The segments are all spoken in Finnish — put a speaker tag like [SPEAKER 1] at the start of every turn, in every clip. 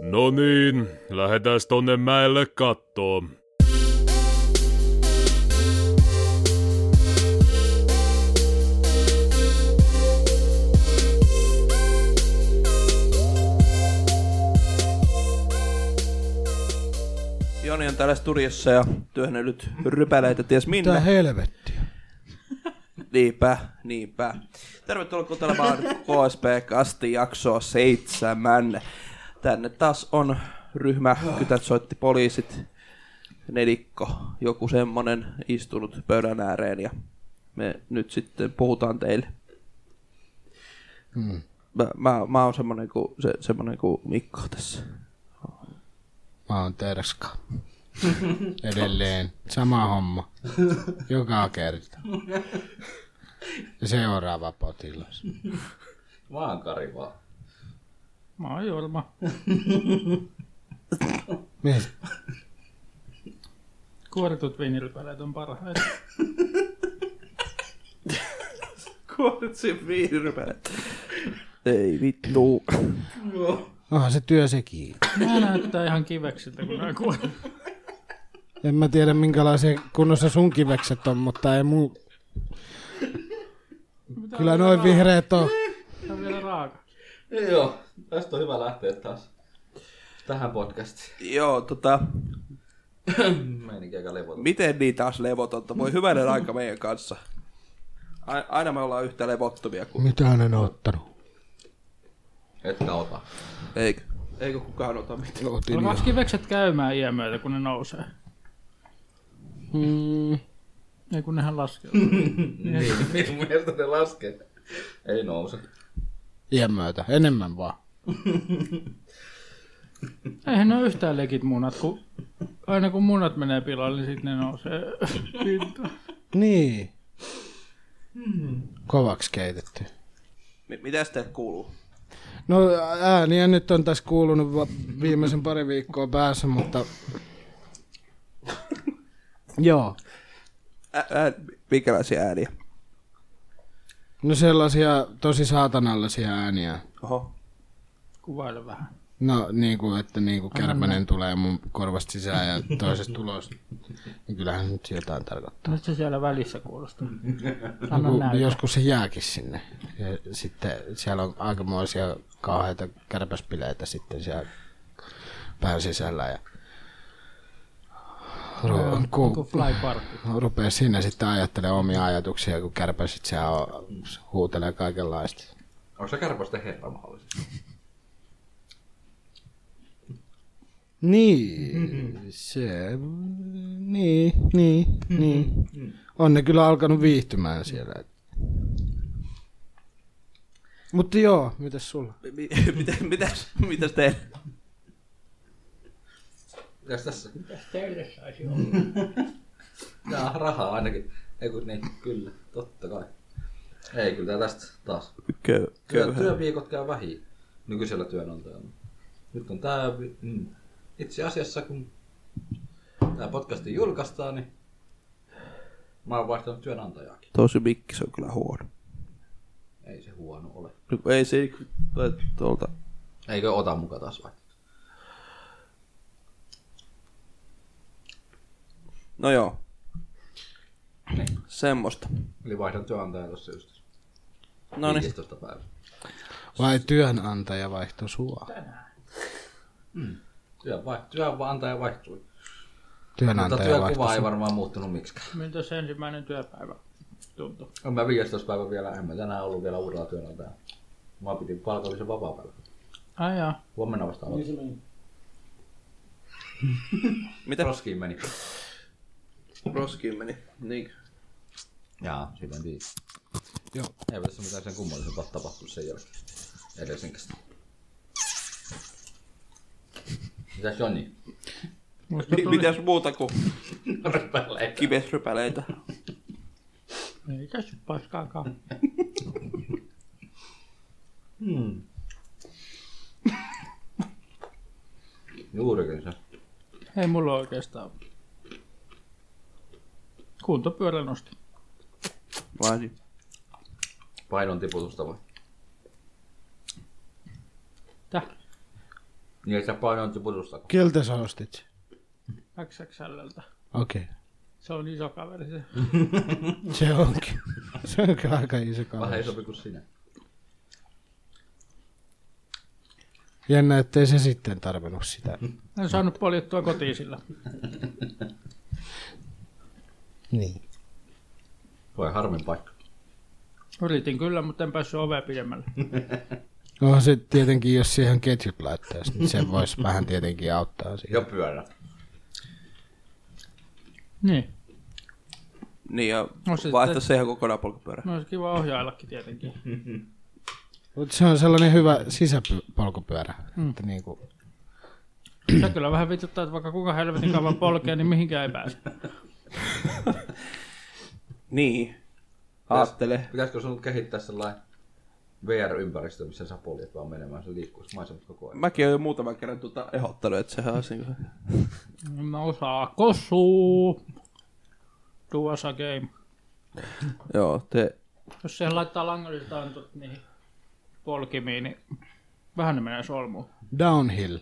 [SPEAKER 1] No niin, lähdetääs tonne mäelle kattoon.
[SPEAKER 2] Joni on täällä studiossa ja työhönellyt rypäleitä ties minne.
[SPEAKER 3] Mitä helvettiä?
[SPEAKER 2] Niinpä, niinpä. Tervetuloa kuuntelemaan KSP-kasti jaksoa seitsemän. Tänne taas on ryhmä, kytät soitti poliisit, nelikko, joku semmonen istunut pöydän ääreen ja me nyt sitten puhutaan teille. Mä, mä, mä oon semmonen kuin, se, semmonen kuin Mikko tässä.
[SPEAKER 3] Mä oon terska. Edelleen. Sama homma. Joka kerta. Ja seuraava potilas.
[SPEAKER 4] Mä oon Kari vaan.
[SPEAKER 5] Mä oon Jorma.
[SPEAKER 3] Mis-
[SPEAKER 5] Kuoritut viinirypäleet on parhaita.
[SPEAKER 2] Kuoritsin viiripäät. Ei vittu.
[SPEAKER 3] Onhan se työ sekin.
[SPEAKER 5] Nää näyttää ihan kiveksiltä, kun nää kuorit.
[SPEAKER 3] En mä tiedä minkälaisia kunnossa sun kivekset on, mutta ei muu... Kyllä noin vihreät on.
[SPEAKER 5] Tää on vielä raaka.
[SPEAKER 4] Niin Joo, tästä on hyvä lähteä taas tähän podcastiin.
[SPEAKER 2] Joo, tota,
[SPEAKER 4] Meininki aika levota.
[SPEAKER 2] Miten niin taas levotonta? Voi hyvänen aika meidän kanssa. A- aina me ollaan yhtä levottomia kuin...
[SPEAKER 3] Mitä ne on ottanut?
[SPEAKER 4] Etkä ota.
[SPEAKER 2] Eikö? Eikö kukaan ota mitään?
[SPEAKER 3] Otin
[SPEAKER 5] Alkaas
[SPEAKER 3] jo.
[SPEAKER 5] kivekset käymään iän myötä, kun ne nousee.
[SPEAKER 3] Mm,
[SPEAKER 5] Ei kun nehän laskee.
[SPEAKER 4] Niin, niin mun mielestä ne laskee. Ei nouse.
[SPEAKER 3] iän myötä. Enemmän vaan.
[SPEAKER 5] Eihän ne ole yhtään legit munat, kun aina kun munat menee pilalle, niin sit ne nousee pintaan.
[SPEAKER 3] Niin. Kovaksi keitetty.
[SPEAKER 2] M- mitäs teille kuuluu?
[SPEAKER 3] No ääniä nyt on tässä kuulunut va- viimeisen pari viikkoa päässä, mutta... Joo.
[SPEAKER 2] Ä- ää, minkälaisia ääniä?
[SPEAKER 3] No sellaisia tosi saatanallisia ääniä.
[SPEAKER 2] Oho.
[SPEAKER 5] Kuvaile vähän.
[SPEAKER 3] No niin kuin, että niin kuin kärpänen tulee mun korvasta sisään ja toisesta tulos. Niin kyllähän se nyt jotain tarkoittaa.
[SPEAKER 5] Nyt se siellä välissä kuulostaa. Anna
[SPEAKER 3] Joku,
[SPEAKER 5] näytä.
[SPEAKER 3] joskus se jääkin sinne. Ja sitten siellä on aikamoisia kauheita kärpäspileitä sitten siellä pään sisällä. Ja... Ru-
[SPEAKER 5] Kun
[SPEAKER 3] ku-
[SPEAKER 5] fly party.
[SPEAKER 3] rupea siinä sitten ajattelemaan omia ajatuksia, kun kärpäsit sehän on, huutelee kaikenlaista.
[SPEAKER 4] Onko se kärpästä herra mahdollisesti?
[SPEAKER 3] Niin,
[SPEAKER 4] Mm-hmm.
[SPEAKER 3] se, niin, niin, niin.
[SPEAKER 4] Mm-hmm.
[SPEAKER 3] On ne kyllä alkanut viihtymään siellä. Mutta joo, mitäs sulla?
[SPEAKER 2] M- mi- mitäs, mitäs, mitäs teille?
[SPEAKER 4] Mitäs tässä? Mitäs teille saisi olla? Tää on rahaa ainakin. Ei kun niin, kyllä, totta kai. Ei kyllä tää tästä taas.
[SPEAKER 2] Kö,
[SPEAKER 4] Kyllä työviikot käy vähin nykyisellä työnantajalla. Nyt on tää... vi- Mm. Itse asiassa kun tää podcasti julkaistaan, niin mä oon vaihtanut työnantajaakin.
[SPEAKER 2] Tosi mikki, se on kyllä huono.
[SPEAKER 4] Ei se huono ole.
[SPEAKER 2] No, kun Ei se ei- tai tuolta...
[SPEAKER 4] Eikö ota muka taas vai?
[SPEAKER 2] No joo,
[SPEAKER 4] Niin.
[SPEAKER 2] semmoista.
[SPEAKER 4] Eli vaihdan työnantajan tuossa just.
[SPEAKER 2] No niin,
[SPEAKER 4] 15 päivä.
[SPEAKER 3] Vai työnantaja vaihtoi sua?
[SPEAKER 4] Työn vai, työnantaja vaihtui. Mutta
[SPEAKER 3] Työnantaja vaihtoi
[SPEAKER 4] työnkuva Tota ei
[SPEAKER 3] sua.
[SPEAKER 4] varmaan muuttunut miksikään.
[SPEAKER 5] Miltä se ensimmäinen työpäivä tuntuu?
[SPEAKER 4] On mä 15 päivä vielä, en mä tänään ollut vielä uudella työnantajalla. Mä pidin palkallisen vapaa päivä.
[SPEAKER 5] Ai jaa.
[SPEAKER 4] Huomenna vasta aloitin.
[SPEAKER 2] mitä?
[SPEAKER 4] Roskiin meni.
[SPEAKER 2] Roskiin meni. Niin.
[SPEAKER 4] Jaa, siitä en tiedä.
[SPEAKER 3] Joo.
[SPEAKER 4] Ei tässä mitään sen kummallisempaa tapahtunut sen jälkeen. Edellisen kestä. Mitäs Joni?
[SPEAKER 5] Musta
[SPEAKER 2] Mi-
[SPEAKER 5] tuli.
[SPEAKER 2] mitäs muuta kuin
[SPEAKER 4] Rypäleitä.
[SPEAKER 2] kivesrypäleitä?
[SPEAKER 5] Ei tässä paskaakaan.
[SPEAKER 4] Juurikin se.
[SPEAKER 5] Ei mulla oikeastaan. Kuntopyörä nosti.
[SPEAKER 2] Vai niin.
[SPEAKER 4] Painon tiputusta vai?
[SPEAKER 5] Täh.
[SPEAKER 4] Niin sitä painointi purusta.
[SPEAKER 3] Kiltä sä ostit sen?
[SPEAKER 5] XXLltä.
[SPEAKER 3] Okei. Okay.
[SPEAKER 5] Se on iso kaveri se.
[SPEAKER 3] Se onkin. Se onkin aika iso
[SPEAKER 4] Vähän
[SPEAKER 3] kaveri.
[SPEAKER 4] isompi kuin sinä.
[SPEAKER 3] Jännä, ettei se sitten tarvinnut sitä.
[SPEAKER 4] Mm.
[SPEAKER 5] En saanut poljettua kotiin sillä.
[SPEAKER 3] Niin.
[SPEAKER 4] Voi harmin paikka.
[SPEAKER 5] Yritin kyllä, mutta en päässyt ovea pidemmälle.
[SPEAKER 3] No se tietenkin, jos siihen ketjut laittaisi, niin se voisi vähän tietenkin auttaa siihen.
[SPEAKER 4] Ja pyörä.
[SPEAKER 5] Niin.
[SPEAKER 2] Niin ja
[SPEAKER 5] No sitten-
[SPEAKER 2] vaihtaa se ihan kokonaan polkupyörä.
[SPEAKER 5] No olisi kiva ohjaillakin tietenkin.
[SPEAKER 3] Mutta se on sellainen hyvä sisäpolkupyörä. Mm. Että niin kuin,
[SPEAKER 5] Se kyllä vähän vituttaa, että vaikka kuka helvetin kauan polkee, niin mihinkään ei pääse.
[SPEAKER 2] Niin. Aattele.
[SPEAKER 4] Pitäisikö sinun kehittää sellainen VR-ympäristö, missä sä poljet vaan menemään, se liikkuu, sä maisemat koko ajan.
[SPEAKER 2] Mäkin olen jo muutaman kerran tuota ehdottanut, että sehän olisi... niinku-
[SPEAKER 5] En Mä osaa kosuu. Tuossa game.
[SPEAKER 2] Joo, te...
[SPEAKER 5] Jos siihen laittaa langalliset antut niihin polkimiin, niin vähän ne menee solmuun.
[SPEAKER 3] downhill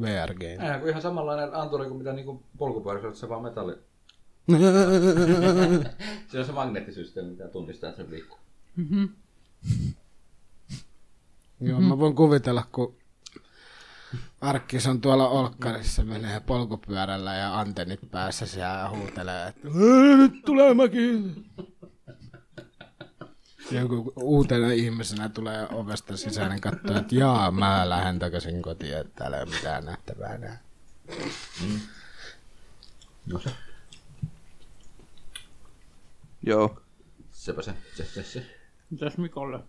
[SPEAKER 3] VR game.
[SPEAKER 4] Eihän kun ihan samanlainen anturi kuin mitä niinku polkupyörässä, että se vaan metalli. Siinä on se magneettisysteemi, mitä tunnistaa, että se liikkuu.
[SPEAKER 3] Joo, mä voin kuvitella, kun Arkkis on tuolla olkkarissa, menee polkupyörällä ja antennit päässä siellä ja huutelee, että "Ei, nyt tulee mäkin. Joku uutena ihmisenä tulee ovesta sisään ja katsoo, että jaa, mä lähden takaisin kotiin, että täällä ei ole mitään nähtävää enää.
[SPEAKER 4] No se.
[SPEAKER 2] Joo.
[SPEAKER 4] Sepä se, se, se, se.
[SPEAKER 5] Mitäs Mikolle?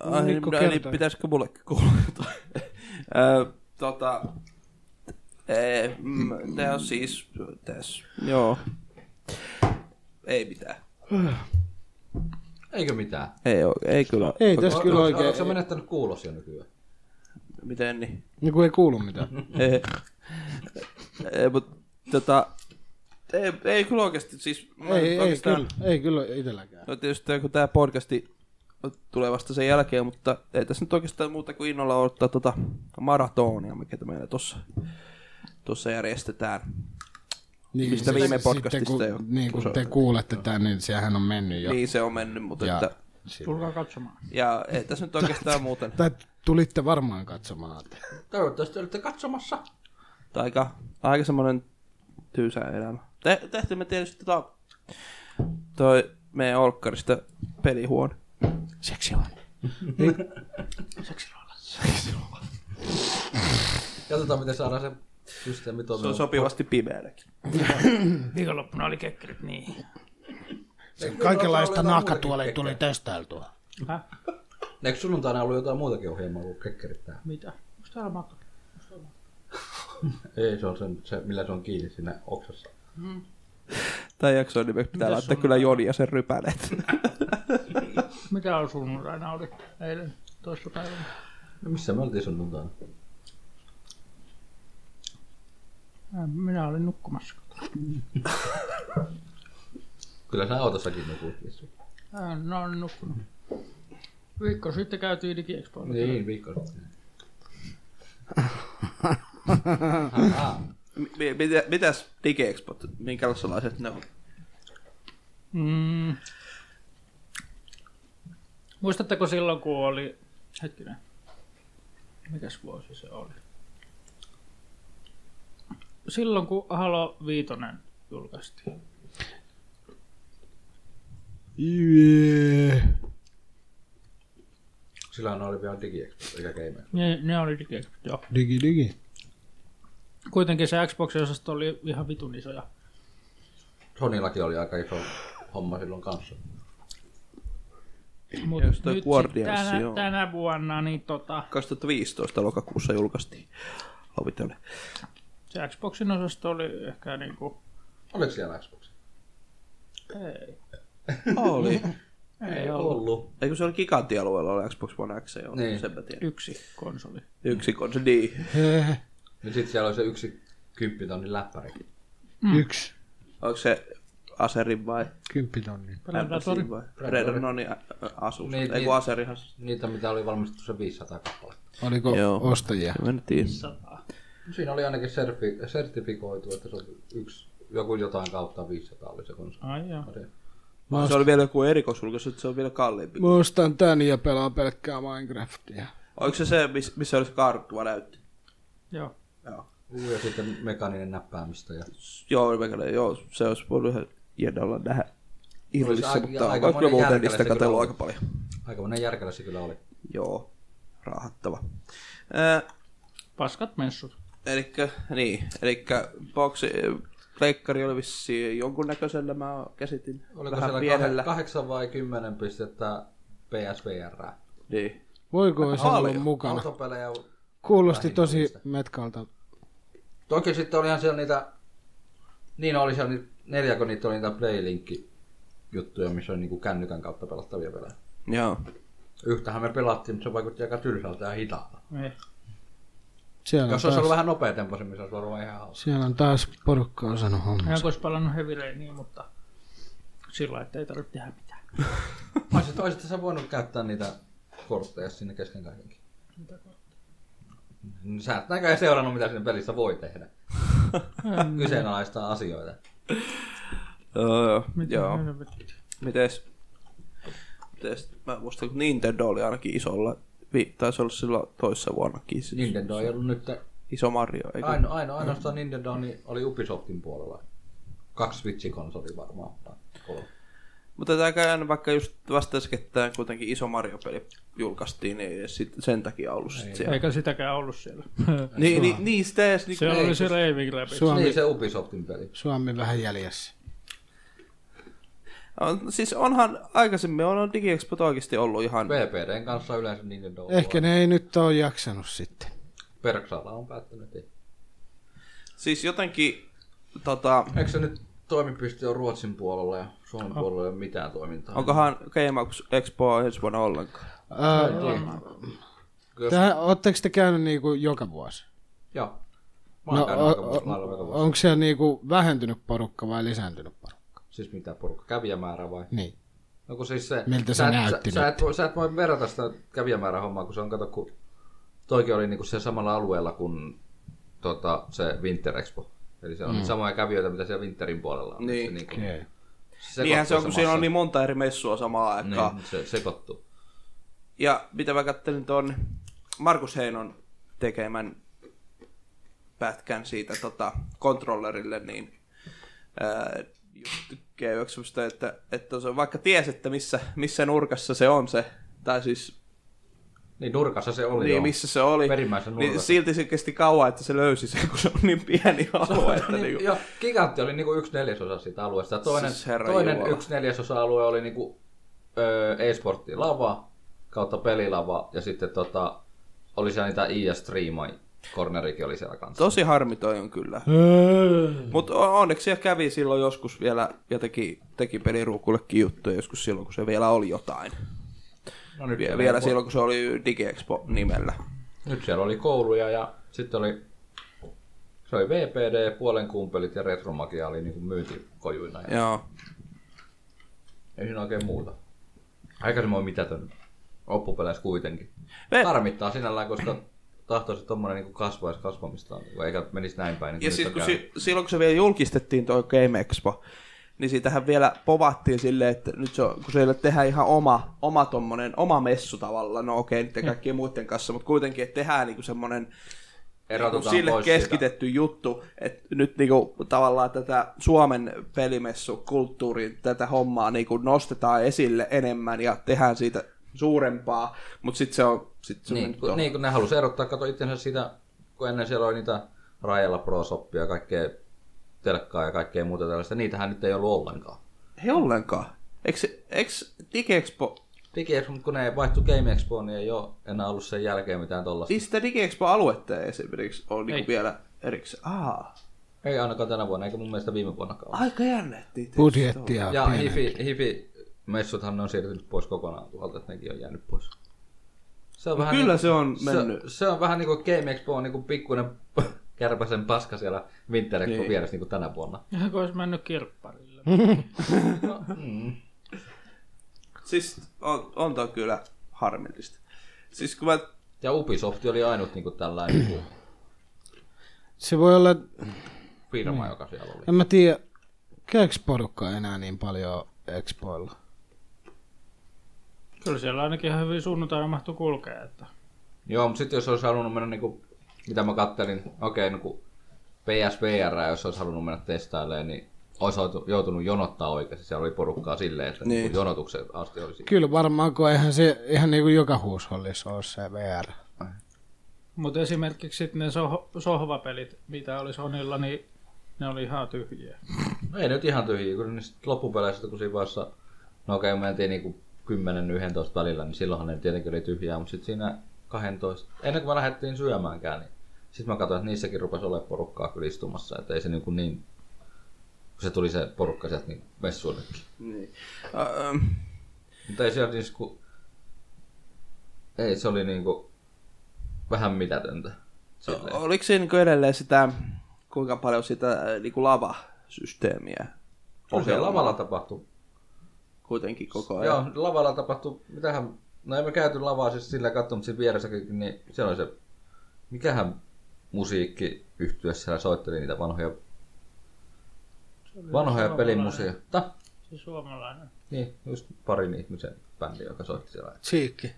[SPEAKER 2] Ai, niin,
[SPEAKER 3] Mikko
[SPEAKER 2] no, niin,
[SPEAKER 3] kertoi.
[SPEAKER 2] pitäisikö mullekin kuulla jotain? Ö, tota, ei, mm, Tää on siis tässä. Joo. Ei mitään.
[SPEAKER 4] Eikö mitään?
[SPEAKER 2] Ei, oo- ei kyllä.
[SPEAKER 3] Ei tässä kyllä oikein,
[SPEAKER 4] Oletko sä menettänyt kuulos jo nykyään?
[SPEAKER 2] Miten niin?
[SPEAKER 3] niin kuin ei kuulu mitään.
[SPEAKER 2] ei, ei, mut, tota, ei, ei kyllä oikeasti. Siis, mä
[SPEAKER 3] Ei, ei,
[SPEAKER 2] oikeastaan-
[SPEAKER 3] kyllä, ei kyllä itselläkään.
[SPEAKER 2] No tietysti tää- kun tämä podcasti tulee vasta sen jälkeen, mutta ei tässä nyt oikeastaan muuta kuin innolla odottaa tota maratonia, mikä te meillä tuossa tuossa järjestetään.
[SPEAKER 3] Niin,
[SPEAKER 2] Mistä viime podcastista
[SPEAKER 3] sitten,
[SPEAKER 2] jo.
[SPEAKER 3] kun, niin, kun te kuulette tämän, niin sehän on mennyt jo.
[SPEAKER 2] Joo. Niin se on mennyt, mutta ja.
[SPEAKER 3] ja,
[SPEAKER 2] Että,
[SPEAKER 5] Tulkaa katsomaan.
[SPEAKER 2] ja ei tässä nyt oikeastaan muuten.
[SPEAKER 3] tai tulitte varmaan katsomaan.
[SPEAKER 4] Toivottavasti olitte katsomassa.
[SPEAKER 2] Tää Aika, aika semmoinen tyysä elämä. Te, tehtiin me tietysti tota, toi meidän olkkarista pelihuone.
[SPEAKER 3] Seksi on.
[SPEAKER 4] Katsotaan, miten saadaan se systeemi
[SPEAKER 2] Se on
[SPEAKER 4] toimimaan.
[SPEAKER 2] sopivasti pimeälläkin.
[SPEAKER 5] Viikonloppuna oli kekkerit, niin.
[SPEAKER 3] Kaikenlaista
[SPEAKER 4] Jotain
[SPEAKER 3] nahkatuolia
[SPEAKER 4] muutakin
[SPEAKER 3] tuli testailtua.
[SPEAKER 5] Häh?
[SPEAKER 4] Eikö sunnuntaina ollut jotain muutakin ohjelmaa kuin kekkerit tää?
[SPEAKER 5] Mitä? Onko täällä matka?
[SPEAKER 4] Ei, se on sen, se, millä se on kiinni siinä oksassa.
[SPEAKER 2] Tämä jakso nimeksi pitää laittaa kyllä Joni ja sen rypäleet.
[SPEAKER 5] Mitä on sunnuntaina oli eilen toissapäivänä?
[SPEAKER 4] No missä me oltiin sunnuntaina?
[SPEAKER 5] Äh, Minä olin nukkumassa.
[SPEAKER 4] Kyllä sä autossakin nukuit Vissu.
[SPEAKER 5] Äh, No olin nukkunut. Viikko sitten käytiin digiexpoilla.
[SPEAKER 4] Niin, viikko sitten.
[SPEAKER 2] M- mitä, mitäs DigiExpot, minkälaiset ne on?
[SPEAKER 5] Mm. Muistatteko silloin, kun oli... Hetkinen. Mikäs vuosi se oli? Silloin, kun Halo Viitonen julkaistiin.
[SPEAKER 3] Yeah.
[SPEAKER 4] Silloin oli vielä digiexpo, eikä game.
[SPEAKER 5] Ne, ne oli digiexpot, joo.
[SPEAKER 3] Digi digi.
[SPEAKER 5] Kuitenkin se Xbox-osasto oli ihan vitun isoja.
[SPEAKER 4] Sonyllakin oli aika iso homma silloin kanssa.
[SPEAKER 5] Mut
[SPEAKER 2] Just toi
[SPEAKER 5] nyt sit
[SPEAKER 2] Guardians,
[SPEAKER 5] tänä,
[SPEAKER 2] joo.
[SPEAKER 5] tänä vuonna niin tota,
[SPEAKER 2] 2015 lokakuussa julkaistiin Lovitelle.
[SPEAKER 5] se Xboxin osasto oli ehkä niinku...
[SPEAKER 4] Oliko siellä Xbox?
[SPEAKER 5] Ei,
[SPEAKER 2] Ah, Oli.
[SPEAKER 5] ei ollut.
[SPEAKER 2] Eikö se oli gigantialueella oli Xbox One X, joo,
[SPEAKER 4] Niin.
[SPEAKER 2] niin. sen mä tiedän.
[SPEAKER 5] Yksi konsoli.
[SPEAKER 2] Yksi konsoli, niin.
[SPEAKER 3] Mm.
[SPEAKER 4] Niin sit siellä oli se yksi kymppitonnin läppäri.
[SPEAKER 3] Yksi.
[SPEAKER 2] Onko se Aserin vai
[SPEAKER 6] Kymppitonni.
[SPEAKER 5] Predatori.
[SPEAKER 2] Predator. vai? Predator, no niin, ä- ä, asus.
[SPEAKER 4] Niin,
[SPEAKER 2] Niin, Ei
[SPEAKER 4] niin.
[SPEAKER 2] kun Aserihan se.
[SPEAKER 4] Niitä, mitä oli valmistettu se 500 kappaletta.
[SPEAKER 3] Oliko
[SPEAKER 2] Joo.
[SPEAKER 3] ostajia?
[SPEAKER 2] Mä en tiedä.
[SPEAKER 4] Siinä oli ainakin serfi- sertifikoitu, että se on yksi, joku jotain kautta 500 oli se konsoli.
[SPEAKER 5] Ai joo.
[SPEAKER 3] Mä,
[SPEAKER 2] Se oli vielä joku erikoisjulkaisu, että se on vielä kalliimpi.
[SPEAKER 3] mä ostan tän ja pelaan pelkkää Minecraftia.
[SPEAKER 2] Oliko se se, miss- missä oli se karttuva näytti?
[SPEAKER 5] Joo.
[SPEAKER 2] Joo.
[SPEAKER 4] Uu, ja sitten mekaaninen näppäämistä. Ja...
[SPEAKER 2] Joo, Rebecca, joo, se olisi voinut ihan hienoa olla nähdä
[SPEAKER 4] Olisi
[SPEAKER 2] irvissa,
[SPEAKER 4] aika-
[SPEAKER 2] mutta aika
[SPEAKER 4] aika
[SPEAKER 2] kyllä
[SPEAKER 4] monen
[SPEAKER 2] muuten
[SPEAKER 4] järkällä
[SPEAKER 2] niistä
[SPEAKER 4] se kyllä
[SPEAKER 2] katsellut
[SPEAKER 4] on.
[SPEAKER 2] aika paljon.
[SPEAKER 4] Aika monen järkellä se kyllä oli.
[SPEAKER 2] Joo, raahattava. Äh,
[SPEAKER 5] Paskat messut.
[SPEAKER 2] elikkä, niin, elikkä boksi, pleikkari oli vissiin jonkunnäköisellä, mä käsitin
[SPEAKER 4] Oliko
[SPEAKER 2] vähän
[SPEAKER 4] siellä pienellä.
[SPEAKER 2] pienellä.
[SPEAKER 4] 8 vai 10 pistettä PSVR?
[SPEAKER 2] Niin.
[SPEAKER 3] Voiko se olla
[SPEAKER 2] paljon.
[SPEAKER 3] mukana?
[SPEAKER 4] Autopelejä.
[SPEAKER 3] Kuulosti tosi metkalta.
[SPEAKER 4] Toki sitten olihan siellä niitä, niin oli siellä niitä, neljä, kun niitä oli niitä Playlinkki juttuja, missä oli niinku kännykän kautta pelattavia pelejä.
[SPEAKER 2] Niin. Joo.
[SPEAKER 4] Yhtähän me pelattiin, mutta se vaikutti aika tylsältä ja hitaalta.
[SPEAKER 5] Eh.
[SPEAKER 3] Siellä on
[SPEAKER 4] Jos se olisi ollut
[SPEAKER 3] taas,
[SPEAKER 4] vähän nopeatempoisemmin, se olisi varmaan ihan hauska.
[SPEAKER 3] siellä on taas porukka osannut hommaa.
[SPEAKER 5] Hän olisi palannut Heavy Rainia, mutta sillä lailla, että ei tarvitse tehdä mitään.
[SPEAKER 4] Olisit, olisit sä voinut käyttää niitä kortteja sinne kesken kaikenkin. Niin Sä et näköjään seurannut, mitä siinä pelissä voi tehdä. Kyseenalaistaa asioita.
[SPEAKER 2] Öö, joo.
[SPEAKER 5] helvettiä?
[SPEAKER 2] Mites? Mites? Mä muistan, kun Nintendo oli ainakin isolla. Vi- taisi olla silloin toissa vuonnakin. Se
[SPEAKER 4] Nintendo ei ollut nyt...
[SPEAKER 2] Iso Mario, eikö?
[SPEAKER 4] Aino, aino, ainoastaan Nintendo niin oli Ubisoftin puolella. Kaksi Switch-konsolia varmaan. tai kolme.
[SPEAKER 2] Mutta tämäkään vaikka just vasta äskettäin kuitenkin iso Mario-peli julkaistiin, niin sit sen takia ollut sit siellä.
[SPEAKER 5] Eikä sitäkään ollut siellä.
[SPEAKER 2] Niin, niin, niin, sitä edes niinku
[SPEAKER 5] se oli
[SPEAKER 2] ei,
[SPEAKER 5] se Raving Rabbit.
[SPEAKER 4] Niin
[SPEAKER 3] Suomi,
[SPEAKER 4] se Ubisoftin peli.
[SPEAKER 3] Suomi vähän jäljessä.
[SPEAKER 2] on, siis onhan aikaisemmin on, on DigiExpo oikeasti ollut ihan...
[SPEAKER 4] VPDn kanssa yleensä Nintendo on
[SPEAKER 3] Ehkä ne ei nyt ole jaksanut sitten.
[SPEAKER 4] Perksalla on päättänyt. Ei.
[SPEAKER 2] Siis jotenkin, tota,
[SPEAKER 4] Eikö se nyt toimipiste on Ruotsin puolella ja
[SPEAKER 3] Ah.
[SPEAKER 4] Suomen puolella ei ole mitään toimintaa?
[SPEAKER 2] onkohan Game Expo ensi vuonna ollenkaan?
[SPEAKER 3] Öö,
[SPEAKER 4] Jos-
[SPEAKER 3] tähän, ootteko te käynyt niinku joka vuosi?
[SPEAKER 4] Joo. Mä
[SPEAKER 3] No,
[SPEAKER 4] oon käynyt
[SPEAKER 3] o-
[SPEAKER 4] aika
[SPEAKER 3] o-
[SPEAKER 4] vuosi- maailman aika vuosi.
[SPEAKER 3] onko siellä niinku vähentynyt porukka vai lisääntynyt porukka?
[SPEAKER 4] Siis mitä porukka, kävijämäärä vai?
[SPEAKER 3] Niin.
[SPEAKER 4] No kun siis se...
[SPEAKER 3] Miltä se
[SPEAKER 4] sä et-
[SPEAKER 3] näytti
[SPEAKER 4] sä, sä, et voi, sä et voi verrata sitä kävijämäärä hommaa, kun se on, kato, kun toikin oli niinku siellä samalla alueella kuin tota, se Winter Expo. Eli se on mm. samoja kävijöitä, mitä siellä Winterin puolella on.
[SPEAKER 2] Niin.
[SPEAKER 4] Se, niinku,
[SPEAKER 3] Okay.
[SPEAKER 4] se
[SPEAKER 2] Niinhän se on, kun siinä on niin
[SPEAKER 4] massa.
[SPEAKER 2] monta eri messua samaan aikaan.
[SPEAKER 4] Niin, se sekoittuu.
[SPEAKER 2] Ja mitä mä kattelin tuon Markus Heinon tekemän pätkän siitä tota, controllerille, niin ää, just G9:stä, että, että se, vaikka ties, että missä, missä nurkassa se on se, tai siis
[SPEAKER 4] Niin nurkassa se oli
[SPEAKER 2] niin,
[SPEAKER 4] joo.
[SPEAKER 2] missä se oli,
[SPEAKER 4] Perimmäisen
[SPEAKER 2] niin
[SPEAKER 4] nurkassa.
[SPEAKER 2] silti se kesti kauan, että se löysi sen, kun se on niin pieni alue. Että
[SPEAKER 4] niin,
[SPEAKER 2] niin,
[SPEAKER 4] joo, gigantti oli niinku yksi neljäsosa siitä alueesta. Ja Toinen,
[SPEAKER 2] Siis herra
[SPEAKER 4] toinen
[SPEAKER 2] Jumala.
[SPEAKER 4] yksi neljäsosa alue oli niinku, öö, e-sportin lava kautta pelilava ja sitten tota, oli siellä niitä IS-striimai. Cornerikin oli siellä kanssa.
[SPEAKER 2] Tosi harmi toi on kyllä. Mutta onneksi siellä kävi silloin joskus vielä ja teki, teki peliruukullekin juttuja joskus silloin, kun se vielä oli jotain.
[SPEAKER 4] No, nyt,
[SPEAKER 2] Vie-
[SPEAKER 4] siellä
[SPEAKER 2] vielä
[SPEAKER 4] oli,
[SPEAKER 2] silloin, kun se oli DigiExpo nimellä.
[SPEAKER 4] nyt siellä oli kouluja ja sitten oli se oli VPD, puolen kumpelit ja retromagia oli niinku myyntikojuina. Ja
[SPEAKER 2] Joo.
[SPEAKER 4] ei siinä oikein muuta. Aikaisemmin on mitätön. Loppupeleissä kuitenkin.
[SPEAKER 2] Me,
[SPEAKER 4] harmittaa sinällään, koska tahtoisi tommonen niinku kasvaisi kasvamistaan, niinku, eikä menisi näin päin. Niin
[SPEAKER 2] ja
[SPEAKER 4] kuin
[SPEAKER 2] siis,
[SPEAKER 4] nyt
[SPEAKER 2] kun
[SPEAKER 4] on
[SPEAKER 2] si,
[SPEAKER 4] käynyt.
[SPEAKER 2] silloin, kun se vielä julkistettiin toi Game Expo, niin siitähän vielä povattiin silleen, että nyt se, on- kun siellä tehdään ihan oma, oma tommonen, oma messu tavallaan, no okei,
[SPEAKER 4] Mm.
[SPEAKER 2] niiden kaikkien muiden kanssa, mutta kuitenkin, että tehdään niinku semmonen niinku
[SPEAKER 4] Erotutaan
[SPEAKER 2] sille
[SPEAKER 4] pois
[SPEAKER 2] keskitetty siitä. juttu, että nyt niinku tavallaan tätä Suomen pelimessukulttuurin tätä hommaa niinku nostetaan esille enemmän ja tehdään siitä suurempaa, mutta sitten se on... Sit se on
[SPEAKER 4] Siitä. Niin,
[SPEAKER 2] mennyt
[SPEAKER 4] kun,
[SPEAKER 2] tuohon.
[SPEAKER 4] niin, kun ne halusi erottaa, kato itsensä sitä, kun ennen siellä oli niitä rajalla pro shoppia, kaikkea telkkaa ja kaikkea muuta tällaista. Niitähän nyt ei ollut ollenkaan.
[SPEAKER 2] Ei ollenkaan. Eikö, se- eikö DigiExpo,
[SPEAKER 4] DigiExpo, mutta kun ne vaihtui Game Expoon, niin ei ole enää ollut sen jälkeen mitään tollaista.
[SPEAKER 2] siis sitä DigiExpo-aluetta ei esimerkiksi ole niinku
[SPEAKER 5] Ei.
[SPEAKER 2] vielä erikseen. Aa,
[SPEAKER 4] Ei ainakaan tänä vuonna, eikä mun mielestä viime vuonnakaan. ole.
[SPEAKER 2] aika jännä. että niitä ei ole.
[SPEAKER 3] Budjettia
[SPEAKER 4] Ja
[SPEAKER 3] on pieni.
[SPEAKER 4] hifi, hifi messuthan ne on siirtynyt pois kokonaan tuolta, että nekin on jäänyt pois. Se on
[SPEAKER 2] No kyllä
[SPEAKER 4] niinku-
[SPEAKER 2] se on mennyt.
[SPEAKER 4] Se, se on vähän niin kuin Game Expo on niin kuin pikkuinen kärpäsen paska siellä Winter Expo niin. vieressä niin kuin tänä vuonna.
[SPEAKER 5] Ihan kuin olisi mennyt kirpparille. sillä.
[SPEAKER 2] Mm. Siis on, on tää kyllä harmillista. Siis kun mä...
[SPEAKER 4] Ja Ubisoft oli ainut niin kuin tällainen niin kuin
[SPEAKER 3] Se voi olla,
[SPEAKER 4] firma, joka siellä oli.
[SPEAKER 3] en mä tiedä, käykö porukkaa enää niin paljon Expoilla?
[SPEAKER 5] Kyllä siellä ainakin ihan hyvin sunnuntaina mahtui kulkea. Että.
[SPEAKER 4] Joo, mutta sitten jos olisi halunnut mennä, niin kuin, mitä mä kattelin, okei, okay, niin PSVR, jos olisi halunnut mennä testailemaan, niin olisi oitu- joutunut jonottaa oikeasti. Siellä oli porukkaa silleen, että niin.
[SPEAKER 2] Niin.
[SPEAKER 4] jonotukseen asti olisi.
[SPEAKER 3] Kyllä varmaan, kun eihän se ihan niin kuin joka huushollissa ole se VR.
[SPEAKER 5] Mutta esimerkiksi sit ne soh- sohvapelit, mitä oli Sonilla, niin ne oli ihan tyhjiä.
[SPEAKER 4] No ei nyt ihan tyhjiä, kun niistä loppupeleissä, kun siinä vaiheessa, no okei, okay, mentiin niinku 10-11 välillä, niin silloinhan ne tietenkin oli tyhjää, mutta sitten siinä 12, ennen kuin me lähdettiin syömäänkään, niin sitten mä katsoin, että niissäkin rupesi olemaan porukkaa kyllä istumassa, että ei se niinku niin, kun se tuli se porukka sieltä niin messuillekin.
[SPEAKER 2] Niin. Öö,
[SPEAKER 4] Mutta ei siellä siis kun... Ei, se oli niinku vähän mitätöntä. Silleen.
[SPEAKER 2] oliko se niin edelleen sitä, kuinka paljon sitä niin kuin lavasysteemiä
[SPEAKER 4] Kyllä siellä lavalla tapahtui.
[SPEAKER 2] kuitenkin koko ajan?
[SPEAKER 4] Joo, lavalla tapahtui, mitähän... No ei me käyty lavaa siis sillä katsomaan, mutta siinä vieressäkin, niin siellä oli se... Mikähän musiikki siellä soitteli niitä vanhoja, vanhoja pelimusiikkia.
[SPEAKER 5] Se suomalainen.
[SPEAKER 4] Niin, just parin ihmisen bändi, joka soitti siellä.
[SPEAKER 3] Siikki.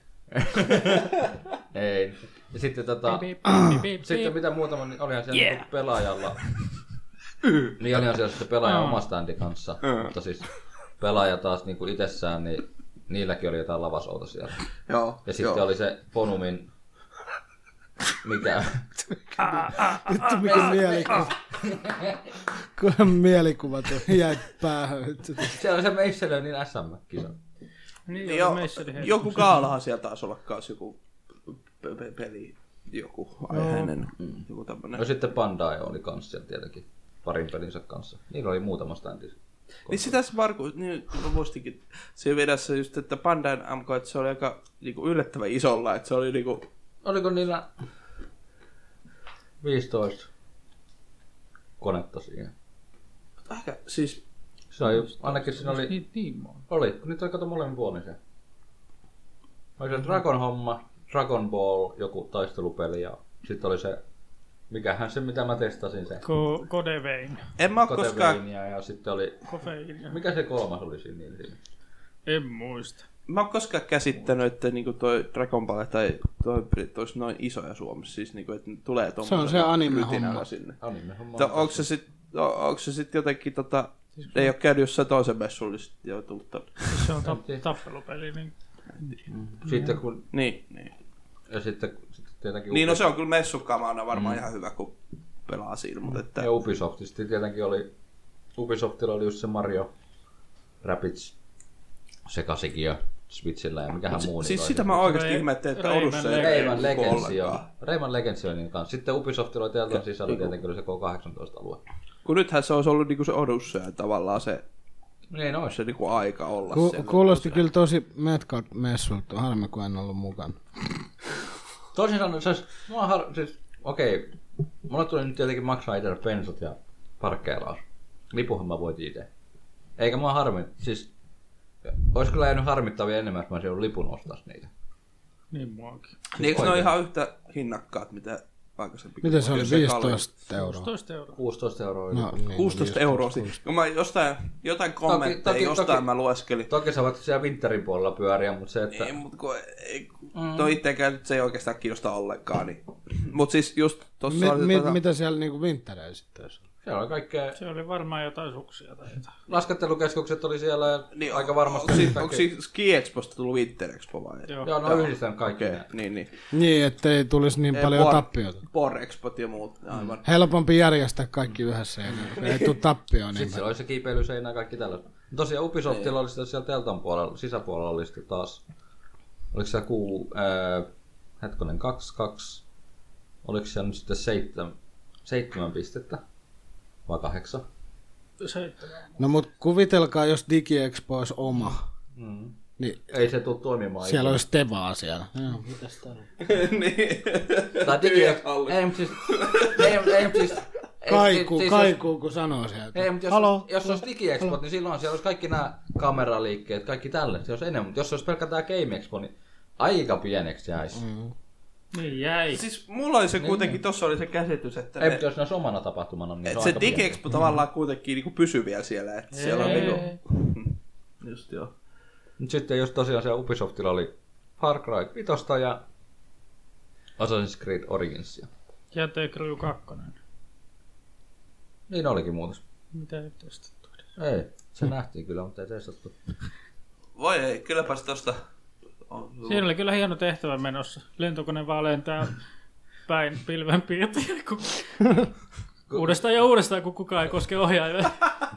[SPEAKER 4] Ei. Ja sitten tota... Sitten mitä muutama, niin olihan siellä yeah. pelaajalla. niin olihan siellä sitten pelaaja oma standi kanssa. Mutta siis pelaaja taas niin kuin itsessään, niin niilläkin oli jotain lavasouta siellä.
[SPEAKER 2] Joo,
[SPEAKER 4] Ja sitten
[SPEAKER 2] joo.
[SPEAKER 4] oli se Fonumin, mikä,
[SPEAKER 3] Vittu mikä mielikuva. Kyllä mielikuva tuli, jäi päähän. vittu.
[SPEAKER 4] se oli se Meisselönin SM-kisa.
[SPEAKER 5] Niin,
[SPEAKER 2] Niin
[SPEAKER 5] joo,
[SPEAKER 2] joo,
[SPEAKER 5] meissä oli
[SPEAKER 2] joku kaalahan siellä taisi olla kans joku pe- pe- peli, joku aiheinen, joku tämmönen.
[SPEAKER 4] No sitten Bandai oli kanssa siellä tietenkin, parin pelinsä kanssa. Niillä oli muutama standi.
[SPEAKER 2] Niin sitä se Marku, niin mä muistinkin siinä videossa just, että Pandain MK, että se oli aika niinku yllättävän isolla, että se oli niinku,
[SPEAKER 4] Oliko niillä 15 konetta siinä?
[SPEAKER 2] aika, siis,
[SPEAKER 4] Se oli, ainakin siinä oli
[SPEAKER 5] Niin, niin monta.
[SPEAKER 4] Oli, kun niitä oli kato molemmin puolin se. Oli se Dragon homma, Dragon Ball, joku taistelupeli ja sitten oli se, mikähän se mitä mä testasin se.
[SPEAKER 5] Ko- kodevein.
[SPEAKER 2] en mä oo koskaan,
[SPEAKER 4] Koteveinia ja sitten oli,
[SPEAKER 5] Kofeiinia.
[SPEAKER 4] mikä se kolmas oli siinä? niin siinä?
[SPEAKER 5] En muista.
[SPEAKER 2] mä oon koskaan käsittänyt, että niinku toi Dragon Ball tai toi Hybrid olisi noin isoja Suomessa, siis niinku, että ne tulee
[SPEAKER 3] Se on se anime-homma.
[SPEAKER 2] rytinällä sinne.
[SPEAKER 4] Anime niin homma.
[SPEAKER 2] Mutta onko se sit, o- onks se sit jotenkin tota, ei oo käynyt jossain toisen messulla, niin sit joo, tullut tänne.
[SPEAKER 5] Jos Se on tap- tappelupeli, niin
[SPEAKER 4] Sitten kun,
[SPEAKER 2] Niin, niin.
[SPEAKER 4] ja sitten, sitten tietenkin
[SPEAKER 2] Niin, no
[SPEAKER 4] Ubisoft,
[SPEAKER 2] se on kyllä messukamana varmaan ihan hyvä, kun pelaa siinä, mutta että...
[SPEAKER 4] ja Ubisoft, sitten tietenkin oli, Ubisoftilla oli just se Mario Rapids sekasikin ja Switchillä ja mikähän muu. niillä
[SPEAKER 2] Siis
[SPEAKER 4] oli
[SPEAKER 2] sitä
[SPEAKER 4] siellä.
[SPEAKER 2] mä oikeasti
[SPEAKER 5] Ray-
[SPEAKER 2] ihmettelin, että
[SPEAKER 5] Rayman
[SPEAKER 2] Odyssey ei ole
[SPEAKER 4] Rayman
[SPEAKER 5] Legends.
[SPEAKER 4] Legends joo.
[SPEAKER 2] ollenkaan.
[SPEAKER 4] Rayman Legends oli niin kanssa. Sitten Ubisoftilla oli Teltan sisällä tietenkin oli se K18-alue.
[SPEAKER 2] Kun nythän se olisi ollut niinku se Odyssey tavallaan se,
[SPEAKER 4] Niin ois.
[SPEAKER 2] se niinku aika olla
[SPEAKER 3] Ku,
[SPEAKER 2] siellä.
[SPEAKER 3] kuulosti kyllä tosi Metcalf messulta, harmi kun en ollut mukana.
[SPEAKER 4] Toisin sanoen, siis, mua har... siis okei, okay. mulla tuli nyt tietenkin maksaa itselle pensut ja parkkeeraus. Lipuhan mä voitin itse. Eikä mua harmi, siis ois kyllä jäänyt harmittavia enemmän, jos mä olisin ollut lipun ostas niitä.
[SPEAKER 5] niin muakin.
[SPEAKER 2] Niin eikö ne ole
[SPEAKER 4] oikein.
[SPEAKER 2] ihan yhtä hinnakkaat, mitä aikaisempi?
[SPEAKER 3] Miten se oli?
[SPEAKER 2] kalli-
[SPEAKER 3] 15 euroa?
[SPEAKER 5] 16 euroa.
[SPEAKER 4] 16 euroa.
[SPEAKER 3] No,
[SPEAKER 4] No.
[SPEAKER 3] niin,
[SPEAKER 2] 16 euroa. siis. Kun mä jostain, jotain kommentteja,
[SPEAKER 4] toki-
[SPEAKER 2] jostain
[SPEAKER 4] toki-
[SPEAKER 2] mä lueskelin.
[SPEAKER 4] Toki sä voit siellä Winterin puolella pyöriä, mutta se, että...
[SPEAKER 2] Ei, mut kun, ei, mm. toi itsekään nyt se ei oikeastaan kiinnosta ollenkaan. Niin. Mut siis just tossa
[SPEAKER 3] Mi,
[SPEAKER 2] oli
[SPEAKER 3] mi,
[SPEAKER 2] tota-
[SPEAKER 3] mitä siellä niinku vinterejä sitten olisi?
[SPEAKER 4] Siellä oli kaikkea...
[SPEAKER 5] Se oli varmaan jotain suksia tai jotain.
[SPEAKER 4] Laskettelukeskukset oli siellä ja niin,
[SPEAKER 2] Niin,
[SPEAKER 4] aika
[SPEAKER 2] on-
[SPEAKER 4] varmasti...
[SPEAKER 2] Onko, siis,
[SPEAKER 4] kaikki-
[SPEAKER 2] onko siis Ski Exposta tullut Winter Expo vai?
[SPEAKER 5] Joo.
[SPEAKER 4] Joo, no yhdistän kaikki.
[SPEAKER 2] Okei,
[SPEAKER 4] Okay.
[SPEAKER 2] okay, niin, niin.
[SPEAKER 3] Niin, ettei tulisi niin
[SPEAKER 2] Ei,
[SPEAKER 3] paljon
[SPEAKER 2] por-
[SPEAKER 3] tappiota.
[SPEAKER 2] Por Expot ja muut, aivan.
[SPEAKER 3] Helpompi järjestää kaikki yhdessä, ja niin, ei tule tappioon. Niin
[SPEAKER 4] Sitten siellä oli se kiipeilyseinä ja kaikki tällaiset. No Tosiaan Ubisoftilla oli sitä siellä teltan puolella, sisäpuolella oli sitten taas, oliko se kuu, ää, hetkonen, 2-2, oliko siellä nyt sitten seitsemän, seitsemän pistettä vai kahdeksan?
[SPEAKER 5] Seitsemän.
[SPEAKER 3] No mut kuvitelkaa, jos DigiExpo olisi oma,
[SPEAKER 4] Mm.
[SPEAKER 3] niin
[SPEAKER 4] Ei se tule toimimaan.
[SPEAKER 3] siellä olisi Tevaa siellä. Joo.
[SPEAKER 2] niin.
[SPEAKER 4] ikinä. Tai digi, ei, mutta siis, ei, ei, mutta siis,
[SPEAKER 3] Kaikuu,
[SPEAKER 4] siis jos-
[SPEAKER 3] kaikuu, kun sanoo sieltä.
[SPEAKER 4] Ei, mutta jos,
[SPEAKER 5] Halo?
[SPEAKER 4] jos olisi DigiExpo, niin silloin siellä olisi kaikki nämä kameraliikkeet, kaikki tälle. Se olisi enemmän, mutta jos se olisi pelkkä tämä Game Expo, niin aika pieneksi jäisi. Mm.
[SPEAKER 5] Niin jäi.
[SPEAKER 2] Siis mulla oli se kuitenkin, tossa oli se käsitys, että
[SPEAKER 4] Niin, Ei,
[SPEAKER 2] ne,
[SPEAKER 4] mutta jos ne olisi omana tapahtumana, niin se,
[SPEAKER 2] et
[SPEAKER 4] on
[SPEAKER 2] se
[SPEAKER 4] aika pieni. Mm.
[SPEAKER 2] digiexpo tavallaan kuitenkin niinku pysyy vielä siellä, että siellä on
[SPEAKER 5] Ei.
[SPEAKER 2] niinku... Just joo.
[SPEAKER 4] Mut sitten jos tosiaan siellä Ubisoftilla oli Far Cry 5 ja Assassin's Creed Originsia.
[SPEAKER 5] Ja The Crew 2.
[SPEAKER 4] Niin olikin muutos.
[SPEAKER 5] Mitä yhteistä?
[SPEAKER 4] Ei, se nähtiin kyllä, mutta ei testattu.
[SPEAKER 2] Voi ei, kylläpäs tosta... On,
[SPEAKER 5] Siinä oli kyllä hieno tehtävä menossa. Lentokone vaan lentää päin pilven piirtejä, kun... uudestaan ja uudestaan, kun kukaan ei koske ohjaajia.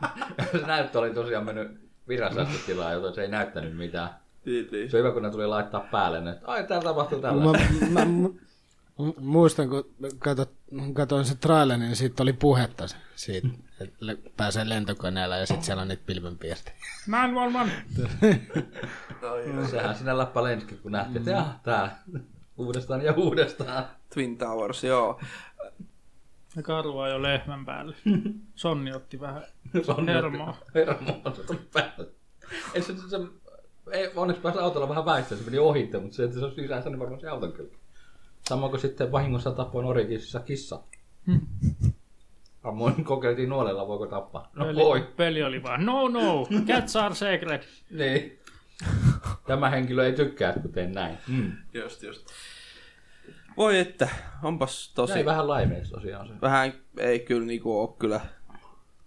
[SPEAKER 4] se näyttö oli tosiaan mennyt virasäästötilaa, joten se ei näyttänyt mitään.
[SPEAKER 2] niin, niin.
[SPEAKER 4] Se on hyvä, kun ne tuli laittaa päälle, niin että ai täällä
[SPEAKER 3] Mä,
[SPEAKER 4] tapahtuu tällä.
[SPEAKER 3] mä, mu- mu- muistan, kun katot, katsoin se trailer, niin siitä oli puhetta se- siitä, että le- pääsee lentokoneella ja sitten siellä on niitä pilvenpiirtejä.
[SPEAKER 5] Man, man, man.
[SPEAKER 2] No, joo.
[SPEAKER 4] Sehän sinä läppä lenski, kun nähtiin, että jaa, tää. Uudestaan ja uudestaan.
[SPEAKER 2] Twin Towers, joo.
[SPEAKER 5] Ja karvaa jo lehmän päälle. Sonni otti vähän hermoa.
[SPEAKER 4] Hermo on sattunut tuota päälle. Ei se, se, se ei, onneksi pääsi autolla vähän väistään, se meni ohitte, mutta se, että se olisi yleensä, niin varmaan se auton kyllä. Samoin kuin sitten vahingossa tapoin orikissa kissa. Ammoin kokeiltiin nuolella, voiko tappaa. No
[SPEAKER 5] Peli,
[SPEAKER 4] voi.
[SPEAKER 5] peli oli vaan, no no, cats are sacred.
[SPEAKER 4] Niin. Tämä henkilö ei tykkää, kun teen näin. Mm.
[SPEAKER 2] Just, just. Voi että, onpas tosi...
[SPEAKER 4] Jäi vähän laimeeksi tosiaan se.
[SPEAKER 2] vähän ei kyllä niinku ole kyllä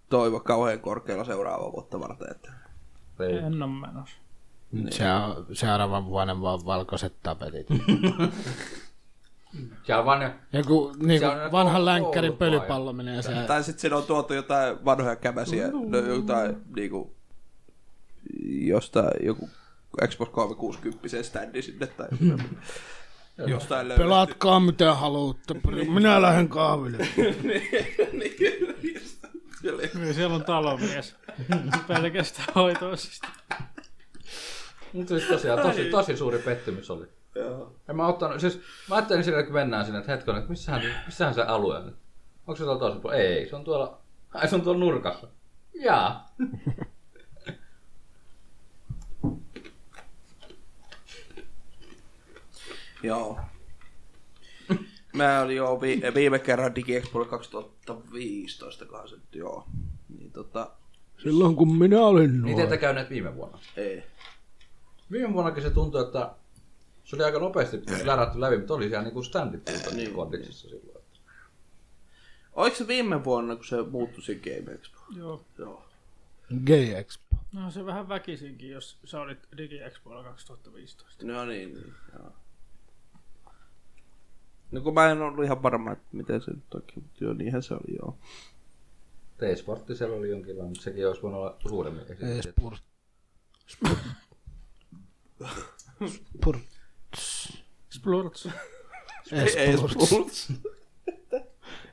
[SPEAKER 2] toivo kauhean korkealla seuraavaa vuotta varten. Että.
[SPEAKER 4] Ei.
[SPEAKER 5] En on menossa.
[SPEAKER 3] Niin. Se on seuraavan vuoden vaan valkoiset tapetit.
[SPEAKER 4] Mm. Se on vaan ne
[SPEAKER 3] Ja kun niin
[SPEAKER 4] Se
[SPEAKER 3] kuin
[SPEAKER 4] on aina
[SPEAKER 3] vanhan
[SPEAKER 4] koulu-
[SPEAKER 3] länkkärin
[SPEAKER 4] koulupaja.
[SPEAKER 3] pölypallo menee se
[SPEAKER 2] Tai sitten siinä on tuotu jotain vanhoja käväsiä, no, jotain niinku, jostain joku Xbox 360 standi sinne tai jostain löydetty.
[SPEAKER 3] pelatkaa mitä haluatte,
[SPEAKER 4] Niin.
[SPEAKER 3] minä lähden kahville.
[SPEAKER 2] Siellä ei-
[SPEAKER 5] Kyllä Niin, siellä on talomies. Pelkästään hoitoisista.
[SPEAKER 4] Mutta siis tosiaan tosi, tosi suuri pettymys oli. Joo. En mä ottanut, siis mä ajattelin siinä, kun mennään sinne, että hetkonen, että missähän, missähän se alue on? Onko se tuolla toisella puolella? Ei, se on tuolla, ai se on tuolla nurkassa. Jaa.
[SPEAKER 2] Joo. Mä olin jo vi- viime kerran DigiExpo 2015 kanssa, joo. Niin tota,
[SPEAKER 3] Silloin kun minä olin
[SPEAKER 4] Niin te ette
[SPEAKER 3] nuori.
[SPEAKER 4] käyneet viime vuonna.
[SPEAKER 2] ei.
[SPEAKER 4] Viime vuonnakin se tuntui, että se oli aika nopeasti lärätty läpi, mutta oli siellä niinku standit niin. kondiksissa silloin.
[SPEAKER 2] Oliko se viime vuonna, kun se muuttui se Game Expo?
[SPEAKER 5] Joo.
[SPEAKER 2] Joo.
[SPEAKER 3] G-Expo.
[SPEAKER 5] No se vähän väkisinkin, jos sä olit DigiExpoilla 2015.
[SPEAKER 2] No niin, niin joo. No kun mä en ollut ihan varma, että miten se nyt oikein, mutta joo, niinhän se oli, joo.
[SPEAKER 4] T-Sportti siellä oli jonkinlainen, mutta sekin olisi voinut olla suuremmin
[SPEAKER 3] Ei,
[SPEAKER 4] esitetty.
[SPEAKER 3] spur. Spur.
[SPEAKER 5] Splurts.
[SPEAKER 3] Ei, spur.
[SPEAKER 2] Espools.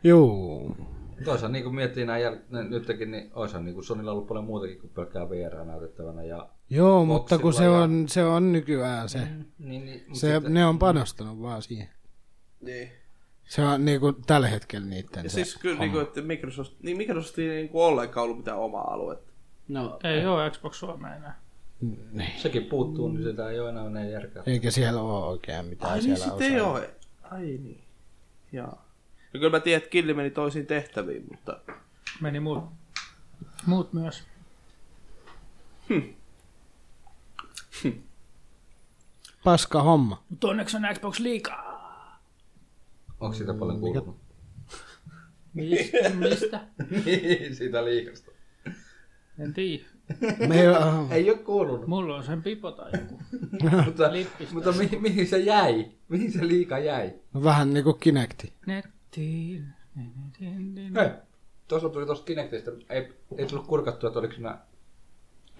[SPEAKER 3] Juu.
[SPEAKER 4] Toisaalta niin kun miettii näin jäl... nä- nytkin, niin oishan niin Sonilla ollut paljon muutakin kuin pelkkää VR-näytettävänä ja
[SPEAKER 3] Joo, mutta kun se
[SPEAKER 4] Boksilla ja-
[SPEAKER 3] on, se on nykyään se.
[SPEAKER 4] Niin, niin, mut
[SPEAKER 3] se
[SPEAKER 4] sitten-
[SPEAKER 3] ne on panostanut vaan siihen.
[SPEAKER 2] niin.
[SPEAKER 3] Se on niinku tällä hetkellä niitten
[SPEAKER 2] Ja
[SPEAKER 3] se.
[SPEAKER 2] siis kyllä, niin kuin, että Microsoft, niin Microsoft ei niin kuin ollenkaan ollut mitään omaa aluetta.
[SPEAKER 3] No.
[SPEAKER 5] Ei oo Xbox Suomea enää.
[SPEAKER 3] Niin.
[SPEAKER 4] sekin puuttuu, niin sitä ei ole enää enää järkeä.
[SPEAKER 3] Eikä siellä ole oikein mitään
[SPEAKER 2] Ai niin,
[SPEAKER 3] siellä
[SPEAKER 2] sit ei
[SPEAKER 3] osaa.
[SPEAKER 2] ole. Ai niin. Joo. No kyllä mä tiedän, että Killi meni toisiin tehtäviin, mutta
[SPEAKER 5] Meni muut. Muut myös.
[SPEAKER 3] Paska homma.
[SPEAKER 5] Mutta onneksi on Xbox liikaa.
[SPEAKER 4] Onko siitä paljon kuulunut?
[SPEAKER 5] Mistä? Mistä?
[SPEAKER 4] Niin, siitä liikasta.
[SPEAKER 5] En tiedä.
[SPEAKER 3] Me ei, oo-
[SPEAKER 4] Ei ole kuulunut.
[SPEAKER 5] Mulla on sen pipo tai joku.
[SPEAKER 4] mutta
[SPEAKER 5] Lippistä.
[SPEAKER 4] mutta mi- mihin se jäi? Mihin se liika jäi?
[SPEAKER 3] vähän niinku Kinecti.
[SPEAKER 5] Nettiin. Niin, Nettiin.
[SPEAKER 4] Hei, tuossa tuli tuosta Kinectistä, ei, ei tullut kurkattua, että oliko siinä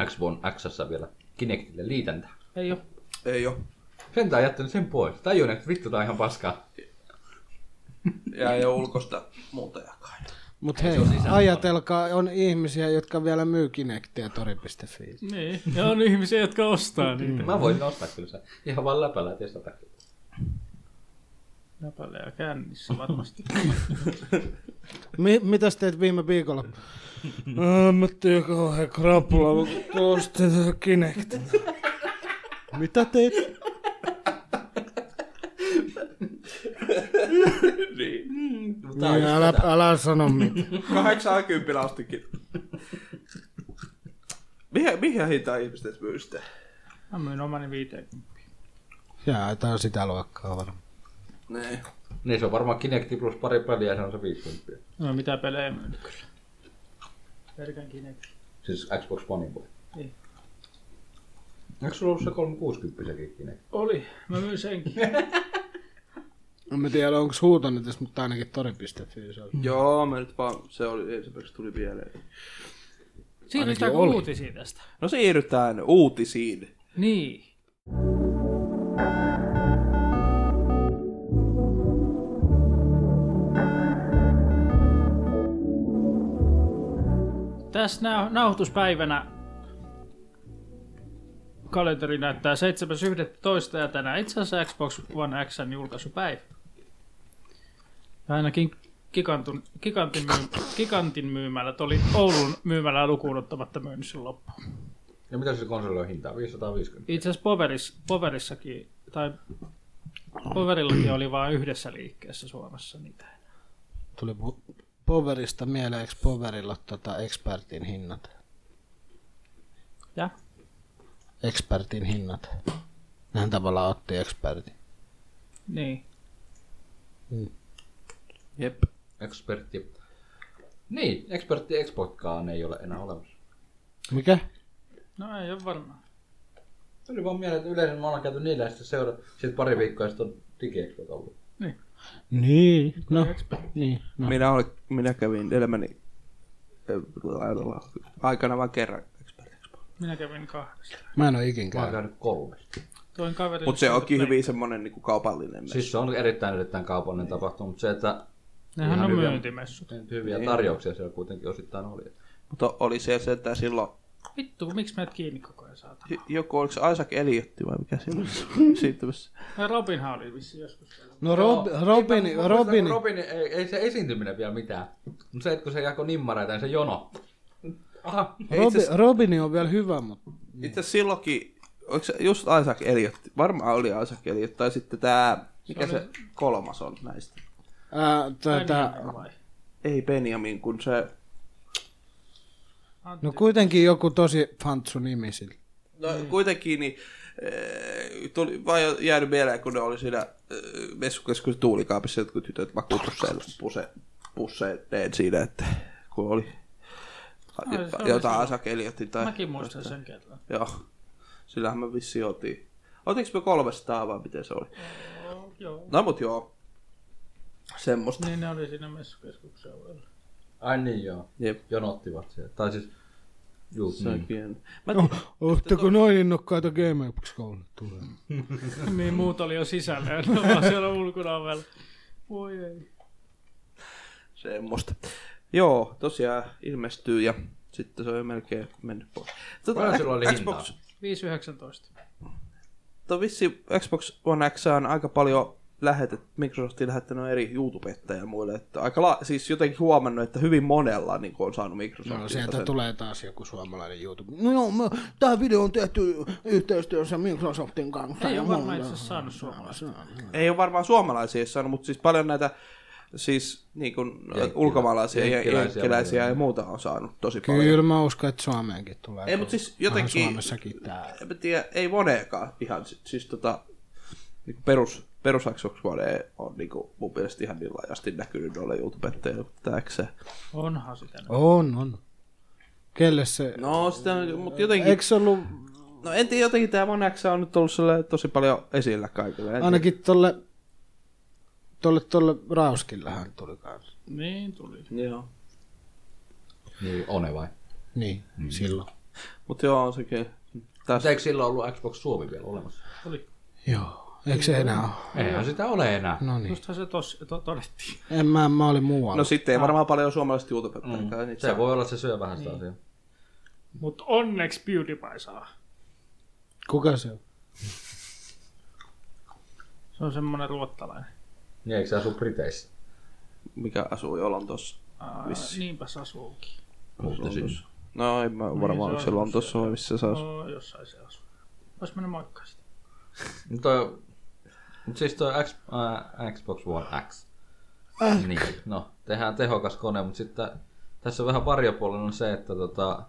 [SPEAKER 4] X1 Xssä vielä Kinectille liitäntä.
[SPEAKER 5] Ei oo.
[SPEAKER 2] ei ole.
[SPEAKER 4] Sen tää on jättänyt sen pois. Tajun, että vittu tää on ihan paskaa.
[SPEAKER 2] Ja ei ole ulkosta muuta jakaa.
[SPEAKER 3] Mut hei, ajatelkaa, on ihmisiä, jotka vielä myy Kinectiä tori.fi.
[SPEAKER 5] Niin. Ja on ihmisiä, jotka ostaa niitä.
[SPEAKER 4] Mä voisin ostaa kyllä sen. Ihan vaan läpällä ja testata.
[SPEAKER 5] Mm. Näpällä ja kännissä varmasti.
[SPEAKER 3] Mi- mitäs teit viime viikolla? Ää, Mä tein kauhean krapula, mutta tuosta Kinect. Mitä teit?
[SPEAKER 4] Mutta tää on
[SPEAKER 3] Niin,
[SPEAKER 4] just
[SPEAKER 3] älä,
[SPEAKER 4] tätä.
[SPEAKER 3] älä sano mitään.
[SPEAKER 2] 80 ostikin. Mihin, mihin hintaan ihmiset myy sitä?
[SPEAKER 5] Mä myin omani 50.
[SPEAKER 3] Jaa, tää on sitä luokkaa varmaan.
[SPEAKER 2] Niin.
[SPEAKER 4] Niin se on varmaan Kinecti plus pari peliä ja se on se 50.
[SPEAKER 5] No mitä pelejä myyn kyllä. Pelkän Kinect.
[SPEAKER 4] Siis Xbox One voi.
[SPEAKER 5] Niin.
[SPEAKER 4] Eikö sulla ollut se 360 sekin Kinect?
[SPEAKER 5] Oli, mä myin senkin.
[SPEAKER 3] En mä tiedä, onko huutanut tässä, mutta ainakin tori.fi se on.
[SPEAKER 2] Mm. Joo, mä nyt vaan, se oli ensimmäiseksi tuli mieleen.
[SPEAKER 5] Siirrytäänkö
[SPEAKER 3] oli.
[SPEAKER 5] uutisiin tästä?
[SPEAKER 2] No siirrytään uutisiin.
[SPEAKER 5] Niin. Tässä nau- nauhoituspäivänä kalenteri näyttää 7.11. ja tänään itse asiassa Xbox One Xn julkaisupäivä. Ja ainakin Gigantun, gigantin, myy- gigantin myymälät oli Oulun myymälää lukuun ottamatta myynnissä loppu.
[SPEAKER 4] Ja mitä se konsoli on hintaa? 550.
[SPEAKER 5] Itse asiassa Poveris, Poverissakin, tai Poverillakin oli vain yhdessä liikkeessä Suomessa niitä.
[SPEAKER 3] Tuli pu- Poverista mieleen, eikö Poverilla tota expertin hinnat?
[SPEAKER 5] Ja?
[SPEAKER 3] Expertin hinnat. Nehän tavallaan otti expertin.
[SPEAKER 5] Niin.
[SPEAKER 2] Jep.
[SPEAKER 4] Expertti. Niin, expertti Xboxkaan ei ole enää olemassa.
[SPEAKER 3] Mikä?
[SPEAKER 5] No ei ole varmaan.
[SPEAKER 4] Tuli vaan mieleen, että yleensä me ollaan käyty niillä ja sitten seura... Sitten pari viikkoa sitten on digi ollut.
[SPEAKER 3] Niin. No, niin. No.
[SPEAKER 2] Minä, olin, minä kävin elämäni ö, aikana vain kerran.
[SPEAKER 5] Minä kävin kahdesta.
[SPEAKER 3] Mä en oo ikin
[SPEAKER 4] Mä oon
[SPEAKER 3] käynyt.
[SPEAKER 4] käynyt kolmesta.
[SPEAKER 5] Toin kaverille.
[SPEAKER 2] Mutta se onkin
[SPEAKER 5] Play-
[SPEAKER 2] hyvin semmonen niinku kaupallinen.
[SPEAKER 4] Siis se on erittäin erittäin kaupallinen tapahtuma, mutta se, että Niin.
[SPEAKER 5] Nehän
[SPEAKER 4] ihan
[SPEAKER 5] on
[SPEAKER 4] hyviä.
[SPEAKER 5] myyntimessut.
[SPEAKER 4] Niin. hyviä tarjouksia siellä kuitenkin osittain oli.
[SPEAKER 2] Mutta oli se sentään silloin,
[SPEAKER 5] Vittu, miksi meidät kiinni koko ajan saata?
[SPEAKER 2] j- joku, oliko se Isaac Eliotti vai mikä siinä oli siirtymässä?
[SPEAKER 5] Ja Robinhan oli vissi joskus.
[SPEAKER 3] No Rob, Robini, Robini.
[SPEAKER 4] Robini, ei, ei se esiintyminen vielä mitään. Mutta se, että kun se jako nimmareita, niin se jono. Aha.
[SPEAKER 3] Robi, Robini on vielä hyvä, mutta
[SPEAKER 2] Itse asiassa silloinkin, oliko se just Isaac Elliot, varmaan oli Isaac Elliot, tai sitten tämä, mikä se, kolmas on näistä?
[SPEAKER 3] ää, tätä,
[SPEAKER 5] Benjamin niin, vai?
[SPEAKER 2] Ei Benjamin, kun se...
[SPEAKER 3] no kuitenkin joku tosi fantsu nimi sillä.
[SPEAKER 2] No kuitenkin, niin eh, tuli vaan jo- jäänyt mieleen, kun ne oli siinä eh, messukeskuksen tuulikaapissa jotkut tytöt vakuutusseilla puse, pusseineen siinä, että kun oli
[SPEAKER 5] Ai, se oli
[SPEAKER 2] jotain
[SPEAKER 5] silloin.
[SPEAKER 2] Isaac Elliotin tai...
[SPEAKER 5] Mäkin muistan sen kerran.
[SPEAKER 2] Joo, sillähän me vissiin oltiin. Otinko me 300 vai miten se oli?
[SPEAKER 5] Joo, Joo.
[SPEAKER 2] No mut joo, semmoista.
[SPEAKER 5] Niin ne oli siinä messukeskuksen alueella.
[SPEAKER 4] Ai niin joo,
[SPEAKER 2] Jep.
[SPEAKER 4] jonottivat siellä. Tai siis, juu,
[SPEAKER 5] Mm.
[SPEAKER 2] Se on
[SPEAKER 4] niin.
[SPEAKER 2] pieni. Mä
[SPEAKER 3] Oletteko Oh, noin innokkaita Gameupskoululle tulee?
[SPEAKER 5] niin muut oli jo sisällä, ja ne vaan siellä ulkona ovella. Voi ei.
[SPEAKER 2] semmoista. Joo, tosiaan ilmestyy ja sitten se on jo melkein mennyt pois. Tota,
[SPEAKER 4] Paljon
[SPEAKER 2] X-
[SPEAKER 4] sillä oli
[SPEAKER 2] Xbox,
[SPEAKER 4] hintaa?
[SPEAKER 5] 5.19.
[SPEAKER 2] to vissi Xbox One X on aika paljon lähetet, Microsoftin lähettänyt eri YouTubetta ja muille. Että aika la- siis jotenkin huomannut, että hyvin monella niin on saanut Microsoftilta
[SPEAKER 3] No sieltä
[SPEAKER 2] sen.
[SPEAKER 3] tulee taas joku suomalainen YouTube. No joo, mä, tää video on tehty yhteistyössä Microsoftin kanssa.
[SPEAKER 5] Ei
[SPEAKER 3] ja
[SPEAKER 5] ole varmaan
[SPEAKER 3] muuta.
[SPEAKER 5] itse asiassa saanut suomalaista.
[SPEAKER 2] Ei ole varmaan suomalaisia saanut, mutta siis paljon näitä siis niin kuin,
[SPEAKER 4] Jenkkilä-
[SPEAKER 2] ulkomaalaisia ja
[SPEAKER 4] jenkkiläisiä
[SPEAKER 2] jenkkiläisiä ja
[SPEAKER 4] muuten.
[SPEAKER 2] muuta on saanut tosi paljon.
[SPEAKER 3] Kyllä mä uskon, että Suomeenkin tulee.
[SPEAKER 2] Ei, mutta siis
[SPEAKER 3] Vähän
[SPEAKER 2] jotenkin-
[SPEAKER 3] Suomessakin tää.
[SPEAKER 2] en mä tiedä, ei moneekaan ihan, si- siis tota, niin perus, perus Xbox One on niin kuin, mun mielestä ihan niin laajasti näkynyt noille YouTubetteille, mutta se.
[SPEAKER 5] Onhan sitä nyt.
[SPEAKER 3] On, on. Kelle se... No,
[SPEAKER 2] No sitä, mutta jotenkin,
[SPEAKER 3] Eikö se ollut
[SPEAKER 2] no en tiedä, jotenkin tämä One X on nyt ollut sellainen tosi paljon esillä kaikille. En tiedä.
[SPEAKER 3] ainakin tolle... Tolle, tolle Rauskillähän tuli kanssa.
[SPEAKER 5] Niin tuli.
[SPEAKER 2] Joo.
[SPEAKER 4] niin one vai?
[SPEAKER 3] Niin, mm. silloin.
[SPEAKER 2] Mutta joo, on sekin.
[SPEAKER 4] Mutta
[SPEAKER 2] Tässä,
[SPEAKER 4] eikö silloin ollut Xbox Suomi vielä olemassa?
[SPEAKER 5] Oli.
[SPEAKER 3] Joo. Eikö se enää ole?
[SPEAKER 4] Eihän sitä ole enää.
[SPEAKER 3] No niin.
[SPEAKER 5] Mustahan se tos, to, todettiin.
[SPEAKER 3] En mä, mä olin muualla.
[SPEAKER 2] no sitten ei varmaan paljon suomalaiset YouTubettajia.
[SPEAKER 4] Mm. Se voi olla, se syö vähän sitä asiaa.
[SPEAKER 5] Mutta onneksi PewDiePie saa.
[SPEAKER 3] Kuka se on?
[SPEAKER 5] Se on semmonen ruottalainen.
[SPEAKER 4] Niin, eikö se asu Briteissä?
[SPEAKER 2] mikä asuu Lontoossa.
[SPEAKER 5] Aa,
[SPEAKER 2] Vissi.
[SPEAKER 5] niinpä Sasuukin.
[SPEAKER 4] Mutta siis.
[SPEAKER 2] No en mä varmaan,
[SPEAKER 5] se
[SPEAKER 2] onko se
[SPEAKER 5] asuu
[SPEAKER 2] Lontoossa vai missä se asuu.
[SPEAKER 5] No, jossain se asuu. Vois mennä moikkaa sitä.
[SPEAKER 4] No toi, mut siis toi X, äh, Xbox One X. Niin, no, tehdään tehokas kone, mutta sitten tässä on vähän varjopuolella on se, että tota,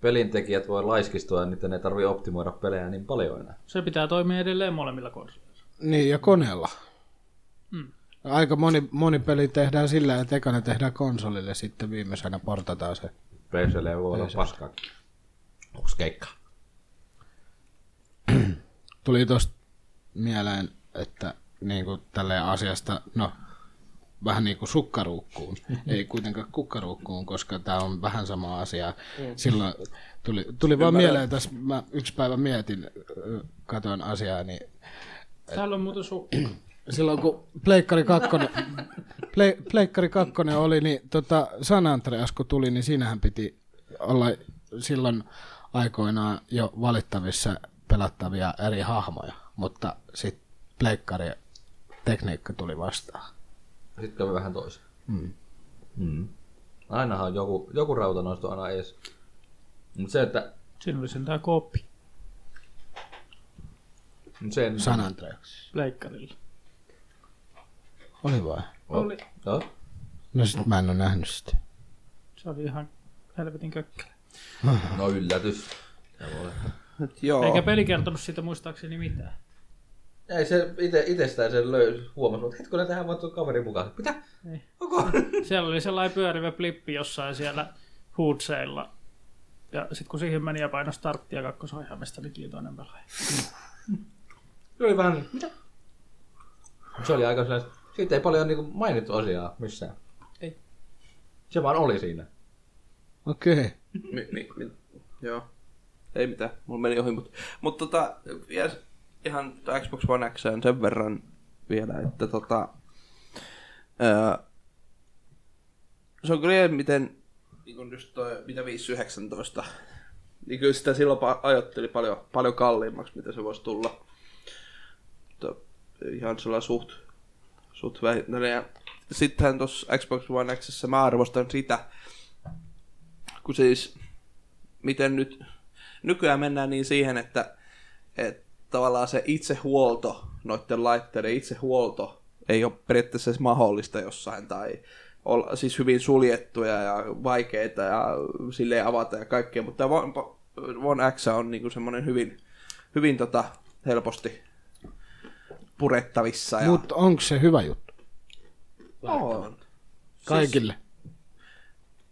[SPEAKER 4] pelintekijät voi laiskistua ja niiden ei tarvitse optimoida pelejä niin paljon enää.
[SPEAKER 5] Se pitää toimia edelleen molemmilla konsoleilla.
[SPEAKER 3] Niin, ja koneella. Mm. Aika moni, moni peli tehdään sillä, että ekana tehdään konsolille, sitten viimeisenä portataan se.
[SPEAKER 4] PClle ei voi olla paskaa. Onks keikka?
[SPEAKER 3] Tuli tosta mieleen, että niin kuin tälleen asiasta, no, vähän niin kuin sukkaruukkuun. Ei kuitenkaan kukkaruukkuun, koska tämä on vähän sama asia. Silloin tuli, tuli vaan mieleen, tässä mä yksi päivä mietin, ö, katoin asiaa, niin
[SPEAKER 5] Täällä on muuten su...
[SPEAKER 3] silloin kun Pleikkari 2, Plei, Pleikkari 2 oli, niin tota San Andreas kun tuli, niin siinähän piti olla silloin aikoinaan jo valittavissa pelattavia eri hahmoja, mutta sitten Pleikkari tekniikka tuli vastaan.
[SPEAKER 4] Sitten kävi vähän toisin. Mm. Mm. Ainahan on joku, joku rauta nosto aina ees. Mut se, että
[SPEAKER 5] Siinä oli sen tää kooppi.
[SPEAKER 4] mut sen...
[SPEAKER 3] San Andreas.
[SPEAKER 5] Leikkarilla.
[SPEAKER 3] Oli vai?
[SPEAKER 5] Oli.
[SPEAKER 4] Joo.
[SPEAKER 3] No sit mä en ole nähnyt sitä.
[SPEAKER 5] Se oli ihan helvetin kökkele.
[SPEAKER 4] No yllätys. Ei voi olla.
[SPEAKER 2] Et Joo.
[SPEAKER 5] Eikä peli kertonut siitä muistaakseni mitään.
[SPEAKER 4] Ei se ite, itsestään sen löys, huomasi, että hetkinen tähän vaan tuon kaverin mukaan. Mitä?
[SPEAKER 5] Niin.
[SPEAKER 4] Onko?
[SPEAKER 5] Siellä oli sellainen pyörivä flippi jossain siellä huutseilla. Ja sitten kun siihen meni ja paino starttia kakkosohjaimesta, niin tietoinen pelaaja.
[SPEAKER 4] Se oli vähän niin, mitä? Se oli aika sellainen, siitä ei paljon niinku mainittu asiaa missään.
[SPEAKER 5] Ei.
[SPEAKER 4] Se vaan oli siinä.
[SPEAKER 3] Okei. Okay.
[SPEAKER 2] Mi- mi- mi- joo. Ei mitään, mulla meni ohi, mutta mut tota, vielä ihan tota Xbox One X sen verran vielä, että tota, öö, se on kyllä miten, niin kun just toi, mitä 519, niin kyllä sitä silloin pa- ajoitteli paljon, paljon kalliimmaksi, mitä se voisi tulla. Mutta ihan sellainen suht, suht vähintäinen. no niin, Ja sittenhän tuossa Xbox One Xssä mä arvostan sitä, kun siis, miten nyt, nykyään mennään niin siihen, että, että tavallaan se itsehuolto, noiden laitteiden itsehuolto, ei ole periaatteessa edes mahdollista jossain, tai olla siis hyvin suljettuja ja vaikeita ja sille avata ja kaikkea, mutta tämä One, One X on niinku semmoinen hyvin, hyvin tota, helposti purettavissa. Ja,
[SPEAKER 3] Mutta onko se hyvä juttu?
[SPEAKER 2] on.
[SPEAKER 3] Siis Kaikille.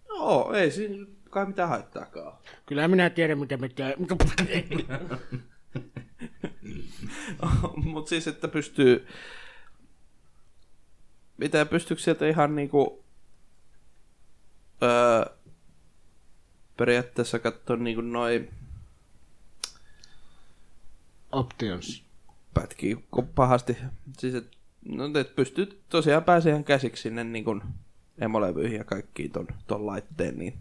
[SPEAKER 2] Joo, ei siinä kai mitään haittaakaan.
[SPEAKER 3] Kyllä minä tiedän, mitä me
[SPEAKER 2] Mutta siis, että pystyy... Mitä, pystyykö sieltä ihan niinku... Öö, periaatteessa katsoa niinku noin
[SPEAKER 3] Options.
[SPEAKER 2] pätkii kun pahasti. Siis, et, no, et pystyy tosiaan pääsemään käsiksi sinne niinku emolevyihin ja kaikkiin ton, ton laitteen, niin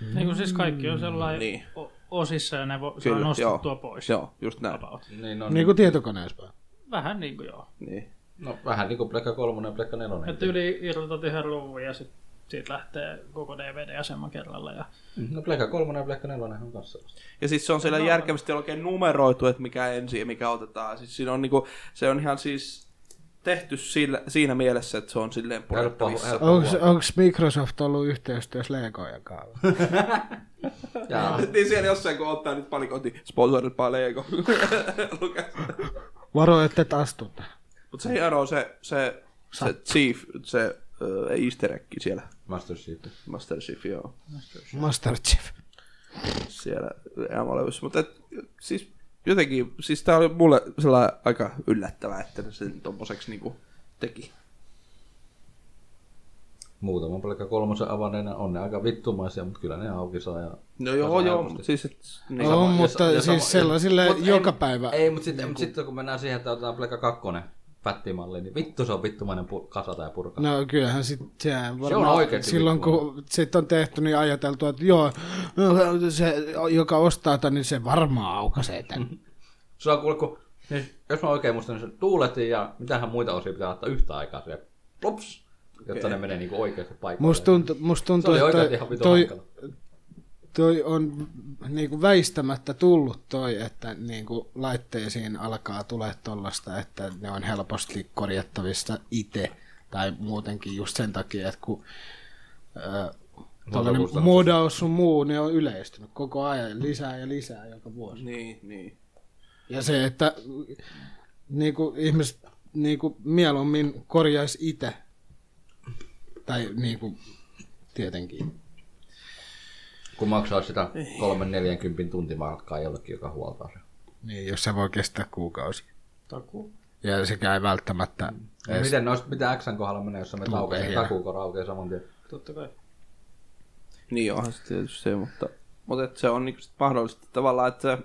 [SPEAKER 5] Mm. Niin kun siis kaikki on sellainen
[SPEAKER 2] Niin.
[SPEAKER 5] niin. o- osissa ja ne vo- saa
[SPEAKER 2] Kyllä,
[SPEAKER 5] nostettua
[SPEAKER 2] joo.
[SPEAKER 5] pois.
[SPEAKER 2] joo, just näin.
[SPEAKER 5] About.
[SPEAKER 4] Niin on.
[SPEAKER 3] Niin kuin tietokoneessa vaan.
[SPEAKER 5] Vähän niin kuin joo.
[SPEAKER 2] Niin.
[SPEAKER 4] No vähän niinku Plekka 3 ja Plekka 4.
[SPEAKER 5] Että yli irrotat yhden luvun ja sitten siitä lähtee koko DVD-asema kerralla. Ja
[SPEAKER 4] No Plekka 3 ja Plekka 4 on kanssa. vasta.
[SPEAKER 2] Ja siis se on siellä järkevästi oikein numeroitu, että mikä ensin ja mikä otetaan. Siis siinä on niinku, se on ihan siis tehty sillä, siinä mielessä, että se on silleen
[SPEAKER 4] Helppo,
[SPEAKER 2] purettavissa.
[SPEAKER 4] helppo. huomata.
[SPEAKER 3] Onko Microsoft ollut yhteistyössä Legojen kanssa?
[SPEAKER 4] Jaa.
[SPEAKER 2] niin siellä jossain kun ottaa nyt palikoti sponsorit by Lego.
[SPEAKER 3] Varo, että et astu tähän.
[SPEAKER 2] Mutta se hieno on se, se, se Chief, se ö, easter egg siellä,
[SPEAKER 4] Master Chief.
[SPEAKER 2] Master Chief, joo,
[SPEAKER 3] Master Chief.
[SPEAKER 2] siellä M-levyssä. Mutta siis jotenkin, siis tää oli mulle sellainen aika yllättävää, että ne sen tommoseksi niinku teki.
[SPEAKER 4] Muutaman Plekka 3 avanneena on ne aika vittumaisia, mutta kyllä ne auki saa. Ja
[SPEAKER 2] No joo,
[SPEAKER 4] Aika
[SPEAKER 2] joo,
[SPEAKER 4] helposti.
[SPEAKER 2] mutta siis... Et, niin,
[SPEAKER 3] Niin, on,
[SPEAKER 4] sama-
[SPEAKER 3] mutta
[SPEAKER 4] ja-
[SPEAKER 3] ja,
[SPEAKER 4] ja
[SPEAKER 3] siis
[SPEAKER 4] sama-
[SPEAKER 3] sellaisille
[SPEAKER 4] Mut ei-
[SPEAKER 3] joka päivä. niinku-
[SPEAKER 4] Ei, mutta sitten, mut sitten kun mennään siihen, että otetaan Plekka 2 pättimalli, niin vittu se on vittumainen pu- kasata ja purkaa. No.
[SPEAKER 3] No kyllähän sit, sehän varmaan,
[SPEAKER 4] oikeesti
[SPEAKER 3] silloin
[SPEAKER 4] vittua.
[SPEAKER 3] kun sit on tehty, niin ajateltu, että joo, no, se, joka ostaa tän, niin se varmaan aukaisee tän.
[SPEAKER 4] Se on kuule, kun, niin, jos mä oikein muistan, niin se tuuletin ja mitähän muita osia pitää laittaa yhtä aikaa siihen. Ops! Jotta ne menee niinku oikealle paikalle.
[SPEAKER 3] Musta tuntuu, musta
[SPEAKER 4] se
[SPEAKER 3] tuntuu
[SPEAKER 4] oli
[SPEAKER 3] että
[SPEAKER 4] oikeasti
[SPEAKER 3] toi,
[SPEAKER 4] ihan vitu
[SPEAKER 3] toi,
[SPEAKER 4] hankala.
[SPEAKER 3] toi on niinku väistämättä tullut toi, että niinku laitteisiin alkaa tulee tollasta, että ne on helposti korjattavissa itse tai muutenkin just sen takia, että kun tällainen
[SPEAKER 4] kustannukset.
[SPEAKER 3] modaus sun muu, ne on yleistynyt koko ajan lisää ja lisää joka vuosi.
[SPEAKER 2] Niin, niin.
[SPEAKER 3] Ja se, että niinku, ihmiset niinku, mieluummin korjaisi itse. Tai niinku, tietenkin.
[SPEAKER 4] Kun maksaa sitä 3-40 tuntimarkkaa jollekin, joka huoltaa sen.
[SPEAKER 3] Niin, jos se voi kestää kuukausi.
[SPEAKER 5] Taku.
[SPEAKER 3] Ja sekään ei välttämättä...
[SPEAKER 4] Ja miten noista, mitä Xn kohdalla menee, jos me
[SPEAKER 3] Tulee
[SPEAKER 4] taukeaa,
[SPEAKER 3] hieno.
[SPEAKER 4] takuuko raukeaa saman tien?
[SPEAKER 5] Totta kai.
[SPEAKER 2] Niin onhan se tietysti se, mutta, mutta et se on niinku sit mahdollista tavallaan, että se,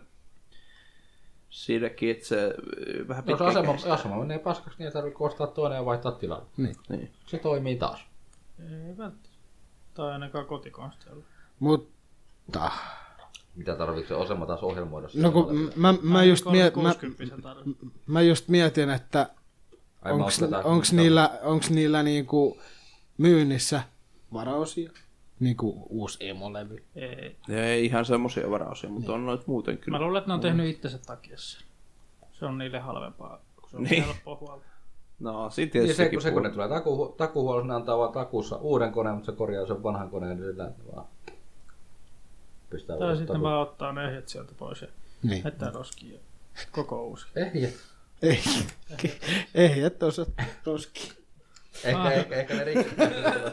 [SPEAKER 2] siinäkin, että se ö, vähän
[SPEAKER 4] Jos
[SPEAKER 2] pitkä
[SPEAKER 4] Niin, asema, asema menee paskaksi, niin ei tarvitse ostaa toinen ja vaihtaa tilalle.
[SPEAKER 2] Niin.
[SPEAKER 4] Se toimii taas.
[SPEAKER 5] Ei välttämättä. Tai ainakaan kotikonsteilla.
[SPEAKER 3] Mutta...
[SPEAKER 4] Mitä tarvitsee asema taas ohjelmoida?
[SPEAKER 3] No kun m- mä, mä, just miet, mä,
[SPEAKER 5] 60 tarve.
[SPEAKER 3] mä just mietin, että
[SPEAKER 4] Ai, mä ostan tää-
[SPEAKER 3] onko niillä, onks niillä niinku myynnissä varaosia? Niinku uusi emolevy.
[SPEAKER 5] Ei.
[SPEAKER 2] Ne Ei ihan semmoisia varaosia, mutta on noit muuten kyllä.
[SPEAKER 5] Mä luulen, että ne on
[SPEAKER 3] Mm.
[SPEAKER 5] tehnyt itsensä takia sen. Se on niille halvempaa, kun se on
[SPEAKER 2] Niin.
[SPEAKER 5] niin. helppoa huolta.
[SPEAKER 2] No, sit
[SPEAKER 4] Niin
[SPEAKER 2] tietysti
[SPEAKER 4] se, kun se kone tulee taku, takuhuollossa, ne antaa vaan takuussa uuden koneen, mutta se korjaa sen vanhan koneen, niin sillä vaan pistää
[SPEAKER 5] Tai
[SPEAKER 4] uuden
[SPEAKER 5] sitten
[SPEAKER 4] takuun.
[SPEAKER 5] vaan ottaa ne ehjät sieltä pois ja
[SPEAKER 3] Niin.
[SPEAKER 5] heittää roskiin ja koko uusi.
[SPEAKER 4] Ehjä.
[SPEAKER 3] Ei, ei, et osa toski.
[SPEAKER 4] Ehkä,
[SPEAKER 5] Ah.
[SPEAKER 4] ehkä, ehkä ne rikki.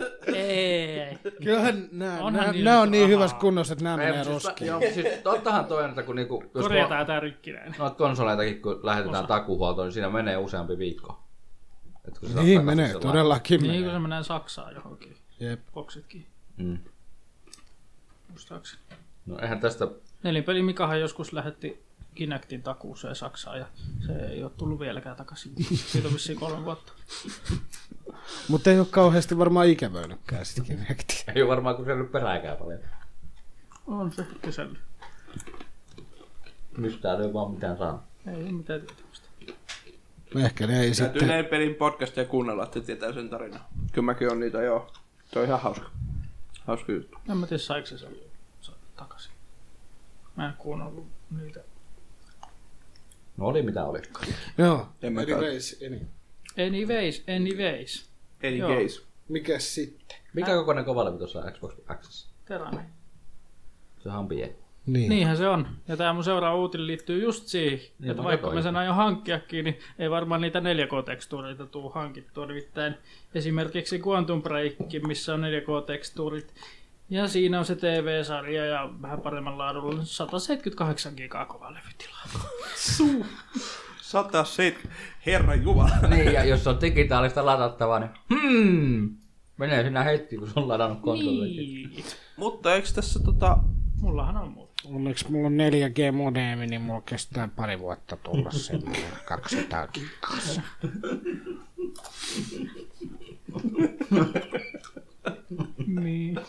[SPEAKER 5] Ei.
[SPEAKER 3] Kyllähän nämä,
[SPEAKER 5] Onhan
[SPEAKER 3] nämä,
[SPEAKER 5] niillä
[SPEAKER 3] nämä on
[SPEAKER 5] nyt
[SPEAKER 3] niin
[SPEAKER 5] rahaa.
[SPEAKER 3] hyvässä kunnossa, että nämä menee roskiin.
[SPEAKER 4] Joo, siis tottahan toi on, että kun niinku, jos
[SPEAKER 5] Korjataan tää rykkinäinen.
[SPEAKER 4] noita konsoleitakin, kun lähetetään takuhuoltoon, niin siinä menee useampi viikko. Et kun
[SPEAKER 3] Niin
[SPEAKER 4] se takaisin
[SPEAKER 3] menee,
[SPEAKER 4] sillä-
[SPEAKER 3] todellakin
[SPEAKER 5] Niin kun
[SPEAKER 3] menee.
[SPEAKER 5] se menee Saksaan johonkin.
[SPEAKER 3] Jep.
[SPEAKER 5] Boksitkin,
[SPEAKER 4] Mm.
[SPEAKER 5] muistaakseni.
[SPEAKER 4] No eihän tästä,
[SPEAKER 5] Nelinpeli Mikahan joskus lähetti Kinectin takuuseen Saksaan ja se ei ole tullut vieläkään takaisin. Siitä on vissiin kolme vuotta.
[SPEAKER 3] Mutta ei ole kauheasti varmaan ikävöinytkään sitkin hekti.
[SPEAKER 4] ei ole varmaan kysellyt perääkään paljon.
[SPEAKER 5] On se kysellyt.
[SPEAKER 4] Mistään ei vaan mitään saanut.
[SPEAKER 5] Ei ole mitään tietämystä.
[SPEAKER 3] Ehkä ne ei
[SPEAKER 2] Täytyy
[SPEAKER 3] sitten...
[SPEAKER 2] ne pelin podcastia kuunnella, että tietää sen tarinaa. Kyllä mäkin on niitä, joo. Se on ihan hauska. Hauska juttu.
[SPEAKER 5] En mä tiedä saiko se sen sa- takaisin. Mä en kuunnellut niitä.
[SPEAKER 4] No oli mitä oli.
[SPEAKER 3] Joo,
[SPEAKER 2] En mä
[SPEAKER 3] anyways, any.
[SPEAKER 5] Anyways, anyways.
[SPEAKER 2] Eli
[SPEAKER 5] Joo.
[SPEAKER 2] case.
[SPEAKER 3] Mikäs sitten?
[SPEAKER 4] Mikä kokoinen kovalevy tuossa on Xbox Xssä?
[SPEAKER 5] Terane.
[SPEAKER 4] Sehän on pieni.
[SPEAKER 3] Niin.
[SPEAKER 5] Niinhän se on. Ja tämä mun seuraava uutinen liittyy just siihen,
[SPEAKER 4] Niin,
[SPEAKER 5] niin,
[SPEAKER 4] mä
[SPEAKER 3] no
[SPEAKER 5] että vaikka
[SPEAKER 4] katsoin.
[SPEAKER 5] mä sen aion hankkiakin, niin ei varmaan niitä 4K-tekstuureita tuu hankittua. Nimittäin esimerkiksi Quantum Break, missä on 4K-tekstuurit, ja siinä on se TV-sarja ja vähän paremman laadulla 178 gigaa kovaa levytilaa.
[SPEAKER 2] 107. Herran Jumala.
[SPEAKER 4] Niin, ja jos se on digitaalista ladattavaa, niin hmm, menee sinä hetki, kun se on ladannut konsolillekin.
[SPEAKER 5] Niin.
[SPEAKER 2] Mutta eikö tässä tota...
[SPEAKER 5] Mullahan on muuta.
[SPEAKER 3] Onneksi mulla on 4G-modeemi, niin mulla kestää pari vuotta tulla semmoinen 200 gigaa.
[SPEAKER 5] Niin.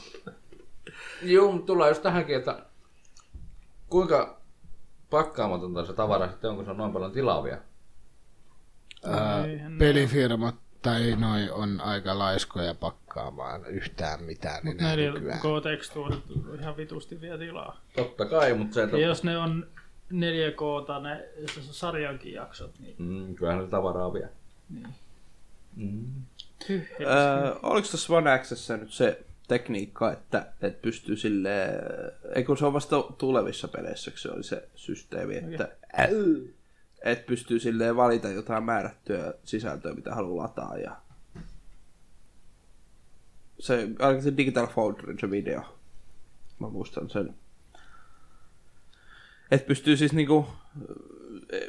[SPEAKER 4] Juu, mutta tullaan just tähänkin, että kuinka pakkaamatonta se tavara sitten on, kun se on noin paljon tilaavia.
[SPEAKER 5] Eihän
[SPEAKER 3] Pelifirmat tai noin on aika laiskoja pakkaamaan yhtään mitään enää nykyään.
[SPEAKER 5] 4K-tekstuurit ihan vitusti vie tilaa.
[SPEAKER 4] Totta kai, mutta se, että...
[SPEAKER 5] Ja jos ne on 4K tai ne jos on sarjankin jaksot, niin
[SPEAKER 4] Mm, kyllähän se tavaraa vie.
[SPEAKER 2] Öö, oliko tässä One Xssä nyt se tekniikka, että, että pystyy sille, ei kun se on vasta tulevissa peleissä, kun se oli se systeemi, että et pystyy silleen valita jotain määrättyä sisältöä, mitä haluaa lataa ja se, ainakin se Digital Foundry, se video, mä muistan sen. Et pystyy siis niinku,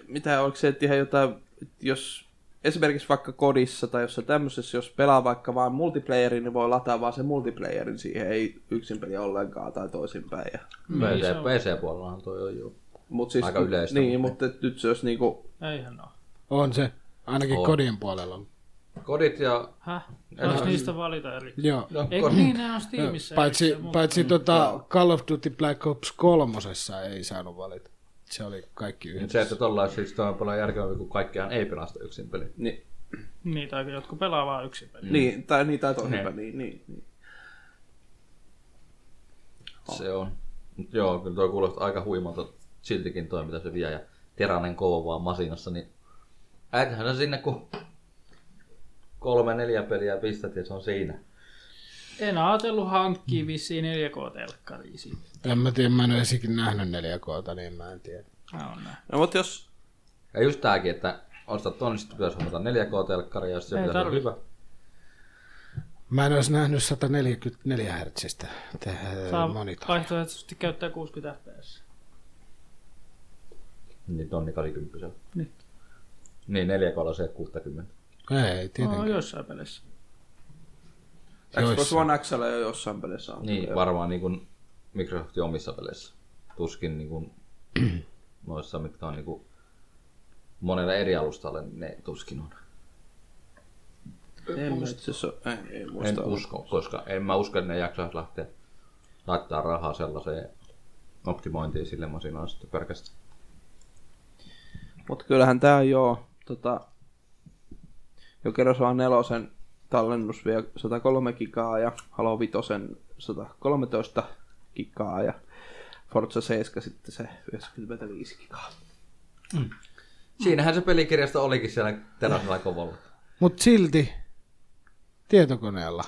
[SPEAKER 2] mitä oliko se, että ihan jotain, että jos esimerkiksi vaikka kodissa tai jossain tämmöisessä, jos pelaa vaikka vaan multiplayerin, niin voi lataa vaan sen multiplayerin siihen, ei yksin peli ollenkaan tai toisinpäin. Ja...
[SPEAKER 4] PC,
[SPEAKER 5] Niin se on.
[SPEAKER 4] PC-puolellahan toi on jo.
[SPEAKER 2] Mut siis,
[SPEAKER 4] Aika yleistä,
[SPEAKER 2] Niin,
[SPEAKER 4] mutta-
[SPEAKER 2] mutta et nyt se olisi niinku,
[SPEAKER 5] eihän oo.
[SPEAKER 3] On se, ainakin
[SPEAKER 4] On.
[SPEAKER 3] kodin puolella. on.
[SPEAKER 4] Kodit ja...
[SPEAKER 5] Häh? Vois niistä valita eri.
[SPEAKER 3] Joo.
[SPEAKER 4] No,
[SPEAKER 5] Eikö
[SPEAKER 4] kod...
[SPEAKER 5] niin, ne on Steamissa
[SPEAKER 3] Paitsi,
[SPEAKER 5] erikseen,
[SPEAKER 3] paitsi tota Call of Duty Black Ops kolmosessa ei saanut valita. Se oli kaikki
[SPEAKER 4] Nyt
[SPEAKER 3] yhdessä.
[SPEAKER 4] se, että tuolla olisi siis toi on paljon järkevämpi, kun kaikkiaan ei pelasta yksin peli.
[SPEAKER 2] niin,
[SPEAKER 5] Niin, tai jotkut pelaa vaan yksin
[SPEAKER 4] Mm.
[SPEAKER 5] peliä.
[SPEAKER 2] Niin, tai niin, tai toinen
[SPEAKER 6] Niin.
[SPEAKER 2] peli, niin, niin.
[SPEAKER 4] Se on. Mut joo, kyllä tuo kuulostaa aika huimalta siltikin toi, mitä se vie. Ja teräinen kova vaan masinassa, niin äitähän se sinne kun kolme neljä peliä pistät ja se on siinä.
[SPEAKER 5] En ajatellut hankkia vissiin 4K-telkkaria siitä.
[SPEAKER 3] En mä tiedä, mä en ole ensinnäkin nähnyt 4K, niin mä en tiedä.
[SPEAKER 5] Mä oon näin.
[SPEAKER 2] No, mutta jos,
[SPEAKER 4] Ja just tääkin, että ostat ton, niin sit pitäisi hommata 4K-telkkari, ja jos se
[SPEAKER 5] Ei
[SPEAKER 4] pitäisi olla
[SPEAKER 5] tarvi.
[SPEAKER 4] hyvä.
[SPEAKER 3] Mä en olisi nähnyt 144 hertsistä
[SPEAKER 5] Saa
[SPEAKER 3] monitoria.
[SPEAKER 5] vaihtoehtoisesti käyttää 60 fps.
[SPEAKER 4] Niin tonni 80.
[SPEAKER 5] Niin.
[SPEAKER 4] Niin, 4K se 60.
[SPEAKER 3] Ei,
[SPEAKER 5] No,
[SPEAKER 3] tietenkään.
[SPEAKER 5] jossain pelissä.
[SPEAKER 2] Xbox
[SPEAKER 3] Joissa.
[SPEAKER 2] One XL jo jossain pelissä on.
[SPEAKER 4] Niin, varmaan niin kuin Microsoftin omissa peleissä. Tuskin niin kuin noissa, mitkä on niin kuin monella eri alustalla, niin ne tuskin on.
[SPEAKER 2] En mä itse asiassa, ei, ei
[SPEAKER 4] En
[SPEAKER 2] muista.
[SPEAKER 4] usko, koska en mä usko, että ne jaksaisi lähteä laittaa rahaa sellaiseen optimointiin sille masinalle sitten pelkästään.
[SPEAKER 2] Mutta kyllähän tää joo, tota, jo kerros vaan nelosen tallennus vie 103 gigaa ja Halo Vitosen 113 gigaa ja Forza 7 sitten se 95 gigaa.
[SPEAKER 4] Siinähän se pelikirjasto olikin siellä teräsellä kovolla.
[SPEAKER 3] Mut silti tietokoneella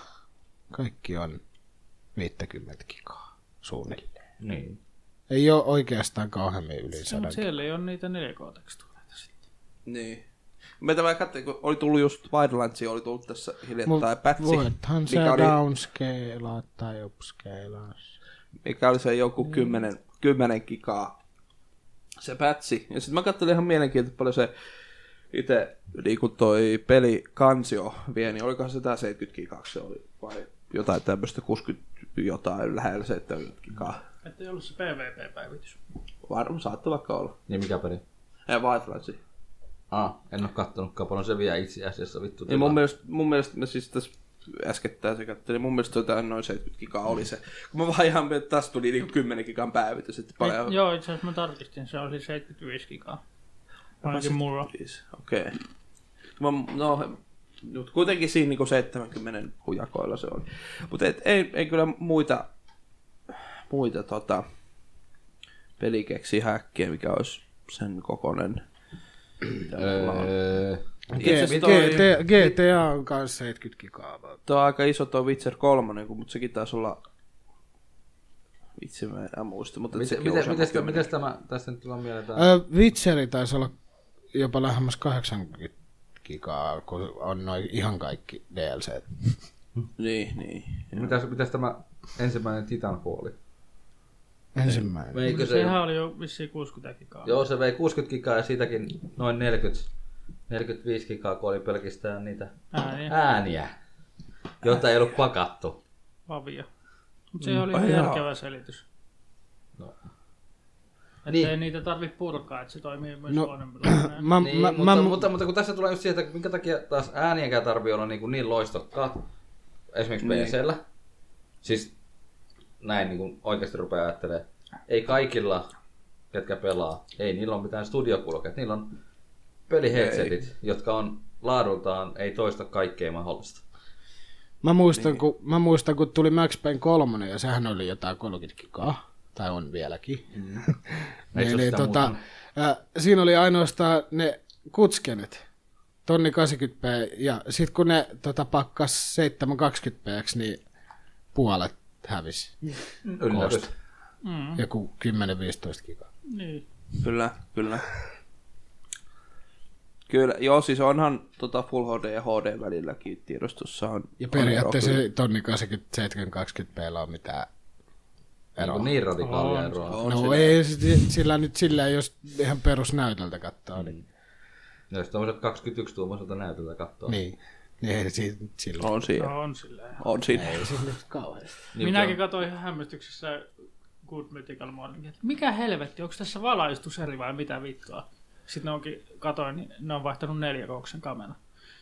[SPEAKER 3] kaikki on 50 gigaa suunnilleen.
[SPEAKER 4] Niin.
[SPEAKER 3] Ei ole oikeastaan kauheammin yli
[SPEAKER 5] Mutta
[SPEAKER 3] 100.
[SPEAKER 5] siellä ei ole niitä 4K-tekstuureita sitten.
[SPEAKER 2] Niin. Meitä vähän katsoin, kun oli tullut just Wildlandsia, oli tullut tässä hiljattain pätsi,
[SPEAKER 3] voithan se
[SPEAKER 2] mikä oli,
[SPEAKER 3] downscalea tai upscalea.
[SPEAKER 2] mikä oli se joku 10, 10 gigaa se pätsi. Ja sitten mä katselin ihan mielenkiintoista paljon se itse, niin kuin toi peli kansio vie, niin olikohan se tää 70 gigaa se oli, vai jotain tämmöistä 60 jotain lähellä 70 gigaa.
[SPEAKER 5] Että ei ollut se PvP-päivitys.
[SPEAKER 2] Varmaan saattoi vaikka olla.
[SPEAKER 4] Niin mikä peli?
[SPEAKER 2] Ei Wildlandsi.
[SPEAKER 4] Ah, en oo kattonutkaan paljon se vie itse asiassa vittu.
[SPEAKER 2] Ja
[SPEAKER 4] tilaa.
[SPEAKER 2] mun mielestä, mun mielestä mä siis tässä äskettäin se katselin, mun mielestä jotain noin 70 gigaa oli se. Kun mä vaan ihan, että tässä tuli niinku 10 gigan päivitys, että paljon...
[SPEAKER 5] Ei, Niin, joo, itse asiassa mä tarkistin, se oli 75 gigaa. Ainakin mulla.
[SPEAKER 2] Siis, Okei. Okay. No, no, mut kuitenkin siinä niinku 70 hujakoilla se oli. Mutta ei, ei kyllä muita, muita tota, pelikeksi häkkiä, mikä olisi sen kokonen. mitä mulla on.
[SPEAKER 4] Öö,
[SPEAKER 2] Itse asiassa toi-
[SPEAKER 3] GT, GTA on kanssa 70 gigaa. vaan.
[SPEAKER 2] Tuo on aika iso tuo Witcher 3, kun- mutta sekin taisi olla... Vitsi, mä en muista, mutta
[SPEAKER 4] miten,
[SPEAKER 2] sekin
[SPEAKER 4] miten,
[SPEAKER 2] on
[SPEAKER 4] miten,
[SPEAKER 2] useampi
[SPEAKER 4] miten tämä, tästä nyt tulee mieleen tämä?
[SPEAKER 3] Ö, Witcheri taisi olla jopa lähemmäs 80 gigaa, kun on noin ihan kaikki DLC.
[SPEAKER 2] kymmenen. Niin, niin.
[SPEAKER 4] Mitäs, mitäs tämä ensimmäinen Titanfall?
[SPEAKER 3] Ensimmäinen.
[SPEAKER 4] Eikö se,
[SPEAKER 5] Sehän oli jo vissiin 60 gigaa.
[SPEAKER 4] Joo, se vei 60 gigaa ja siitäkin noin 40, 45 gigaa, kun oli pelkästään niitä
[SPEAKER 5] Ääniä,
[SPEAKER 4] ääniä, joita ei ollut pakattu.
[SPEAKER 5] avia. Mutta se oli ihan
[SPEAKER 2] Ai jaa.
[SPEAKER 5] järkevä selitys.
[SPEAKER 4] Mm. No.
[SPEAKER 5] Että
[SPEAKER 4] Niin.
[SPEAKER 5] ei niitä tarvi purkaa, että se toimii myös
[SPEAKER 3] No,
[SPEAKER 5] no. huonommin.
[SPEAKER 3] Mä,
[SPEAKER 4] Niin,
[SPEAKER 3] mä,
[SPEAKER 4] mutta,
[SPEAKER 3] mä,
[SPEAKER 4] mutta, mutta, kun tässä tulee just siihen, että minkä takia taas ääniäkään tarvii olla niin, kuin niin loistokkaat, esimerkiksi
[SPEAKER 2] Niin.
[SPEAKER 4] PCllä. Siis näin niin kuin oikeasti rupeaa ajattelemaan. Ei kaikilla, ketkä pelaa, ei niillä ole mitään studiokulkeet. Niillä on peliheadsetit, jotka on laadultaan, ei toista kaikkea mahdollista.
[SPEAKER 3] Mä muistan, niin. kun, mä muistan, kun tuli Max Payne 3, ja sehän oli jotain 30 gigaa, tai on vieläkin. Mm.
[SPEAKER 4] Ei
[SPEAKER 3] niin,
[SPEAKER 4] se ole
[SPEAKER 3] niin,
[SPEAKER 4] sitä
[SPEAKER 3] tota, äh, siinä oli ainoastaan ne kutskenet, tonni 80p, ja sitten kun ne tota, pakkas 720px, niin puolet hävisi,
[SPEAKER 4] Yllätys.
[SPEAKER 5] Mm,
[SPEAKER 3] joku 10-15 gigaa.
[SPEAKER 5] niin.
[SPEAKER 2] Kyllä, kyllä. Kyllä, joo, siis onhan tota Full HD ja HD välilläkin tiedostossa on.
[SPEAKER 3] Ja
[SPEAKER 2] on
[SPEAKER 3] periaatteessa
[SPEAKER 2] ero.
[SPEAKER 3] ei tonni 80-720pllä ole mitmitään
[SPEAKER 4] Niin,
[SPEAKER 3] eroa.
[SPEAKER 4] kuin niin radikaalia eroa.
[SPEAKER 2] on
[SPEAKER 3] no
[SPEAKER 2] sitä.
[SPEAKER 3] ei, sit- sillä nyt sillä, jos ihan perusnäytöltä katsoo, niin,
[SPEAKER 4] No, jos tuommoiset 21 tuommoiselta näytöltä katsoo.
[SPEAKER 3] niin, niin ei siitä, silloin.
[SPEAKER 2] On siinä.
[SPEAKER 5] No on sillä ihan.
[SPEAKER 2] On siinä.
[SPEAKER 3] Ei se nyt kauheasti.
[SPEAKER 4] Niin,
[SPEAKER 5] Minäkin
[SPEAKER 4] joo.
[SPEAKER 5] katsoin ihan hämmästyksessä Good Mythical Morning, että mikä helvetti, onko tässä valaistus eri vai mitä vittua? Sitten ne onkin, katoin, niin ne on vaihtanut neljäkouksen kamera.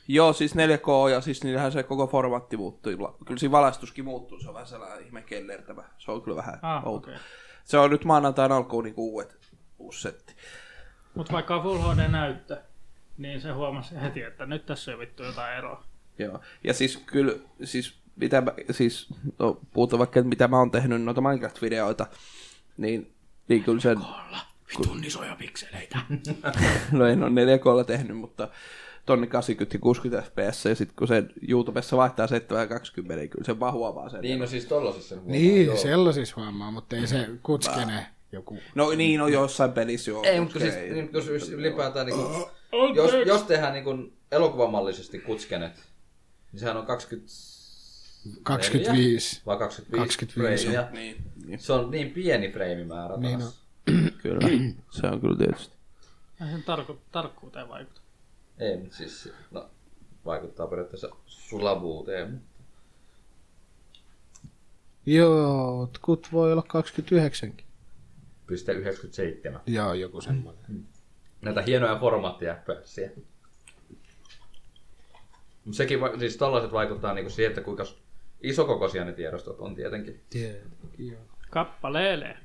[SPEAKER 2] Joo, siis 4K ja siis niillähän se koko formaatti muuttuu. Kyllä siinä valaistuskin muuttuu, se on vähän sellainen ihme kellertävä. Se on kyllä vähän
[SPEAKER 5] Ah,
[SPEAKER 2] outo.
[SPEAKER 5] okei. Okay.
[SPEAKER 2] Se on niinku nyt maanantain alkuun niin uudet, uusi setti.
[SPEAKER 5] Mutta vaikka on Full HD-näyttö, niin se huomasi heti, että nyt tässä on vittu jotain eroa.
[SPEAKER 2] Joo. Ja siis kyllä, siis mitä mä, siis, no, puhutaan vaikka, että mitä mä oon tehnyt noita Minecraft-videoita, niin, niin kyllä sen...
[SPEAKER 4] niin
[SPEAKER 5] Vitun isoja pikseleitä.
[SPEAKER 2] No en ole 4 k tehnyt, mutta tonni 80 ja 60 fps, ja sitten kun se YouTubessa vaihtaa 720, niin kyllä se vaan huomaa sen.
[SPEAKER 4] Niin, no siis tollosissa huomaa.
[SPEAKER 3] Niin, joo. sellaisissa huomaa, mutta ei se kutskene joku.
[SPEAKER 2] No niin, no jossain pelissä joo.
[SPEAKER 4] Ei, mutta
[SPEAKER 2] okei.
[SPEAKER 4] siis niin, jos ys- ylipäätään, niin kuin, jos, jos tehdään niin kuin elokuvamallisesti kutskenet, niin sehän on 20...
[SPEAKER 3] 25.
[SPEAKER 4] Vai 25,
[SPEAKER 3] 25,
[SPEAKER 4] freimiä.
[SPEAKER 2] Niin, niin,
[SPEAKER 4] Se on niin pieni freimimäärä taas.
[SPEAKER 3] Niin
[SPEAKER 4] Niin
[SPEAKER 3] on.
[SPEAKER 2] kyllä. Se on kyllä tietysti.
[SPEAKER 5] Ei sen tarkku, tarkkuuteen vaikuta.
[SPEAKER 4] Ei, mutta siis no, vaikuttaa periaatteessa sulavuuteen.
[SPEAKER 3] Joo, tkut voi olla 29.
[SPEAKER 4] Piste 97.
[SPEAKER 3] Joo, joku semmoinen.
[SPEAKER 4] Näitä hienoja formaatteja pörssiä. Mut sekin, va- siis tällaiset vaikuttaa niinku siihen, että kuinka isokokoisia ne tiedostot on tietenkin.
[SPEAKER 3] Tietenkin, joo.
[SPEAKER 5] Kappaleele.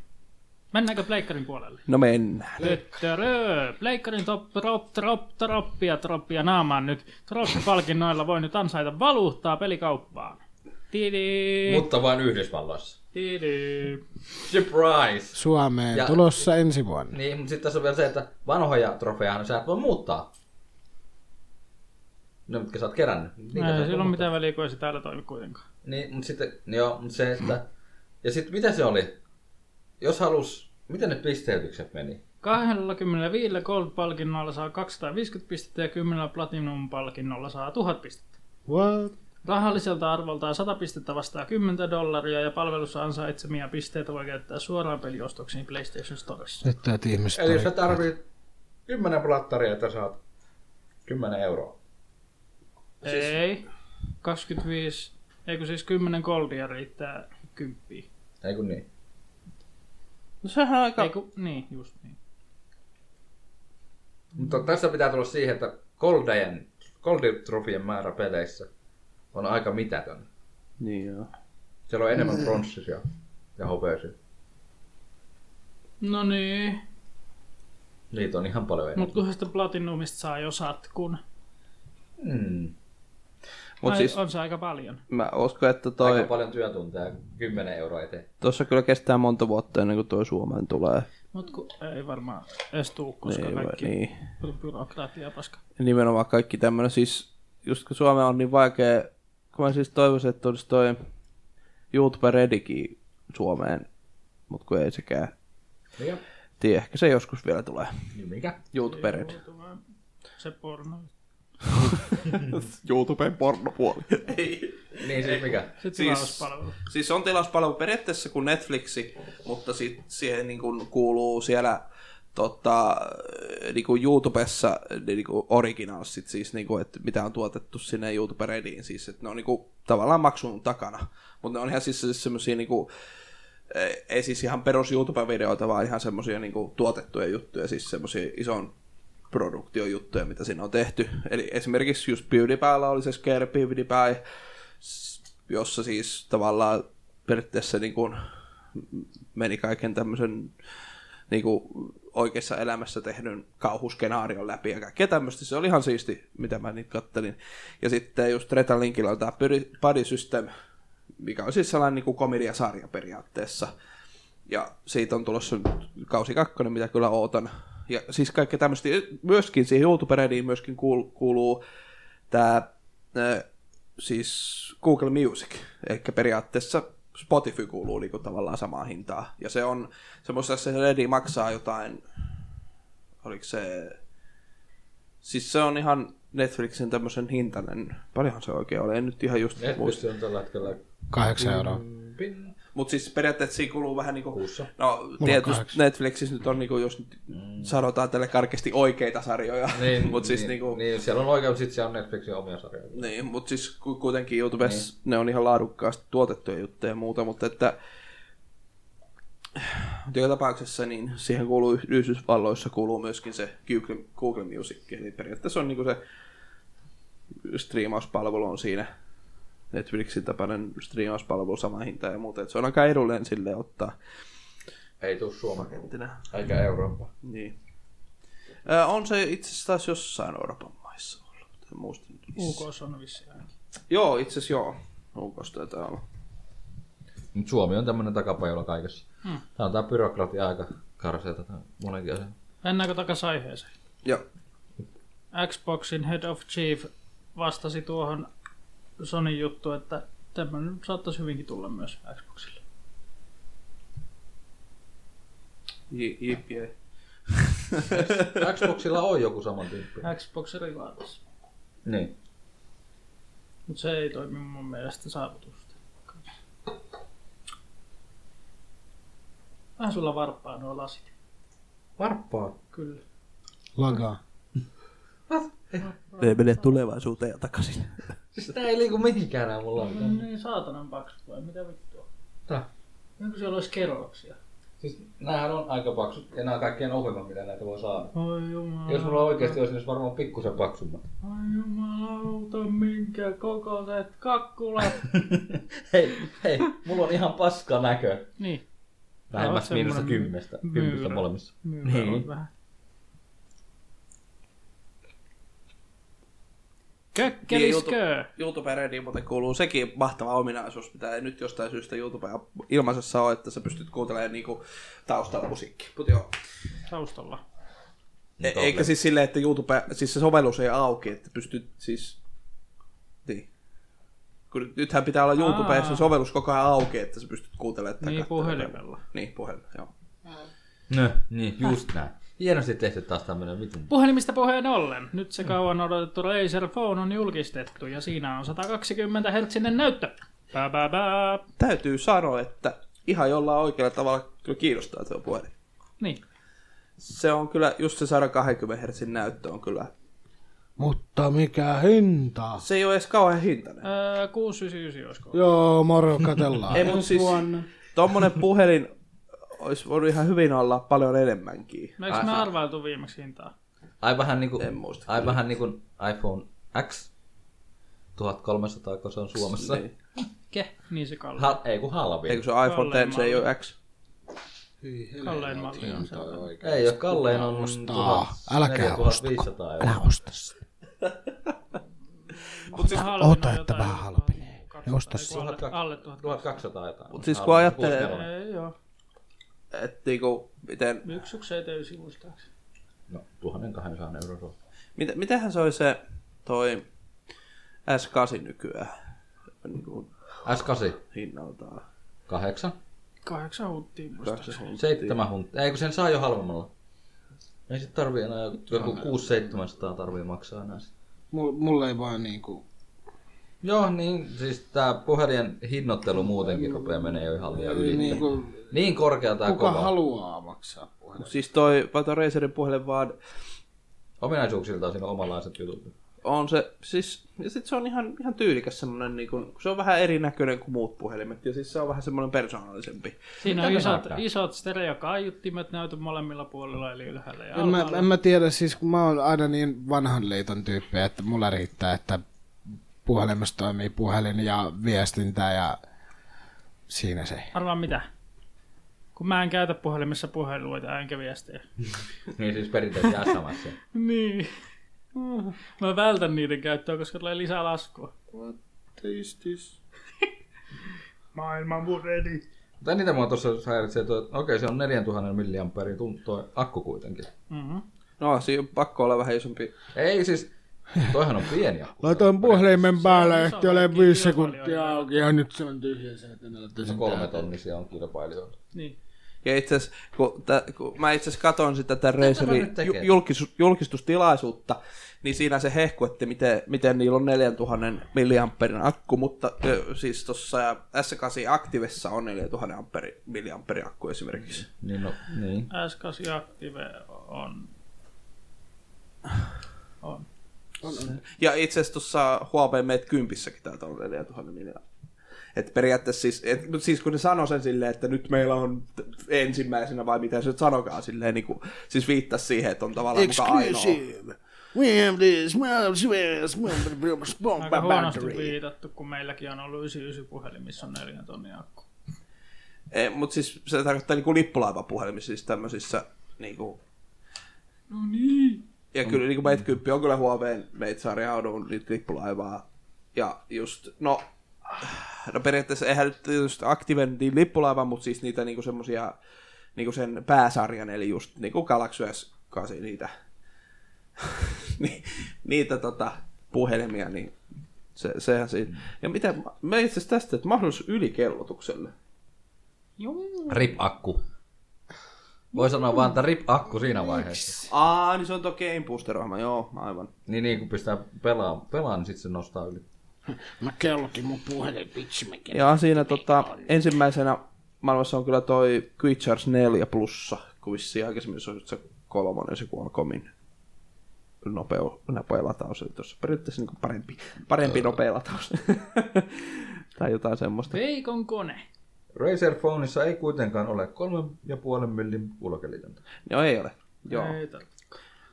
[SPEAKER 5] Mennäänkö pleikkarin puolelle?
[SPEAKER 2] No mennään.
[SPEAKER 5] Töttörö! Pleikkarin top, trop, trop, troppia, troppia naamaan nyt. Troppi-palkinnoilla voi nyt ansaita valuuttaa pelikauppaan. Tidi,
[SPEAKER 4] Mutta vain Yhdysvalloissa.
[SPEAKER 5] tidi.
[SPEAKER 4] Surprise!
[SPEAKER 3] Suomeen
[SPEAKER 4] Ja-
[SPEAKER 3] tulossa ensi vuonna.
[SPEAKER 4] Niin, mutta sitten tässä on vielä se, että vanhoja trofejahan sä et voi muuttaa. No, mitkä sä oot kerännyt. Niitä sä
[SPEAKER 5] Ei
[SPEAKER 4] et voi
[SPEAKER 5] sillä ole
[SPEAKER 4] muuttaa.
[SPEAKER 5] mitään väliä, kun ei se täällä toimi kuitenkaan.
[SPEAKER 4] Niin, mutta sitten, niin joo, mutta se, että... Ja sitten mitä se oli? Jos halus... Miten ne pisteytykset meni?
[SPEAKER 5] 25 Gold-palkinnolla saa 250 pistettä ja 10 Platinum-palkinnolla saa 1000 pistettä.
[SPEAKER 3] What?
[SPEAKER 5] Rahalliselta arvoltaan 100 pistettä vastaa 10 dollaria ja palvelussa ansaitsemia pisteitä voi käyttää suoraan peliostoksiin PlayStation Storessa.
[SPEAKER 3] Nyt näet ihmiset
[SPEAKER 4] Eli sä tarvit 10 plattaria, että saat 10 euroa.
[SPEAKER 2] Siis-
[SPEAKER 5] Ei, 25, eikö siis 10 goldia riittää kymppiä.
[SPEAKER 4] Ei kun niin.
[SPEAKER 2] No sehän on aika...
[SPEAKER 5] Eiku, niin, just niin.
[SPEAKER 4] Mutta tässä pitää tulla siihen, että goldejen, golditrofien määrä peleissä on aika mitätön.
[SPEAKER 2] Niin joo.
[SPEAKER 4] Siellä on enemmän bronssisia ja hopeisia.
[SPEAKER 5] No niin,
[SPEAKER 4] Niitä on ihan paljon
[SPEAKER 5] mut
[SPEAKER 4] enemmän.
[SPEAKER 5] kunhan sitä Platinumista saa jo satkun.
[SPEAKER 4] Mm.
[SPEAKER 2] Mut
[SPEAKER 5] Ai,
[SPEAKER 2] siis
[SPEAKER 5] On se aika paljon.
[SPEAKER 2] mä uskon, että
[SPEAKER 4] Aika
[SPEAKER 2] toi,
[SPEAKER 4] paljon työtunteja, 10 euroa eteen.
[SPEAKER 2] tuossa kyllä kestää monta vuotta ennen kuin toi Suomeen tulee.
[SPEAKER 5] Mut kun ei varmaan edes tuu, koska
[SPEAKER 2] Ei voi-
[SPEAKER 5] kaikki
[SPEAKER 2] niin.
[SPEAKER 5] by- byrokratia paska.
[SPEAKER 2] nimenomaan kaikki tämmöinen, siis just kun Suomea on niin vaikea, kun mä siis toivoisin, että olisi toi YouTube Redikin Suomeen, mutta kun ei sekään
[SPEAKER 4] Mikä?
[SPEAKER 2] tiedä, ehkä se joskus vielä tulee.
[SPEAKER 4] Niin mikä?
[SPEAKER 2] YouTube Red.
[SPEAKER 5] Se porno.
[SPEAKER 2] YouTuben pornopuoli.
[SPEAKER 4] Niin siis mikä?
[SPEAKER 5] Se
[SPEAKER 2] Siis-
[SPEAKER 5] tilauspalvelu.
[SPEAKER 2] siis on tilauspalvelu periaatteessa kuin Netflixi, mutta sit siihen niin kuin kuuluu siellä tota, niin kuin YouTubessa niin kuin originalsit, siis niin kuin, että mitä on tuotettu sinne YouTube Rediin, siis että ne on niin kuin, tavallaan maksun takana, mutta ne on ihan siis, siis semmoisia niin kuin, eh, ei siis ihan perus YouTube-videoita, vaan ihan semmoisia niin kuin tuotettuja juttuja, siis semmoisia ison produktiojuttuja, mitä siinä on tehty. Eli esimerkiksi just PewDiePiella oli se Scare PewDiePie, s- jossa siis tavallaan periaatteessa niin kuin meni kaiken tämmöisen niin kuin oikeassa elämässä tehdyn kauhuskenaarion läpi ja kaikkea tämmöistä. Se oli ihan siisti, mitä mä niitä kattelin. Ja sitten just Reta Linkillä on tämä Pyri- Body System, mikä on siis sellainen niin kuin komediasarja periaatteessa. Ja siitä on tulossa nyt kausi kakkonen, mitä kyllä ootan. Ja siis kaikki tämmöistä, myöskin siihen youtube myöskin kuul- kuuluu tämä siis Google Music, eli periaatteessa Spotify kuuluu niinku tavallaan samaan hintaan. Ja se on semmoista, se Redi maksaa jotain, oliko se, siis se on ihan Netflixin tämmöisen hintainen, paljonhan se oikein oli, en nyt ihan just
[SPEAKER 4] siis-
[SPEAKER 2] muista.
[SPEAKER 4] Netflix on tällä hetkellä
[SPEAKER 3] 8 euroa.
[SPEAKER 4] pin-
[SPEAKER 2] Mutta siis periaatteessa siinä kuluu vähän niinku...
[SPEAKER 4] Kuussa.
[SPEAKER 2] No tietysti
[SPEAKER 3] kahdeksan.
[SPEAKER 2] Netflixissä nyt on niinku, jos nyt sanotaan tälle karkeasti oikeita sarjoja. Niin, mutta siis
[SPEAKER 4] niin,
[SPEAKER 2] niinku... Niin.
[SPEAKER 4] niin, siellä on oikein, mutta sitten siellä on Netflixin omia sarjoja.
[SPEAKER 2] Niin, mutta siis ku- kuitenkin YouTubessa niin. ne on ihan laadukkaasti tuotettuja juttuja ja muuta, mutta että... Mutta joka tapauksessa niin siihen kuuluu Yh- Yhdysvalloissa kuuluu myöskin se Google, Google Music, eli periaatteessa on niinku se striimauspalvelu on siinä Netflixin tapainen striimauspalvelu sama hinta ja muuta, että se on aika edullinen sille ottaa
[SPEAKER 4] Ei tuu Suomeen.
[SPEAKER 2] pakettina.
[SPEAKER 4] Eikä Eurooppa.
[SPEAKER 2] Niin. Ö, on se itse asiassa taas jossain Euroopan maissa ollut. mutta En muista nyt missä.
[SPEAKER 5] UK on vissiin ainakin.
[SPEAKER 2] Joo, itse asiassa joo. Onko sitä täällä?
[SPEAKER 4] Mut Suomi on tämmönen takapajolla kaikessa. Hmm. Tää on tää byrokratia aika karseeta tää monenkin asia.
[SPEAKER 5] Mennäänkö takaisin aiheeseen?
[SPEAKER 2] Joo.
[SPEAKER 5] Xboxin Head of Chief vastasi tuohon Sonin juttu, että tämmöinen saattaisi hyvinkin tulla myös Xboxille.
[SPEAKER 2] J- jipje.
[SPEAKER 4] Xboxilla on joku saman tyyppi.
[SPEAKER 5] Xboxilla laatassa.
[SPEAKER 4] Niin.
[SPEAKER 5] Mutta se ei toimi mun mielestä saavutusta. Vähän sulla varppaa nuo lasit.
[SPEAKER 4] Varppaa.
[SPEAKER 5] Kyllä.
[SPEAKER 3] Lagaa.
[SPEAKER 2] Ne menee tulevaisuuteen ja takaisin.
[SPEAKER 4] Siis tää ei liiku mihinkään nää mulla
[SPEAKER 5] No
[SPEAKER 4] on.
[SPEAKER 5] niin, saatanan paksut vai mitä vittua?
[SPEAKER 4] Tää.
[SPEAKER 5] Onko siellä olisi kerroksia?
[SPEAKER 4] Siis näähän on aika paksut ja nää on kaikkein ohuimmat mitä näitä voi saada.
[SPEAKER 5] Oi jumala.
[SPEAKER 4] Jos mulla oikeesti olisi, niin se varmaan pikkusen paksummat.
[SPEAKER 5] Ai jumalauta, minkä kokoiset kakkulat.
[SPEAKER 4] hei, hei, mulla on ihan paska näkö.
[SPEAKER 5] niin,
[SPEAKER 4] Vähemmäs
[SPEAKER 5] Tää on
[SPEAKER 4] miinusta
[SPEAKER 5] semmonen
[SPEAKER 4] kymmestä.
[SPEAKER 5] myyrä.
[SPEAKER 4] Kympistä molemmissa.
[SPEAKER 5] myyrä niin. on vähän. Kökkeliskö?
[SPEAKER 2] YouTube Rediin niin muuten kuuluu sekin mahtava ominaisuus, mitä ei nyt jostain syystä YouTube ilmaisessa ole, että sä pystyt kuuntelemaan niinku taustalla musiikki. Mut joo.
[SPEAKER 5] Taustalla.
[SPEAKER 2] E-
[SPEAKER 4] Niin
[SPEAKER 2] eikä siis silleen, että YouTube, siis se sovellus ei auki, että pystyt siis... Niin. Kun nythän pitää olla YouTubeessa
[SPEAKER 5] Aa.
[SPEAKER 2] sovellus koko ajan auki, että sä pystyt kuuntelemaan tätä
[SPEAKER 5] Niin,
[SPEAKER 2] kattelemaan.
[SPEAKER 5] puhelimella.
[SPEAKER 2] Niin, puhelimella, joo.
[SPEAKER 4] No, niin, just näin. Hienosti tehty taas tämmönen vitun.
[SPEAKER 5] Puhelimista puheen ollen. Nyt se kauan odotettu Razer Phone on julkistettu ja siinä on 120 hertsinen näyttö. Bää, bää, bää.
[SPEAKER 2] Täytyy sanoa, että ihan jollain oikealla tavalla kyllä kiinnostaa tuo puhelin.
[SPEAKER 5] Niin.
[SPEAKER 2] Se on kyllä, just se 120 Hz näyttö on kyllä.
[SPEAKER 3] Mutta mikä hinta?
[SPEAKER 2] Se ei ole edes kauhean hintainen.
[SPEAKER 5] Öö, 699 olisiko?
[SPEAKER 3] Joo, moro, katellaan.
[SPEAKER 2] Ei mun siis, tommonen puhelin olisi voinut ihan hyvin olla paljon enemmänkin.
[SPEAKER 5] No eikö me arvailtu viimeksi hintaa?
[SPEAKER 4] Ai vähän niinku,
[SPEAKER 2] En muista.
[SPEAKER 4] ai vähän niinku iPhone X. 1300, kun se on Suomessa.
[SPEAKER 2] Niin.
[SPEAKER 5] Ke? Niin se kalli.
[SPEAKER 4] Ha, ei kun halvi.
[SPEAKER 2] Eikö se ole iPhone X, se ei ole X?
[SPEAKER 5] Kallein malli on se.
[SPEAKER 4] Ei, jos kallein on
[SPEAKER 3] Aa, älkää ostako.
[SPEAKER 4] 1500 euroa.
[SPEAKER 3] osta sitä. siis- Ota, että vähän halpenee. Ja osta se.
[SPEAKER 5] Alle 1000.
[SPEAKER 4] 1200 jotain.
[SPEAKER 2] Mut siis kun
[SPEAKER 4] Halvin,
[SPEAKER 2] ajattelee-
[SPEAKER 4] kuusikerroin.
[SPEAKER 5] Ei joo.
[SPEAKER 2] Että niinku, miten,
[SPEAKER 5] Yksi yksi ei täysi muistaakseni.
[SPEAKER 4] No, 1200 euroa. se on.
[SPEAKER 2] Mitä, mitähän se oli se toi S8 nykyään niin kuin
[SPEAKER 4] S8,
[SPEAKER 2] hinnaltaan?
[SPEAKER 4] 8,
[SPEAKER 5] Kahdeksan huuttia muistaakseni.
[SPEAKER 2] Kahdeksan-
[SPEAKER 4] 7 hunttia. Ei kun sen saa jo halvemmalla. Ei sit tarvii enää joku 6-700 tarvii maksaa enää sit.
[SPEAKER 3] Mulle ei vaan niinku...
[SPEAKER 4] Joo, niin siis tää puhelien hinnoittelu muutenkin rupeaa menee jo ihan liian yli. Niin,
[SPEAKER 3] niinku
[SPEAKER 4] niin korkea tää
[SPEAKER 3] kuka
[SPEAKER 4] kova.
[SPEAKER 3] haluaa maksaa puhelin?
[SPEAKER 2] Mut Siis toi Vato Razerin puhelin vaan
[SPEAKER 4] Ominaisuuksiltaan siinä on omanlaiset jutut.
[SPEAKER 2] on se, siis, ja sit se on ihan, ihan tyylikäs semmonen, niin kun, se on vähän erinäköinen kuin muut puhelimet, ja siis se on vähän semmonen persoonallisempi.
[SPEAKER 5] Siinä
[SPEAKER 4] Mitä
[SPEAKER 5] on
[SPEAKER 4] ne
[SPEAKER 5] isot,
[SPEAKER 4] näyttää?
[SPEAKER 5] isot stereokaiuttimet näytön molemmilla puolilla, eli ylhäällä ja
[SPEAKER 3] En mä,
[SPEAKER 5] alhaalla.
[SPEAKER 3] en mä tiedä, siis kun mä oon aina niin vanhan liiton tyyppi, että mulla riittää, että puhelimessa toimii puhelin ja viestintä ja siinä se.
[SPEAKER 5] Arvaa mitä? Kun mä en käytä puhelimessa puheluita, enkä viestejä.
[SPEAKER 4] Niin siis perinteisesti SMS.
[SPEAKER 5] Niin. Mä vältän niiden käyttöä, koska tulee lisää laskua. Maailman mureni.
[SPEAKER 4] Mutta eniten mua tuossa häiritsee, tuo, että okei se on 4000 milliampeerin tunti tuo akku kuitenkin.
[SPEAKER 5] Mm-hmm.
[SPEAKER 2] No, siinä on pakko olla vähän isompi.
[SPEAKER 4] Ei siis, toihan on pieni akku.
[SPEAKER 3] Laitoin puhelimen päälle,
[SPEAKER 5] Se on
[SPEAKER 3] ehti ole
[SPEAKER 5] iso
[SPEAKER 3] viisi
[SPEAKER 5] kilpailija.
[SPEAKER 3] sekuntia auki ja nyt se on tyhjä se, että ne laittaa sen
[SPEAKER 4] Kolme
[SPEAKER 3] täyteen.
[SPEAKER 4] tonnisia on kilpailijoilla.
[SPEAKER 5] Niin.
[SPEAKER 2] Ja itse asiassa, kun, tä, kun mä itse asiassa katon sitä tämän Razerin
[SPEAKER 4] nyt tekee?
[SPEAKER 2] ju- julkis, julkistustilaisuutta, niin siinä se hehkutti, miten, miten niillä on 4000 milliamperin akku, mutta ö, siis tuossa S8 Activessa on 4000 amperi, milliamperin akku esimerkiksi.
[SPEAKER 4] Niin no, niin.
[SPEAKER 5] S8 Active on... On.
[SPEAKER 2] Ja itse asiassa tuossa Huawei Mate 10 taitaa olla 4000 milliamperin. Et periaatteessa siis, et, mut siis kun ne sanoi sen silleen, että nyt meillä on t- ensimmäisenä vai mitä se nyt sanokaan silleen, niin kuin, siis viittasi siihen, että on tavallaan muka ainoa.
[SPEAKER 3] Exclusive. We have this small, small, small, small
[SPEAKER 5] Aika huonosti
[SPEAKER 3] battery.
[SPEAKER 5] viitattu, kun meilläkin on ollut 99 puhelin, missä on 4 tonnia akku.
[SPEAKER 2] E, Mutta siis se tarkoittaa niinku lippulaivapuhelimissa, siis tämmöisissä niinku,
[SPEAKER 5] No niin.
[SPEAKER 2] Ja kyllä niin kuin Mate 10 on kyllä Huaweiin meitsaaria on niitä lippulaivaa. Ja just, no, no periaatteessa eihän nyt just Activen niin lippulaiva, mutta siis niitä niinku semmosia niinku sen pääsarjan, eli just niinku Galaxy S8 niitä, ni, niitä tota, puhelimia, niin se, sehän siinä. Ja mitä, me itse asiassa tästä, että mahdollisuus ylikellotukselle.
[SPEAKER 5] Joo.
[SPEAKER 4] Rip-akku. Voi sanoa vaan, että rip-akku siinä vaiheessa.
[SPEAKER 2] Aa, niin se on tuo Game Booster-ohjelma, joo, aivan.
[SPEAKER 4] Niin, niin kun pistää pelaa, pelaa niin sitten se nostaa yli.
[SPEAKER 3] Mä kellotin mun puhelin, vitsi mä kello.
[SPEAKER 2] Ja siinä tota, ensimmäisenä maailmassa on kyllä toi Quicharge 4 plussa, kun vissiin aikaisemmin se on just se kolmonen, se Qualcommin nopeu, nopea lataus, eli tuossa periaatteessa niin parempi, parempi nopea lataus. tai jotain
[SPEAKER 5] Niin.
[SPEAKER 2] semmoista.
[SPEAKER 5] Veikon kone.
[SPEAKER 4] Razer Phoneissa ei kuitenkaan ole 3,5 millin ulkoliitäntä.
[SPEAKER 2] No ei ole. Joo.
[SPEAKER 5] Ei tar-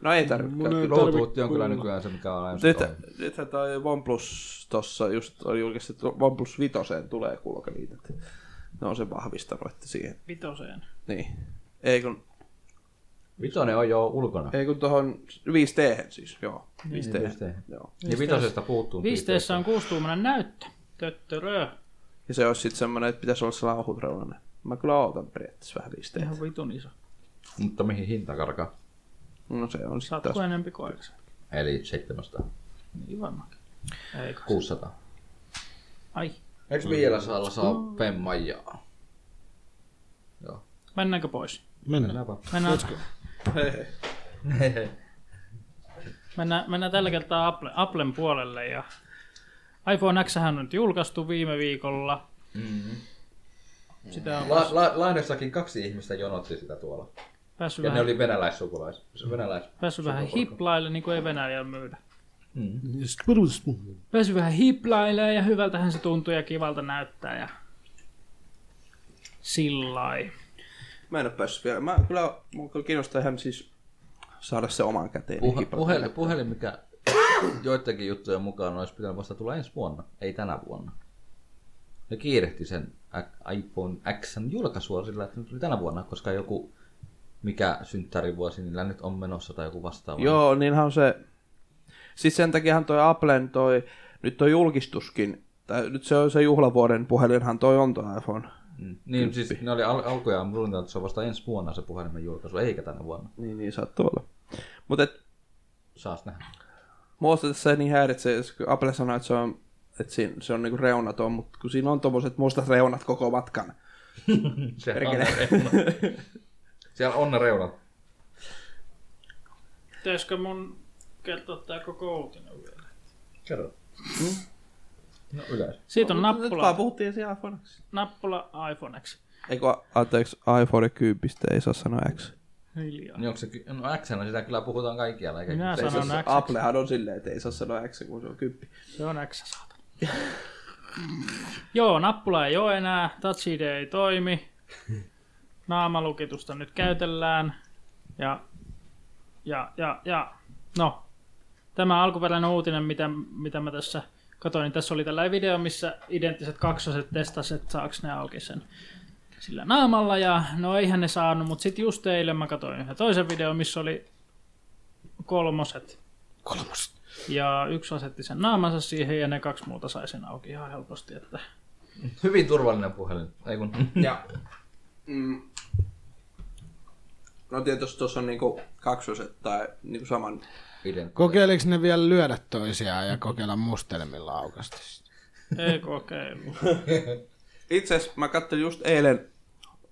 [SPEAKER 2] No ei tarvitse.
[SPEAKER 4] Bluetooth on kyllä nykyään se, mikä on aina se
[SPEAKER 2] Nyt,
[SPEAKER 4] toinen.
[SPEAKER 2] nythän toi OnePlus tuossa just on julkistettu, OnePlus 5 tulee kulkaliitet. Ne on se vahvistanut, että siihen.
[SPEAKER 5] Vitoseen.
[SPEAKER 2] Niin. Ei kun,
[SPEAKER 4] Vitonen on jo ulkona.
[SPEAKER 2] ei kun tuohon 5T siis, joo. 5T.
[SPEAKER 4] 5T.
[SPEAKER 2] Joo.
[SPEAKER 4] Ja vitosesta puuttuu.
[SPEAKER 5] Viisteessä on kuustuumainen näyttö. Töttörö.
[SPEAKER 2] Ja se olisi sitten semmoinen, että pitäisi olla sellainen ohut reunainen. Mä kyllä ootan periaatteessa vähän viisteitä.
[SPEAKER 5] Ihan vitun iso.
[SPEAKER 4] Mutta mihin hinta karkaa?
[SPEAKER 2] No se on sitten
[SPEAKER 5] Saatko
[SPEAKER 2] taas.
[SPEAKER 5] enempi koeksa?
[SPEAKER 4] Eli 700.
[SPEAKER 5] Niin varmaankin. Ei kai.
[SPEAKER 4] 600.
[SPEAKER 5] Ai.
[SPEAKER 2] Mm.
[SPEAKER 4] Eikö vielä saalla saa pemmajaa? Joo.
[SPEAKER 5] Mennäänkö pois?
[SPEAKER 3] Mennään.
[SPEAKER 5] Mennään,
[SPEAKER 2] Hei, hei.
[SPEAKER 5] mennään, mennään tällä kertaa Apple, Applen puolelle. Ja iPhone X on nyt julkaistu viime viikolla. Sitä on
[SPEAKER 4] La, la, Lahdessakin kaksi ihmistä jonotti sitä tuolla.
[SPEAKER 5] päässyt
[SPEAKER 4] Ja ne
[SPEAKER 5] vähän,
[SPEAKER 4] oli venäläissukulais. se Venäläis.
[SPEAKER 5] päässyt vähän hiplaille, niin kuin ei Venäjällä myydä.
[SPEAKER 2] Mm.
[SPEAKER 3] Sitten
[SPEAKER 5] Päässyt vähän hiplailemaan ja hyvältähän se tuntuu ja kivalta näyttää. Ja... Sillai.
[SPEAKER 2] Mä en ole päässyt vielä. Mä kyllä, mun kyllä kiinnostaa ihan siis saada se oman käteen.
[SPEAKER 4] Puhe,
[SPEAKER 2] Hipa-
[SPEAKER 4] puhelin, puhelin, mikä joidenkin juttujen mukaan olisi pitänyt vasta tulla ensi vuonna, ei tänä vuonna. Ne kiirehti sen Ä- iPhone Xn julkaisua sillä, että ne tuli tänä vuonna, koska joku mikä synttärivuosi niillä nyt on menossa tai joku vastaava.
[SPEAKER 2] Joo, niinhän on se. Siis sen takiahan toi Applen toi, nyt toi julkistuskin, tai nyt se on se juhlavuoden puhelinhan toi on toi iPhone.
[SPEAKER 4] Mm. Niin, siis ne oli al- alkujaan mulla että se on vasta ensi vuonna se puhelimen julkaisu, eikä tänä vuonna.
[SPEAKER 2] Niin, niin saattaa olla. Mutta et,
[SPEAKER 4] Saas nähdä.
[SPEAKER 2] Muista tässä ei niin häiritse, jos kun Apple sanoi, että se on, että siinä, se on niinku reunaton, mutta kun siinä on tommoset mustat reunat koko matkan.
[SPEAKER 4] Se
[SPEAKER 2] Perkele.
[SPEAKER 4] Siellä on ne reunat.
[SPEAKER 5] Pitäisikö mun kertoa tää koko uutinen vielä?
[SPEAKER 4] Kerro. Mm. No yleensä.
[SPEAKER 5] Siitä on
[SPEAKER 2] Nyt vaan
[SPEAKER 5] nappula,
[SPEAKER 2] puhuttiin siihen iPhoneksi.
[SPEAKER 5] nappula iPhoneksi.
[SPEAKER 2] Eikö, anteeksi, iPhone 10 ei saa sanoa X.
[SPEAKER 5] Hiljaa.
[SPEAKER 4] Niin onko se, ky- no X, sitä kyllä puhutaan kaikkialla. Eikä
[SPEAKER 5] Minä
[SPEAKER 4] se,
[SPEAKER 5] sanon X.
[SPEAKER 2] Applehan on silleen, että ei saa sanoa X, kun se on 10.
[SPEAKER 5] Se on X, saatana. Joo, nappula ei ole enää, Touch ID ei toimi, naamalukitusta nyt käytellään, ja, ja, ja, ja, no, tämä alkuperäinen uutinen, mitä, mitä mä tässä katsoin, niin tässä oli tällainen video, missä identtiset kaksoset testasivat, että saaks ne auki sen sillä naamalla, ja no eihän ne saanut, mutta sitten just eilen mä katsoin yhden toisen videon, missä oli kolmoset, ja yksi asetti sen naamansa siihen ja ne kaksi muuta sai sen auki ihan helposti. Että...
[SPEAKER 4] Hyvin turvallinen puhelin. Ei kun.
[SPEAKER 2] Ja, mm, no tietysti tuossa on niinku kaksoset tai niinku saman.
[SPEAKER 4] Ident.
[SPEAKER 3] Kokeiliko ne vielä lyödä toisiaan ja kokeilla mustelmilla aukasti?
[SPEAKER 5] Ei kokeilu.
[SPEAKER 2] Itse asiassa mä katselin just eilen,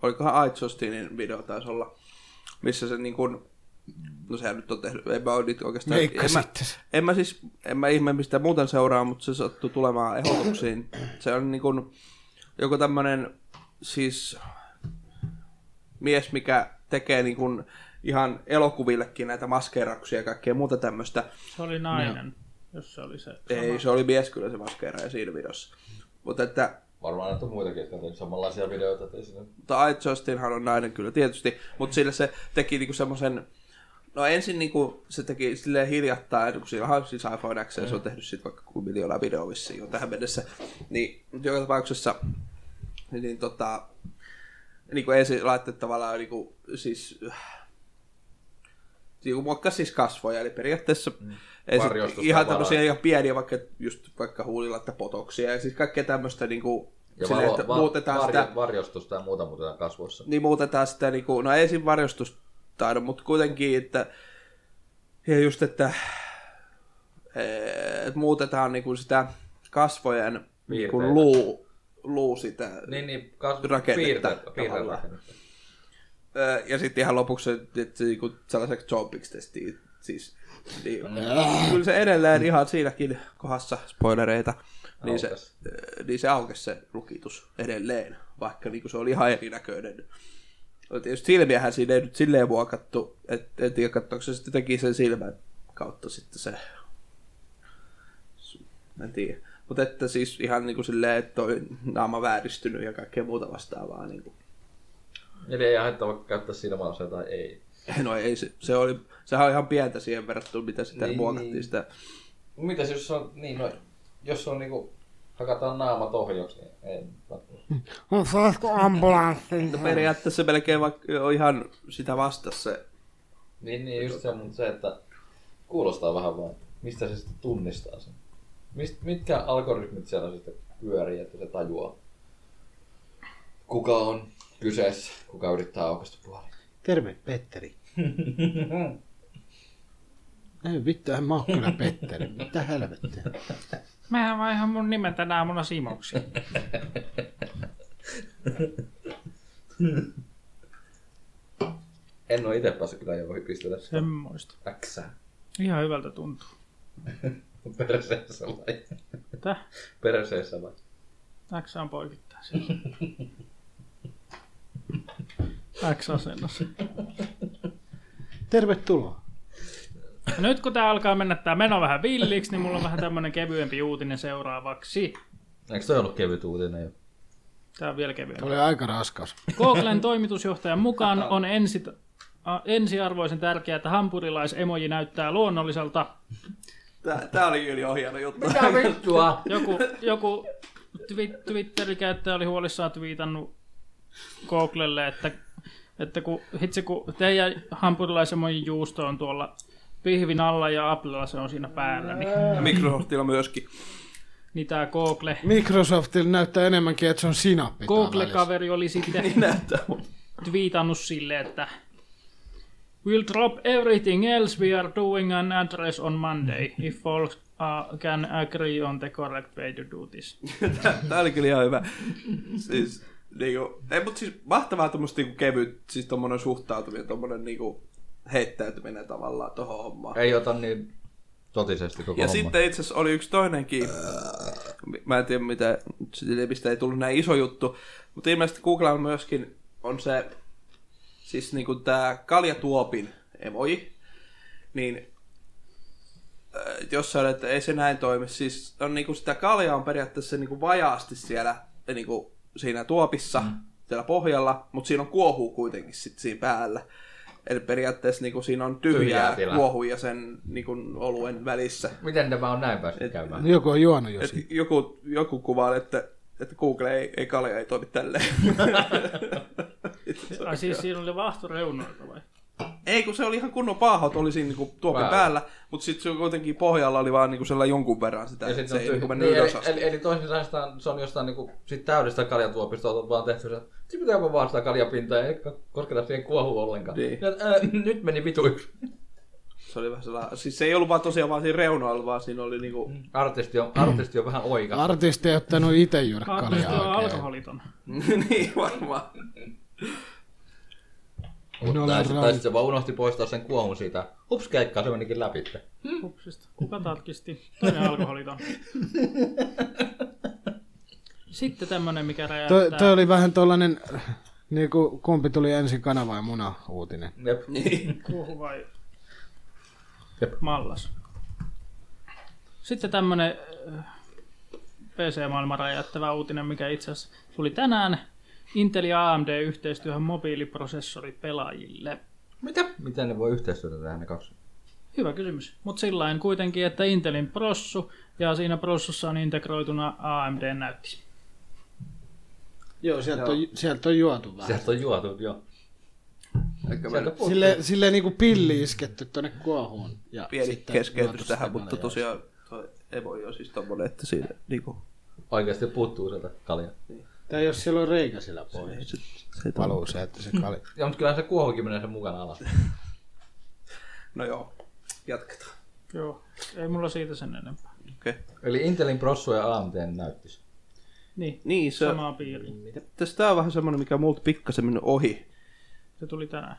[SPEAKER 2] olikohan Aidsostinin video taisi olla, missä se niinku, no sehän nyt on tehnyt, en mä ole nyt oikeastaan. en mä,
[SPEAKER 3] Veikkasitte sen.
[SPEAKER 2] en mä siis, en mä ihme mistä muuten seuraa, mutta se sattui tulemaan ehdotuksiin. Se on niin kuin joku tämmönen siis mies, mikä tekee niin kuin ihan elokuvillekin näitä maskeerauksia ja kaikkea muuta tämmöistä.
[SPEAKER 5] Se oli nainen, jos se oli se.
[SPEAKER 2] Ei, se oli mies kyllä se maskeeraaja siinä videossa. Mutta että
[SPEAKER 4] Varmaan että on muitakin, jotka on tehnyt samanlaisia videoita. Että ei siinä...
[SPEAKER 2] mutta I Justinhan on nainen kyllä tietysti, mutta sillä se teki niinku semmoisen, no ensin niinku se teki silleen hiljattain, kun sillä on siis iPhone X, ja
[SPEAKER 4] Mm.
[SPEAKER 2] se on tehnyt sitten vaikka kuin miljoonaa videoa vissiin jo tähän mennessä, niin mut joka tapauksessa, niin tota, niinku niin kuin ensin laittoi tavallaan niin kuin, siis niinku muokkasi siis kasvoja, eli periaatteessa ei se,
[SPEAKER 4] Mm. Varjostusta
[SPEAKER 2] ihan
[SPEAKER 4] varaa.
[SPEAKER 2] tämmöisiä ihan pieniä, vaikka just vaikka huulilatta potoksia, ja siis kaikkea tämmöistä niinku,
[SPEAKER 4] Ja
[SPEAKER 2] silleen,
[SPEAKER 4] valo,
[SPEAKER 2] että muutetaan sitä,
[SPEAKER 4] varjostusta ja muuta muutetaan kasvoissa.
[SPEAKER 2] niin muutetaan sitä, niin kuin, no ei siinä varjostustaidon, mutta kuitenkin, että ja just, että, eh, että muutetaan niin kuin sitä kasvojen niin kuin
[SPEAKER 4] Piirteitä.
[SPEAKER 2] luu, luu sitä.
[SPEAKER 4] Niin, niin kas...
[SPEAKER 2] Rakennetta
[SPEAKER 4] piirteet-
[SPEAKER 2] tavallaan.
[SPEAKER 4] piirterakennetta.
[SPEAKER 2] Eh, Ja sitten ihan lopuksi että se, niin kuin sellaiseksi zombiksi testiin. Siis, niin, kyllä se edelleen ihan siinäkin kohdassa, spoilereita, niin se,
[SPEAKER 4] Aukes.
[SPEAKER 2] eh, niin se aukesi se lukitus edelleen, vaikka niin kuin se oli ihan erinäköinen. No Tietysti silmiähän siinä ei nyt silleen muokattu, että en tiedä katsoiko se sitten teki sen silmän kautta sitten se, en tiedä. Mutta että siis ihan niin kuin silleen, että toi naama vääristynyt ja kaikkea muuta vastaavaa. Niin kuin.
[SPEAKER 4] Eli ei haittaa vaikka käyttää silmälaseja tai ei.
[SPEAKER 2] No ei, se, se oli, sehän on ihan pientä siihen verrattuna, mitä sitä niin,
[SPEAKER 4] Niin,
[SPEAKER 2] muokattiin
[SPEAKER 4] niin.
[SPEAKER 2] sitä.
[SPEAKER 4] Mitäs jos on, niin no, jos on niinku, hakataan naamat ohjoksi, niin ei.
[SPEAKER 3] No saisiko ambulanssi?
[SPEAKER 2] No periaatteessa melkein vaikka on ihan sitä vastassa.
[SPEAKER 4] Niin, niin just se, mutta se, että kuulostaa vähän vaan, että mistä se sitten tunnistaa sen. Mist, mitkä algoritmit siellä sitten pyörii, että se tajuaa, kuka on kyseessä, kuka yrittää aukasta puolin.
[SPEAKER 6] Terve, Petteri.
[SPEAKER 3] Ei vittu, en mä oo kyllä Petteri. Mitä helvettiä?
[SPEAKER 5] Mehän vaihan mun nimen tänä aamuna Simoksi.
[SPEAKER 4] En ole itse päässyt kyllä johonkin pistetä sitä
[SPEAKER 5] Semmoista.
[SPEAKER 4] Xää
[SPEAKER 5] Ihan hyvältä tuntuu.
[SPEAKER 4] perseessä vai?
[SPEAKER 5] Tää?
[SPEAKER 4] Perseessä vai?
[SPEAKER 5] X on poikittain siis. X-asennossa.
[SPEAKER 6] Tervetuloa.
[SPEAKER 5] Ja nyt kun tää alkaa mennä tää meno vähän villiksi, niin mulla on vähän tämmönen kevyempi uutinen seuraavaksi.
[SPEAKER 4] Eikö toi ollut kevyt uutinen jo?
[SPEAKER 5] Tää on vielä kevyempi.
[SPEAKER 3] Oli aika raskas.
[SPEAKER 5] Googlen toimitusjohtajan mukaan on ensi, a, ensiarvoisen tärkeää, että hampurilaisemoji näyttää luonnolliselta.
[SPEAKER 2] Tää, tää oli yli ohjaava juttu.
[SPEAKER 4] vittua?
[SPEAKER 5] Joku, joku twi- Twitter-käyttäjä oli huolissaan twiitannut Googlelle, että, että kun, hitsi, kun teidän hampurilaisemojin juusto on tuolla pihvin alla ja Applella se on siinä päällä, niin,
[SPEAKER 2] Microsoftilla myöskin.
[SPEAKER 5] niin tämä Google,
[SPEAKER 3] Microsoftilla näyttää enemmänkin, että se on sinappi. täällä välissä.
[SPEAKER 5] Google-kaveri oli sitten
[SPEAKER 2] Niin näyttää.
[SPEAKER 5] twiitannut sille, että We'll drop everything else we are doing an address on Monday, if all uh, can agree on the correct way to do this.
[SPEAKER 2] Tää, tää oli kyllä ihan hyvä. Siis, niinku, ei, mut siis mahtavaa tommoista niinku kevyt, siis tommonen suhtautuminen, tommonen niinku heittäytyminen tavallaan tohon hommaan.
[SPEAKER 4] Ei ota niin totisesti koko
[SPEAKER 2] Ja
[SPEAKER 4] homma.
[SPEAKER 2] sitten itse asiassa oli yksi toinenkin, mi- mä en tiedä mitä, sitä- mistä ei tullut näin iso juttu, mutta ilmeisesti Google on myöskin on se, siis niinku tämä kaljatuopin emoji, niin äh, jos sanoit, että ei se näin toimi, siis on niinku sitä kaljaa on periaatteessa niinku vajaasti siellä niinku siinä tuopissa, mm. siellä pohjalla, mutta siinä on kuohuu kuitenkin sit siinä päällä. Eli periaatteessa niinku siinä on tyhjää,
[SPEAKER 4] Tyhjää
[SPEAKER 2] tyhjää
[SPEAKER 4] tilaa.
[SPEAKER 2] kuohu ja sen niin oluen välissä.
[SPEAKER 4] Miten tämä on näin päässyt käymään?
[SPEAKER 3] Joku on juonut jo
[SPEAKER 2] Et
[SPEAKER 3] siitä.
[SPEAKER 2] joku, joku kuvaa, että, että Google ei, ei kalja ei toimi tälleen.
[SPEAKER 5] Ai siis siinä oli vahtoreunoita vai?
[SPEAKER 2] ei, kun se oli ihan kunnon paahot, oli siinä niinku tuopin
[SPEAKER 4] Päällä.
[SPEAKER 2] päällä, mutta sitten se kuitenkin pohjalla oli vaan niinku sellainen jonkun verran sitä,
[SPEAKER 4] Ja
[SPEAKER 2] että
[SPEAKER 4] sit
[SPEAKER 2] se
[SPEAKER 4] on
[SPEAKER 2] ei
[SPEAKER 4] tyhjä.
[SPEAKER 2] niinku
[SPEAKER 4] Niin,
[SPEAKER 2] mennyt niin,
[SPEAKER 4] eli,
[SPEAKER 2] ylös asti.
[SPEAKER 4] eli, eli toisin sanoen se on jostain niinku, sit täydestä kaljatuopista on vaan tehty se, se pitääpä vaan sitä kaljapintaa ja ei kosketa siihen kuohuun ollenkaan.
[SPEAKER 2] Niin.
[SPEAKER 4] Ja, ää, nyt meni vituiksi.
[SPEAKER 2] Se oli vähän sellainen, siis se ei ollut vaan tosiaan vaan siinä reunoilla, vaan siinä oli niinku,
[SPEAKER 4] Artisti on, artisti on vähän oika.
[SPEAKER 3] Artisti ei ottanut itse
[SPEAKER 5] Kaakkois
[SPEAKER 3] jyrkkalia
[SPEAKER 5] on
[SPEAKER 3] oikein.
[SPEAKER 5] alkoholiton.
[SPEAKER 4] Mm.
[SPEAKER 2] niin varmaan.
[SPEAKER 4] Mutta
[SPEAKER 3] olen
[SPEAKER 4] tai sit-
[SPEAKER 3] rauha.
[SPEAKER 4] tai sit se vaan unohti poistaa sen kuohun siitä. Ups, keikkaa se menikin läpi.
[SPEAKER 5] Hupsista. Kuka tarkisti? Toinen alkoholiton. Sitten tämmönen, mikä
[SPEAKER 3] Toi,
[SPEAKER 5] räjähtää.
[SPEAKER 3] toi oli vähän tollanen, niinku kumpi tuli ensin kana vai muna uutinen.
[SPEAKER 4] Jep.
[SPEAKER 2] Niin.
[SPEAKER 5] Kuohu vai
[SPEAKER 4] Jep.
[SPEAKER 5] mallas. Sitten tämmönen äh, PC-maailman räjäyttävä uutinen, mikä itse asiassa tuli tänään. Intel ja AMD yhteistyöhön mobiiliprosessori pelaajille.
[SPEAKER 4] Mitä? Miten ne voi yhteistyötä tehdä ne kaksi?
[SPEAKER 5] Hyvä kysymys. Mutta sillä kuitenkin, että Intelin prossu ja siinä prossussa on integroituna AMD-näytti.
[SPEAKER 3] Joo, sieltä on, sieltä on juotu vähän.
[SPEAKER 4] Sieltä on juotu, joo.
[SPEAKER 2] Ehkä
[SPEAKER 4] Sieltä
[SPEAKER 2] meillä
[SPEAKER 4] puuttuu.
[SPEAKER 3] Sille, silleen niinku pilli isketty tonne kuohuun. Ja
[SPEAKER 2] pieni
[SPEAKER 3] sitten
[SPEAKER 2] keskeytys
[SPEAKER 3] juotu
[SPEAKER 2] tähän,
[SPEAKER 3] sitä
[SPEAKER 2] mutta
[SPEAKER 3] kaljaa.
[SPEAKER 2] tosiaan tuo Evo on siis tommonen, että siinä niinku,
[SPEAKER 4] Oikeasti puuttuu sieltä kalja.
[SPEAKER 3] Tai jos siellä on reikä sillä pohjalla.
[SPEAKER 2] se, se
[SPEAKER 3] Paluu se, että se kalja.
[SPEAKER 4] Ja mutta kyllähän se kuohukin menee sen mukana alas.
[SPEAKER 2] No joo, jatketaan.
[SPEAKER 5] Joo, ei mulla siitä sen enempää.
[SPEAKER 2] Okei. Okay.
[SPEAKER 4] Eli Intelin prossu ja AMT näyttis.
[SPEAKER 5] Niin,
[SPEAKER 2] Niin, se,
[SPEAKER 5] samaa piiriin.
[SPEAKER 2] Tästä on vähän semmoinen, mikä on multa pikkasen mennyt ohi.
[SPEAKER 5] Se tuli tänään.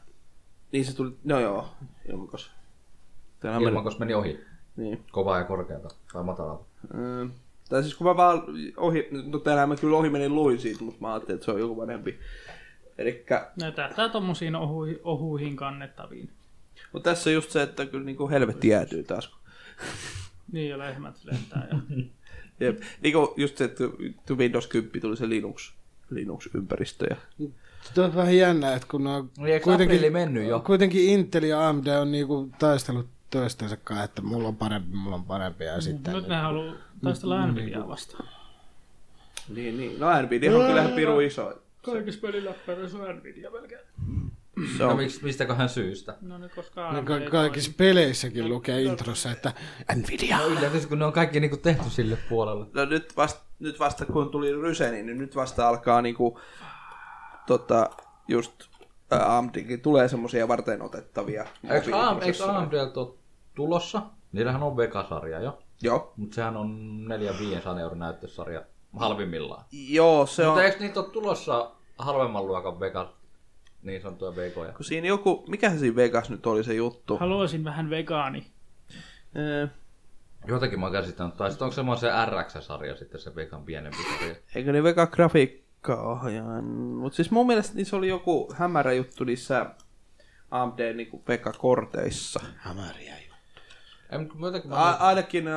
[SPEAKER 2] Niin se tuli, no joo, ilmakos. Tänään
[SPEAKER 4] Ilman, koska meni ohi.
[SPEAKER 2] Niin.
[SPEAKER 4] Kovaa ja korkealta. Tai matalalta.
[SPEAKER 2] Öö, tai siis kun mä vaan ohi, no tänään mä kyllä ohi menin luin siitä, mutta mä ajattelin, että se on joku vanhempi. Elikkä,
[SPEAKER 5] Ne tähtää tommosiin ohu, ohuihin kannettaviin.
[SPEAKER 2] mutta tässä on just se, että kyllä niinku helvetti jäätyy taas.
[SPEAKER 5] Niin ja lehmät lentää. Ja...
[SPEAKER 2] Jep. Niinku just se, että tu- Windows 10 tuli se Linux, Linux-ympäristö ja
[SPEAKER 3] Tämä on vähän jännä, että kun ne on
[SPEAKER 4] No, eikö aprilli mennyt jo?
[SPEAKER 3] kuitenkin Intel ja AMD on niinku taistellut toistensa kanssa, että mulla on parempi, mulla on parempi ja sitten...
[SPEAKER 5] Nyt ne haluaa taistella Nvidiaa vastaan.
[SPEAKER 2] Niin, niin. No Nvidia on kyllähän piru iso.
[SPEAKER 5] Kaikissa peliläppäreissä on Nvidia melkein.
[SPEAKER 2] Se
[SPEAKER 4] No
[SPEAKER 2] on,
[SPEAKER 4] miksi, mistäköhän syystä?
[SPEAKER 5] No niin, koska
[SPEAKER 3] No,
[SPEAKER 5] AMD
[SPEAKER 3] ka- kaikissa peleissäkin lukee introssa, että Nvidia.
[SPEAKER 4] No yllätys, kun ne on kaikki niinku tehty sille puolelle.
[SPEAKER 2] no nyt vasta, nyt vasta kun tuli Ryseni, niin nyt vasta alkaa niinku, tota, just ää, AMDkin tulee semmoisia varten otettavia.
[SPEAKER 4] Eikö, AM, eikö AMD ole tulossa? Niillähän on Vega-sarja jo.
[SPEAKER 2] Joo.
[SPEAKER 4] Mutta sehän on 4-500 euron näyttösarja halvimmillaan.
[SPEAKER 2] Joo, se on.
[SPEAKER 4] Mutta eikö niitä ole tulossa halvemman luokan Vega, niin sanottuja Vegoja?
[SPEAKER 2] Kun siinä joku, mikähän siinä Vegas nyt oli se juttu?
[SPEAKER 5] Haluaisin vähän vegaani.
[SPEAKER 2] Ee,
[SPEAKER 4] Jotakin mä oon käsittänyt. Tai sitten onko semmoinen se RX-sarja sitten se Vegan pienempi sarja?
[SPEAKER 2] Eikö ne Vega grafiikkaa ohjaan? Mutta siis mun mielestä niissä oli joku hämärä juttu niissä AMD niinku Vega-korteissa.
[SPEAKER 3] Hämäriä.
[SPEAKER 4] Ei, mutta jotakin mä...
[SPEAKER 2] A- ainakin ne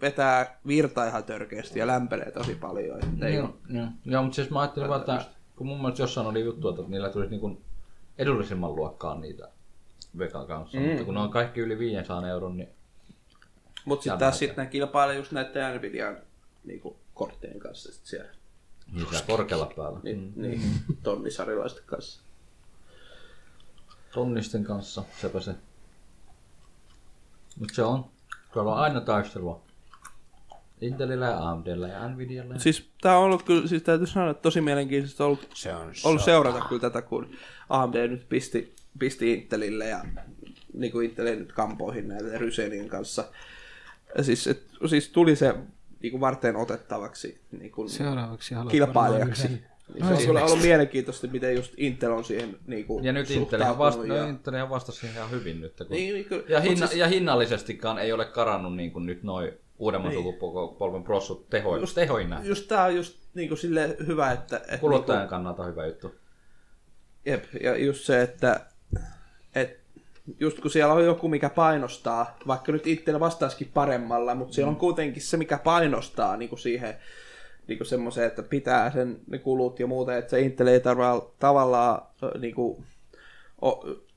[SPEAKER 2] vetää virtaa ihan törkeästi ja lämpenee tosi paljon. et ei-
[SPEAKER 4] Joo, joo. joo, mutta siis mä ajattelin vaan, että kun mun mielestä jossain oli juttu, että niillä tulisi niin edullisimman luokkaan niitä Vegan kanssa. Mm. Mutta kun ne on kaikki yli 500 euron, niin
[SPEAKER 2] Mut sitten
[SPEAKER 4] Tämä
[SPEAKER 2] taas sitten ne kilpailee just näiden Nvidian niinku, korttien kanssa sit siellä.
[SPEAKER 4] niitä korkealla päällä.
[SPEAKER 2] Ni- Niin, tonnisarilaisten kanssa.
[SPEAKER 4] Tonnisten kanssa, sepä se. Mutta se on. Tuolla on aina taistelua. Intelillä ja AMDllä ja Nvidialla. Ja...
[SPEAKER 2] Siis tää on ollut kyllä, siis täytyy sanoa, että tosi mielenkiintoista on ollut
[SPEAKER 3] Se on
[SPEAKER 2] ollut seurata kyllä tätä, kun AMD nyt pisti, pisti Intelille ja niin kuin Intelle nyt kampoihin näiden Rysenin kanssa. Ja siis, et, siis tuli se niin kuin varten otettavaksi niin kuin
[SPEAKER 3] Seuraavaksi haluan
[SPEAKER 2] kilpailijaksi.
[SPEAKER 3] varmaan
[SPEAKER 2] Niin se on kyllä ollut mielenkiintoista, miten just Intel on siihen niin kuin
[SPEAKER 4] No, Ja nyt Intel
[SPEAKER 2] suhtautunut
[SPEAKER 4] vasta,
[SPEAKER 2] ja-
[SPEAKER 4] ja... Intel vastasi siihen ihan hyvin nyt. Kun...
[SPEAKER 2] Niin, niin kyllä.
[SPEAKER 4] Ja,
[SPEAKER 2] Mut
[SPEAKER 4] hinna,
[SPEAKER 2] siis-
[SPEAKER 4] ja hinnallisestikaan ei ole karannut niin kuin nyt noin uudemman niin. sukupolven prossut tehoin, just, tehoin näin.
[SPEAKER 2] Just tää on just niin kuin sille hyvä, että... että niinku,
[SPEAKER 4] Kuluttajan
[SPEAKER 3] Niin
[SPEAKER 4] kannalta hyvä juttu.
[SPEAKER 2] Jep, ja just se, että et, just kun siellä on joku, mikä painostaa, vaikka nyt itsellä vastaisikin paremmalla, mutta siellä on
[SPEAKER 4] Mm.
[SPEAKER 2] kuitenkin se, mikä painostaa niin kuin siihen niin kuin semmoiseen, että pitää sen ne kulut ja muuta, että se Intel ei tarva, tavallaan ö, niin kuin, o,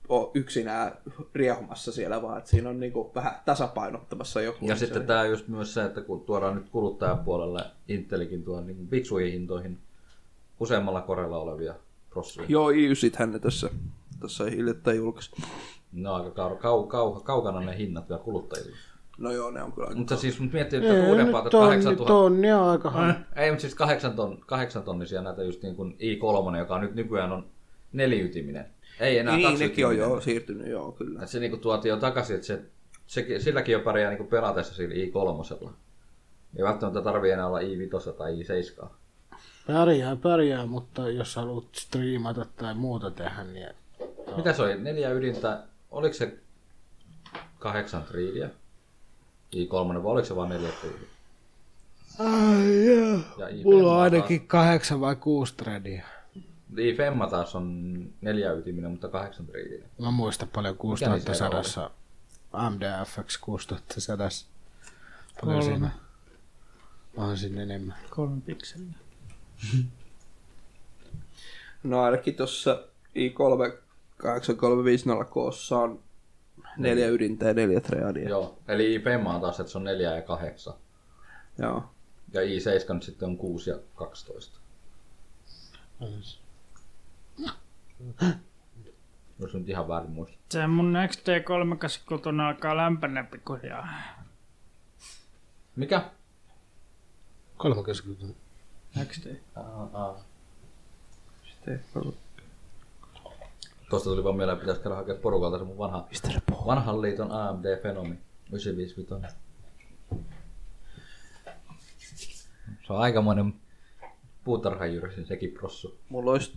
[SPEAKER 2] o, yksinään riehumassa siellä, vaan että siinä on niin kuin, vähän tasapainottamassa joku.
[SPEAKER 4] Ja sitten tämä just myös se, että kun tuodaan nyt kuluttajapuolelle Intelikin tuon niin fiksuihin hintoihin useammalla korella olevia prossuja.
[SPEAKER 2] Joo, i9 hän ne tässä, tässä hiljattain julkaisi.
[SPEAKER 4] niin Ne on aika kau- kau- kau- kaukana ne hinnat vielä kuluttajille.
[SPEAKER 2] No joo, ne on kyllä.
[SPEAKER 4] Mutta siis mut miettii,
[SPEAKER 3] Ei,
[SPEAKER 4] että uudempaa
[SPEAKER 3] nyt
[SPEAKER 4] että
[SPEAKER 3] tonni,
[SPEAKER 4] 8000...
[SPEAKER 3] tonni on aika halpa.
[SPEAKER 4] Ei, mutta siis kahdeksan, ton, kahdeksan tonnisia näitä just niin kuin i3, joka nyt nykyään on neliytyminen. Ei enää
[SPEAKER 2] Niin, nekin on
[SPEAKER 4] kaksiytyminen.
[SPEAKER 2] jo siirtynyt, joo, kyllä.
[SPEAKER 4] Et se niinku tuotiin jo takaisin, että se, se, silläkin jo pärjää niinku pelatessa sillä i3. Ei välttämättä tarvii enää olla i5 tai i7.
[SPEAKER 3] Pärjää, pärjää, mutta jos haluat striimata tai muuta tehdä, niin
[SPEAKER 4] Mitä se oli? Neljä ydintä, oliko se kahdeksan triiliä? i3 vai oliko se vain neljä triiliä?
[SPEAKER 3] Ai jaa.
[SPEAKER 4] Ja i
[SPEAKER 3] Mulla on ainakin kahdeksan vai kuusi tradia.
[SPEAKER 4] i femma taas on neljä ytiminen, mutta kahdeksan triiliä.
[SPEAKER 3] Mä muistan paljon
[SPEAKER 4] Mikä niissä
[SPEAKER 3] 6100. MDFX 6100. Paljon
[SPEAKER 5] Kolme.
[SPEAKER 3] siinä? Onhan siinä enemmän.
[SPEAKER 5] Kolme pikseliä.
[SPEAKER 2] No ainakin tuossa i3-83500Kssa on neljä ydintä ja neljä treadia. Joo.
[SPEAKER 4] Joo, eli i femma on taas, että se on neljä ja kahdeksan.
[SPEAKER 2] Joo.
[SPEAKER 4] Ja i7 nyt sitten on 6 ja 12. jos No nyt ihan väärin muista.
[SPEAKER 5] Se mun XT3 kotona alkaa lämpenä pikkuhiljaa.
[SPEAKER 4] Mikä?
[SPEAKER 3] 30.
[SPEAKER 5] XT.
[SPEAKER 4] Tuosta tuli vaan mieleen, pitäisi käydä hakea porukalta se mun vanha, vanhan liiton AMD Fenomi 955. Se on aikamoinen puutarhajyräsin sekin prossu.
[SPEAKER 2] Mulla olisi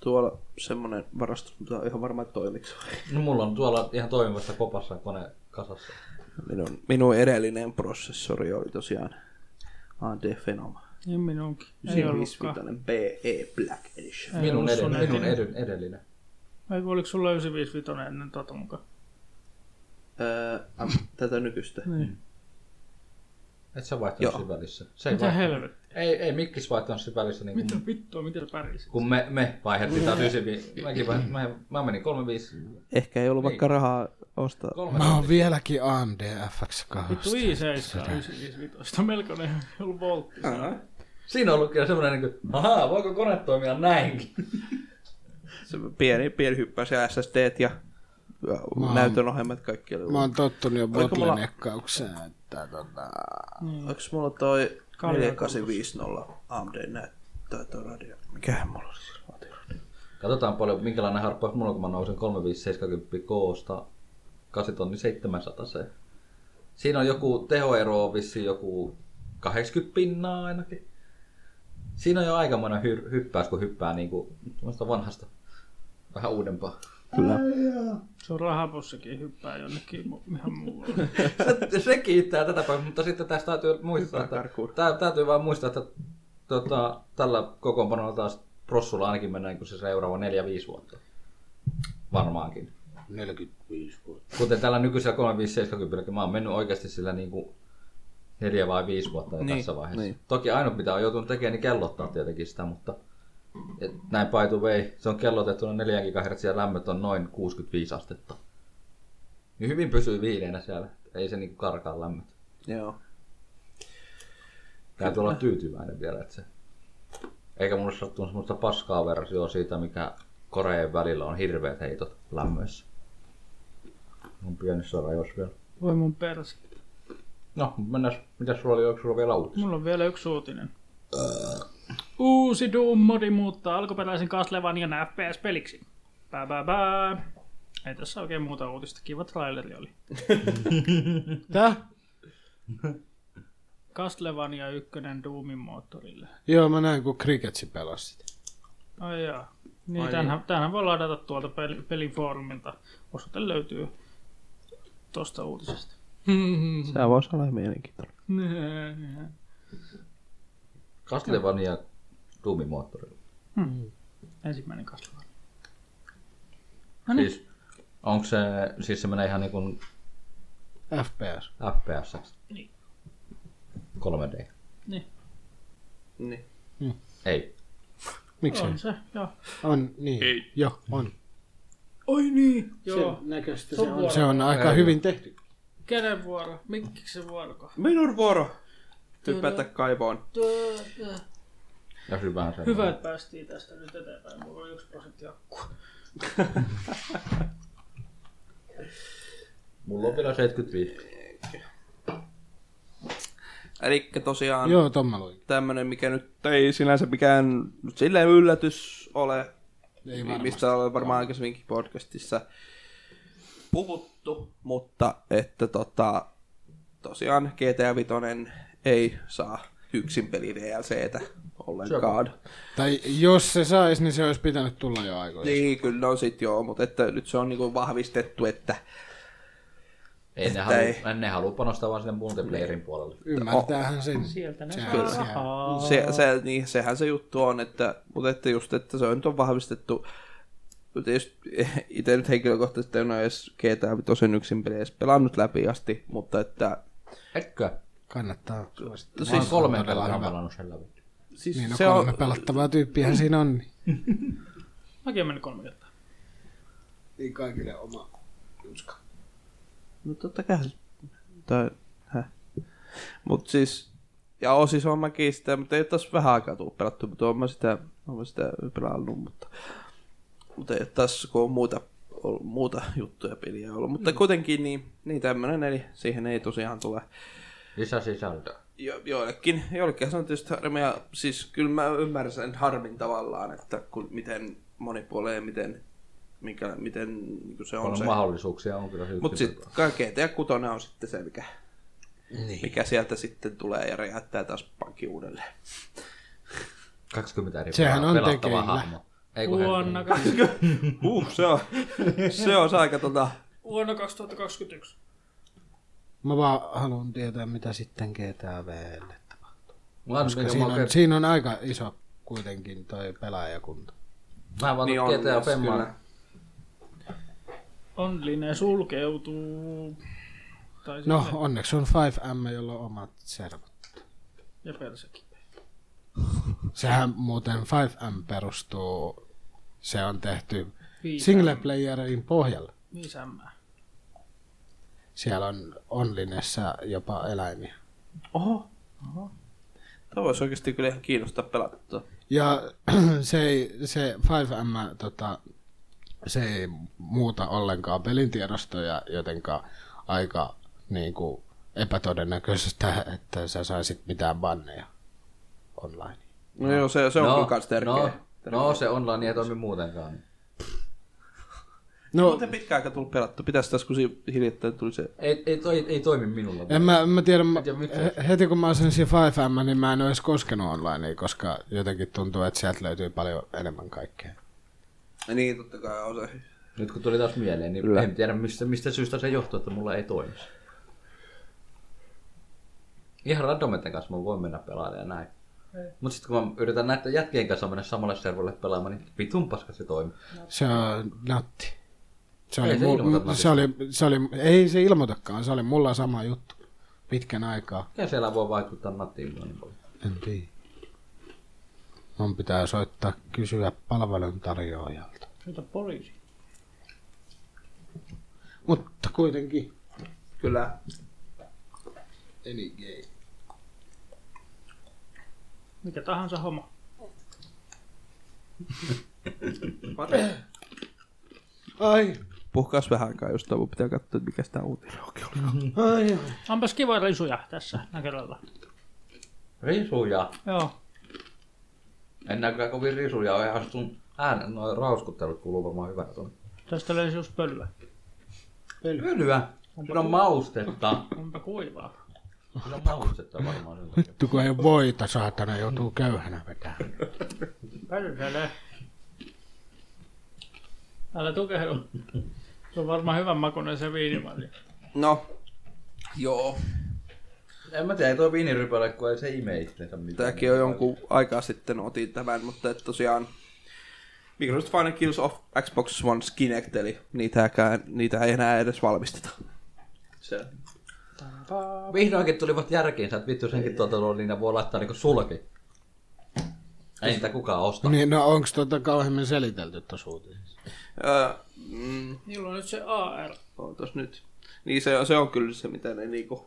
[SPEAKER 2] tuolla semmonen varastus, mutta on ihan varmaan toimiksi.
[SPEAKER 4] No mulla on tuolla ihan toimivassa kopassa kone kasassa.
[SPEAKER 2] Minun, minun edellinen prosessori oli tosiaan AMD Phenoma.
[SPEAKER 5] Niin minunkin. Ei ollutkaan.
[SPEAKER 2] 955 BE E Black Edition.
[SPEAKER 5] Ei
[SPEAKER 4] Minun,
[SPEAKER 5] ollut sun
[SPEAKER 4] edellinen, minun
[SPEAKER 5] edellinen.
[SPEAKER 4] edyn, edellinen.
[SPEAKER 5] Ei, oliko sulla 955 ennen tuota mukaan?
[SPEAKER 2] Öö, äm, tätä nykyistä.
[SPEAKER 5] Niin.
[SPEAKER 4] Et sä vaihtanut
[SPEAKER 2] Joo.
[SPEAKER 4] siinä välissä. Se ei,
[SPEAKER 5] Mitä
[SPEAKER 4] vaihtanut.
[SPEAKER 5] helvettiä?
[SPEAKER 4] ei, ei mikkis vaihtanut siinä välissä. Niin
[SPEAKER 5] Mitä
[SPEAKER 4] kun,
[SPEAKER 5] vittua, miten sä pärjäsit?
[SPEAKER 4] kun me, me vaihdettiin taas 95. Mäkin vaihtin, mä, mä menin 35.
[SPEAKER 2] Ehkä ei ollut vaikka rahaa ostaa.
[SPEAKER 3] Mä oon vieläkin AMD FX 2.
[SPEAKER 5] Vittu i7, 955, melkoinen ollut voltti.
[SPEAKER 2] Äh.
[SPEAKER 4] Siinä on ollut kyllä semmoinen, niin kuin, ahaa, voiko kone toimia näinkin?
[SPEAKER 2] Se pieni, pieni hyppäys ja SSDt ja ja näytön ohjelmat kaikki oli.
[SPEAKER 3] Mä oon tottunut jo
[SPEAKER 2] Oliko mulla-
[SPEAKER 3] bottlenekkaukseen, että tota...
[SPEAKER 2] Onko mulla toi
[SPEAKER 5] Kalja-
[SPEAKER 2] 4850 AMD näyttää radio? Mikähän mulla oli silloin?
[SPEAKER 4] Katsotaan paljon, minkälainen harppaus mulla on, kun mä nousin 3570 koosta 8 tonni 700 se. Siinä on joku tehoero on vissiin joku 80 pinnaa ainakin. Siinä on jo aikamoinen hy- hyppäys, kun hyppää niinku tuommoista vanhasta vähän uudempaa.
[SPEAKER 5] Se on rahapussikin hyppää jonnekin mu- ihan muualle.
[SPEAKER 4] Se, se kiittää tätä päivää, mutta sitten tästä täytyy muistaa, että,
[SPEAKER 2] karkuun.
[SPEAKER 4] tää, täytyy vaan muistaa, että tota, tällä kokoonpanolla taas prossulla ainakin mennään kun se seuraava 4-5 vuotta. Varmaankin.
[SPEAKER 3] 45 vuotta.
[SPEAKER 4] Kuten tällä nykyisellä 3570, mä oon mennyt oikeasti sillä niinku neljä vai viisi vuotta jo
[SPEAKER 2] Niin,
[SPEAKER 4] niin, tässä vaiheessa.
[SPEAKER 2] niin.
[SPEAKER 4] Niin. Toki ainoa mitä on joutunut tekemään, niin kellottaa tietenkin sitä, mutta et näin by the way, se on kellotettuna 4 GHz ja lämmöt on noin 65 astetta. Niin hyvin pysyy viileänä siellä, ei se niinku karkaa lämmöt.
[SPEAKER 2] Joo.
[SPEAKER 4] Täytyy olla tyytyväinen vielä, että se... Eikä mulle sattunut semmoista paskaa versioa siitä, mikä Koreen välillä on hirveät heitot lämmöissä. On pienissä rajoissa vielä.
[SPEAKER 5] Voi mun persi.
[SPEAKER 4] No, mennään. Mitäs sulla oli? Onko sulla vielä uutisia?
[SPEAKER 5] Mulla on vielä yksi uutinen. Uusi Doom-modi muuttaa alkuperäisen Castlevanian FPS-peliksi. Bää, bää, bää. Ei tässä oikein muuta uutista. Kiva traileri oli.
[SPEAKER 3] Tää?
[SPEAKER 5] Castlevania 1 Doomin moottorille.
[SPEAKER 3] Joo, mä näin kun Cricketsi pelasi sitä.
[SPEAKER 5] Ai jaa. Niin, tämähän, tämähän voi ladata tuolta peli, pelin foorumilta. Osoite löytyy tuosta uutisesta.
[SPEAKER 2] Sehän voisi olla ihan mielenkiintoinen.
[SPEAKER 4] Castlevania tuumimoottorilla.
[SPEAKER 5] Ensimmäinen Castlevania. No niin.
[SPEAKER 4] Siis, onko se, siis se menee ihan niin kuin
[SPEAKER 3] FPS.
[SPEAKER 4] FPS?
[SPEAKER 5] Niin.
[SPEAKER 4] 3D.
[SPEAKER 5] Niin,
[SPEAKER 2] Niin.
[SPEAKER 4] Ei.
[SPEAKER 3] Miksi
[SPEAKER 5] on
[SPEAKER 3] on?
[SPEAKER 5] se, joo.
[SPEAKER 3] on niin. Ei. Joo, on.
[SPEAKER 5] Oi niin, joo.
[SPEAKER 3] näköistä
[SPEAKER 5] se on.
[SPEAKER 3] Se on aika
[SPEAKER 4] Ei.
[SPEAKER 3] hyvin tehty.
[SPEAKER 5] Kenen vuoro? Mikkiksen se vuoroko?
[SPEAKER 2] Minun vuoro! Typätä kaivoon.
[SPEAKER 4] Ja hyvää se.
[SPEAKER 5] Hyvä, että päästiin tästä nyt eteenpäin. Mulla on 1 prosentti akkua.
[SPEAKER 4] Mulla on vielä 75.
[SPEAKER 2] Eli tosiaan
[SPEAKER 3] Joo, ton mä luin.
[SPEAKER 2] tämmönen, mikä nyt ei sinänsä mikään nyt silleen yllätys ole,
[SPEAKER 3] Ei
[SPEAKER 2] Mi-
[SPEAKER 3] varmaan.
[SPEAKER 2] mistä olen varmaan aikaisemminkin podcastissa puhuttu, mutta että tota, tosiaan GTA 5 ei saa yksin peli DLCtä ollenkaan.
[SPEAKER 3] Tai jos se sais, niin se olisi pitänyt tulla jo aikoihin.
[SPEAKER 2] Niin, kyllä on sit joo, mutta että nyt se on niinku vahvistettu, että
[SPEAKER 4] Ei ne,
[SPEAKER 2] ei.
[SPEAKER 4] halu, ne halua panostaa vaan sinne multiplayerin puolelle.
[SPEAKER 3] Ymmärtäähän sen.
[SPEAKER 5] Sieltä ne
[SPEAKER 3] Sehän-
[SPEAKER 5] saa
[SPEAKER 3] sehän-
[SPEAKER 5] rahaa.
[SPEAKER 2] se, se, niin, sehän se juttu on, että, mutta että just, että se on nyt on vahvistettu. Itse nyt henkilökohtaisesti en ole edes GTA tosin yksin peliä edes pelannut läpi asti, mutta että
[SPEAKER 4] Etkö?
[SPEAKER 3] Kannattaa suosittaa.
[SPEAKER 4] Mä oon kolme pelaa pelannut sen läpi.
[SPEAKER 2] siis
[SPEAKER 3] Niin, no
[SPEAKER 2] se
[SPEAKER 3] kolme
[SPEAKER 2] on,
[SPEAKER 3] on... pelattavaa tyyppiä siinä on. Niin.
[SPEAKER 5] Mäkin meni kolme kertaa.
[SPEAKER 3] Niin kaikille oma uska.
[SPEAKER 2] No totta kai. Tai, häh. Mut siis, ja on siis on mäkin sitä, mutta ei taas vähän aikaa tuu pelattu, mutta oon mä sitä, oon mä sitä pelannut, mutta, mutta ei taas kun on muita ollut muuta juttuja peliä ollut. Mutta kuitenkin niin, niin tämmöinen, eli siihen ei tosiaan tule
[SPEAKER 4] Lisä sisältöä.
[SPEAKER 2] jo, joillekin, joillekin se on tietysti harmia, siis kyllä mä ymmärrän sen harmin tavallaan, että kun, miten monipuolinen ja miten, mikä, miten niin se on
[SPEAKER 4] Paljon
[SPEAKER 2] se.
[SPEAKER 4] mahdollisuuksia on kyllä
[SPEAKER 2] Mutta sitten GTA 6 on sitten se, mikä, niin. mikä sieltä sitten tulee ja räjäyttää taas pankin uudelleen.
[SPEAKER 4] 20 eri
[SPEAKER 3] Sehän on
[SPEAKER 4] pelattavaa
[SPEAKER 3] tekeillä.
[SPEAKER 4] hahmo. Ei kun Vuonna.
[SPEAKER 5] Vuonna, ka-
[SPEAKER 2] Huh, se on, se on aika tota,
[SPEAKER 5] vuonna 2021.
[SPEAKER 3] Mä vaan haluan tietää, mitä sitten GTA Vlle.
[SPEAKER 4] Mä, en
[SPEAKER 3] Koska
[SPEAKER 4] mikä
[SPEAKER 3] siinä
[SPEAKER 4] mä,
[SPEAKER 3] on, siinä on aika iso kuitenkin toi pelaajakunta.
[SPEAKER 4] mä en vaan
[SPEAKER 2] niin on
[SPEAKER 4] niin GTA
[SPEAKER 2] myös,
[SPEAKER 4] Femmaa.
[SPEAKER 2] kyllä.
[SPEAKER 5] Onlinen sulkeutuu. Tai
[SPEAKER 3] No,
[SPEAKER 5] sitten-
[SPEAKER 3] onneksi on 5M, jolla on omat servut.
[SPEAKER 5] Ja pelsäkin.
[SPEAKER 3] Sehän muuten 5M perustuu, se on tehty
[SPEAKER 5] Viisi
[SPEAKER 3] single playerin pohjalle.
[SPEAKER 5] Viisi ämmää.
[SPEAKER 3] Siellä on onlinessa jopa eläimiä.
[SPEAKER 2] Oho. Oho. Tuo voisi oikeasti kyllä ihan kiinnostaa pelata. tuota.
[SPEAKER 3] Ja se, ei, se 5M, tota, se ei muuta ollenkaan pelin tiedostoja, jotenka aika niin kuin, epätodennäköistä, että sä saisit mitään banneja online.
[SPEAKER 2] No joo, se, se on kyllä kans tärkeä.
[SPEAKER 4] No, no se online ei toimi muutenkaan.
[SPEAKER 3] No,
[SPEAKER 2] Muuten pitkä aika tullut pelattu. Pitäis tässä, kun si- hiljattain tuli se...
[SPEAKER 4] Ei, ei, toi, ei toimi minulla.
[SPEAKER 3] En mä, en mä tiedä, mä,
[SPEAKER 4] tiedä, miksi.
[SPEAKER 3] he- heti kun mä osin siinä 5M, niin mä en ole edes koskenut onlineen, koska jotenkin tuntuu, että sieltä löytyy paljon enemmän kaikkea.
[SPEAKER 2] Niin, totta kai on se.
[SPEAKER 4] Nyt kun tuli taas mieleen, niin
[SPEAKER 2] Kyllä.
[SPEAKER 4] en tiedä mistä, mistä syystä se johtuu, että mulla ei toimi. se. Ihan randometen kanssa mä voin mennä pelaamaan ja näin. Mutta sitten kun mä yritän näiden jätkien kanssa mennä samalle servulle pelaamaan, niin vitun paska se toimii.
[SPEAKER 3] Se on natti. Se oli,
[SPEAKER 4] Ei se
[SPEAKER 3] mul-
[SPEAKER 4] ilmoita
[SPEAKER 3] m- se,
[SPEAKER 4] natista.
[SPEAKER 3] oli, se oli, ei se ilmoitakaan, se oli mulla sama juttu. Pitkän aikaa.
[SPEAKER 4] Ja siellä voi vaikuttaa nattiin niin paljon.
[SPEAKER 3] En tiedä. Mun pitää soittaa kysyä palvelun tarjoajalta.
[SPEAKER 5] Soita poliisi.
[SPEAKER 3] Mutta kuitenkin.
[SPEAKER 2] Kyllä.
[SPEAKER 3] Eli ei.
[SPEAKER 5] Mikä tahansa homma.
[SPEAKER 3] Ai,
[SPEAKER 2] Puhkaas vähän aikaa jostain, mun pitää katsoa, että mikä sitä uutinen onkin oli.
[SPEAKER 3] ai, ai.
[SPEAKER 5] Onpas kiva risuja tässä näköllä.
[SPEAKER 4] Risuja.
[SPEAKER 5] Joo.
[SPEAKER 4] En näe kyllä kovin risuja, on ihan sun äänen, noin rauskuttelut kuuluu varmaan hyvältä tuonne.
[SPEAKER 5] Tästä löysi just pölyä.
[SPEAKER 4] Pölyä. Siinä on maustetta.
[SPEAKER 5] Onpa kuivaa.
[SPEAKER 4] Siinä on maustetta varmaan. sen takia.
[SPEAKER 3] Vittu kun ei oo voita, saatana, joutuu köyhänä vetämään.
[SPEAKER 5] Persele. Älä tukehdu. Se on varmaan hyvän makuinen se viinimalli.
[SPEAKER 2] No, joo.
[SPEAKER 4] En mä tiedä, ei toi viinirypäle, kun ei se ime itseensä mitään.
[SPEAKER 2] Tämäkin on jonkun aikaa sitten otin tämän, mutta et tosiaan Microsoft Final Kills of Xbox One Kinect, eli niitäkään, niitä ei enää edes valmisteta. Se.
[SPEAKER 4] Vihdoinkin tulivat järkiinsä, että vittu senkin tuotantoliina voi laittaa niinku sulki. Ei sitä kukaan osta. Niin.
[SPEAKER 3] Niin, no onks tota kauheammin selitelty tossa uutisessa?
[SPEAKER 2] Öö, mm,
[SPEAKER 5] Niillä on nyt se AR.
[SPEAKER 2] ootas nyt. Niin se, se on kyllä se, mitä ne niinku...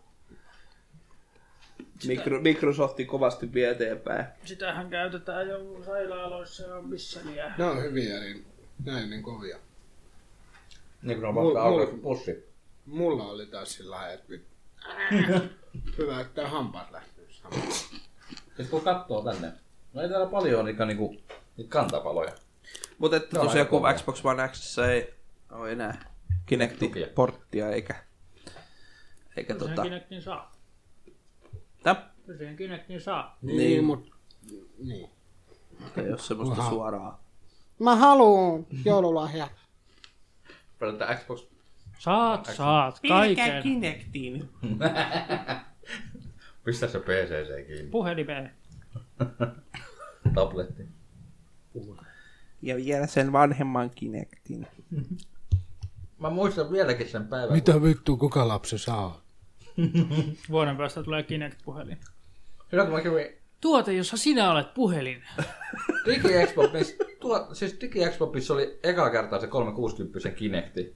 [SPEAKER 2] Mikro, Microsofti kovasti vie eteenpäin.
[SPEAKER 5] Sitähän käytetään jo sairaaloissa ja missä liää.
[SPEAKER 3] Ne on hyviä, niin näin niin kovia.
[SPEAKER 4] Niin kun on
[SPEAKER 3] Mul-
[SPEAKER 4] vaikka
[SPEAKER 3] mul-
[SPEAKER 4] aukaisi pussi.
[SPEAKER 3] Mulla oli taas sillä lailla, että nyt- hyvä, että tää hampaat lähtee samaan.
[SPEAKER 4] Siis kun katsoo tänne, no ei täällä paljon ole niitä, niinku, niitä kantapaloja.
[SPEAKER 2] Mutta että
[SPEAKER 4] No,
[SPEAKER 2] tosiaan
[SPEAKER 4] aika
[SPEAKER 2] kun
[SPEAKER 4] kovaa.
[SPEAKER 2] Xbox One X ei ole enää
[SPEAKER 4] Tukia.
[SPEAKER 2] Kinect-porttia eikä... Eikä
[SPEAKER 5] Kyllä
[SPEAKER 2] tota...
[SPEAKER 5] sen Kinectin saa.
[SPEAKER 2] Tä?
[SPEAKER 5] Kyllä sen Kinectin saa.
[SPEAKER 3] Niin, mut... Niin.
[SPEAKER 2] Ei ole semmoista
[SPEAKER 3] Aha.
[SPEAKER 2] suoraa.
[SPEAKER 3] Mä haluun joululahja.
[SPEAKER 4] Pelataan Xbox.
[SPEAKER 5] Saat, saat. Kaiken.
[SPEAKER 2] Kinectiin.
[SPEAKER 4] Pistä se PCC kiinni.
[SPEAKER 5] Puhelimeen.
[SPEAKER 4] Tabletti.
[SPEAKER 2] Ja vielä sen vanhemman Kinectin.
[SPEAKER 4] Mä muistan vieläkin sen päivän.
[SPEAKER 3] Mitä vittu, kuka lapsi saa?
[SPEAKER 5] Vuoden päästä tulee Kinect-puhelin.
[SPEAKER 4] kun- Silloin kun mä kävin
[SPEAKER 5] Tuote, jossa sinä olet puhelin.
[SPEAKER 4] DigiExpopissa, tuo, siis DigiExpopissa oli eka kertaa se 360 Kinecti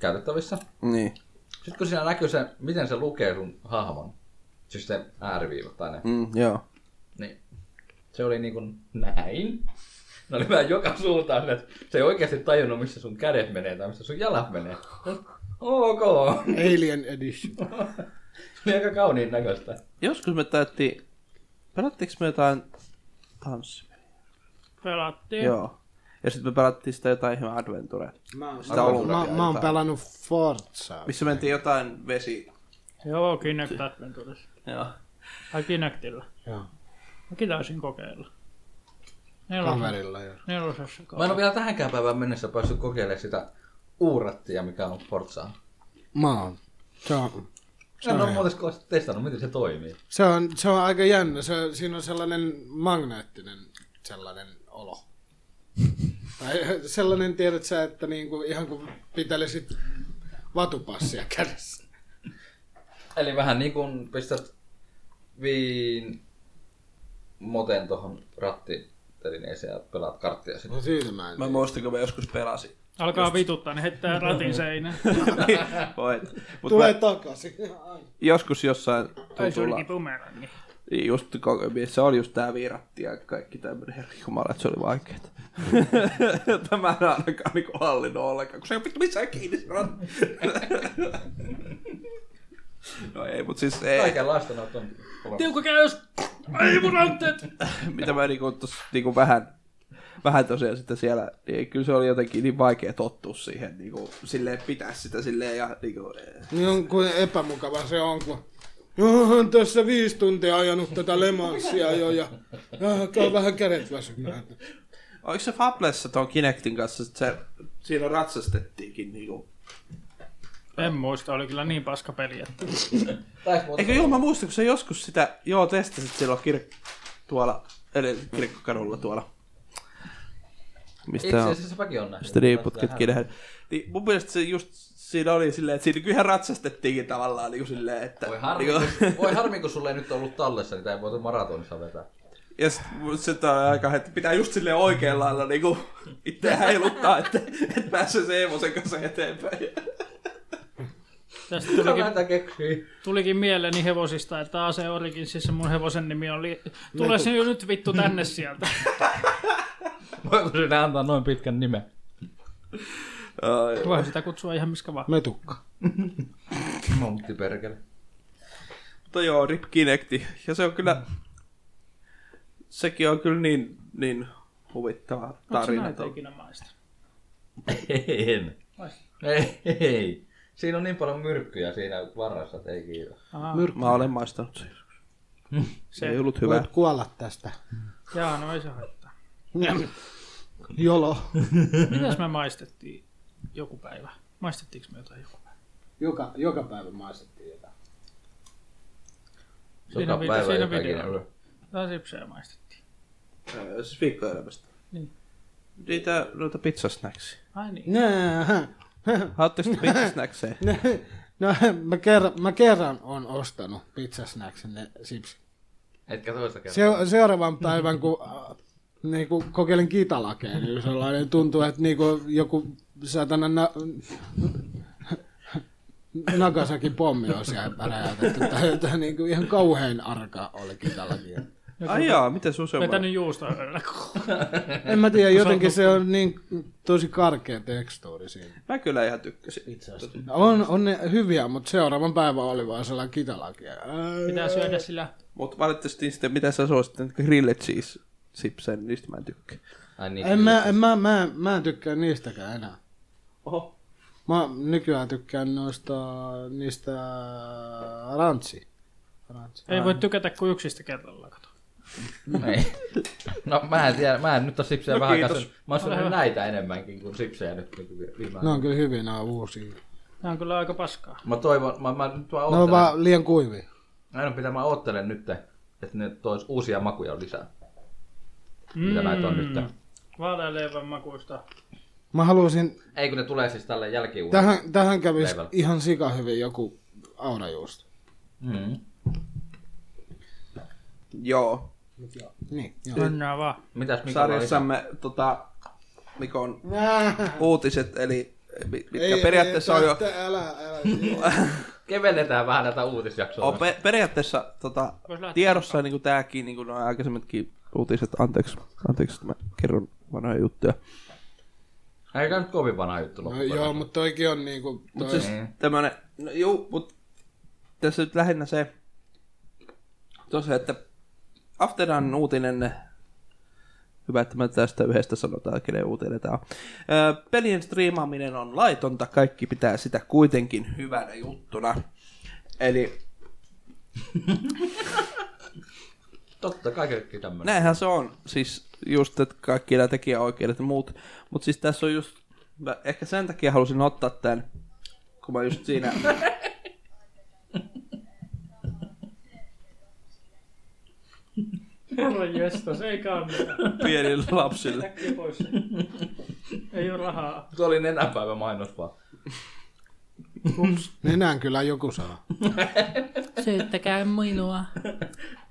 [SPEAKER 4] käytettävissä.
[SPEAKER 2] Niin.
[SPEAKER 4] Sitten kun siinä näkyy se, miten se lukee sun hahmon, siis se ääriviivat tai ne,
[SPEAKER 2] Mm, joo.
[SPEAKER 4] niin se oli niin kuin niinku näin. Ne oli vähän joka suuntaan, silleen, että se ei oikeasti tajunnut, missä sun kädet menee tai missä sun jalat menee. Ok,
[SPEAKER 3] Alien Edition.
[SPEAKER 4] se oli aika kauniin näköistä.
[SPEAKER 2] Joskus me täytti... Pelattiinko me jotain tanssimia?
[SPEAKER 5] Pelattiin.
[SPEAKER 2] Joo. Ja sitten me pelattiin sitä jotain ihan adventurea.
[SPEAKER 3] Mä oon,
[SPEAKER 2] Sitä ollut
[SPEAKER 3] mä, mä oon
[SPEAKER 2] jotain.
[SPEAKER 3] pelannut Forzaa.
[SPEAKER 2] Missä mentiin jotain vesi...
[SPEAKER 5] Joo, Kinect Adventures.
[SPEAKER 2] Joo.
[SPEAKER 5] Tai Kinectillä.
[SPEAKER 3] Joo.
[SPEAKER 5] Mäkin taisin kokeilla. Nelosessa,
[SPEAKER 3] Kaverilla jo.
[SPEAKER 5] nelosessa
[SPEAKER 4] Mä en
[SPEAKER 5] kokeilla.
[SPEAKER 4] ole vielä tähänkään päivään mennessä päässyt kokeilemaan sitä uurattia, mikä on Forzaa.
[SPEAKER 3] Mä oon. Se on,
[SPEAKER 4] En ole muuten koskaan testannut, miten se toimii.
[SPEAKER 3] se on, se on aika jännä. Se, on- siinä on sellainen magneettinen sellainen olo. tai sellainen, tiedät sä, että niinku, ihan kuin pitelisit vatupassia kädessä.
[SPEAKER 4] Eli vähän niin kuin pistät viin moten tuohon rattitelineeseen ja pelaat karttia sinne.
[SPEAKER 3] No siitä mä en.
[SPEAKER 2] Mä muistan, kun mä joskus pelasin. Niin,
[SPEAKER 5] Alkaa vituttaa, niin heittää ratin seinään.
[SPEAKER 2] Voit. Mut
[SPEAKER 3] Tulee
[SPEAKER 2] mä
[SPEAKER 3] takaisin.
[SPEAKER 2] joskus jossain
[SPEAKER 5] Tai se
[SPEAKER 2] tutulla...
[SPEAKER 5] olikin bumerangi.
[SPEAKER 2] Niin, Just, ko- missä oli just tää viiratti ja kaikki tämmönen herra jumala, että se oli vaikeeta. Tämä en ainakaan niinku hallinnut ollenkaan, kun se ei oo vittu missään kiinni se rat... No ei, mut siis ei.
[SPEAKER 4] Kaikenlaista noita on olemassa.
[SPEAKER 5] Tiukka käys! Ei mun ranteet!
[SPEAKER 2] Mitä mä niinku tossa niinku vähän, vähän tosiaan sitten siellä, niin kyllä se oli jotenkin niin vaikea tottua siihen, niinku silleen pitää sitä silleen ja niinku... eh.
[SPEAKER 3] Niin on kuin epämukava se on, kun Oon tässä viisi tuntia ajanut tätä lemanssia jo ja alkaa vähän kädet väsymään.
[SPEAKER 2] Oliko se Fablessa ton Kinectin kanssa, että se, siinä ratsastettiinkin niinku...
[SPEAKER 5] En muista, oli kyllä niin paska peli, että...
[SPEAKER 4] Taisi muuten
[SPEAKER 2] Eikö joo, mä muistan, kun sä joskus sitä, joo, testasit silloin kir- tuolla, eli kirkkokadulla tuolla.
[SPEAKER 4] Itse
[SPEAKER 2] Mistä on?
[SPEAKER 4] asiassa mäkin on nähnyt.
[SPEAKER 2] Striiputkin nähnyt. Niin mun mielestä se just siinä oli silleen, että siinä kyllähän ratsastettiinkin tavallaan niin kuin silleen, että...
[SPEAKER 4] Voi harmi,
[SPEAKER 2] niin kuin,
[SPEAKER 4] kun, voi harmi, kun sulla ei nyt ollut tallessa, niin tää ei voitu maratonissa vetää.
[SPEAKER 2] ja sit, mut sit on aika, että pitää just silleen oikealla lailla niin kuin itse häiluttaa, että, että pääsee se Eemosen kanssa eteenpäin.
[SPEAKER 5] Tästä tulikin,
[SPEAKER 4] Näitä keksii.
[SPEAKER 5] tulikin mieleeni hevosista, että Ase Orikin, siis se mun hevosen nimi oli... Tule se nyt vittu tänne sieltä.
[SPEAKER 4] Voiko sinä antaa noin pitkän nimen?
[SPEAKER 2] Ai,
[SPEAKER 5] Voi sitä kutsua ihan miskä vaan.
[SPEAKER 3] Metukka.
[SPEAKER 4] Montti perkele.
[SPEAKER 2] Mutta joo, Rip Kinecti. Ja se on kyllä...
[SPEAKER 5] Mm.
[SPEAKER 2] Sekin on kyllä niin, niin huvittava
[SPEAKER 5] Onko
[SPEAKER 2] tarina.
[SPEAKER 5] näitä ikinä maista?
[SPEAKER 4] En. Ei, ei. Siinä on niin paljon myrkkyjä siinä varrassa, että ei kiitos.
[SPEAKER 2] Mä olen maistanut sen. Se ei ollut hyvä.
[SPEAKER 3] Voit kuolla tästä.
[SPEAKER 5] Jaa, no ei se haittaa.
[SPEAKER 3] Jolo.
[SPEAKER 5] Mitäs me maistettiin joku päivä? Maistettiinko me jotain joku päivä?
[SPEAKER 3] Joka, joka päivä maistettiin jotain.
[SPEAKER 5] Siinä
[SPEAKER 4] Joka
[SPEAKER 5] vi-
[SPEAKER 4] päivä
[SPEAKER 5] siinä
[SPEAKER 4] joka
[SPEAKER 5] video.
[SPEAKER 4] ikinen yö.
[SPEAKER 5] Jotain sipsejä maistettiin.
[SPEAKER 2] Öö, Siis viikkoelämästä.
[SPEAKER 5] Niin.
[SPEAKER 2] Niitä noita pizzasnäksiä.
[SPEAKER 5] Ai niin.
[SPEAKER 3] Nää.
[SPEAKER 2] Haluatteko te pizzasnäksejä?
[SPEAKER 3] No, mä kerran, mä kerran on ostanut pizzasnäksen ne chips.
[SPEAKER 4] Etkä toista kertaa.
[SPEAKER 3] Se, seuraavan päivän, kun äh, niinku, kokeilin kitalakeen, niin sellainen tuntuu, että niinku, joku satana na, Nagasakin pommi on siellä räjäytetty. Tai, tai niinku, ihan kauhean arka oli kitalaki.
[SPEAKER 2] Ai jaa, miten sun se on?
[SPEAKER 5] Vetänyt juusta yllä.
[SPEAKER 3] En mä tiedä, jotenkin se on niin tosi karkea tekstuuri siinä.
[SPEAKER 2] Mä kyllä ihan tykkäsin itse asiassa.
[SPEAKER 3] On, on ne hyviä, mutta seuraavan päivän oli vaan sellainen kitalakia.
[SPEAKER 5] Pitää syödä sillä.
[SPEAKER 2] Mut valitettavasti sitten, mitä sä suosittelet, grilled cheese sipsejä, niin niistä mä en tykkää.
[SPEAKER 4] Ai niin,
[SPEAKER 3] En mä, en mä, mä, mä en tykkää niistäkään enää.
[SPEAKER 2] Oho.
[SPEAKER 3] Mä nykyään tykkään noista, niistä äh, rantsi. rantsi.
[SPEAKER 5] Ei voi tykätä kuin yksistä kerrallaan. Kato.
[SPEAKER 4] Ei. No mä en tiedä, mä en nyt oo sipsejä
[SPEAKER 2] No
[SPEAKER 4] no, vähän
[SPEAKER 2] kiitos.
[SPEAKER 4] kanssa. Mä oon syönyt näitä enemmänkin kuin sipsejä nyt niin viime
[SPEAKER 3] Ne
[SPEAKER 4] no.
[SPEAKER 3] on kyllä hyviä, nämä uusia.
[SPEAKER 5] Nämä on kyllä aika paskaa.
[SPEAKER 4] Mä toivon, mä, mä
[SPEAKER 3] Ne
[SPEAKER 4] nyt vaan
[SPEAKER 3] on
[SPEAKER 4] oottelen.
[SPEAKER 3] No vaan liian kuivia.
[SPEAKER 4] Ainoa mitä mä oottelen nyt, että ne tois uusia makuja lisää. Mitä näitä on nyt?
[SPEAKER 5] Vaalealeivän makuista.
[SPEAKER 3] Mä haluaisin,
[SPEAKER 4] Ei kun ne tulee siis tälle jälkiuunille.
[SPEAKER 3] tähän, tähän kävisi
[SPEAKER 4] Leivällä.
[SPEAKER 3] ihan sika hyvin joku aurajuusto.
[SPEAKER 4] Mm.
[SPEAKER 2] Joo.
[SPEAKER 3] Niin, joo.
[SPEAKER 5] Mennään vaan.
[SPEAKER 4] Mitäs Mikolla oli?
[SPEAKER 2] Sarjassamme tota, Mikon
[SPEAKER 3] Nää,
[SPEAKER 2] uutiset, eli mi- mitkä
[SPEAKER 3] ei,
[SPEAKER 2] periaatteessa
[SPEAKER 3] ei,
[SPEAKER 2] on jo...
[SPEAKER 3] tästä Älä, älä.
[SPEAKER 4] Kevennetään vähän näitä uutisjaksoja.
[SPEAKER 2] On pe- periaatteessa tota, niinku
[SPEAKER 5] Vois lähteä
[SPEAKER 2] tiedossa niin kuin tämäkin, niin kuin nuo aikaisemmatkin uutiset, anteeksi, anteeksi, että mä kerron vanhoja juttuja.
[SPEAKER 4] Eikä nyt kovin vanha juttu
[SPEAKER 3] No,
[SPEAKER 4] loppujen
[SPEAKER 3] joo,
[SPEAKER 4] lopuksi.
[SPEAKER 3] mutta toikin on niinku... Toi...
[SPEAKER 2] Mutta siis tämmönen, no juu, mut tässä nyt lähinnä se, tosiaan, että Afteran uutinen, hyvä, että mä tästä yhdestä sanotaan, kenen uutinen tää on. Ö, pelien striimaaminen on laitonta, kaikki pitää sitä kuitenkin hyvänä juttuna. Eli
[SPEAKER 4] Totta kai kaikki tämmöinen.
[SPEAKER 2] Näinhän se on. Siis just, että kaikki nämä tekijäoikeudet ja muut. Mutta siis tässä on just... Mä ehkä sen takia halusin ottaa tämän, kun mä just siinä...
[SPEAKER 5] Herra jestas, ei kannata.
[SPEAKER 2] pienille lapsille.
[SPEAKER 5] Äkkiä pois. Ei ole rahaa.
[SPEAKER 4] Tuo oli nenäpäivä mainos vaan.
[SPEAKER 3] siis Nenään kyllä joku saa.
[SPEAKER 5] Syyttäkää minua.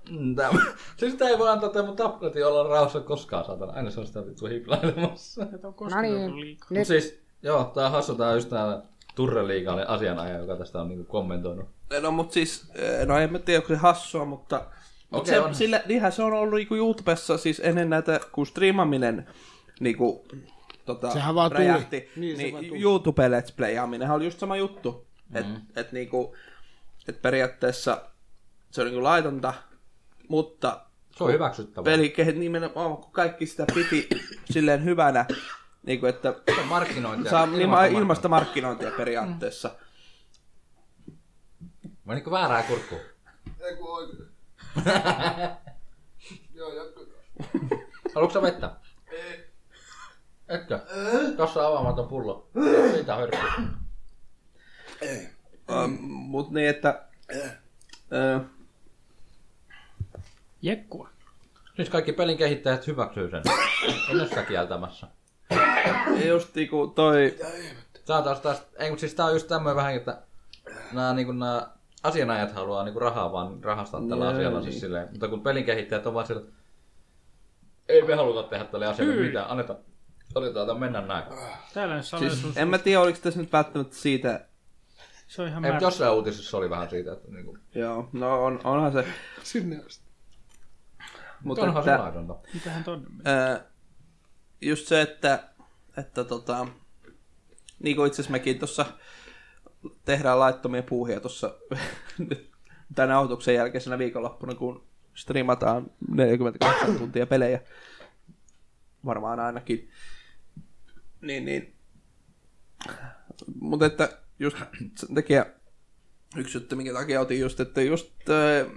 [SPEAKER 4] Mm, Tämä. Siis sitä ei voi antaa tämän tabletin olla rauhassa koskaan, saatana. Aina se on sitä vittu hiplailemassa.
[SPEAKER 5] Et on koskaan ollut liikaa.
[SPEAKER 4] Nyt. Siis, joo, tää on hassu, tää on just tää Turre Liikalle asianajaja, joka tästä on niinku kommentoinut.
[SPEAKER 2] No mut siis, eh, no en mä tiedä, onko se hassua, mutta... mut
[SPEAKER 4] Okei,
[SPEAKER 2] se,
[SPEAKER 4] on.
[SPEAKER 2] sillä, niinhän se on ollut niinku YouTubessa siis ennen näitä, kun striimaminen niinku, tota,
[SPEAKER 3] Sehän vaan tuli.
[SPEAKER 2] räjähti,
[SPEAKER 3] Niin,
[SPEAKER 2] niin,
[SPEAKER 3] se vaan tuli.
[SPEAKER 2] niin YouTube let's playaaminenhan oli just sama juttu. Mm. Että et niinku, et periaatteessa se on niinku laitonta, mutta
[SPEAKER 4] Se on hyväksyttävää.
[SPEAKER 2] pelikehet nimenomaan, kun kaikki sitä piti silleen hyvänä, niin kuin, että
[SPEAKER 4] Se on markkinointia.
[SPEAKER 2] saa
[SPEAKER 4] Ilmaista
[SPEAKER 2] ilma,
[SPEAKER 4] markkinointia.
[SPEAKER 2] ilmasta markkinointia periaatteessa.
[SPEAKER 4] Mä niinku väärää kurkkuun.
[SPEAKER 3] Ei kun oikein. joo, joku...
[SPEAKER 4] Haluatko sä vettä? Ei. Etkö? Tossa on avaamaton pullo. Siitä hörkky.
[SPEAKER 2] Mm. Mutta niin, että... äh, Ö,
[SPEAKER 5] Jekkua.
[SPEAKER 4] Siis kaikki pelin kehittäjät hyväksyy sen. En ole sitä kieltämässä.
[SPEAKER 2] just niinku toi...
[SPEAKER 4] Tää on taas taas, ei kun siis tää on just tämmöinen vähän, että nää niinku nää asianajat haluaa niinku rahaa vaan rahastaa tällä
[SPEAKER 2] Niin.
[SPEAKER 4] asialla siis silleen. Mutta kun pelin kehittäjät on vaan sillä, ei me haluta tehdä tälle asialle mitään, annetaan, annetaan tämän mennä näin.
[SPEAKER 5] Täällä on siis,
[SPEAKER 2] Siis, en mä tiedä, oliko tässä nyt välttämättä siitä...
[SPEAKER 5] Se on ihan
[SPEAKER 4] Ei,
[SPEAKER 5] määrä.
[SPEAKER 4] mutta jossain uutisessa oli vähän siitä, että niinku,
[SPEAKER 2] Joo, no on, onhan se.
[SPEAKER 3] Sinne asti.
[SPEAKER 4] mutta
[SPEAKER 2] Mutta
[SPEAKER 4] onhan se
[SPEAKER 2] että,
[SPEAKER 4] laitonta.
[SPEAKER 5] Mitähän tonne meni?
[SPEAKER 2] ö, Öö, just se, että... Että tota... Niin kuin itse asiassa mekin tuossa tehdään laittomia puuhia tuossa nyt tämän nauhoituksen jälkeisenä viikonloppuna, kun striimataan 48 tuntia pelejä. Varmaan ainakin. Niin, niin. Mutta että just sen takia yksi juttu, minkä takia otin just, että just äh,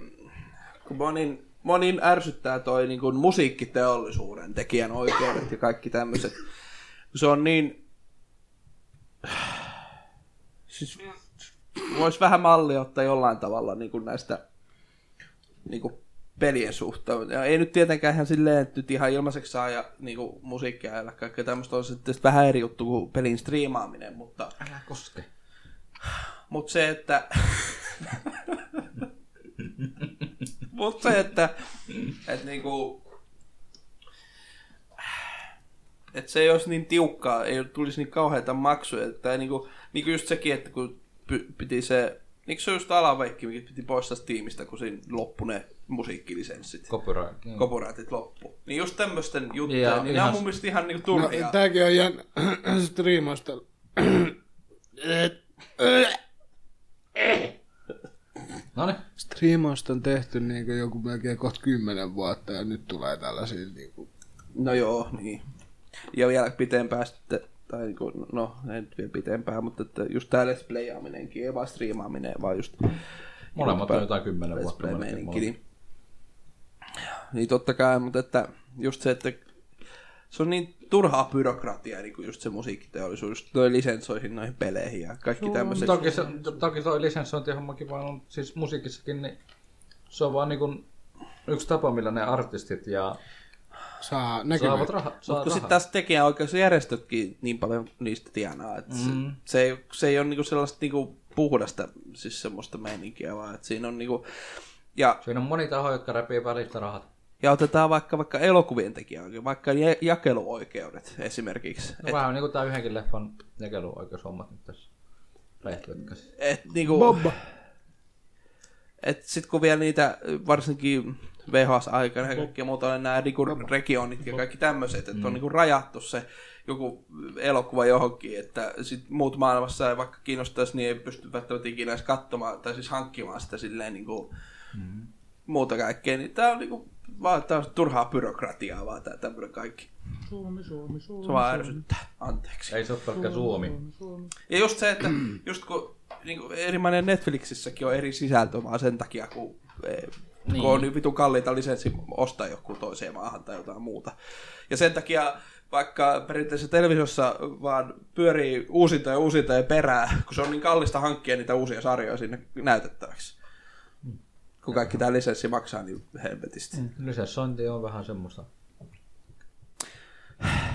[SPEAKER 2] kun niin- monin, monin ärsyttää toi niin kuin musiikkiteollisuuden tekijän oikeudet ja kaikki tämmöiset. Se on niin siis voisi vähän mallia ottaa jollain tavalla niin kuin näistä niin kuin pelien suhteen. Ja ei nyt tietenkään ihan silleen, että nyt ihan ilmaiseksi saa ja niin kuin musiikkia ja kaikkea tämmöistä on sitten vähän eri juttu kuin pelin striimaaminen, mutta,
[SPEAKER 4] Älä koske.
[SPEAKER 2] mutta se, että... mutta se, että, että niin kuin, että se ei olisi niin tiukkaa, ei tulisi niin kauheita maksuja. Tai niinku, niinku just sekin, että kun py, piti se, niinku se on just alaveikki, mikä piti poistaa Steamista, kun siinä loppui ne musiikkilisenssit.
[SPEAKER 4] Copyright. Mm.
[SPEAKER 2] Kopuraatit loppu. Niin just tämmöisten juttuja,
[SPEAKER 4] Joo,
[SPEAKER 2] niin
[SPEAKER 4] ihan
[SPEAKER 2] ne on
[SPEAKER 4] s-
[SPEAKER 2] mun mielestä ihan niinku
[SPEAKER 3] No,
[SPEAKER 2] turhia.
[SPEAKER 3] tääkin on jän striimasta.
[SPEAKER 4] Noniin.
[SPEAKER 3] Striimausta on tehty niinku joku melkein kohta kymmenen vuotta ja nyt tulee tällaisia niinku...
[SPEAKER 2] No joo, niin. Ja vielä pitempään sitten, tai niin kuin, no ei nyt vielä pitempään, mutta että just tää let's playaaminenkin, ei vaan striimaaaminen, vaan just
[SPEAKER 4] Molemmat on jotain kymmenen
[SPEAKER 2] let's
[SPEAKER 4] vuotta.
[SPEAKER 2] play
[SPEAKER 4] melkein
[SPEAKER 2] meininki.
[SPEAKER 4] molemmat.
[SPEAKER 2] Niin, niin totta kai, mutta että just se, että se on niin turhaa byrokratiaa, niin kuin just se musiikkiteollisuus, just noi lisensoihin noihin peleihin ja kaikki tämmöiset.
[SPEAKER 4] Toki, se, toki toi lisensointihommakin vaan on siis musiikissakin, niin se on vaan niinku yksi tapa, millä ne artistit ja
[SPEAKER 3] Saa
[SPEAKER 4] saavat
[SPEAKER 3] näkyvyyttä.
[SPEAKER 4] raha, saa
[SPEAKER 2] Mutta kun
[SPEAKER 4] rahaa.
[SPEAKER 2] sitten taas tekijänoikeusjärjestötkin niin paljon niistä tienaa, että se,
[SPEAKER 4] Mm.
[SPEAKER 2] se, ei, se ei ole niinku sellaista niinku puhdasta, siis semmoista meininkiä, vaan että siinä on niinku, ja,
[SPEAKER 4] Siinä on moni taho, jotka repii välistä rahat. No
[SPEAKER 2] ja otetaan vaikka, vaikka elokuvien tekijänoikeudet, vaikka ja, jakeluoikeudet esimerkiksi.
[SPEAKER 4] No, vähän niin kuin tämä yhdenkin leffan jakeluoikeushommat nyt tässä. Lehtötkäs.
[SPEAKER 2] Et, niinku, et sit kun vielä niitä, varsinkin VHS-aikana ja kaikki muuta oli nämä niinku regionit ja kaikki tämmöiset, että
[SPEAKER 5] Mm.
[SPEAKER 2] on niinku rajattu se joku elokuva johonkin, että sit muut maailmassa ei vaikka kiinnostaisi, niin ei pysty välttämättä ikinä edes katsomaan tai siis hankkimaan sitä silleen niinku
[SPEAKER 5] Mm.
[SPEAKER 2] muuta kaikkea, niin tää on niinku vaan tää on turhaa byrokratiaa vaan tää tämmöinen kaikki.
[SPEAKER 5] Suomi, Suomi, Suomi.
[SPEAKER 2] Se vaan ärsyttää. Anteeksi.
[SPEAKER 4] Ei se ole pelkkä Suomi.
[SPEAKER 2] Ja just se, että just kun niin kuin eri maiden Netflixissäkin on eri sisältö vaan sen takia, kun, niin.
[SPEAKER 6] Niin.
[SPEAKER 2] kun on niin vitun kalliita lisenssi ostaa joku toiseen maahan tai jotain muuta. Ja sen takia vaikka periaatteessa televisiossa vaan pyörii uusinta ja uusinta ja perää, kun se on niin kallista hankkia niitä uusia sarjoja sinne näytettäväksi. Kun kaikki tämä lisenssi maksaa niin helvetisti.
[SPEAKER 4] Lisäsointi on vähän semmoista.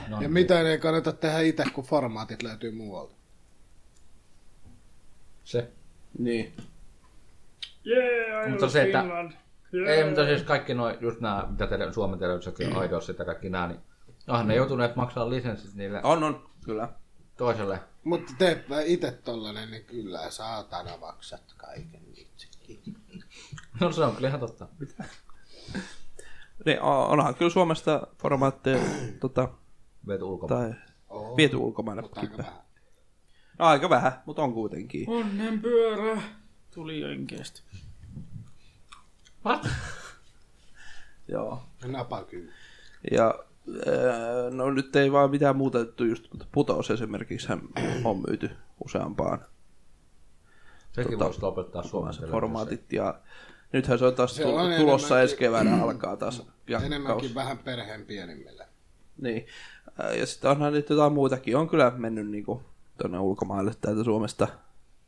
[SPEAKER 4] No,
[SPEAKER 3] Ja mitään ei kannata tehdä itse, kun formaatit löytyy muualta.
[SPEAKER 4] Se.
[SPEAKER 2] Niin.
[SPEAKER 5] Yeah,
[SPEAKER 4] Mutta se, että-
[SPEAKER 5] Finland.
[SPEAKER 4] Ei, mutta siis kaikki noin, just nämä, mitä tele, Suomen televisiokin aidoissa ja kaikki nämä, niin onhan ne joutuneet maksaa lisenssit niille
[SPEAKER 2] On, on, kyllä.
[SPEAKER 4] toiselle.
[SPEAKER 3] Mutta teepä itse tollanen, niin kyllä saatana maksat kaiken itsekin.
[SPEAKER 4] No se on kyllä ihan totta.
[SPEAKER 2] Niin, on- onhan kyllä Suomesta formaatteja tota,
[SPEAKER 4] Veet ulkomaan.
[SPEAKER 2] tai viety ulkomaille.
[SPEAKER 3] Mutta aika vähän.
[SPEAKER 2] No, aika vähän, mutta on kuitenkin.
[SPEAKER 5] Onnen pyörä. Tuli jo enkeästi.
[SPEAKER 4] What?
[SPEAKER 2] Joo.
[SPEAKER 3] Napa kyllä.
[SPEAKER 2] Ja öö, no nyt ei vaan mitään muuta juttu just, mutta putous esimerkiksi hän on myyty useampaan
[SPEAKER 4] Sekin
[SPEAKER 2] Tota,
[SPEAKER 4] voisi lopettaa Suomen televisiossa.
[SPEAKER 2] formaatit ja nythän se on taas
[SPEAKER 3] Se on
[SPEAKER 2] tu-
[SPEAKER 3] enemmänkin-
[SPEAKER 2] tulossa ensi keväänä alkaa taas jakkaus.
[SPEAKER 3] Enemmänkin vähän perheen pienimmillä.
[SPEAKER 2] Niin. Öö, Ja sitten onhan nyt jotain muitakin, on kyllä mennyt niinku tuonne ulkomaille täältä Suomesta.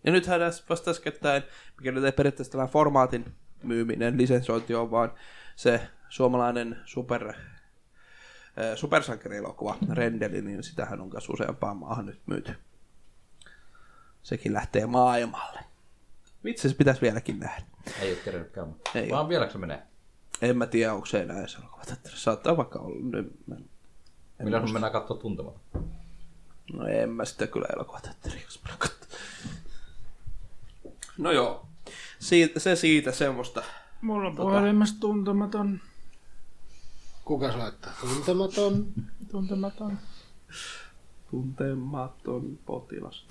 [SPEAKER 2] Ja nythän tässä vasta äskettäin, mikä nyt ei periaatteessa tämän formaatin myyminen, lisensointi on vaan se suomalainen super ö, supersankarielokuva Rendeli, niin sitähän on myös useampaan maahan nyt myyty. Sekin lähtee maailmalle. Vitsi, se pitäisi vieläkin nähdä.
[SPEAKER 4] Ei ole kerennyt käymään.
[SPEAKER 2] Ei
[SPEAKER 4] Vaan vieläkö se menee?
[SPEAKER 2] En mä tiedä, onko se enää edes elokuva. Saattaa vaikka olla. En- mä en-
[SPEAKER 4] Millä me mennään katsoa tuntematta?
[SPEAKER 2] No en mä sitä kyllä elokuvateatteria, jos mä katso. No joo. Siitä, se siitä semmoista.
[SPEAKER 5] Mulla on puhelimessa tuntematon.
[SPEAKER 3] Kuka soittaa? Tuntematon.
[SPEAKER 5] Tuntematon.
[SPEAKER 2] Tuntematon potilas.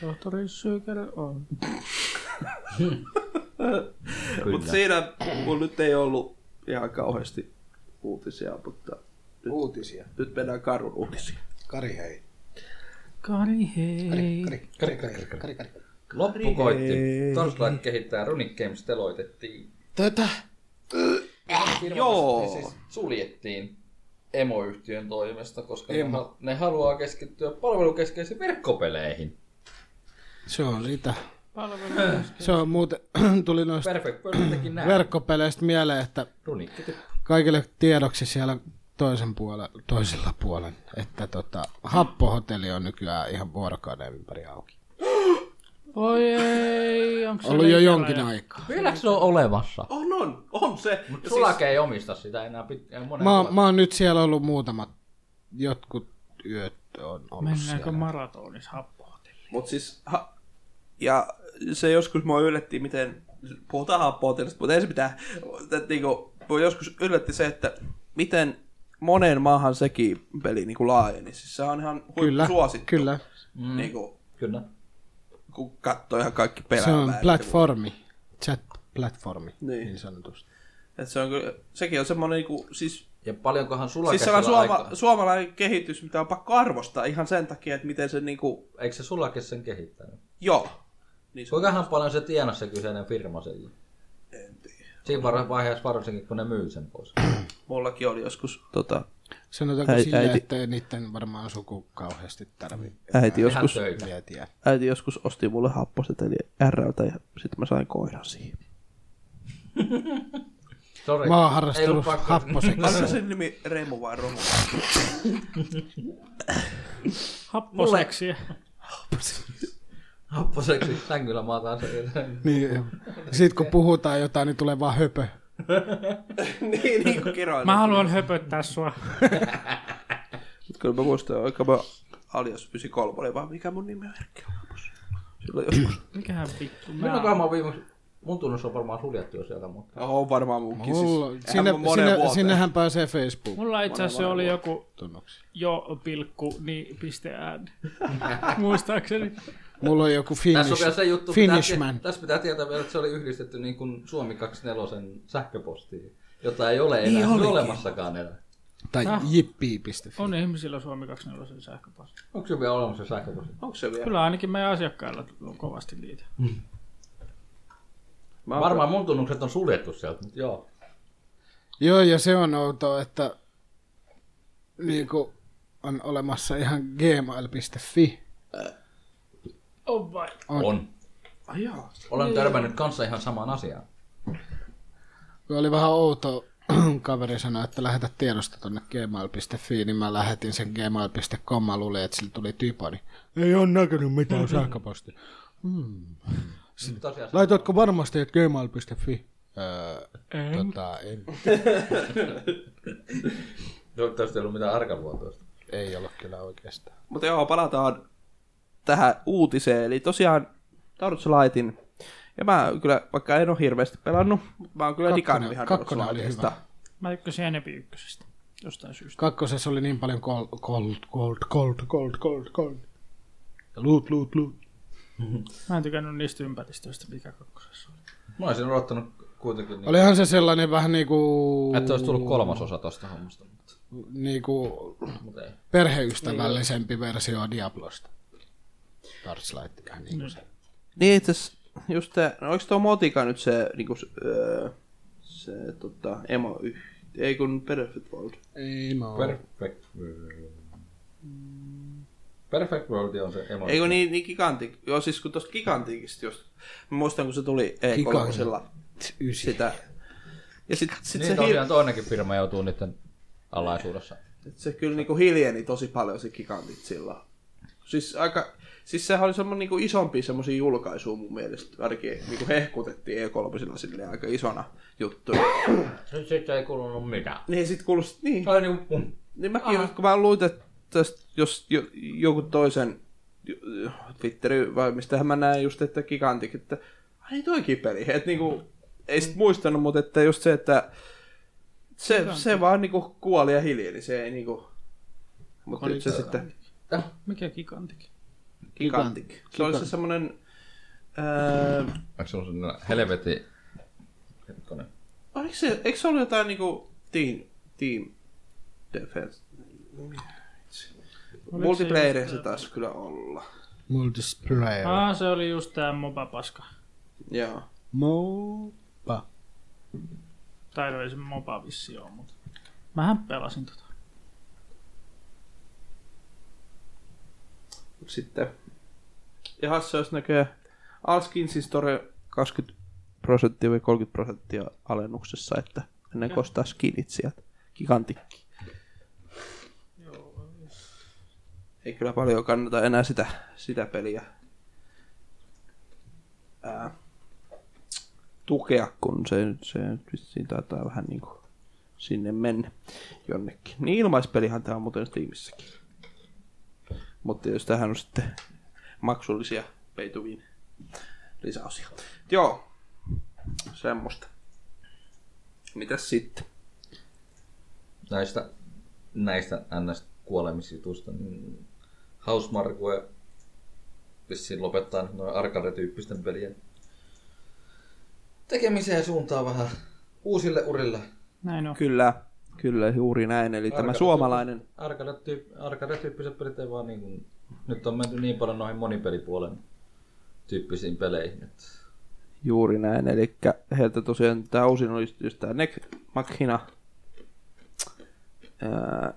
[SPEAKER 5] Tohtori Syykälä on.
[SPEAKER 2] Mutta siinä kun nyt ei ollut ihan kauheasti uutisia, mutta
[SPEAKER 3] Uutisia.
[SPEAKER 2] nyt mennään karun uutisiin.
[SPEAKER 3] Kari hei.
[SPEAKER 5] Kari hei.
[SPEAKER 3] Kari, kari, kari, kari, kari.
[SPEAKER 4] Loppu koitti. Torchlight kehittää Runic Games teloitettiin.
[SPEAKER 3] Tätä.
[SPEAKER 4] Firma
[SPEAKER 2] Joo.
[SPEAKER 4] Siis suljettiin emoyhtiön toimesta, koska ne, hal- ne, haluaa keskittyä palvelukeskeisiin verkkopeleihin.
[SPEAKER 3] Se on sitä.
[SPEAKER 5] Palvelu.
[SPEAKER 3] Se on muuten, tuli noista
[SPEAKER 4] Perfect World teki näin.
[SPEAKER 3] verkkopeleistä mieleen, että
[SPEAKER 4] Runikki tyttö.
[SPEAKER 3] kaikille tiedoksi siellä toisen puolen, toisella puolen, että tota, happohotelli on nykyään ihan vuorokauden ympäri auki.
[SPEAKER 5] Voi ei, onko se
[SPEAKER 3] Ollut jo
[SPEAKER 5] leikkiä
[SPEAKER 3] jonkin
[SPEAKER 5] raja?
[SPEAKER 3] aikaa.
[SPEAKER 4] Vieläkö se on olemassa?
[SPEAKER 2] On, on, on se.
[SPEAKER 4] Mutta
[SPEAKER 2] Ja
[SPEAKER 4] sulake ei omista sitä enää pit- ei monen
[SPEAKER 3] Mä, oon-
[SPEAKER 4] vuoteen.
[SPEAKER 3] mä oon nyt siellä ollut muutamat, jotkut yöt on ollut
[SPEAKER 5] Mennäänkö
[SPEAKER 3] siellä.
[SPEAKER 5] maratonissa happohotelliin?
[SPEAKER 2] Mut siis, ha- ja se joskus mua yllätti, miten, puhutaan happohotelista, mutta ei se mitään, että niinku, mua joskus yllätti se, että miten moneen maahan sekin peli niinku laajeni. Siis se on ihan
[SPEAKER 3] Kyllä,
[SPEAKER 2] huippu suosittu.
[SPEAKER 3] kyllä.
[SPEAKER 2] Mm. Niinku,
[SPEAKER 4] Kyllä.
[SPEAKER 2] kun katsoo ihan kaikki pelää.
[SPEAKER 3] Se on platformi, chat-platformi
[SPEAKER 2] Niin.
[SPEAKER 3] niin. niin sanotusti.
[SPEAKER 2] Et se on kyllä, sekin on semmoinen niinku, siis
[SPEAKER 4] Ja paljonkohan
[SPEAKER 2] Siis
[SPEAKER 4] sulakesella
[SPEAKER 2] sellainen suoma,
[SPEAKER 4] aikaa?
[SPEAKER 2] suomalainen kehitys, mitä on pakko arvostaa ihan sen takia, että miten se niinku,
[SPEAKER 4] Eikö se sulake sen kehittänyt?
[SPEAKER 2] joo. Niin se,
[SPEAKER 4] Kuinkahan paljon se tienasi se kyseinen firma sillä? Siinä var- vaiheessa varsinkin, kun ne myy sen pois.
[SPEAKER 2] mullakin oli joskus, tota,
[SPEAKER 3] Sanotaanko
[SPEAKER 2] Äi-
[SPEAKER 3] Hei, silleen,
[SPEAKER 2] äiti-
[SPEAKER 3] että ei niiden varmaan suku kauheasti tarvitse
[SPEAKER 4] Mm.
[SPEAKER 2] äiti
[SPEAKER 4] Ihan
[SPEAKER 2] joskus,
[SPEAKER 4] töitä.
[SPEAKER 3] mietiä.
[SPEAKER 2] äiti joskus osti mulle happoset, eli R-tä, ja sitten mä sain koiran siihen.
[SPEAKER 4] Sorry.
[SPEAKER 3] Mä oon
[SPEAKER 4] Ei ollut
[SPEAKER 3] harrastanut
[SPEAKER 4] pakko.
[SPEAKER 2] Onko
[SPEAKER 3] happoseksi.
[SPEAKER 2] sen nimi Remu vai Romu?
[SPEAKER 5] Happoseksiä.
[SPEAKER 4] Happoseksi. Tän kyllä mä otan sen.
[SPEAKER 3] niin, Sitten kun puhutaan jotain, niin tulee vaan höpö.
[SPEAKER 2] niin, niin kuin kiroin.
[SPEAKER 5] Mä haluan höpöttää sua.
[SPEAKER 2] Kyllä mä muistan, aika mä alias 93 oli vaan, mikä mun nimi on Erkki Haapus. Silloin joskus.
[SPEAKER 5] Mikähän vittu? Mä
[SPEAKER 4] Milloinkohan mä oon viimeksi Mun tunnus on varmaan suljettu sieltä, mutta
[SPEAKER 2] On varmaan munkin.
[SPEAKER 3] Mulla,
[SPEAKER 2] siis,
[SPEAKER 3] sinne,
[SPEAKER 2] eihän mä moneen
[SPEAKER 3] sinne,
[SPEAKER 2] vuoteen.
[SPEAKER 3] sinnehän pääsee Facebook-tunnuksi.
[SPEAKER 5] Mulla itse asiassa oli joku jo pilkku niin piste ään. Muistaakseni.
[SPEAKER 3] Mulla on joku
[SPEAKER 4] Tässä on vielä
[SPEAKER 3] Finnish,
[SPEAKER 4] se juttu, pitää,
[SPEAKER 3] Finishman.
[SPEAKER 4] tässä pitää tietää vielä, että se oli yhdistetty niin kuin Suomi 24 sähköpostiin, jota ei ole enää,
[SPEAKER 3] Niin
[SPEAKER 4] ei ole
[SPEAKER 3] olikin.
[SPEAKER 4] olemassakaan enää.
[SPEAKER 3] Tai jippi.fi.
[SPEAKER 5] On ihmisillä Suomi 24 sähköposti.
[SPEAKER 4] Onko se vielä olemassa se sähköposti?
[SPEAKER 2] Onko se vielä?
[SPEAKER 5] Kyllä ainakin meidän asiakkailla on kovasti niitä.
[SPEAKER 2] Mä oon-
[SPEAKER 4] Varmaan mun tunnukset on suljettu sieltä, mutta joo.
[SPEAKER 3] Joo, ja se on outoa, että niinku on olemassa ihan gmail.fi.
[SPEAKER 5] On vai?
[SPEAKER 4] On. on.
[SPEAKER 5] Ai joo.
[SPEAKER 2] Niin.
[SPEAKER 4] Olen törmännyt kanssa ihan samaan asiaan.
[SPEAKER 3] Kun oli vähän outo kaveri sanoi, että lähetä tiedosto tonne gmail.fi, niin mä lähetin sen gmail.com, mä luulin, että sillä tuli typoni. Ei ole näkynyt mitään sähköpostia.
[SPEAKER 4] Sitten asiassa,
[SPEAKER 3] Laitoitko varmasti, että gmail.fi? Öö, tota, en,
[SPEAKER 4] toivottavasti ei ollut mitään arkaluontoista.
[SPEAKER 3] ei ole kyllä oikeastaan.
[SPEAKER 2] Mutta joo, palataan tähän uutiseen. Eli tosiaan Tarts Lightin, ja mä kyllä, vaikka en ole hirveästi pelannut, mutta mä oon kyllä
[SPEAKER 3] Kakkonen-
[SPEAKER 2] digannut ihan Tarts
[SPEAKER 3] kakkonen oli
[SPEAKER 2] Lightista.
[SPEAKER 5] Mä tykkäsin enempi ykkösestä. Jostain syystä.
[SPEAKER 3] Kakkosessa oli niin paljon cold, cold, cold, cold, cold, cold, cold. Ja Loot, loot, loot.
[SPEAKER 4] Niin.
[SPEAKER 5] Mä en tykännyt niistä ympäristöistä, mikä kakkosessa oli.
[SPEAKER 4] Mä olisin odottanut kuitenkin, niin,
[SPEAKER 3] Olihan se sellainen vähän niinku...
[SPEAKER 4] että olisi tullut kolmas osa tosta hommasta, mutta,
[SPEAKER 3] niinku
[SPEAKER 4] mutta ei.
[SPEAKER 3] perheystävällisempi versio Diablosta. Torchlightikähän niinku se.
[SPEAKER 2] Niin itse asiassa just tää, no oliko tuo Motika nyt se, niinku, se, öö, se tota, emo yh- ei kun Perfect World.
[SPEAKER 3] Ei mä oon.
[SPEAKER 4] Perfect World. Perfect World on se emo.
[SPEAKER 2] Ei kun niin, niin Gigantic, joo siis kun tuosta Gigantikista just, mä muistan kun se tuli e 3
[SPEAKER 3] Ysi.
[SPEAKER 2] sitä. Ja sit, sit
[SPEAKER 4] Niin
[SPEAKER 2] se, hil-
[SPEAKER 4] tosiaan toinenkin firma joutuu niiden alaisuudessa.
[SPEAKER 2] Et se kyllä niinku hiljeni tosi paljon se gigantit sillä. Siis, aika, siis sehän oli semmoinen niinku isompi semmoisia julkaisuja mun mielestä. Ainakin niinku hehkutettiin E3 sille aika isona juttu.
[SPEAKER 4] Nyt siitä ei kulunut mitään.
[SPEAKER 2] niin sit kuulosti, niin.
[SPEAKER 4] Se oli niinku pum.
[SPEAKER 2] niin mäkin, kun mä luin että tästä, jos jo, joku toisen jo- Twitteri vai mistähän mä näin just, että gigantik, että ai niin toikin peli. Et niinku, ei sit muistanut, mutta että just se, että se, se vaan niinku kuoli ja hiljeni, se ei niinku... Mutta nyt se sitten...
[SPEAKER 5] Mikä gigantikin?
[SPEAKER 2] Gigantic. Se oli se semmoinen... Öö,
[SPEAKER 4] Onko se sellainen helveti... Hetkonen.
[SPEAKER 2] oliko se, eikö se ollut jotain niinku Team, team Defense? Multiplayeria se taisi kyllä olla.
[SPEAKER 3] Multisplayer.
[SPEAKER 5] Ah, se oli just tää moba-paska.
[SPEAKER 2] Joo.
[SPEAKER 3] Mopa.
[SPEAKER 5] Tai no ei se moba vissi oo, mutta... Mähän pelasin tota.
[SPEAKER 2] Mut Sitten. Ja hassa, jos näkee Alskinsin Store 20 prosenttia vai 30 prosenttia alennuksessa, että ennen kuin ostaa skinit sieltä. Gigantikki. Ei kyllä paljon kannata enää sitä, sitä peliä ää, tukea, kun se, se vissiin taitaa vähän niin kuin sinne mennä jonnekin. Niin ilmaispelihan tämä on muuten Steamissäkin. Mutta jos tähän on sitten maksullisia peituviin lisäosia. Joo, semmoista. Mitäs sitten?
[SPEAKER 4] Näistä, näistä ns. kuolemisjutuista, niin Hausmarkue vissiin lopettaa nyt noin arcade-tyyppisten pelien tekemiseen ja suuntaa vähän uusille urille.
[SPEAKER 5] Näin on.
[SPEAKER 2] Kyllä, kyllä juuri näin. Eli tämä
[SPEAKER 4] Arcade-tyyppi-
[SPEAKER 2] suomalainen,
[SPEAKER 4] arcade-tyyp- Arcade-tyyppiset pelit ei vaan niin kuin, nyt on menty niin paljon noihin monipelipuolen tyyppisiin peleihin, että
[SPEAKER 2] juuri näin. Eli heiltä tosiaan tämä uusin oli just tämä Neck Machina. Ää,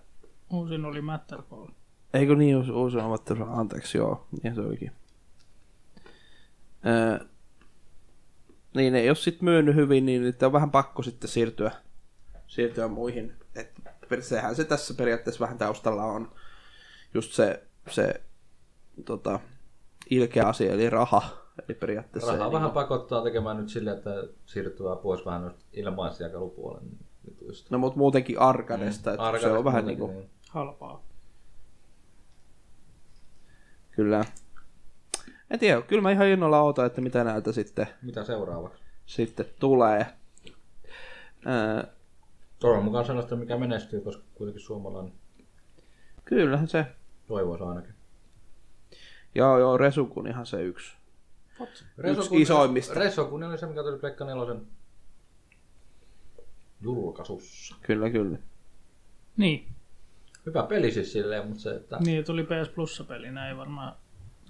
[SPEAKER 5] Uusin oli Matterfall.
[SPEAKER 2] Eikö niin, jos uusi on Matterfall? Anteeksi, joo. Niin se olikin. Öö, niin, ei, jos sit myynyt hyvin, niin niitä on vähän pakko sitten siirtyä, siirtyä muihin. Et, per- sehän se tässä periaatteessa vähän taustalla on just se, se tota, ilkeä asia, eli raha. Eli periaatteessa
[SPEAKER 4] Raha
[SPEAKER 2] ei
[SPEAKER 4] vähän
[SPEAKER 2] niinku-
[SPEAKER 4] pakottaa tekemään nyt silleen, että siirtyy pois vähän noista ilmaisia kalupuolen jutuista.
[SPEAKER 2] No mutta muutenkin Arkadesta, mm, että se on vähän niinku...
[SPEAKER 4] Niin.
[SPEAKER 5] Halpaa.
[SPEAKER 2] Kyllä. En tiedä, kyllä mä ihan innolla ootan, että mitä näitä sitten
[SPEAKER 4] Mitä seuraavaksi?
[SPEAKER 2] sitten tulee. Öö,
[SPEAKER 4] Toivon mukaan sellaista, mikä menestyy, koska kuitenkin suomalainen
[SPEAKER 2] kyllähän se,
[SPEAKER 4] toivoisa ainakin.
[SPEAKER 2] joo joo, Resukun ihan se yksi. Yksi isoimmista.
[SPEAKER 4] Resokuni oli se, mikä tuli Pekka Nelosen julkaisussa.
[SPEAKER 2] Kyllä, kyllä.
[SPEAKER 5] Niin,
[SPEAKER 4] Hyvä peli siis silleen, mutta se, että...
[SPEAKER 5] niin tuli PS Plussa peli, näin varmaan.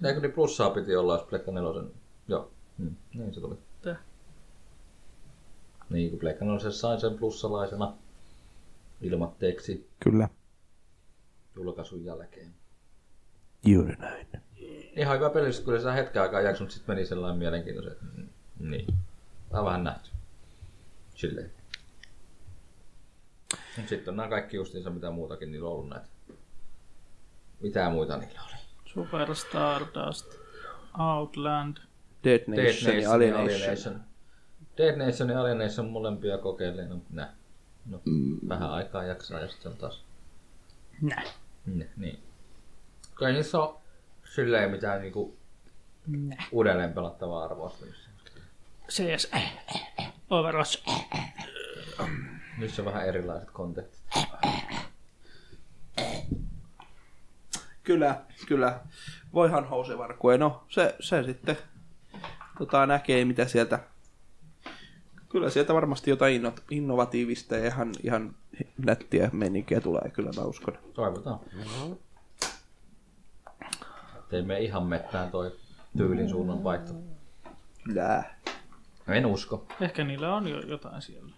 [SPEAKER 4] Niin. Eikö niin plussaa piti olla, jos Pleikka nelosen... Joo, mm. niin se tuli.
[SPEAKER 5] Tää.
[SPEAKER 4] Niin, kun Pleikka nelosen sai sen plussalaisena ilmatteeksi
[SPEAKER 2] Kyllä.
[SPEAKER 4] julkaisun jälkeen.
[SPEAKER 2] Juuri näin.
[SPEAKER 4] Ihan hyvä peli, siis sit kyllä sitä hetken aikaa jakso, mutta sitten meni sellainen mielenkiintoinen, että mm, niin. Tämä on vähän nähty. Silleen. Sitten on nämä kaikki justiinsa mitä muutakin niillä on ollut näitä. Mitä muita niillä oli?
[SPEAKER 5] Super Stardust, Outland.
[SPEAKER 2] Dead
[SPEAKER 4] Dead
[SPEAKER 2] Nation ja
[SPEAKER 4] Nation ja
[SPEAKER 2] Alienation.
[SPEAKER 4] Alienation. Dead Nation ja Alienation molempia kokeilin. No, nä. No, mm. Vähän aikaa jaksaa ja sitten se on taas.
[SPEAKER 5] Näin.
[SPEAKER 4] Niin. niin. Kai niissä on silleen mitään niinku
[SPEAKER 5] Näh.
[SPEAKER 4] uudelleen pelattavaa arvoa. niissä.
[SPEAKER 5] CS. eh, eh, eh. Overwatch. eh.
[SPEAKER 4] Niissä on vähän erilaiset kontekstit.
[SPEAKER 2] Kyllä, kyllä. Voihan housevarkkuja. No, se, se sitten tota, näkee, mitä sieltä... Kyllä sieltä varmasti jotain inno- innovatiivista ja ihan, ihan nättiä meininkiä tulee, kyllä mä uskon.
[SPEAKER 4] Toivotaan. Ettei mene ihan mettään toi tyylin suunnan vaihto.
[SPEAKER 2] Nää.
[SPEAKER 4] En usko.
[SPEAKER 5] Ehkä niillä on jo jotain siellä.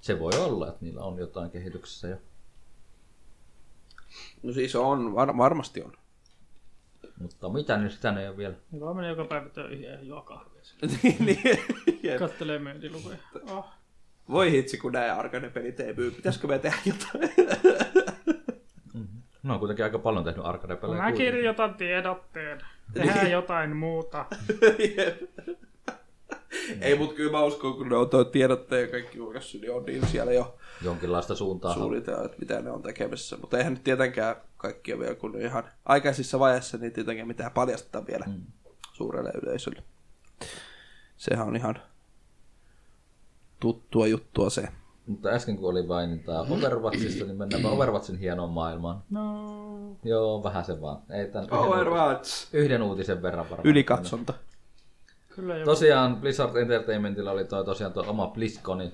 [SPEAKER 4] Se voi olla, että niillä on jotain kehityksessä jo.
[SPEAKER 2] No siis on, var, varmasti on.
[SPEAKER 4] Mutta mitä nyt sitä ne ei ole vielä?
[SPEAKER 5] Ne vaan menee joka päivä töihin ja juo kahvia. siellä.
[SPEAKER 2] Niin, jep.
[SPEAKER 5] Kattelee myyntilukuja. Oh.
[SPEAKER 2] Voi hitsi, kun näin arkainen peli teemyy. Pitäisikö me tehdä jotain?
[SPEAKER 4] No on kuitenkin aika paljon tehnyt arcade pelejä.
[SPEAKER 5] Mä kirjoitan tiedotteen. Tehdään jotain muuta.
[SPEAKER 2] Jep. Ei, mut kyllä mä uskon, kun ne on toi tiedotteen ja kaikki julkaissut, niin on niin siellä jo
[SPEAKER 4] jonkinlaista suuntaa. Suuri.
[SPEAKER 2] suunnitella, että mitä ne on tekemässä. Mutta eihän nyt tietenkään kaikkia vielä, kun ne on ihan aikaisissa vaiheissa, niin tietenkään mitään paljasteta vielä mm. suurelle yleisölle. Sehän on ihan tuttua juttua se.
[SPEAKER 4] Mutta äsken kun oli mainintaa Overwatchista, niin mennäänpä Overwatchin hienoon maailmaan.
[SPEAKER 5] No.
[SPEAKER 4] Joo, vähän se vaan. Ei tämän
[SPEAKER 2] Overwatch!
[SPEAKER 4] yhden uutisen verran varmaan.
[SPEAKER 2] Ylikatsonta.
[SPEAKER 5] Kyllä jo.
[SPEAKER 4] Tosiaan Blizzard Entertainmentilla oli toi, tosiaan tuo oma BlizzConi.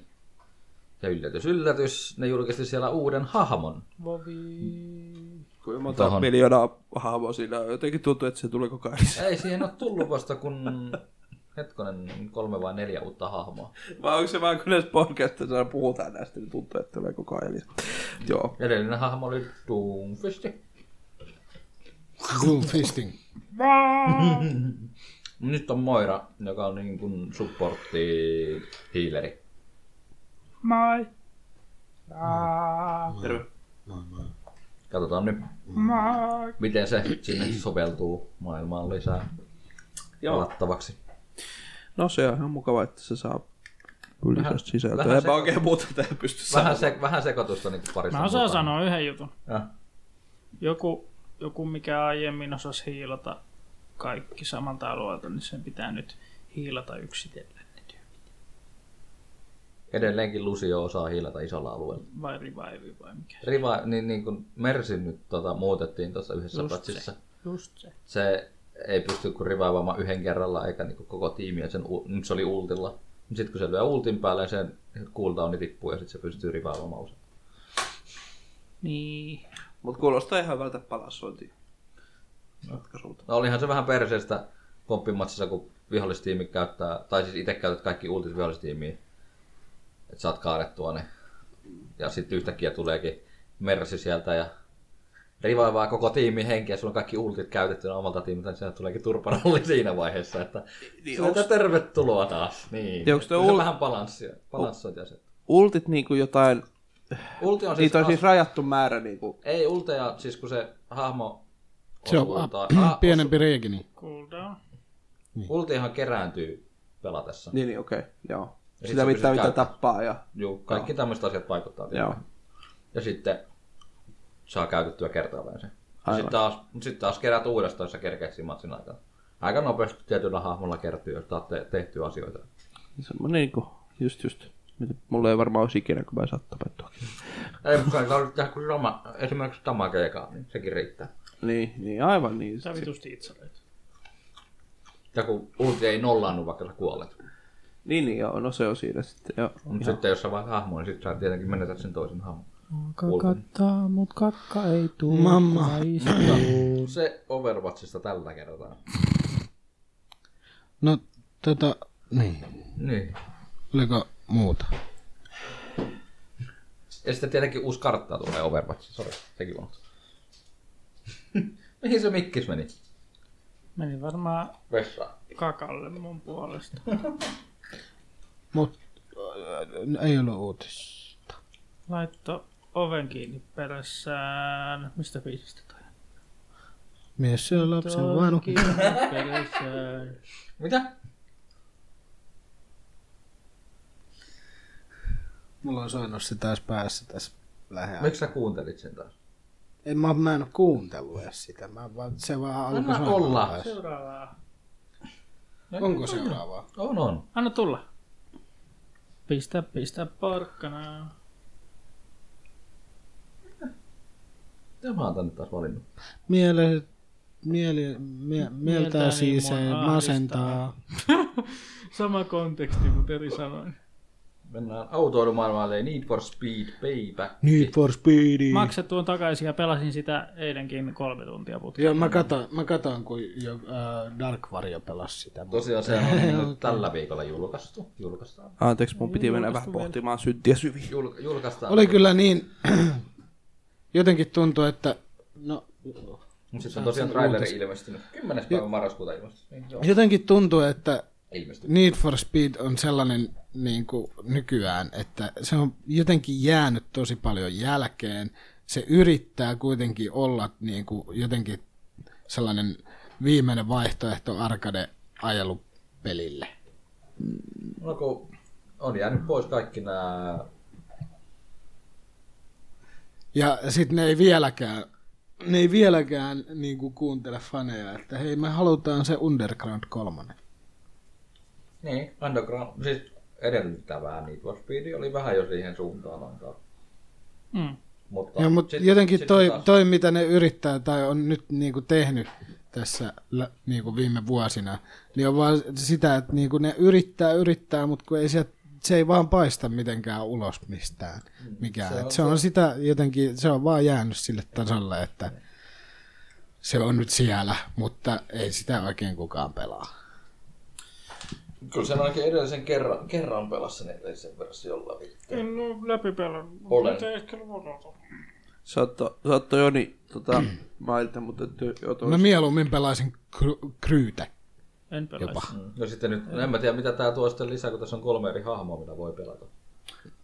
[SPEAKER 4] Ja yllätys, yllätys, ne julkisti siellä uuden hahmon.
[SPEAKER 5] Vovi.
[SPEAKER 2] Kuinka monta
[SPEAKER 4] Tohon.
[SPEAKER 2] miljoonaa hahmoa siinä on. Jotenkin tuntuu, että se tulee koko ajan.
[SPEAKER 4] Ei siihen ole tullut vasta kun... Hetkonen, kolme vai neljä uutta hahmoa.
[SPEAKER 2] Vai onko se vaan kun näissä podcastissa puhutaan näistä, niin tuntuu, että tulee koko ajan. Joo.
[SPEAKER 4] Edellinen hahmo oli Doomfisti.
[SPEAKER 3] Doom fisting.
[SPEAKER 4] Nyt on Moira, joka on niin kuin supportti healeri.
[SPEAKER 5] Moi.
[SPEAKER 2] Terve.
[SPEAKER 4] Katsotaan nyt,
[SPEAKER 5] Moi.
[SPEAKER 4] miten se sinne soveltuu maailmaan lisää
[SPEAKER 2] Joo.
[SPEAKER 4] pelattavaksi.
[SPEAKER 2] No se on ihan mukava, että se saa
[SPEAKER 4] Vähän-
[SPEAKER 2] ylisistä sisältöä.
[SPEAKER 4] vähän
[SPEAKER 2] Enpä
[SPEAKER 4] se-
[SPEAKER 2] oikein muuta tähän pysty
[SPEAKER 4] Vähän, se, vähän sekoitusta niin parissa.
[SPEAKER 5] Mä osaan
[SPEAKER 4] mukaan.
[SPEAKER 5] sanoa yhden jutun.
[SPEAKER 4] Ja.
[SPEAKER 5] Joku, joku mikä aiemmin osasi hiilata kaikki samalta alueelta, niin sen pitää nyt hiilata yksitellen. ne tyypit.
[SPEAKER 4] Edelleenkin Lucio osaa hiilata isolla alueella.
[SPEAKER 5] Vai revive vai mikä.
[SPEAKER 4] Riva, niin, niin kuin Mersi nyt tota, muutettiin tuossa yhdessä
[SPEAKER 5] Just
[SPEAKER 4] patsissa. Se.
[SPEAKER 5] Just se.
[SPEAKER 4] se ei pysty kuin rivaamaan yhden kerralla eikä niin koko tiimiä. Sen, u- nyt se oli ultilla. Sitten kun se lyö ultin päälle, sen cooldowni tippuu ja sitten se pystyy rivaamaan usein.
[SPEAKER 5] Niin.
[SPEAKER 2] Mutta kuulostaa ihan hyvältä palassointia. Ratkaisulta.
[SPEAKER 4] No olihan se vähän perseestä komppimatsissa, kun vihollistiimi käyttää, tai siis itse käytät kaikki ultit vihollistiimiin, että saat kaadettua ne. Ja sitten yhtäkkiä tuleekin mersi sieltä ja rivaivaa koko tiimin henkeä, sulla on kaikki ultit käytettynä omalta tiimiltä, niin sieltä tuleekin turparalli siinä vaiheessa, että
[SPEAKER 2] Niin,
[SPEAKER 4] niin onks...
[SPEAKER 2] onks-
[SPEAKER 4] tervetuloa taas. Niin.
[SPEAKER 2] Niin, onks
[SPEAKER 4] se
[SPEAKER 2] toi
[SPEAKER 4] on
[SPEAKER 2] ul-
[SPEAKER 4] vähän balanssia, balanssointia se.
[SPEAKER 2] Ultit niinku jotain,
[SPEAKER 4] Ulti on siis,
[SPEAKER 2] niitä on siis rajattu määrä niinku.
[SPEAKER 4] ei ulteja, siis kun se hahmo
[SPEAKER 3] Se
[SPEAKER 4] osuu
[SPEAKER 3] on
[SPEAKER 4] tai-
[SPEAKER 3] a,
[SPEAKER 4] ah,
[SPEAKER 3] pienempi niin. reikini.
[SPEAKER 5] Cooldown.
[SPEAKER 4] Ultihan kerääntyy pelatessa.
[SPEAKER 2] Niin, niin okei, okay, joo.
[SPEAKER 4] Ja sit
[SPEAKER 2] Sitä mittaa,
[SPEAKER 4] sä pystyt
[SPEAKER 2] mitä
[SPEAKER 4] käyttämään.
[SPEAKER 2] tappaa ja...
[SPEAKER 4] Joo, kaikki tämmöiset asiat vaikuttaa.
[SPEAKER 2] Joo.
[SPEAKER 4] tietenkin. Ja sitten saa käytettyä kertaalleen sen. Ja
[SPEAKER 2] Aivan.
[SPEAKER 4] sitten taas, sit taas kerät uudestaan, jos sä kerkeät siinä matsin aikana. Aika nopeasti tietyllä hahmolla kertyy, jos saat te- tehtyä asioita.
[SPEAKER 2] Semmoinen niinku, just just. Mitä mulla ei varmaan olisi ikinä, kun mä en saa tapettua.
[SPEAKER 4] Ei, mutta kai tarvitse tehdä kuin rama, esimerkiksi tamakeekaa, niin sekin riittää.
[SPEAKER 2] Niin, niin aivan niin.
[SPEAKER 5] Sä vitusti itselleet.
[SPEAKER 4] Ja kun ulti ei nollaannu, vaikka sä kuolet.
[SPEAKER 2] Niin, niin joo, no se on siinä sitten. Joo.
[SPEAKER 4] Mutta sitten jos sä vaat hahmoa, niin sit sä tietenkin menetät sen toisen hahmon.
[SPEAKER 5] Kakattaa, mut kakka ei tuu.
[SPEAKER 3] Mamma.
[SPEAKER 4] Se Overwatchista tällä kertaa.
[SPEAKER 3] No, tota, niin.
[SPEAKER 4] Niin.
[SPEAKER 3] Oliko muuta?
[SPEAKER 4] Ja sitten tietenkin uusi kartta tulee Overwatchissa. Sori, sekin on. Mihin se mikkis meni?
[SPEAKER 5] Meni varmaan
[SPEAKER 4] Vessaan.
[SPEAKER 5] kakalle mun puolesta.
[SPEAKER 3] Mut, äh, ei ollut uutis.
[SPEAKER 5] Laitto oven kiinni perässään. Mistä biisistä toi? on?
[SPEAKER 3] Mies syö lapsen vainu.
[SPEAKER 5] Kiinni perässään.
[SPEAKER 4] Mitä?
[SPEAKER 3] Mulla on soinut se taas päässä tässä lähellä.
[SPEAKER 4] Miksi sä kuuntelit sen taas?
[SPEAKER 3] En, mä, mä en oo kuunnellut edes sitä. Mä, vaan, se vaan alkoi
[SPEAKER 4] Anna
[SPEAKER 3] soimaan
[SPEAKER 4] olla. No,
[SPEAKER 3] taas.
[SPEAKER 5] Seuraavaa.
[SPEAKER 3] Onko seuraavaa?
[SPEAKER 4] On, on.
[SPEAKER 5] Anna tulla. Pistä, pistä porkkana.
[SPEAKER 4] Mitä mä oon tänne taas valinnut?
[SPEAKER 3] Miele, mieli, mie, mieltää
[SPEAKER 5] Mieltäni
[SPEAKER 3] siis
[SPEAKER 5] mua
[SPEAKER 3] se
[SPEAKER 5] ahdistaa.
[SPEAKER 3] masentaa.
[SPEAKER 5] Sama konteksti, mutta eri sanoin.
[SPEAKER 4] Mennään autoilumaailmalle. Need for Speed, Payback.
[SPEAKER 3] Need for Speedi.
[SPEAKER 5] Maksa tuon takaisin ja pelasin sitä eilenkin kolme tuntia putkeen.
[SPEAKER 3] Joo, mä katon, mä katon kun jo, äh, Dark Vario pelasi sitä.
[SPEAKER 4] Tosiaan se on nyt tällä viikolla julkaistu. Julkaistaan.
[SPEAKER 2] Anteeksi, mun piti mennä vähän pohtimaan syntiä syviin.
[SPEAKER 4] Julka- julkaistaan.
[SPEAKER 3] Oli kyllä niin, jotenkin tuntuu, että no,
[SPEAKER 4] Mutta sitten on tosiaan traileri ilmestynyt. 10. päivä marraskuuta ilmestynyt. Niin, joo.
[SPEAKER 3] jotenkin tuntuu, että
[SPEAKER 4] Ilmestynyt.
[SPEAKER 3] Need for Speed on sellainen niin kuin nykyään, että se on jotenkin jäänyt tosi paljon jälkeen. Se yrittää kuitenkin olla niin kuin jotenkin sellainen viimeinen vaihtoehto arcade-ajelupelille.
[SPEAKER 4] No kun on jäänyt pois kaikki nämä...
[SPEAKER 3] Ja sitten ne ei vieläkään, ne ei vieläkään niin kuin kuuntele faneja, että hei me halutaan se Underground 3.
[SPEAKER 4] Niin, underground. Siis edellyttää vähän niitä. For Speed oli vähän jo siihen suuntaan antaa.
[SPEAKER 5] Mm.
[SPEAKER 4] Mutta,
[SPEAKER 3] Ja, mutta
[SPEAKER 4] sit-
[SPEAKER 3] jotenkin
[SPEAKER 4] sit
[SPEAKER 3] toi,
[SPEAKER 4] taas-
[SPEAKER 3] toi, mitä ne yrittää tai on nyt niin kuin tehnyt tässä lä- niin kuin viime vuosina, niin on vaan sitä, että niin kuin ne yrittää, yrittää, mutta kun ei sieltä se ei vaan paista mitenkään ulos mistään mikään. Se on, se on sitä jotenkin, se on vaan jäänyt sille tasolle, että se on nyt siellä, mutta ei sitä oikein kukaan pelaa.
[SPEAKER 4] Kyllä sen ainakin edellisen kerran, kerran pelasi sen edellisen versiolla. vittu.
[SPEAKER 5] En ole läpi pelannut.
[SPEAKER 4] Olen.
[SPEAKER 5] Mitä ehkä luodotu?
[SPEAKER 2] Saatto, saatto Joni tota, mailta, mutta joutuu...
[SPEAKER 3] Mä mieluummin pelaisin kry- kryytä.
[SPEAKER 5] En pelaa.
[SPEAKER 4] No sitten nyt, no en mä tiedä mitä tää tuo sitten lisää, kun tässä on kolme eri hahmoa, mitä voi pelata.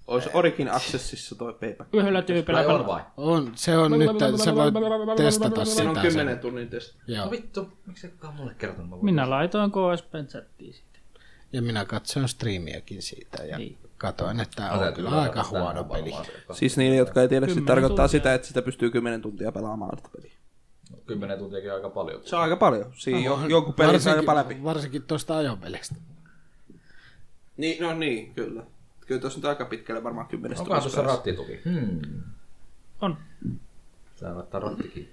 [SPEAKER 2] Olisi Origin Accessissa toi payback.
[SPEAKER 5] Yhdellä tyypillä
[SPEAKER 4] Tai on
[SPEAKER 5] pelaa.
[SPEAKER 4] vai?
[SPEAKER 3] On, se on nyt, sä voit testata sitä.
[SPEAKER 2] Se on 10 tunnin testi.
[SPEAKER 4] No
[SPEAKER 3] Joo.
[SPEAKER 4] vittu, miksi kukaan mulle kertonut? Mä voin-
[SPEAKER 5] Minä laitoin KSPn chattiin sitten.
[SPEAKER 3] Ja minä katsoin striimiäkin siitä ja
[SPEAKER 5] Niin.
[SPEAKER 3] niin. katoin, että tämä
[SPEAKER 4] Mä
[SPEAKER 3] on
[SPEAKER 4] täytyy
[SPEAKER 3] kyllä
[SPEAKER 4] pelata
[SPEAKER 3] aika
[SPEAKER 4] tänään
[SPEAKER 3] huono
[SPEAKER 4] varmaan
[SPEAKER 3] peli.
[SPEAKER 4] se, joka-
[SPEAKER 2] Siis niille, jotka ei tiedä, se
[SPEAKER 5] Kymmenen
[SPEAKER 2] tarkoittaa
[SPEAKER 5] tuntia.
[SPEAKER 2] sitä, että sitä pystyy 10 tuntia pelaamaan sitä peliä.
[SPEAKER 4] No, Kymmenen tuntiakin aika paljon.
[SPEAKER 2] Se on aika paljon. Siinä jo, joku peli saa jopa läpi.
[SPEAKER 3] varsinkin tuosta ajopelistä.
[SPEAKER 2] Niin, no niin, kyllä. Kyllä tuossa nyt aika pitkälle varmaan 10
[SPEAKER 4] Onkohan tuossa
[SPEAKER 2] tuntia.
[SPEAKER 4] rattituki? Hmm.
[SPEAKER 5] On.
[SPEAKER 4] Tää laittaa rattikin.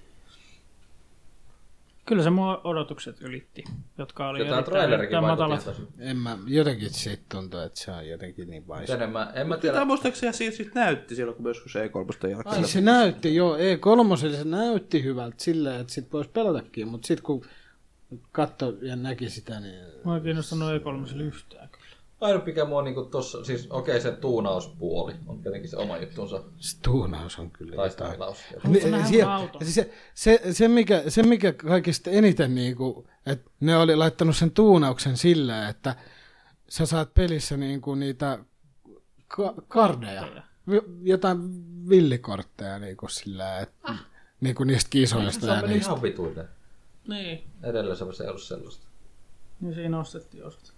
[SPEAKER 5] Kyllä se mua odotukset ylitti, jotka oli
[SPEAKER 4] Ja tää
[SPEAKER 5] erittäin,
[SPEAKER 4] trailerikin
[SPEAKER 5] erittäin matalat.
[SPEAKER 4] vaikutti tosi.
[SPEAKER 3] En mä, jotenkin siitä tuntuu, että se on jotenkin niin vaista.
[SPEAKER 4] Miten en mä, en mä
[SPEAKER 2] Tämä
[SPEAKER 4] tiedä.
[SPEAKER 2] muistaakseni siitä sit näytti silloin, kun joskus E3 jälkeen.
[SPEAKER 3] Ai, se näytti, joo, E3 se näytti hyvältä silleen, että sit voisi pelatakin, mutta sitten kun katso ja näki sitä, niin
[SPEAKER 5] Mua ei kiinnostanut E3 yhtään. kyllä.
[SPEAKER 4] Ainut mikä mua niinku tossa, siis okei se tuunauspuoli on tietenkin se oma juttunsa.
[SPEAKER 3] se tuunaus on kyllä
[SPEAKER 4] Tai
[SPEAKER 3] jotain.
[SPEAKER 4] tuunaus.
[SPEAKER 5] Haluatko
[SPEAKER 3] Ne-
[SPEAKER 5] nähdä
[SPEAKER 3] sie-
[SPEAKER 5] mun auton?
[SPEAKER 3] Niin, se, se, se, mikä, se, mikä kaikista eniten, niinku, että ne oli laittanut sen tuunauksen sillä, että sä saat pelissä niinku niitä ka- kardeja, Vi- jotain villikortteja niinku sillä, että ah. niinku niistä kisoista
[SPEAKER 4] Se
[SPEAKER 3] ja
[SPEAKER 4] on meni
[SPEAKER 3] niistä.
[SPEAKER 4] ihan vituille.
[SPEAKER 5] Niin.
[SPEAKER 4] Edellisessä ei ollut sellaista.
[SPEAKER 5] Niin siinä ostettiin osat.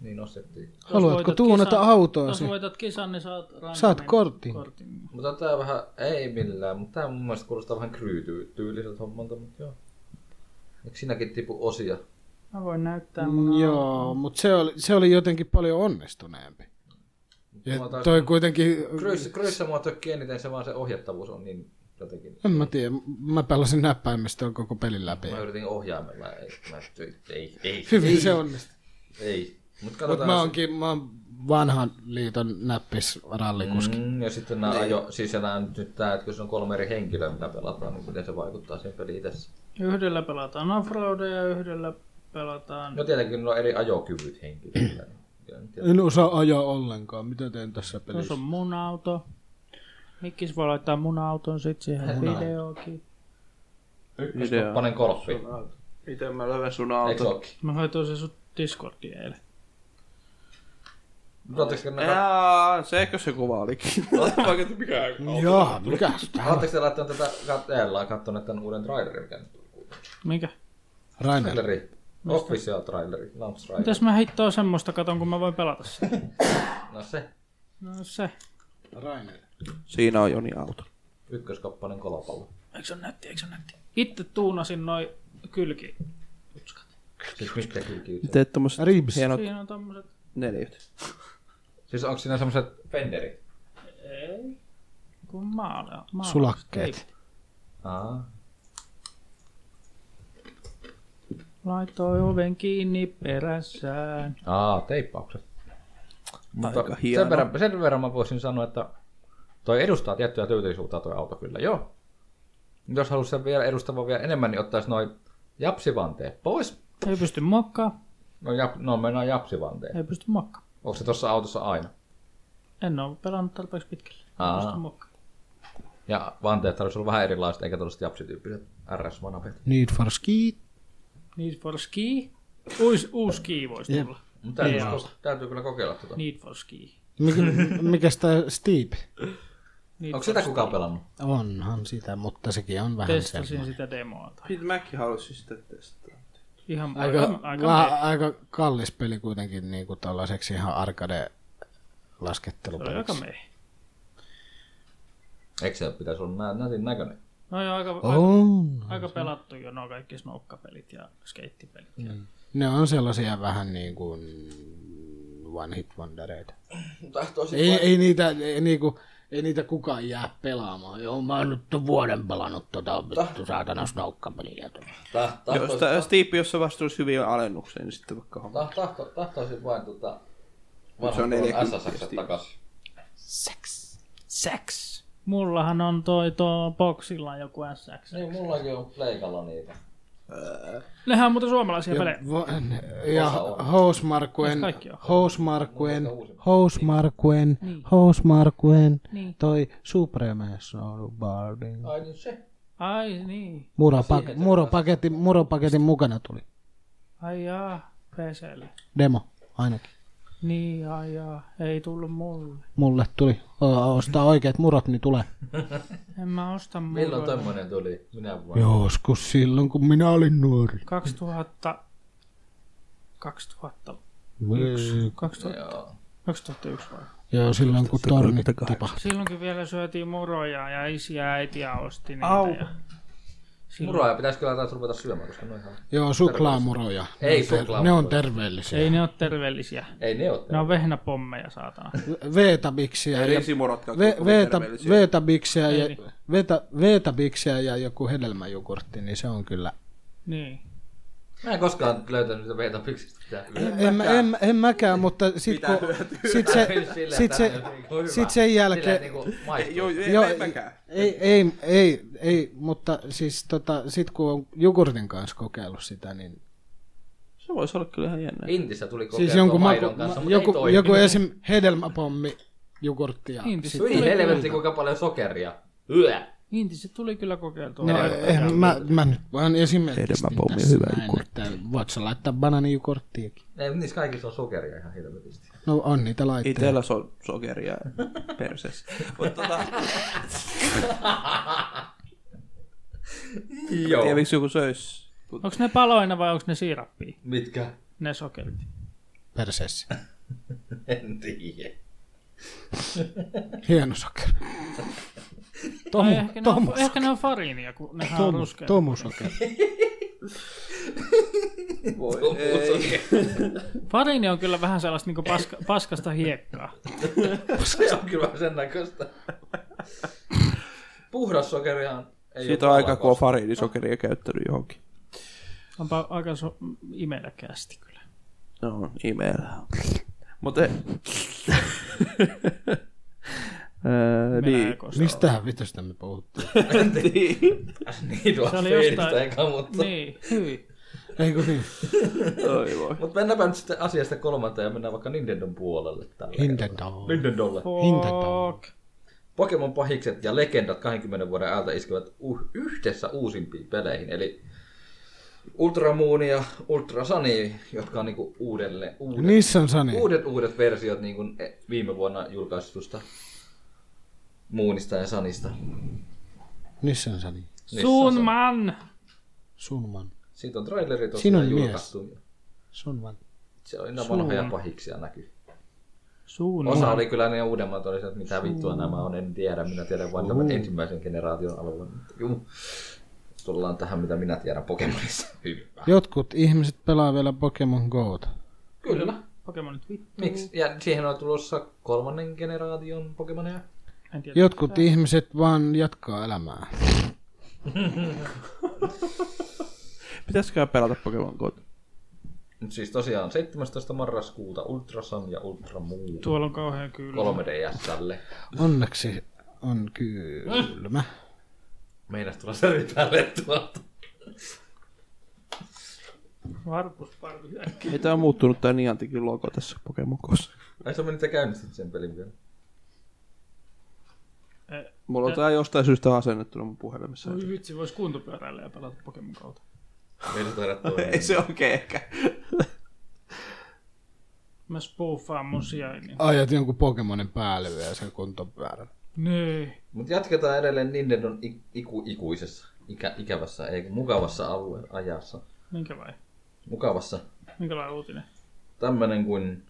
[SPEAKER 4] Niin ostettiin.
[SPEAKER 3] Haluatko tuunata
[SPEAKER 5] Jos
[SPEAKER 3] autoasi?
[SPEAKER 5] voitat kisan, niin saat, randomin
[SPEAKER 3] Saat kortin.
[SPEAKER 5] kortin.
[SPEAKER 4] Mutta tää vähän, ei millään, mutta tää mun mielestä kuulostaa vähän kryytyy tyyliseltä hommalta, mutta joo. Eikö sinäkin tipu osia?
[SPEAKER 5] Mä voin näyttää mun...
[SPEAKER 3] Mm, Joo, mutta se oli, se oli jotenkin paljon onnistuneempi. Ja
[SPEAKER 4] Mulla taas-
[SPEAKER 3] toi kuitenkin...
[SPEAKER 4] Cruise, Cruise mua tökkii eniten, se vaan se ohjattavuus on niin jotenkin.
[SPEAKER 3] En mä tiedä, mä pelasin näppäimistöllä koko pelin läpi.
[SPEAKER 4] Mä Niin. yritin ohjaamella, ei, mä, ei, ei, ei,
[SPEAKER 3] Hyvin
[SPEAKER 4] ei,
[SPEAKER 3] se onnistui.
[SPEAKER 4] Ei, mutta
[SPEAKER 3] Mutta
[SPEAKER 4] katsotaan.
[SPEAKER 3] mä oonkin mä oon vanhan liiton näppisrallikuski.
[SPEAKER 4] Mm, ja sitten nämä ajo, siis ja nämä nyt- nyt tämä, että kun se on kolme eri henkilöä, mitä pelataan, niin miten se vaikuttaa siihen peliin itse.
[SPEAKER 5] Yhdellä pelataan offroadia ja yhdellä pelataan...
[SPEAKER 4] No tietenkin niillä on eri ajokyvyt henkilöillä. niin kyllä nyt
[SPEAKER 3] Mm.
[SPEAKER 4] tietenkin-
[SPEAKER 3] En osaa ajaa ollenkaan, mitä teen tässä
[SPEAKER 5] Tuossa
[SPEAKER 3] pelissä?
[SPEAKER 5] on mun auto. Mikkis voi laittaa mun auton sit siihen videokin.
[SPEAKER 2] Video.
[SPEAKER 4] Panen golfi.
[SPEAKER 2] Itse mä löydän sun
[SPEAKER 4] Eikö
[SPEAKER 2] auton.
[SPEAKER 4] olekin?
[SPEAKER 5] Mä laitoin sen sun Discordiin eilen.
[SPEAKER 4] Oletteko te-
[SPEAKER 2] Jaa, se ehkä se kuva olikin. Vaikka mikä auto.
[SPEAKER 3] Joo, mikäs tää?
[SPEAKER 4] Oletteko te laittanut tätä, katsellaan, katsoneet tämän uuden trailerin, mikä nyt tuli?
[SPEAKER 5] Mikä?
[SPEAKER 3] Rainer.
[SPEAKER 4] Traileri. Official traileri. Launch trailer.
[SPEAKER 5] Mitäs mä hittoa semmoista katon, kun mä voin pelata sitä?
[SPEAKER 4] No se.
[SPEAKER 5] No se.
[SPEAKER 3] Rainer.
[SPEAKER 2] Siinä on Joni auto.
[SPEAKER 4] Ykköskappaleen kolopallo.
[SPEAKER 5] Eikö se ole nätti, eikö se ole nätti? Itse tuunasin noin kylki.
[SPEAKER 4] Siis mitkä kylkiytä?
[SPEAKER 2] Teet tommoset
[SPEAKER 3] Ribs.
[SPEAKER 2] hienot
[SPEAKER 5] Siinä on tommoset...
[SPEAKER 2] neljöt.
[SPEAKER 4] Siis onko siinä semmoset fenderit?
[SPEAKER 5] Ei. Kun maala. maala-
[SPEAKER 3] Sulakkeet.
[SPEAKER 5] Ei.
[SPEAKER 4] Aa.
[SPEAKER 5] Laitoi oven kiinni perässään.
[SPEAKER 4] Aa, teippaukset. Mutta
[SPEAKER 2] Aika hieno.
[SPEAKER 4] Sen verran, sen verran mä voisin sanoa, että toi edustaa tiettyä tyytyisuutta toi auto kyllä, joo. Jos haluaisi sen vielä edustavan vielä enemmän, niin ottaisi noin japsivanteet pois.
[SPEAKER 5] Ei pysty mokkaa.
[SPEAKER 4] No, jap, no mennään japsivanteet.
[SPEAKER 5] Ei pysty mokkaa.
[SPEAKER 4] Onko se tuossa autossa aina?
[SPEAKER 5] En oo pelannut tarpeeksi pitkälle. Ei
[SPEAKER 4] Aa.
[SPEAKER 5] pysty mokkaa.
[SPEAKER 4] Ja vanteet tarvitsisi olla vähän erilaiset, eikä tällaiset japsityyppiset RS-vanapet.
[SPEAKER 3] Need for Speed.
[SPEAKER 5] Need for ski. Uus, uusi ski voisi tulla.
[SPEAKER 4] Mutta täytyy, ko- täytyy kyllä kokeilla tota.
[SPEAKER 5] Need for ski.
[SPEAKER 3] Mik, mikäs tää Steep?
[SPEAKER 5] Need
[SPEAKER 4] Onko
[SPEAKER 5] for
[SPEAKER 4] sitä kukaan pelannut?
[SPEAKER 3] Onhan sitä, mutta sekin on vähän
[SPEAKER 5] Testasin
[SPEAKER 3] sellainen.
[SPEAKER 5] sitä demoa. tai-
[SPEAKER 2] Pit mäkin halusin sitä testata.
[SPEAKER 5] Ihan
[SPEAKER 3] Aika,
[SPEAKER 5] aika,
[SPEAKER 3] vähän,
[SPEAKER 5] aika,
[SPEAKER 3] aika kallis peli kuitenkin niin kuin tällaiseksi ihan arcade
[SPEAKER 5] me, aika
[SPEAKER 3] laskettelupeliksi.
[SPEAKER 5] me.
[SPEAKER 4] Eikö se pitäisi olla nä- nätin näköinen?
[SPEAKER 5] No joo, aika, aika,
[SPEAKER 3] On.
[SPEAKER 5] aika pelattu jo nuo kaikki snoukkapelit ja skeittipelit. Mm.
[SPEAKER 3] Ne on sellaisia vähän niin kuin one hit wondereita.
[SPEAKER 2] Tahtoisin
[SPEAKER 3] Ei, ei, niitä, ei, niinku, ei niitä kukaan jää pelaamaan. Joo, mä oon nyt ton vuoden pelannut tota vittu saatana tota. snoukkapeliä.
[SPEAKER 4] Tah,
[SPEAKER 2] Jos tää Steep, jos se vastuisi hyvin alennukseen, niin sitten vaikka homma.
[SPEAKER 4] tah, tahto, tahtoisin vain tota...
[SPEAKER 2] Se on
[SPEAKER 4] Vanhan
[SPEAKER 2] neljäkymmentä
[SPEAKER 4] SSX
[SPEAKER 2] justiin.
[SPEAKER 4] takaisin.
[SPEAKER 3] Sex.
[SPEAKER 5] Sex! Mullahan on toi tuo boksilla joku SX.
[SPEAKER 4] Niin, mullakin on pleikalla niitä.
[SPEAKER 5] Nehän on muuten suomalaisia pelejä.
[SPEAKER 3] Ja Housmarkuen,
[SPEAKER 5] Kaikki on.
[SPEAKER 3] Housmarkuen, Housmarkuen, Housmarkuen,
[SPEAKER 5] Niin.
[SPEAKER 3] toi Supremational Bardin.
[SPEAKER 4] Ai niin se.
[SPEAKER 5] Ai niin.
[SPEAKER 3] Muropak- muropaketin, muropaketin mukana tuli.
[SPEAKER 5] Ai jaa, PClle.
[SPEAKER 3] Demo ainakin.
[SPEAKER 5] Niin, ai jaa, ei tullut mulle.
[SPEAKER 3] Mulle tuli. O- ostaa oikeat murot, niin tulee.
[SPEAKER 5] En mä osta mulle.
[SPEAKER 4] Milloin tämmönen tuli? Minä vuonna.
[SPEAKER 3] Joskus silloin, kun minä olin nuori.
[SPEAKER 5] 2000... 2000...
[SPEAKER 3] Yksi.
[SPEAKER 5] 2000
[SPEAKER 4] Joo.
[SPEAKER 5] 2001 vai?
[SPEAKER 3] Joo, silloin kun torni tipahti.
[SPEAKER 5] Silloinkin vielä syötiin muroja ja isi ja äitiä osti niitä.
[SPEAKER 2] Au.
[SPEAKER 5] Ja... Silloin...
[SPEAKER 4] Muroja pitäisi kyllä taas ruveta syömään, koska ne on ihan...
[SPEAKER 3] Joo, suklaamuroja.
[SPEAKER 4] Ei
[SPEAKER 3] Ne on ter-
[SPEAKER 4] suklaamuroja.
[SPEAKER 3] Ne on terveellisiä.
[SPEAKER 5] Ei ne ole terveellisiä.
[SPEAKER 4] Ei ne oo
[SPEAKER 5] Ne
[SPEAKER 4] no.
[SPEAKER 5] on vehnäpommeja, saatana.
[SPEAKER 3] Veetabiksia ja,
[SPEAKER 2] Riisimurotkaan
[SPEAKER 3] ve-
[SPEAKER 2] kovin
[SPEAKER 3] veeta-
[SPEAKER 2] terveellisiä.
[SPEAKER 3] veetabiksia ja, veeta- veetabiksia ja joku hedelmäjogurtti, niin se on kyllä.
[SPEAKER 5] niin.
[SPEAKER 4] Mä en koskaan löytänyt niitä veitä piksistä mitään.
[SPEAKER 3] En, en, mä- en, en mäkään, mutta sit, kun, sit, se,
[SPEAKER 4] Silleen,
[SPEAKER 3] sit, se,
[SPEAKER 4] tää on niinku hyvä.
[SPEAKER 3] sit sen
[SPEAKER 4] Silleen
[SPEAKER 3] jälkeen,
[SPEAKER 4] niinku maistuu.
[SPEAKER 2] Joo, ei,
[SPEAKER 3] Joo,
[SPEAKER 2] ei mäkään.
[SPEAKER 3] ei, ei, ei, ei, mutta siis tota, sit kun on jogurtin kanssa kokeillut sitä, niin
[SPEAKER 2] Se voisi olla kyllä ihan jännä.
[SPEAKER 4] Intissä tuli kokeiltua
[SPEAKER 3] siis jonkun maku,
[SPEAKER 4] maidon
[SPEAKER 3] ma-
[SPEAKER 4] kanssa, mutta ei
[SPEAKER 3] joku,
[SPEAKER 4] toimi.
[SPEAKER 3] joku esim. hedelmäpommi jogurttia.
[SPEAKER 5] Intissä
[SPEAKER 4] Hyi
[SPEAKER 5] tuli,
[SPEAKER 4] helvetti, kuinka paljon sokeria. Yö.
[SPEAKER 5] Intissä tuli kyllä kokeiltua.
[SPEAKER 3] No,
[SPEAKER 4] Niin,
[SPEAKER 3] eh, mä, mä nyt vaan esimerkiksi
[SPEAKER 2] Hedelmäpommi
[SPEAKER 3] tässä
[SPEAKER 2] hyvä
[SPEAKER 3] näin, että voit sä laittaa banaanijogurttiakin.
[SPEAKER 4] Ei, niissä kaikissa on sokeria ihan helvetisti.
[SPEAKER 3] No on niitä laitteita.
[SPEAKER 2] Itellä so- sokeria perseessä. Mutta tota,
[SPEAKER 4] Joo.
[SPEAKER 2] tiedä miksi joku söis. Mut
[SPEAKER 5] Onko ne paloina vai onko ne siirappia?
[SPEAKER 4] Mitkä?
[SPEAKER 5] Ne sokerit.
[SPEAKER 3] Perseessä.
[SPEAKER 4] En tiedä.
[SPEAKER 3] Hieno sokeri.
[SPEAKER 5] Tomu,
[SPEAKER 3] Tomu,
[SPEAKER 5] ehkä,
[SPEAKER 3] tomu,
[SPEAKER 5] ne on, ehkä ne on fariinia, kun ne on
[SPEAKER 3] tomu,
[SPEAKER 5] ruskeita.
[SPEAKER 3] tomu sokeri.
[SPEAKER 2] Voi ei.
[SPEAKER 4] Ei.
[SPEAKER 5] Farini on kyllä vähän sellaista niin paska, paskasta hiekkaa.
[SPEAKER 4] Se on kyllä vähän sen näköistä. Puhdas sokerihan ei
[SPEAKER 2] Siitä on
[SPEAKER 4] ole
[SPEAKER 2] aika, kun on
[SPEAKER 4] valkoista.
[SPEAKER 2] fariinisokeria käyttänyt johonkin.
[SPEAKER 5] Onpa aika so- imeläkästi kyllä.
[SPEAKER 2] No, imelää. Mutta... Öö, niin.
[SPEAKER 5] Venäjäkosta.
[SPEAKER 3] Mistähän vitosta me puhuttiin?
[SPEAKER 2] niin.
[SPEAKER 4] Niin, tuolla
[SPEAKER 5] Se oli
[SPEAKER 4] feilistä
[SPEAKER 5] jostain-
[SPEAKER 4] eikä, mutta...
[SPEAKER 5] Niin, hyi.
[SPEAKER 3] Eikö niin?
[SPEAKER 2] Oi voi.
[SPEAKER 4] Mutta mennäänpä nyt sitten asiasta kolmanteen ja mennään vaikka Nintendon puolelle. tällä
[SPEAKER 3] Nintendo.
[SPEAKER 4] kertaa. Nintendolle.
[SPEAKER 3] Hintatalous.
[SPEAKER 5] Fuck.
[SPEAKER 4] Pokemon pahikset ja legendat 20 vuoden ajalta iskevät uh, yhdessä uusimpiin peleihin, eli Ultra Moon ja Ultra Sunny, jotka on niinku uudelle, uudet,
[SPEAKER 2] Niin.
[SPEAKER 3] Niissä on Sani.
[SPEAKER 4] uudet, uudet versiot niinku eh, viime vuonna julkaistusta Moonista ja Sanista.
[SPEAKER 3] Niissä on Sani.
[SPEAKER 5] Sun man!
[SPEAKER 3] Sunman.
[SPEAKER 4] Siitä on traileri tosiaan
[SPEAKER 3] Siinä oli mies.
[SPEAKER 4] julkaistu.
[SPEAKER 3] Sunman.
[SPEAKER 4] Se oli nämä vanhoja pahiksia näkyy.
[SPEAKER 5] Suun
[SPEAKER 4] Osa
[SPEAKER 5] man.
[SPEAKER 4] oli kyllä ne uudemmat, oli se, että mitä vittua nämä on, en tiedä. Minä tiedän vain tämän ensimmäisen generaation alueen. Juu. Tullaan tähän, mitä minä tiedän Pokemonissa. Hyvin vähän.
[SPEAKER 3] Jotkut ihmiset pelaa vielä Pokemon Go'ta.
[SPEAKER 4] Kyllä.
[SPEAKER 5] Pokemonit vittu.
[SPEAKER 4] Miksi? Ja siihen on tulossa kolmannen generaation Pokemoneja.
[SPEAKER 5] En tiedä.
[SPEAKER 3] Jotkut ihmiset vaan jatkaa elämää.
[SPEAKER 2] Pitäisikö pelata Pokemon Go?
[SPEAKER 4] Mut siis tosiaan 17. marraskuuta Ultra Sun ja Ultra Moon.
[SPEAKER 5] Tuolla on kauhean kyllä.
[SPEAKER 4] 3DSlle.
[SPEAKER 3] Onneksi on kylmä.
[SPEAKER 4] Meinas tulla särvi päälle tuolta.
[SPEAKER 5] Varpusparvi.
[SPEAKER 2] Ei tää on muuttunut tää Niantikin logo tässä Pokemon Gossa.
[SPEAKER 4] Ai sä menit ja käynnistit sen pelin vielä.
[SPEAKER 2] Mulla on tää jostain syystä asennettuna mun puhelimessa.
[SPEAKER 5] Voi vitsi, vois kuntopyöräillä ja pelata Pokemon kautta.
[SPEAKER 4] Ei se taida toimia.
[SPEAKER 2] Ei se oikein ehkä.
[SPEAKER 5] Mä spoofaan mun niin- sijainnin.
[SPEAKER 3] Ajat jonkun Pokemonin päälle vielä sen kuntopyörän.
[SPEAKER 5] Niin.
[SPEAKER 4] Mut jatketaan edelleen Nintendon ik- iku- ikuisessa, ikä- ikävässä, ei kun mukavassa alueen ajassa.
[SPEAKER 5] Minkä vai?
[SPEAKER 4] Mukavassa.
[SPEAKER 5] Minkälainen uutinen?
[SPEAKER 4] Tämmönen kuin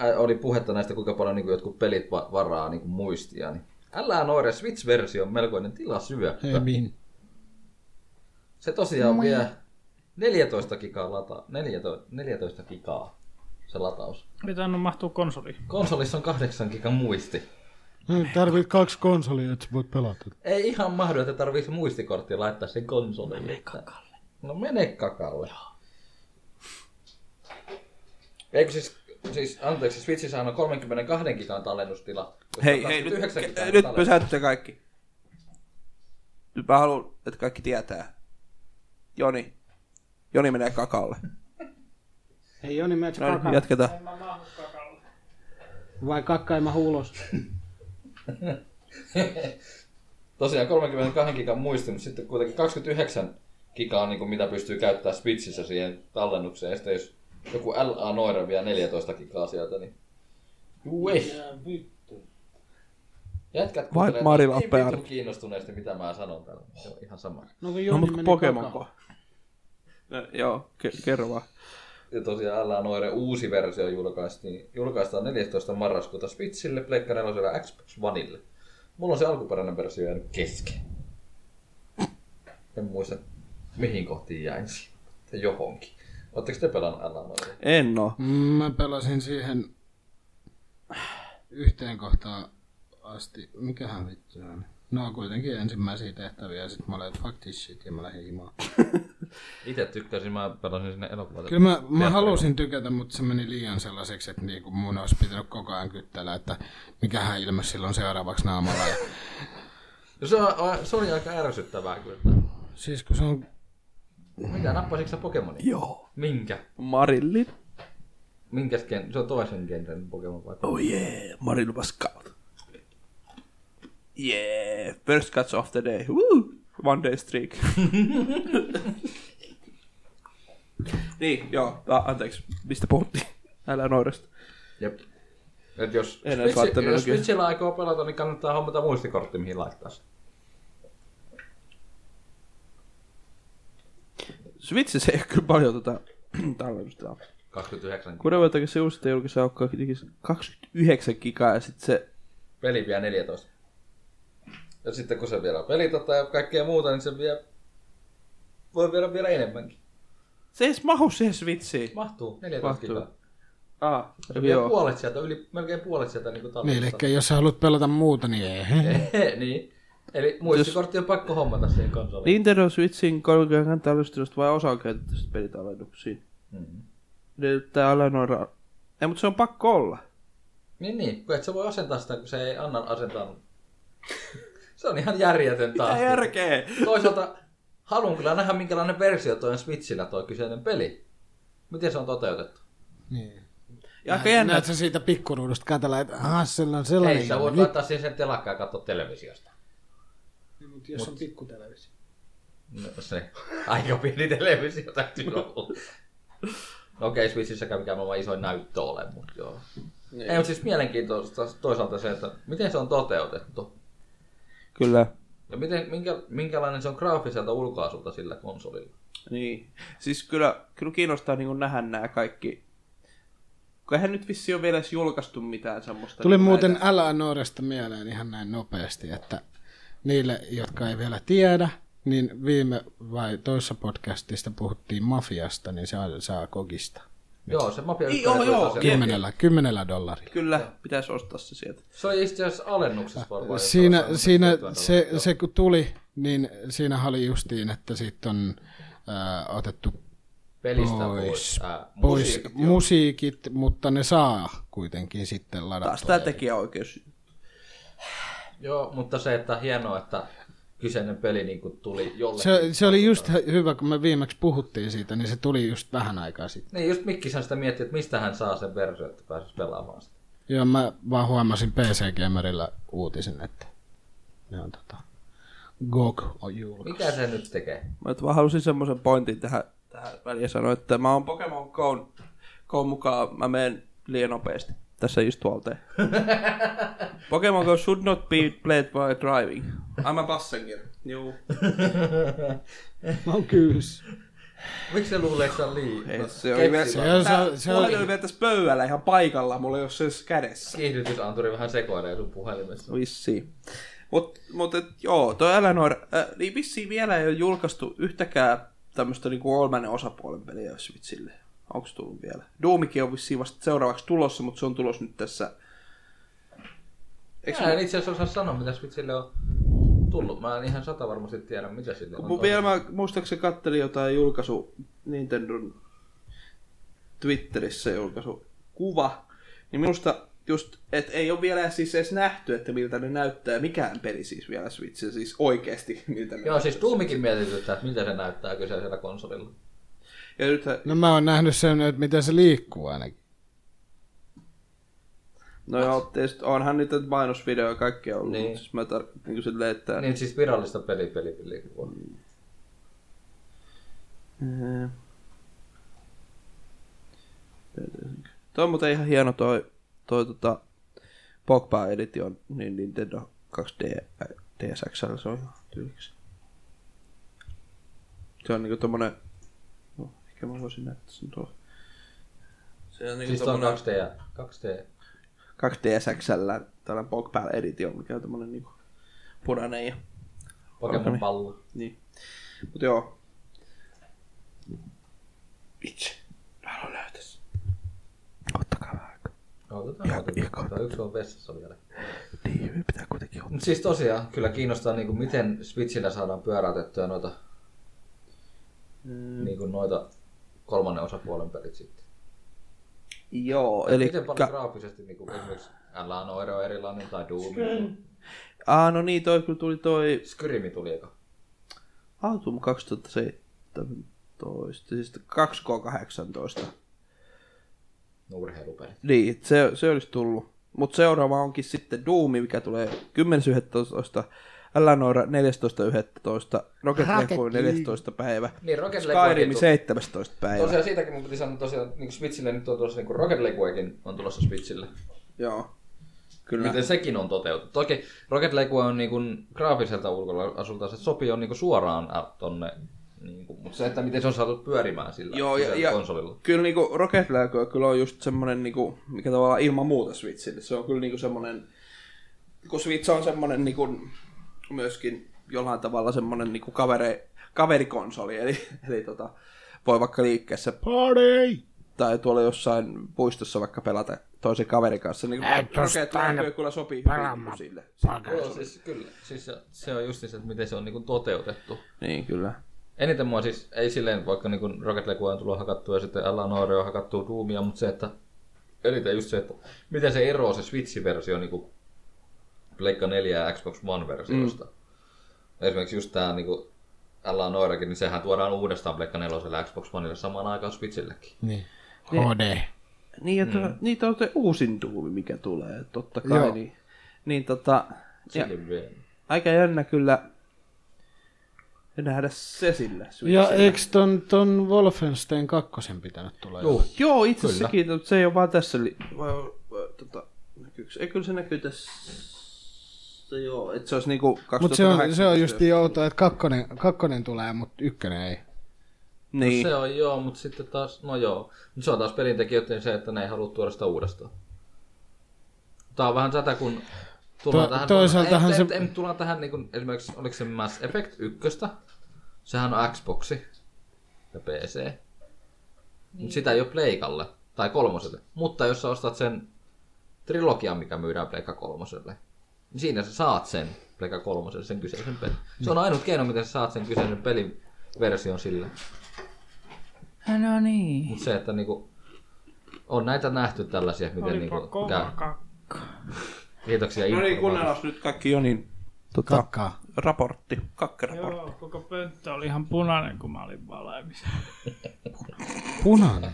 [SPEAKER 4] ä, oli puhetta näistä, kuinka paljon niin kuin jotkut pelit va- varaa niin kuin muistia. Niin. Älä noire Switch-versio on melkoinen tilasyöppö.
[SPEAKER 3] Ei min.
[SPEAKER 4] Se tosiaan vie 14 gigaa lata, 14, 14 gigaa se lataus.
[SPEAKER 5] Ei tainnut mahtuu konsoliin.
[SPEAKER 4] Konsolissa on 8 gigan muisti.
[SPEAKER 3] Nyt Tarvit kaksi konsolia, että sä voit pelata.
[SPEAKER 4] Ei ihan mahdu, että tarvitsisi muistikorttia laittaa sen konsolille. Mene kakalle. No mene kakalle. Eikö siis, siis anteeksi, Switchissä on 32 gigan tallennustila. koska
[SPEAKER 2] Hei, hei, nyt,
[SPEAKER 4] 29 gigan
[SPEAKER 2] ke- nyt
[SPEAKER 4] tallennus.
[SPEAKER 2] pysäytte kaikki. Nyt mä haluan, että kaikki tietää. Joni. Joni menee kakalle.
[SPEAKER 3] Ei Joni, meet
[SPEAKER 2] No niin, jatketaan.
[SPEAKER 3] Vai kakkaima ulos?
[SPEAKER 4] Tosiaan 32 gigan muisti, mutta sitten kuitenkin 29 gigaa, niin kuin mitä pystyy käyttämään Switchissä siihen tallennukseen. Ja sitten jos joku LA Noira vie 14 gigaa sieltä, niin... Jui! Jätkät
[SPEAKER 2] Vai
[SPEAKER 4] kuuntelee
[SPEAKER 2] Mari
[SPEAKER 4] niin
[SPEAKER 2] Lappeenranta.
[SPEAKER 4] vitun kiinnostuneesti, mitä mä sanon täällä. Se on ihan sama.
[SPEAKER 3] No kun
[SPEAKER 2] No
[SPEAKER 3] Joni
[SPEAKER 2] mutta
[SPEAKER 3] meni
[SPEAKER 2] Pokemon
[SPEAKER 3] kakaan.
[SPEAKER 2] Go. No, joo, ke- kerro vaan.
[SPEAKER 4] Ja tosiaan LA Noiren uusi versio julkaistiin, julkaistaan 14. marraskuuta Switchille, Pleikka 4 ja Xbox Oneille. Mulla on se alkuperäinen versio jäänyt kesken. En muista, mihin kohtiin jäin siinä. Tai johonkin. Oletteko te pelannut LA Noiren?
[SPEAKER 2] En oo.
[SPEAKER 3] Mm, Mä pelasin siihen yhteen kohtaan asti. Mikähän vittu se on? No kuitenkin ensimmäisiä tehtäviä ja sit mä olin, että fuck this shit ja mä lähdin himaan.
[SPEAKER 4] Itse tykkäsin, mä pelasin sinne elokuvaan.
[SPEAKER 3] Kyllä mä, mä halusin tykätä, mutta se meni liian sellaiseksi, että niinku mun olisi pitänyt koko ajan kyttää, että mikähän ilme silloin seuraavaksi naamalla. Ja,
[SPEAKER 4] Se, on, se oli aika ärsyttävää kyllä.
[SPEAKER 3] siis kun se on...
[SPEAKER 4] Mitä, nappasitko sä Pokemonia?
[SPEAKER 2] Joo.
[SPEAKER 4] Minkä?
[SPEAKER 2] Marillin.
[SPEAKER 4] Minkä gen... Se on toisen genren Pokemon vai?
[SPEAKER 2] Oh yeah, Marin was scout. Yeah, first cuts of the day. Woo! One day streak. niin, joo, a, anteeksi, mistä puhuttiin? Älä noidasta.
[SPEAKER 4] Jep. Et jos,
[SPEAKER 2] En edes laittanut
[SPEAKER 4] Switchi, jos
[SPEAKER 2] oikein.
[SPEAKER 4] Switchillä aikoo pelata, niin kannattaa hommata muistikortti, mihin laittaa se.
[SPEAKER 2] Switchissä ei ole kyllä paljon tota tallennusta.
[SPEAKER 4] 29 kun...
[SPEAKER 2] Kuuden takia se uusi julkisen aukkaa 29 gigaa ja sit se...
[SPEAKER 4] peli vie 14. Ja sitten kun se tota vielä pelit ottaa ja kaikkea muuta, niin se vie... Voi vielä vielä enemmänkin.
[SPEAKER 2] Se ei edes mahu siihen Switchiin.
[SPEAKER 4] Mahtuu, 14
[SPEAKER 2] Mahtuu.
[SPEAKER 4] gigaa.
[SPEAKER 2] Ah,
[SPEAKER 4] Yli
[SPEAKER 2] joo.
[SPEAKER 4] puolet sieltä, yli, melkein puolet sieltä niin
[SPEAKER 3] Niin,
[SPEAKER 4] tallesta.
[SPEAKER 3] eli jos sä haluat pelata muuta, niin ei.
[SPEAKER 4] niin. Eli muistikortti on pakko hommata siihen konsoliin.
[SPEAKER 2] Niin Nintendo Switchin 30 tällistelystä vai osa on käytettävistä pelitalennuksiin? Mm-hmm. Edellyttää alenoira... Ei, mutta se on pakko olla.
[SPEAKER 4] Niin, niin. Kun et sä voi asentaa sitä, kun se ei anna asentaa. se on ihan järjetön taas.
[SPEAKER 2] järkeä?
[SPEAKER 4] Toisaalta haluan kyllä nähdä, minkälainen versio toi on Switchillä toi kyseinen peli. Miten se on toteutettu?
[SPEAKER 3] Niin.
[SPEAKER 2] Ja aika jännä,
[SPEAKER 3] Näet sä siitä pikkuruudusta katsella, että aha, sillä on
[SPEAKER 4] Ei,
[SPEAKER 3] sellainen.
[SPEAKER 4] sä voit laittaa siihen sen telakkaan ja katsoa televisiosta.
[SPEAKER 3] Mutta jos on pikkutelevisio.
[SPEAKER 4] No se, aika pieni televisio täytyy olla. No Okei, okay, Switchissä käy mikään maailman isoin näyttö ole, mutta joo. Niin. Ei, mutta siis mielenkiintoista toisaalta se, että miten se on toteutettu.
[SPEAKER 2] kyllä.
[SPEAKER 4] Ja miten, minkä, minkälainen se on graafiselta ulkoasulta sillä konsolilla?
[SPEAKER 2] Niin. Siis kyllä, kyllä kiinnostaa niin nähdä nämä kaikki. Kun eihän nyt vissiin ole vielä edes julkaistu mitään semmoista.
[SPEAKER 3] Tuli
[SPEAKER 2] niin
[SPEAKER 3] muuten
[SPEAKER 2] näitä-
[SPEAKER 3] älä nuoresta mieleen ihan näin nopeasti, että niille, jotka ei vielä tiedä, niin viime vai toisessa podcastista puhuttiin mafiasta, niin se saa kokista.
[SPEAKER 4] Joo, se Mafia
[SPEAKER 2] Niin,
[SPEAKER 4] ykkönen
[SPEAKER 2] joo,
[SPEAKER 4] tuli
[SPEAKER 2] joo,
[SPEAKER 4] tosiaan.
[SPEAKER 2] jep.
[SPEAKER 3] Kymmenellä, kymmenellä dollarilla.
[SPEAKER 2] Kyllä, pitäisi ostaa se sieltä.
[SPEAKER 4] Se oli itse asiassa alennuksessa varmaan.
[SPEAKER 3] Siinä,
[SPEAKER 4] jos on
[SPEAKER 3] siinä
[SPEAKER 4] seitsemän
[SPEAKER 3] se,
[SPEAKER 4] dollaria.
[SPEAKER 3] se kun tuli, niin siinä oli justiin, että siitä on äh, otettu
[SPEAKER 4] Pelistä
[SPEAKER 3] pois,
[SPEAKER 4] pois. Äh,
[SPEAKER 3] pois
[SPEAKER 4] musiikki.
[SPEAKER 3] musiikit, musiikit, mutta ne saa kuitenkin sitten ladata.
[SPEAKER 2] Taas tämä tekijäoikeus.
[SPEAKER 4] Joo, mutta se, että hienoa, että kyseinen peli niin kuin tuli jollekin.
[SPEAKER 3] Se, se oli just hy- hyvä, kun me viimeksi puhuttiin siitä, niin se tuli just vähän aikaa sitten.
[SPEAKER 4] Niin, just Mikkisen sitä mietti, että mistä hän saa sen versio, että pääsisi pelaamaan sitä.
[SPEAKER 3] Joo, mä vaan huomasin PC Gamerillä uutisen, että ne on tota... GOG on julkaisu.
[SPEAKER 4] Mitä se nyt tekee?
[SPEAKER 2] Mä nyt vaan halusin semmoisen pointin tähän, tähän väliin ja sanoa, että mä oon Pokemon Go Go mukaan, mä menen liian nopeasti tässä istualteen. Pokemon Go should not be played by driving. I'm a passenger. Juu.
[SPEAKER 3] Mä oon kyys.
[SPEAKER 4] Miksi se luulee, että se on liikaa?
[SPEAKER 2] Ei, se oli vielä-
[SPEAKER 3] Se on, se, on- se
[SPEAKER 2] Se oli
[SPEAKER 3] on,
[SPEAKER 2] vielä tässä pöydällä ihan paikalla, mulla ei ole se edes kädessä.
[SPEAKER 4] Kiihdytysanturi vähän sekoilee sun puhelimessa.
[SPEAKER 2] No Vissiin. Mut, mut et, joo, toi Eleanor, äh, niin vissiin vielä ei ole julkaistu yhtäkään tämmöistä niinku kolmannen osapuolen peliä Switchille. Onko tullut vielä? Doomikin on vissiin vasta seuraavaksi tulossa, mutta se on tulos nyt tässä. Eikö
[SPEAKER 4] Mä en itse asiassa osaa sanoa, mitä Switchille on tullut. Mä en ihan sata varmasti tiedä, mitä sille on.
[SPEAKER 2] Mun vielä mä muistaakseni kattelin jotain julkaisu Nintendon Twitterissä julkaisu kuva, niin minusta just, että ei ole vielä siis edes nähty, että miltä ne näyttää, mikään peli siis vielä Switchissä, siis oikeasti miltä ne
[SPEAKER 4] Joo, siis Tuumikin mietityttää, että miltä se näyttää kyseisellä konsolilla.
[SPEAKER 2] Ja nyt,
[SPEAKER 3] no mä oon nähnyt sen, että miten se liikkuu ainakin.
[SPEAKER 2] no joo, tietysti onhan niitä mainosvideoja ja kaikkea ollut,
[SPEAKER 4] Niin.
[SPEAKER 2] niin. siis mä tar- niin silleen, että...
[SPEAKER 4] Niin siis virallista peli, peli, peli.
[SPEAKER 2] Mm. Toi on muuten ihan hieno toi, toi tota, Pogba Edition, niin Nintendo 2D, äh, DSXL, se on ihan tyylikäs. Se on niinku tommonen, no, ehkä mä voisin näyttää sen tuolla. Se on niinku
[SPEAKER 4] Siis tuo on 2D, ja- 2D
[SPEAKER 2] 2DSXL, tällainen Pogba Edition, mikä on tommonen niinku punainen ja
[SPEAKER 4] Pokemon pallo.
[SPEAKER 2] niin. Mut joo. Vitsi. Mä haluan löytää sen. Ottakaa vähän aikaa.
[SPEAKER 4] No, Otetaan, otetaan. Tuo yksi on vessassa vielä.
[SPEAKER 2] Niin, pitää kuitenkin olla.
[SPEAKER 4] Mut siis tosiaan, kyllä kiinnostaa niinku, miten Switchillä saadaan pyöräytettyä noita, mm. niinku, noita kolmannen osapuolen pelit sitten.
[SPEAKER 2] Joo, eli...
[SPEAKER 4] Miten paljon graafisesti niinku, esimerkiksi Älä Noire on erilainen tai Doom.
[SPEAKER 2] Ah, no niin, toi kyllä tuli toi
[SPEAKER 4] Skyrimi tuli eka.
[SPEAKER 2] Autumn 2017, siis 2K18.
[SPEAKER 4] Urheilupeli.
[SPEAKER 2] Niin, se, se olisi tullut. Mutta seuraava onkin sitten Doom, mikä tulee 10.11. Eleanor 14.11. Rocket League 14. päivä.
[SPEAKER 4] Niin, Rocket League
[SPEAKER 2] Skyrim
[SPEAKER 4] onkin
[SPEAKER 2] 17. päivä.
[SPEAKER 4] Tosiaan siitäkin mun piti sanoa tosiaan, niin Switchille nyt on tulossa, niin Rocket Leaguekin on tulossa Switchille.
[SPEAKER 2] Joo.
[SPEAKER 4] Kyllä. Miten sekin on toteutettu. Toki Rocket League on niin kuin, graafiselta ulkoasulta, se sopii on niin kuin, suoraan äh, tonne. Niin kuin, mutta se, että miten se on saatu pyörimään sillä
[SPEAKER 2] Joo, ja,
[SPEAKER 4] kyseisellä
[SPEAKER 2] ja
[SPEAKER 4] konsolilla.
[SPEAKER 2] kyllä niinku Rocket League kyllä on just semmonen, niinku, mikä tavallaan ilman muuta Switchille. Se on kyllä niinku semmonen, kun Switch on semmonen niinku, myöskin jollain tavalla semmonen niinku kavere, kaverikonsoli, eli, eli tota, voi vaikka liikkeessä
[SPEAKER 3] Party!
[SPEAKER 2] tai tuolla jossain puistossa vaikka pelata toisen kaverin kanssa, niin
[SPEAKER 3] Ei
[SPEAKER 2] Rocket
[SPEAKER 3] tuosta aina
[SPEAKER 2] Launcher kyllä sopii hyvin niin
[SPEAKER 3] palaamaan.
[SPEAKER 2] sille.
[SPEAKER 4] Joo, siis kyllä. Siis se, se on just se, että miten se on niinku toteutettu.
[SPEAKER 2] Niin, kyllä.
[SPEAKER 4] Eniten mua siis, ei silleen, vaikka niinku Rocket League on tullut hakattua ja sitten Alan Ore on hakattua Doomia, mutta se, että eniten just se, että miten se eroaa se Switch-versio niinku Pleikka 4 ja Xbox One-versiosta. Mm. Esimerkiksi just tää niinku Alan Orekin, niin sehän tuodaan uudestaan Pleikka 4 ja Xbox Oneille samaan aikaan Switchillekin.
[SPEAKER 3] Niin. HD.
[SPEAKER 2] Niin, ja tuo, mm. niin tuo on se uusin duumi, mikä tulee, totta kai.
[SPEAKER 3] Joo.
[SPEAKER 2] Niin, niin tota, ja,
[SPEAKER 4] Sekin vielä.
[SPEAKER 2] aika jännä kyllä nähdä se sillä
[SPEAKER 3] Ja
[SPEAKER 2] Switchillä.
[SPEAKER 3] eikö ton, ton Wolfenstein kakkosen pitänyt tulla?
[SPEAKER 4] Juu,
[SPEAKER 2] Joo, itse asiassa sekin, mutta se ei ole vaan tässä. Li- vai, vai, tota, näkyykö se? Ei, kyllä se näkyy tässä. Se joo, että se olisi niinku
[SPEAKER 3] Mutta se on,
[SPEAKER 2] 2018.
[SPEAKER 3] se on just outoa, että kakkonen, kakkonen tulee, mutta ykkönen ei.
[SPEAKER 2] Niin,
[SPEAKER 4] No Se on joo, mutta sitten taas, no joo. Mut se on taas pelintekijöiden se, että ne ei halua tuoda sitä uudestaan. Tää on vähän tätä, kun tullaan
[SPEAKER 3] To-
[SPEAKER 4] tähän...
[SPEAKER 3] toisaaltahan
[SPEAKER 4] ei,
[SPEAKER 3] se-
[SPEAKER 4] Ei, ei, tullaan tähän niin kun, esimerkiksi, oliko se Mass Effect 1? Sehän on Xboxi ja PC. Niin. Mut sitä ei ole Pleikalle tai kolmoselle. Mutta jos sä ostat sen trilogian, mikä myydään Pleikka kolmoselle, niin siinä sä saat sen Pleikka kolmoselle, sen kyseisen pelin. Se
[SPEAKER 3] Niin.
[SPEAKER 4] on ainut keino, miten sä saat sen kyseisen pelin version sillä.
[SPEAKER 6] No niin.
[SPEAKER 4] Mutta se, että niinku, on näitä nähty tällaisia, miten
[SPEAKER 5] Olipa
[SPEAKER 4] niinku
[SPEAKER 5] kova
[SPEAKER 4] käy.
[SPEAKER 5] kakka.
[SPEAKER 4] Kiitoksia
[SPEAKER 2] no niin,
[SPEAKER 4] informaatiosta.
[SPEAKER 2] kuunnellaan nyt kaikki Jonin tota,
[SPEAKER 3] Kakkaa.
[SPEAKER 2] raportti, kakkaraportti.
[SPEAKER 5] Joo, koko pönttö oli ihan punainen, kun mä olin valmis.
[SPEAKER 3] Punainen.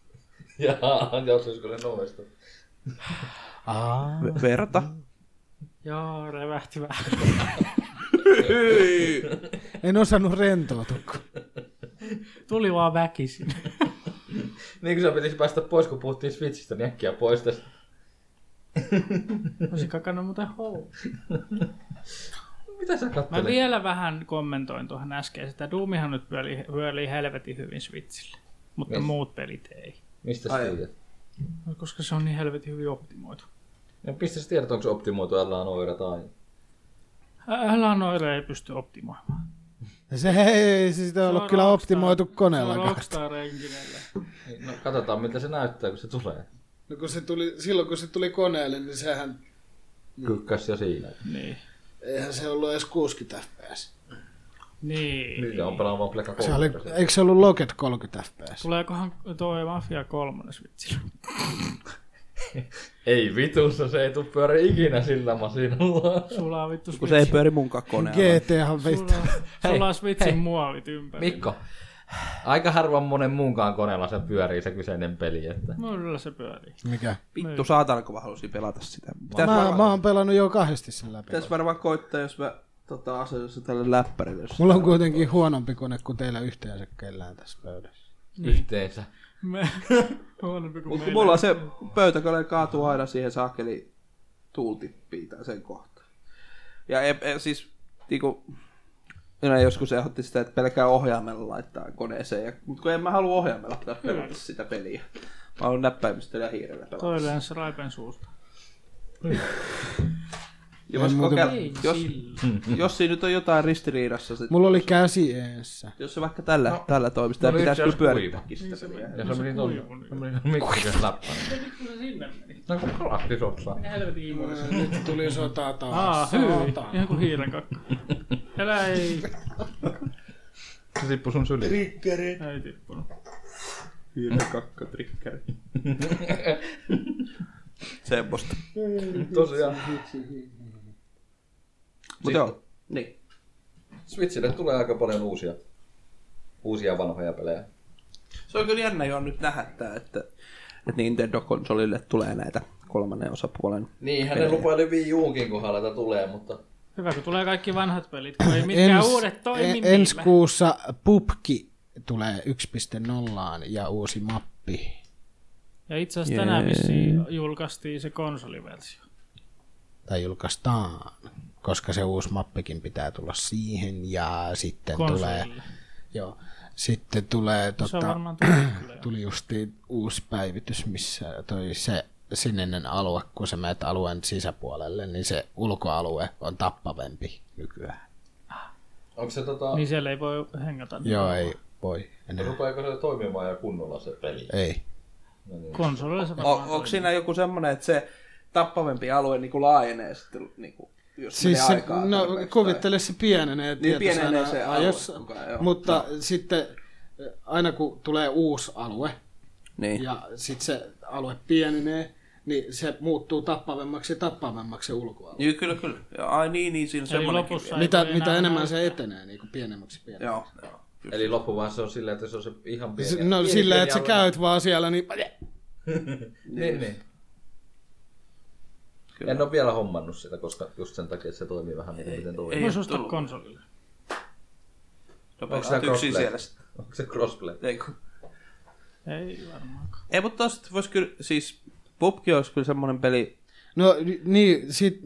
[SPEAKER 4] Jaa, jos olisiko ne novesta.
[SPEAKER 3] Aa.
[SPEAKER 2] Ve- Verta.
[SPEAKER 5] Joo, revähti vähän.
[SPEAKER 3] En osannut rentoutua. kun-
[SPEAKER 5] Tuli vaan väkisin.
[SPEAKER 4] Niin kuin se pitäisi päästä pois, kun puhuttiin Switchistä, niin äkkiä pois tästä.
[SPEAKER 5] Olisin kakannut muuten housu.
[SPEAKER 4] Mitä sä
[SPEAKER 5] Mä
[SPEAKER 4] kattelet?
[SPEAKER 5] vielä vähän kommentoin tuohon äskeiseen. Sitä Doomihan nyt pyöli, pyöli helvetin hyvin Switchille, mutta
[SPEAKER 2] Niin.
[SPEAKER 4] Yes.
[SPEAKER 5] muut pelit ei.
[SPEAKER 4] Mistä sä
[SPEAKER 2] Ai.
[SPEAKER 4] tiedät?
[SPEAKER 5] No, koska se on niin helvetin hyvin optimoitu.
[SPEAKER 4] No, mistä sä tiedät, onko se optimoitu Ella Noira tai...
[SPEAKER 5] Älä noille ei pysty optimoimaan.
[SPEAKER 3] Se ei se sitä ollut kyllä optimoitu
[SPEAKER 5] Se
[SPEAKER 3] koneella.
[SPEAKER 5] on Rockstar Enginellä.
[SPEAKER 4] No, katsotaan, miltä se näyttää, kun se tulee.
[SPEAKER 3] No kun se tuli, silloin kun se tuli koneelle, niin sehän,
[SPEAKER 4] Kykkäs jo siinä.
[SPEAKER 5] Niin.
[SPEAKER 3] eihän se ollut edes 60 fps.
[SPEAKER 5] Niin.
[SPEAKER 4] Nyt on pelaamaan vaan Plekka
[SPEAKER 3] Se oli,
[SPEAKER 4] 3.
[SPEAKER 3] eikö se ollut Locket 30 fps?
[SPEAKER 5] Tuleekohan toi Mafia 3 Switchille?
[SPEAKER 4] Ei vitussa, se ei tuu pyöri ikinä sillä masinulla.
[SPEAKER 5] Sulla on vittu
[SPEAKER 2] Kun se ei
[SPEAKER 5] Switch.
[SPEAKER 2] pyöri munkaan koneella.
[SPEAKER 3] GTA vittu.
[SPEAKER 5] Sulla on Switchin muovit ympäri.
[SPEAKER 4] Mikko, aika harvan monen muunkaan koneella se pyörii se kyseinen peli, että...
[SPEAKER 5] Mulla se pyörii.
[SPEAKER 3] Mikä?
[SPEAKER 2] Vittu saatana, kun mä halusin pelata sitä. Pitäis
[SPEAKER 3] Niin. Mä,
[SPEAKER 2] varmaan,
[SPEAKER 3] mä oon pelannut jo kahdesti sen läpi.
[SPEAKER 2] pitäis varmaan koittaa, jos mä tota, asennossa tälle läppärille. jos-
[SPEAKER 3] Mulla on kuitenkin huonompi kone kuin teillä yhteensä kellään tässä pöydässä.
[SPEAKER 4] yhteensä.
[SPEAKER 5] Me... Huonompi kuin
[SPEAKER 2] Mut
[SPEAKER 5] meillä.
[SPEAKER 2] kun mulla se pöytäkone kaatuu aina siihen saakeli tuultippiin tai sen kohtaan. Ja e, e, siis niinku, minä joskus ehdotti sitä, että pelkää ohjaimella laittaa koneeseen. Ja, mutta kun en mä halua ohjaimella pitää
[SPEAKER 5] Mm.
[SPEAKER 2] pelata sitä peliä. Mä haluan näppäimistöllä ja hiirellä pelata.
[SPEAKER 5] Toi yleensä raipen suusta.
[SPEAKER 2] Ja vois kokeilla,
[SPEAKER 5] Ei
[SPEAKER 2] jos, Mm-hmm.
[SPEAKER 5] sillä.
[SPEAKER 2] jos siinä nyt on jotain ristiriidassa, sit,
[SPEAKER 3] Mulla oli käsi eessä.
[SPEAKER 2] jos se vaikka tällä, no, tällä toimisi, no,
[SPEAKER 4] no nyt
[SPEAKER 2] pitäisi kyllä
[SPEAKER 4] se olisi
[SPEAKER 2] pyörittääkin sitä peliä.
[SPEAKER 5] Niin
[SPEAKER 4] Ja se meni
[SPEAKER 5] kuivui
[SPEAKER 4] tuonne. Se meni Mikkosen läppään.
[SPEAKER 5] Kyllä se sinne meni.
[SPEAKER 4] No kun kolahti sotsaa.
[SPEAKER 5] Ne helvetin imuiset.
[SPEAKER 3] Nyt tuli sota
[SPEAKER 5] Aa, hyi. Ihan kuin hiiren kakka. Älä ei.
[SPEAKER 4] Se tippui sun syliin.
[SPEAKER 5] Ei tippunut.
[SPEAKER 2] Hiiren kakka trikkeri. Semmosta.
[SPEAKER 4] Tosiaan.
[SPEAKER 2] Mut joo, niin.
[SPEAKER 4] Switchille tulee aika paljon uusia. Uusia vanhoja pelejä.
[SPEAKER 2] Se on kyllä jännä jo nyt nähdä tää, että, että Nintendo-konsolille tulee näitä kolmannen osapuolen.
[SPEAKER 4] Niinhän ne lupaili Niin, Wii Uunkin kohdalla, että tulee, mutta...
[SPEAKER 5] Hyvä, kun tulee kaikki vanhat pelit, kun ei mitkään uudet toimi
[SPEAKER 3] en, e- ensi
[SPEAKER 5] niillä.
[SPEAKER 3] kuussa Pupki tulee 1.0 ja uusi mappi.
[SPEAKER 5] Ja itse asiassa tänään vissiin julkaistiin se konsoliversio.
[SPEAKER 3] Tai julkaistaan, koska se uusi mappikin pitää tulla siihen ja sitten tulee...
[SPEAKER 5] Konsolille.
[SPEAKER 3] Joo. Sitten tulee
[SPEAKER 5] Se on
[SPEAKER 3] tota,
[SPEAKER 5] varmaan tullut kyllä jo.
[SPEAKER 3] tuli justiin uusi päivitys, missä toi se sininen alue, kun sä menet alueen sisäpuolelle, niin se ulkoalue on tappavempi nykyään.
[SPEAKER 4] Onko se tota...
[SPEAKER 5] Niin siellä ei Niin voi hengata.
[SPEAKER 3] Joo, ei voi enää.
[SPEAKER 4] Rupeeko se toimimaan ja kunnolla se peli?
[SPEAKER 3] Ei.
[SPEAKER 4] No niin.
[SPEAKER 5] Konsolilla se
[SPEAKER 2] O-
[SPEAKER 5] varmaan
[SPEAKER 2] onko siinä joku semmoinen, että se tappavempi alue niin kuin laajenee sitten, niin kuin, jos
[SPEAKER 3] Siis
[SPEAKER 2] menee
[SPEAKER 3] se,
[SPEAKER 2] aikaa
[SPEAKER 3] no
[SPEAKER 2] tarpeeksi,
[SPEAKER 3] kuvittele se pienenee. tietosana-
[SPEAKER 2] Niin pienenee se alue koko ajan, joo.
[SPEAKER 3] mutta sitten eh, aina kun tulee uusi alue,
[SPEAKER 2] tai- Niin.
[SPEAKER 3] ja sitten se alue pienenee, niin se muuttuu tappavemmaksi ja tappavemmaksi se ulkoalue.
[SPEAKER 2] Joo, kyllä, kyllä. Joo, ai niin, niin siinä on
[SPEAKER 5] Eli
[SPEAKER 2] semmoinenkin.
[SPEAKER 5] lopussa ei
[SPEAKER 3] Mitä,
[SPEAKER 5] voi
[SPEAKER 3] mitä
[SPEAKER 5] enää
[SPEAKER 3] enemmän
[SPEAKER 5] näyttää.
[SPEAKER 3] se etenee, niin kuin pienemmäksi ja pienemmäksi.
[SPEAKER 2] Joo, joo.
[SPEAKER 4] Eli loppuvaiheessa on silleen, että se on se ihan pieni.
[SPEAKER 3] No
[SPEAKER 4] pieni,
[SPEAKER 3] silleen,
[SPEAKER 4] pieni
[SPEAKER 3] että sä
[SPEAKER 4] alue.
[SPEAKER 3] käyt vaan siellä, niin
[SPEAKER 4] Niin, niin.
[SPEAKER 2] Kyllä.
[SPEAKER 4] En ole vielä hommannut sitä, koska just sen takia, että se toimii vähän niin miten, miten toimii.
[SPEAKER 2] ei
[SPEAKER 5] Voisi
[SPEAKER 2] oo
[SPEAKER 5] ostaa
[SPEAKER 2] tullut.
[SPEAKER 5] konsolille.
[SPEAKER 2] No,
[SPEAKER 4] Onko se
[SPEAKER 2] pelaat yksin
[SPEAKER 4] crossplay?
[SPEAKER 2] siellä sitten.
[SPEAKER 4] Onko se crossplay?
[SPEAKER 2] Ei, kun-
[SPEAKER 5] Ei varmaankaan.
[SPEAKER 2] Ei, mutta tosta voisi kyllä, siis PUBG olisi kyllä semmoinen peli,
[SPEAKER 3] No ni- niin, sit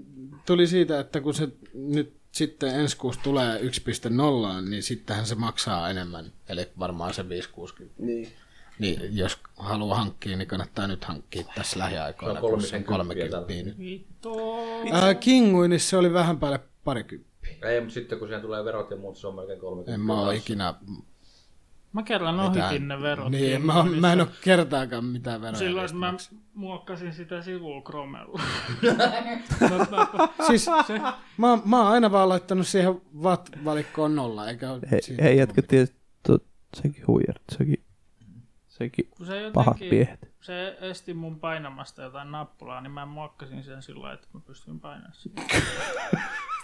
[SPEAKER 3] tuli siitä, että kun se nyt sitten ensi kuussa tulee 1.0, niin sittenhän se maksaa enemmän, eli varmaan se 560.
[SPEAKER 2] niin.
[SPEAKER 3] Niin, jos haluaa hankkia, niin kannattaa nyt hankkia tässä lähiaikoina,
[SPEAKER 4] Se on
[SPEAKER 3] kun se on
[SPEAKER 4] 30
[SPEAKER 3] 30 nyt.
[SPEAKER 5] Vittu.
[SPEAKER 3] Ää, Kinguinissa se oli vähän päälle parikymppiä.
[SPEAKER 4] Ei, mutta sitten kun siihen tulee verot ja muut, se on melkein 30.
[SPEAKER 3] En mä oo ikinä...
[SPEAKER 5] Mä kerran ohitin ne verot.
[SPEAKER 3] Niin, mä, oon- mä en oo kertaakaan mitään veroja.
[SPEAKER 5] no Silloin
[SPEAKER 3] niistä
[SPEAKER 5] mä
[SPEAKER 3] maksanut.
[SPEAKER 5] muokkasin sitä sivua Chromella. mä, mä,
[SPEAKER 3] Siis mä, oon- mä oon aina vaan laittanut siihen VAT-valikkoon nolla, eikä oo
[SPEAKER 2] Hei,
[SPEAKER 3] siitä-
[SPEAKER 2] hei jätkä, tietysti, sekin huijarit, sekin, sekin
[SPEAKER 5] kun se jotenkin,
[SPEAKER 2] pahat miehet.
[SPEAKER 5] se esti mun painamasta jotain nappulaa, niin mä muokkasin sen sillä lailla, että mä pystyin painamaan sitä.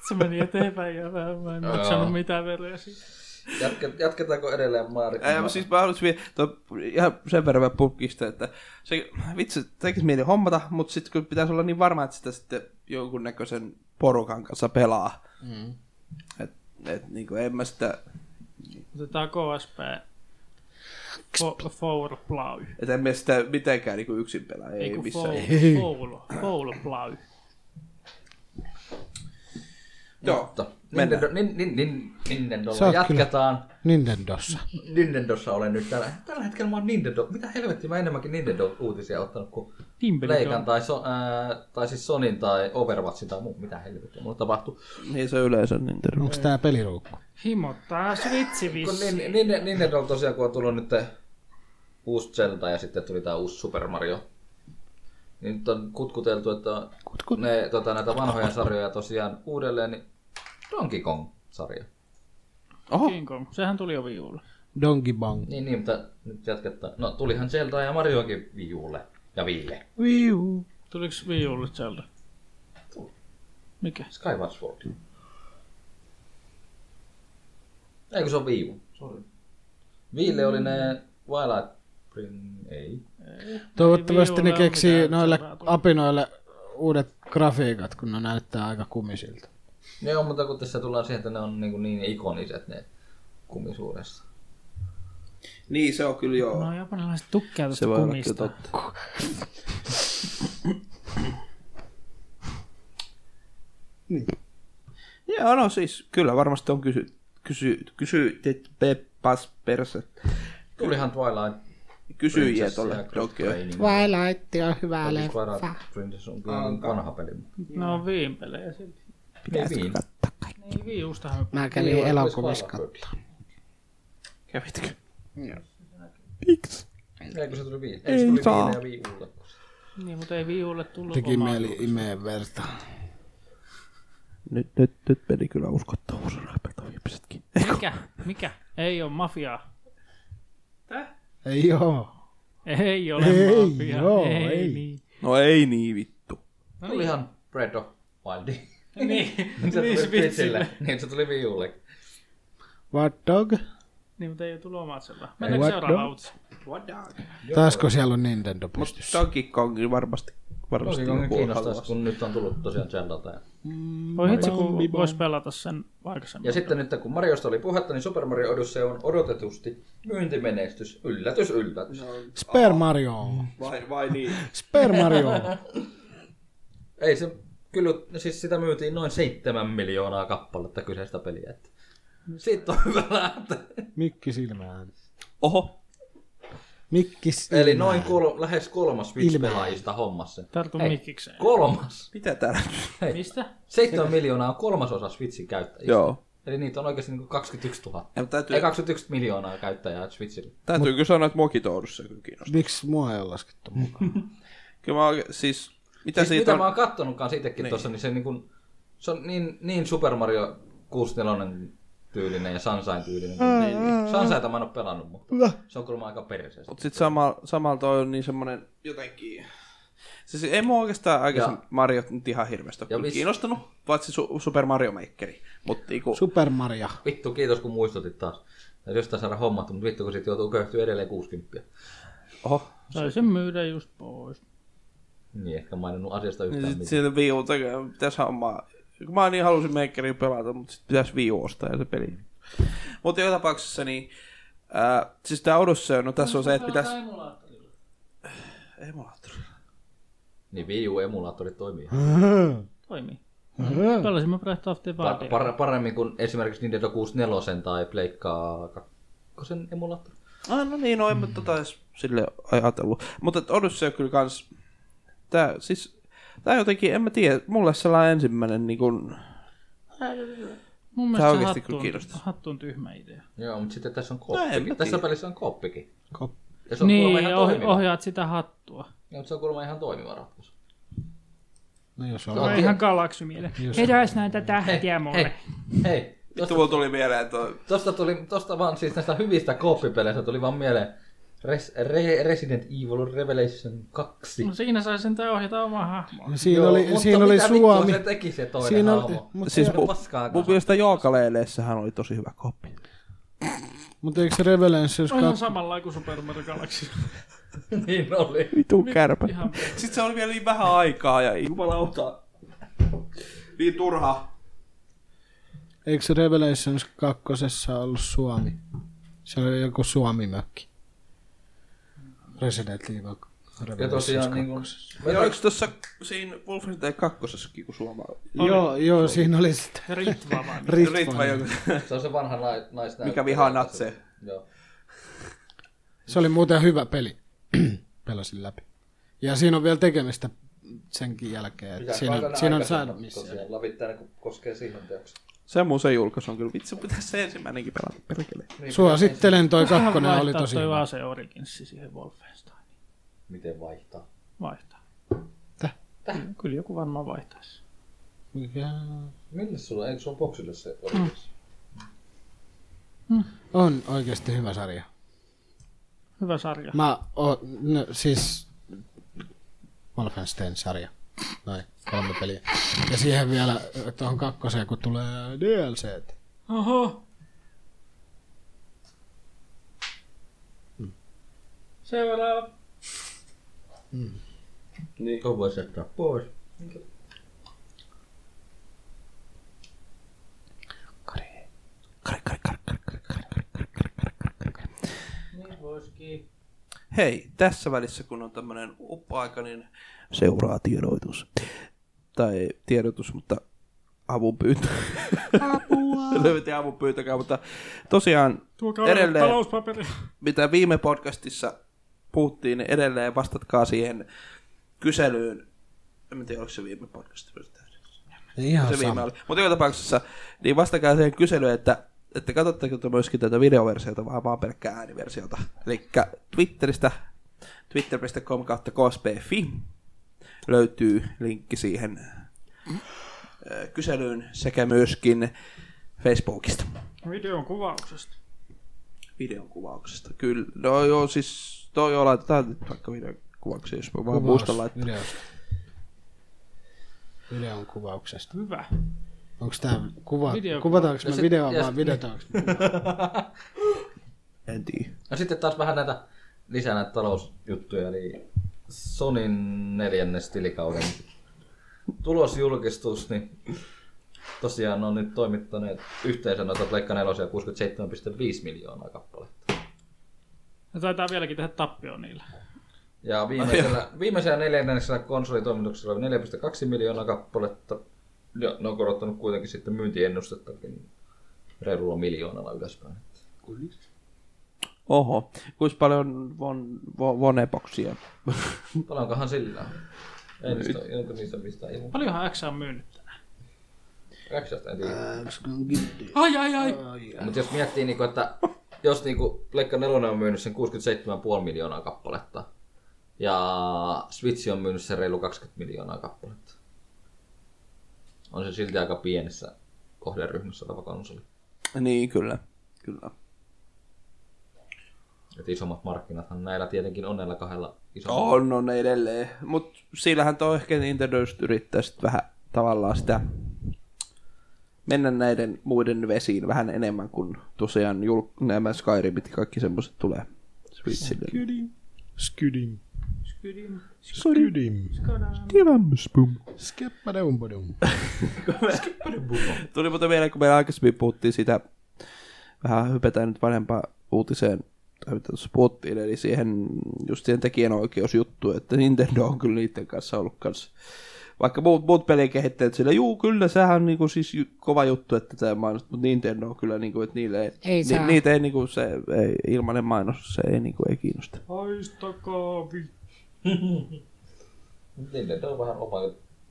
[SPEAKER 5] se meni eteenpäin ja mä, mä en maksanut mitään veroja siitä.
[SPEAKER 4] Jatka, jatketaanko edelleen Maari?
[SPEAKER 2] Ei, mä siis mä haluaisin vielä, to, ihan sen verran vielä pukista, että se, vitsi, tekis mieli hommata, mutta sitten kun pitäisi olla niin varma, että sitä sitten jonkunnäköisen porukan kanssa pelaa. Mm. Et, et niin kuin, en mä sitä,
[SPEAKER 5] Otetaan KSP. Fo- Four Plau.
[SPEAKER 2] et en mä sitä mitenkään niin kuin yksin pelaa, ei,
[SPEAKER 5] Eiku
[SPEAKER 2] missään.
[SPEAKER 5] Foul. Foul Plau.
[SPEAKER 2] Joo,
[SPEAKER 4] Mutta
[SPEAKER 2] mennään.
[SPEAKER 4] Nintendo, nin, nin, nin, Nintendolla
[SPEAKER 3] Niin Sä oot
[SPEAKER 4] jatketaan.
[SPEAKER 3] Nintendossa.
[SPEAKER 4] Nintendossa olen nyt tällä, tällä hetkellä mä oon Nintendo. Mitä helvettiä mä enemmänkin Nintendo-uutisia ottanut kuin Leikan tai, so, ää, tai siis Sonin tai Overwatchin tai muu. Mitä helvettiä mulla tapahtuu.
[SPEAKER 2] Niin se yleensä niin terve.
[SPEAKER 3] Onko tää peliruukku?
[SPEAKER 5] Himottaa Switchi
[SPEAKER 4] Kun
[SPEAKER 5] vissiin.
[SPEAKER 4] niin, niin, Nintendo tosiaan kun on tullut nyt uusi Zelda ja sitten tuli tämä uusi Super Mario. Niin nyt on kutkuteltu, että ne, tota, näitä vanhoja sarjoja tosiaan uudelleen, niin Donkey Kong-sarja.
[SPEAKER 2] Oho,
[SPEAKER 5] King Kong. Sehän tuli jo viulla.
[SPEAKER 3] Donkey Bong.
[SPEAKER 4] Niin, niin, mutta nyt jatketaan. No, tulihan Zelda ja Marioakin Viulle ja Ville.
[SPEAKER 5] Tuliks viulle Zelda?
[SPEAKER 4] Tuli.
[SPEAKER 5] Mikä?
[SPEAKER 4] Skyward Sword. Eikö se on Viu? Sorry. Viille oli ne Twilight Prin... Ei.
[SPEAKER 3] Toivottavasti
[SPEAKER 5] Ei
[SPEAKER 3] ne
[SPEAKER 5] Wii Ulle
[SPEAKER 3] keksii
[SPEAKER 5] ole mitään
[SPEAKER 3] noille
[SPEAKER 5] seuraavaa tulosta.
[SPEAKER 3] apinoille uudet grafiikat, kun ne näyttää aika kumisilta.
[SPEAKER 4] Ne on, mutta kun tässä tullaan siihen, että ne on niin, niin ikoniset ne kumisuudessa.
[SPEAKER 2] niin se on kyllä joo.
[SPEAKER 5] No japanilaiset tukkeja tuosta
[SPEAKER 2] se voi olla kyllä
[SPEAKER 5] kumista.
[SPEAKER 2] totta. Niin. Joo, no siis kyllä varmasti on kysy, kysy, kysy, peppas perse.
[SPEAKER 4] Tulihan Twilight
[SPEAKER 2] Kysyjiä
[SPEAKER 4] Princess
[SPEAKER 2] tuolle Tokioon.
[SPEAKER 4] niin
[SPEAKER 3] Twilight on hyvä
[SPEAKER 4] Toki Twilight Princess on kyllä vanha peli. mutta
[SPEAKER 5] Ne on viin pelejä No, silti.
[SPEAKER 4] Ei niin.
[SPEAKER 5] Niin viustahan me
[SPEAKER 3] Mä
[SPEAKER 4] Ei
[SPEAKER 3] kävin
[SPEAKER 4] ole,
[SPEAKER 3] elokuvissa
[SPEAKER 4] Twilight Bird.
[SPEAKER 3] katsoa.
[SPEAKER 2] Kävitkö?
[SPEAKER 4] Eikö se tuli viile? Eikö se tuli viile ja viiulle?
[SPEAKER 5] Niin, mutta ei viulle tullut
[SPEAKER 3] Teki
[SPEAKER 5] omaa.
[SPEAKER 3] mieli imeen verta.
[SPEAKER 2] Nyt, nyt, nyt meni kyllä uskottavuus rapelta viimeisetkin.
[SPEAKER 5] Mikä? Mikä? Ei oo mafiaa.
[SPEAKER 3] Ei oo.
[SPEAKER 5] Ei ole
[SPEAKER 3] Ei
[SPEAKER 5] mafiaa.
[SPEAKER 3] oo,
[SPEAKER 5] ei,
[SPEAKER 3] ei.
[SPEAKER 5] niin.
[SPEAKER 2] No ei niin vittu.
[SPEAKER 5] No niin.
[SPEAKER 4] Tulihan Breath of Wildi.
[SPEAKER 5] Niin,
[SPEAKER 4] Se tuli
[SPEAKER 5] niin
[SPEAKER 4] Switchille.
[SPEAKER 5] Switchille.
[SPEAKER 4] Niin se tuli viiulle.
[SPEAKER 3] What dog?
[SPEAKER 5] Niin, mutta ei ole tullut omat sillä. Mennäänkö
[SPEAKER 3] What
[SPEAKER 5] seuraavaan
[SPEAKER 3] the-
[SPEAKER 5] uutiseen?
[SPEAKER 3] Taasko siellä on Nintendo pystyssä?
[SPEAKER 2] Donkey Kong varmasti, varmasti
[SPEAKER 4] Toki on
[SPEAKER 2] joku
[SPEAKER 4] kiinnostaisi,
[SPEAKER 2] haluaisi.
[SPEAKER 4] kun nyt on tullut tosiaan Zeldalta. Ja,
[SPEAKER 5] Voi hitsi, kun voisi pelata sen aikaisemmin.
[SPEAKER 4] ja sitten nyt kun Mariosta oli puhetta, niin Super Mario Odyssey on odotetusti myyntimenestys. Yllätys, yllätys.
[SPEAKER 3] Super Mario.
[SPEAKER 2] Vai, vai niin?
[SPEAKER 3] Super Mario.
[SPEAKER 4] Ei se, kyllä siis sitä myytiin noin 7 miljoonaa kappaletta kyseistä peliä. Että. Siitä on hyvä lähteä.
[SPEAKER 3] Mikki silmään.
[SPEAKER 2] Oho.
[SPEAKER 3] Mikki silmään.
[SPEAKER 4] Eli noin kol- lähes kolmas Switch-pelaajista hommassa.
[SPEAKER 5] Tartu
[SPEAKER 4] Hei.
[SPEAKER 5] mikikseen.
[SPEAKER 4] Kolmas!
[SPEAKER 2] Mitä täällä?
[SPEAKER 5] Mistä?
[SPEAKER 4] 7 miljoonaa on kolmasosa Switchin käyttäjistä.
[SPEAKER 2] Joo.
[SPEAKER 4] Eli niitä on oikeasti niinku 21 000.
[SPEAKER 2] Ja täytyy,
[SPEAKER 4] Ei 21 miljoonaa käyttäjää Switchillä.
[SPEAKER 2] täytyy kyllä sanoa, että muokin toudussa kyllä kiinnostaa.
[SPEAKER 3] Miksi mua ei ole laskettu mukaan?
[SPEAKER 2] Kyllä mä oike- siis, mitä
[SPEAKER 4] Siis
[SPEAKER 2] siitä
[SPEAKER 4] mitä
[SPEAKER 2] on?
[SPEAKER 4] mä oon kattonutkaan siitäkin niin. tuossa, niin se, niinku, se on niin, niin Super Mario 64 tyylinen ja Sunshine tyylinen.
[SPEAKER 2] Mm.
[SPEAKER 4] Niin. Sunshine mä en oo pelannut, mutta
[SPEAKER 2] No.
[SPEAKER 4] se on kuulemma aika perseestä.
[SPEAKER 2] Mutta sitten sama, samalla toi on niin semmonen jotenkin... Siis ei mua oikeastaan aikaisemmin Mario nyt ihan hirveästi ole
[SPEAKER 4] Ja
[SPEAKER 2] kyllä
[SPEAKER 4] miss-
[SPEAKER 2] kiinnostanut, paitsi su- Super Mario Makeri. Mutta niinku,
[SPEAKER 3] Super Mario.
[SPEAKER 4] Vittu, kiitos kun muistutit taas. Ja jostain saada hommattu, mutta vittu kun sit joutuu köyhtyä edelleen 60.
[SPEAKER 2] oho,
[SPEAKER 5] Sai sen myydä just pois.
[SPEAKER 4] Niin, ehkä maininnut asiasta
[SPEAKER 2] niin
[SPEAKER 4] yhtään
[SPEAKER 2] sit
[SPEAKER 4] mitään.
[SPEAKER 2] sieltä Wii Ulta pitäisi hommaa. Kun Mä niin halusin Makeria pelata, mutta sitten pitäisi Wii U ostaa ja se peli. Mutta joka tapauksessa niin, ää, siis tää Odyssey, no tässä on se, että pitäisi... Emulaattori.
[SPEAKER 4] Niin Wii U-emulaattori toimii.
[SPEAKER 5] Toimii. Pelasin mä Breath of the
[SPEAKER 4] Pa-
[SPEAKER 5] Wildia.
[SPEAKER 4] par- paremmin kuin esimerkiksi Nintendo 64 tai Pleikkaa 2 emulaattori.
[SPEAKER 2] Ah, no niin, no en mä tota edes sille ajatellut. Mutta et Odyssey kyllä kans... Tää siis... Tää jotenkin, en mä tiedä, mulle sellainen ensimmäinen niin kun...
[SPEAKER 5] Mun
[SPEAKER 2] Tää
[SPEAKER 5] mielestä se
[SPEAKER 2] oikeesti kyllä
[SPEAKER 5] hattuun,
[SPEAKER 2] kiinnostaa.
[SPEAKER 5] hattuun tyhmä idea.
[SPEAKER 4] Joo, mutta sitten tässä on
[SPEAKER 2] No en mä
[SPEAKER 4] koppikin. tässä
[SPEAKER 2] tiedä.
[SPEAKER 4] pelissä on koppikin.
[SPEAKER 3] Kop-
[SPEAKER 4] Ja se on kuulemma
[SPEAKER 5] Niin,
[SPEAKER 4] ihan
[SPEAKER 5] oh,
[SPEAKER 4] toimiva.
[SPEAKER 5] ohjaat sitä hattua.
[SPEAKER 4] Joo, mutta se on kuulemma ihan toimiva ratkaisu.
[SPEAKER 3] No jos
[SPEAKER 5] Tuo
[SPEAKER 3] on.
[SPEAKER 5] on ihan galaksimielinen. Hei, taas näitä tähtiä
[SPEAKER 4] Hei,
[SPEAKER 5] mulle.
[SPEAKER 4] hei.
[SPEAKER 2] Vittu, mulla tuli mieleen toi...
[SPEAKER 4] Tosta, tuli, tosta vaan siis näistä hyvistä kooppipeleistä tuli vaan mieleen Res, Re, Resident Evil Revelation 2.
[SPEAKER 5] No siinä sai sentään ohjata omaa hahmoa.
[SPEAKER 3] No siinä
[SPEAKER 4] Joo,
[SPEAKER 3] oli,
[SPEAKER 4] mutta
[SPEAKER 3] siinä oli
[SPEAKER 4] mitä
[SPEAKER 3] Suomi.
[SPEAKER 4] Vittua se teki se toinen
[SPEAKER 3] Siinä oli,
[SPEAKER 4] hahmo.
[SPEAKER 3] mutta,
[SPEAKER 2] Siis
[SPEAKER 3] siis,
[SPEAKER 4] Ihan
[SPEAKER 2] mu-
[SPEAKER 4] paskaa
[SPEAKER 2] mun
[SPEAKER 4] kanssa.
[SPEAKER 2] mielestä Jookaleeleissähän oli tosi hyvä koppi.
[SPEAKER 3] mutta eikö se Revelations
[SPEAKER 5] On ihan
[SPEAKER 3] 2?
[SPEAKER 5] samalla kuin Super Mario Galaxy.
[SPEAKER 4] Niin oli.
[SPEAKER 2] Vitu kärpä.
[SPEAKER 5] Ihan
[SPEAKER 2] Sitten se oli vielä niin vähän aikaa ja... Jumalauta. Niin turha.
[SPEAKER 3] Eikö se Revelations 2 ollut Suomi? Se oli joku Suomi-mökki. Resident Evil
[SPEAKER 4] Ja
[SPEAKER 3] Revelations
[SPEAKER 4] tosiaan
[SPEAKER 3] 2.
[SPEAKER 4] niin kuin...
[SPEAKER 2] Ja oliko tossa siinä Wolfenstein kakkosessakin, kun suoma...
[SPEAKER 3] Joo, joo, siinä oli sitä.
[SPEAKER 5] ritva vaan. niin.
[SPEAKER 3] Ritva.
[SPEAKER 2] Ritva joku...
[SPEAKER 4] Se on se vanha nai- naisnäyttelijä.
[SPEAKER 2] Mikä vihaa natseja.
[SPEAKER 4] Joo.
[SPEAKER 3] Se oli muuten hyvä peli. Pelasin läpi. Ja siinä on vielä tekemistä senkin jälkeen. Että
[SPEAKER 4] Pitää
[SPEAKER 3] siinä,
[SPEAKER 4] kaivaa ne
[SPEAKER 3] siinä on
[SPEAKER 4] aikaisemmat
[SPEAKER 3] säännöt missä.
[SPEAKER 4] Tosiaan lavittaa ne, kun koskee siihen teokseen.
[SPEAKER 2] Semmoisen julkaisu on kyllä. Vitsi, pitäisi se ensimmäinenkin pelata perkele.
[SPEAKER 3] Suosittelen, toi
[SPEAKER 5] Vähän
[SPEAKER 3] kakkonen oli
[SPEAKER 5] vaihtaa
[SPEAKER 3] tosi
[SPEAKER 5] toi
[SPEAKER 3] hyvä.
[SPEAKER 5] Ase Originssi siihen Wolfensteiniin.
[SPEAKER 4] Miten vaihtaa?
[SPEAKER 5] Vaihtaa.
[SPEAKER 3] Täh?
[SPEAKER 5] Kyllä- Kyllä joku varmaan vaihtaisi.
[SPEAKER 3] Mikä?
[SPEAKER 4] Mille sulla? Eikö sulla boksille se
[SPEAKER 3] Mm.
[SPEAKER 4] oli?
[SPEAKER 3] On oikeasti hyvä sarja.
[SPEAKER 5] Hyvä sarja.
[SPEAKER 3] Mä oon, no, siis Wolfenstein-sarja. Noin, kolme peliä. Ja siihen vielä ö, tuohon kakkoseen, kun tulee DLC.
[SPEAKER 5] Oho. Seuraava.
[SPEAKER 4] Niin. Tuo voisi jättää pois.
[SPEAKER 5] Niin voisikin.
[SPEAKER 2] Hei, tässä välissä kun on tämmöinen uppa-aika, niin seuraa tiedotus. Tai tiedotus, mutta avunpyyntö. Apua! Löydettiin avunpyytäkää, mutta tosiaan
[SPEAKER 5] Tuokaa
[SPEAKER 2] edelleen,
[SPEAKER 5] Edelleen. talouspaperi.
[SPEAKER 2] mitä viime podcastissa puhuttiin, niin edelleen vastatkaa siihen kyselyyn. En tiedä, oliko se viime podcast. vai sitä edellisessä.
[SPEAKER 3] Ihan
[SPEAKER 2] Se viime
[SPEAKER 3] sama.
[SPEAKER 2] oli. Mutta joka tapauksessa, niin vastakaa siihen kyselyyn, että että katsotteko te myöskin tätä videoversiota, vaan vaan pelkkää ääniversiota. Eli Twitteristä, twitter.com kautta cosplay.fi löytyy linkki siihen ö, kyselyyn sekä myöskin Facebookista
[SPEAKER 5] Videon kuvauksesta.
[SPEAKER 2] videon kuvauksesta. Kyllä, no joo, siis toi joo, laitetaan nyt vaikka videon kuvauksia, jos mä vaan muistan laittaa.
[SPEAKER 3] videosta. Videon kuvauksesta.
[SPEAKER 5] Hyvä.
[SPEAKER 3] Onko tää kuva,
[SPEAKER 5] Video-
[SPEAKER 3] kuvataanko
[SPEAKER 4] No
[SPEAKER 3] me
[SPEAKER 4] sit-
[SPEAKER 3] videoa
[SPEAKER 4] ja
[SPEAKER 3] vai
[SPEAKER 4] sit-
[SPEAKER 3] videotaanko?
[SPEAKER 2] En tiedä.
[SPEAKER 4] No sitten taas vähän näitä lisää näitä talousjuttuja, eli Sonin neljännes tilikauden tulosjulkistus, niin tosiaan on nyt toimittaneet yhteensä noita Pleikka 4 67,5 miljoonaa kappaletta.
[SPEAKER 5] Ja taitaa vieläkin tehdä tappio niillä.
[SPEAKER 4] Ja viimeisellä, viimeisellä neljännessä konsolitoimituksella oli 4,2 miljoonaa kappaletta. Ja ne on korottanut kuitenkin sitten myyntiennustettakin reilulla miljoonalla ylöspäin.
[SPEAKER 2] Oho, kuinka paljon von, von, voneboksia?
[SPEAKER 4] Paljonkohan sillä on? Ei niistä, ei niistä mistään ilmoittaa.
[SPEAKER 5] Paljonhan X on myynyt tänään.
[SPEAKER 4] Xasta ei tiedä.
[SPEAKER 5] Ai, ai, ai.
[SPEAKER 4] Mutta jos miettii, niinku, että jos niinku Pleikka 4 on myynyt sen 67,5 miljoonaa kappaletta, ja Switch on myynyt sen reilu 20 miljoonaa kappaletta. On se silti aika pienessä kohderyhmässä oleva konsoli.
[SPEAKER 2] Niin, kyllä. Kyllä.
[SPEAKER 4] Et isommat markkinathan näillä tietenkin on näillä kahdella isommalla.
[SPEAKER 2] On, on edelleen. Mutta sillähän toi ehkä Nintendo just yrittää sit vähän tavallaan sitä mennä näiden muiden vesiin vähän enemmän kuin tosiaan jul- nämä Skyrimit ja kaikki semmoiset tulee Switchille.
[SPEAKER 3] Skydim.
[SPEAKER 5] Skydim.
[SPEAKER 3] Skydim.
[SPEAKER 2] Skidampspum.
[SPEAKER 3] Skeppadeumpadum.
[SPEAKER 2] Tuli muuten vielä, kun me aikaisemmin puhuttiin sitä, vähän hypätään nyt vanhempaan uutiseen, tai mitä tuossa puhuttiin, eli siihen, just siihen tekijänoikeusjuttuun, että Nintendo on kyllä niiden kanssa ollut kanssa. Vaikka muut, muut pelien kehittäjät sillä, juu, kyllä, sehän on niinku siis ju- kova juttu, että tämä mainos, mutta Nintendo on kyllä, niinku, että niille ei,
[SPEAKER 6] Ei saa.
[SPEAKER 2] niitä ei, niinku, se, ei, ilmainen mainos, se ei, niinku, ei kiinnosta.
[SPEAKER 5] Haistakaa vi.
[SPEAKER 4] Nintendo on vähän oma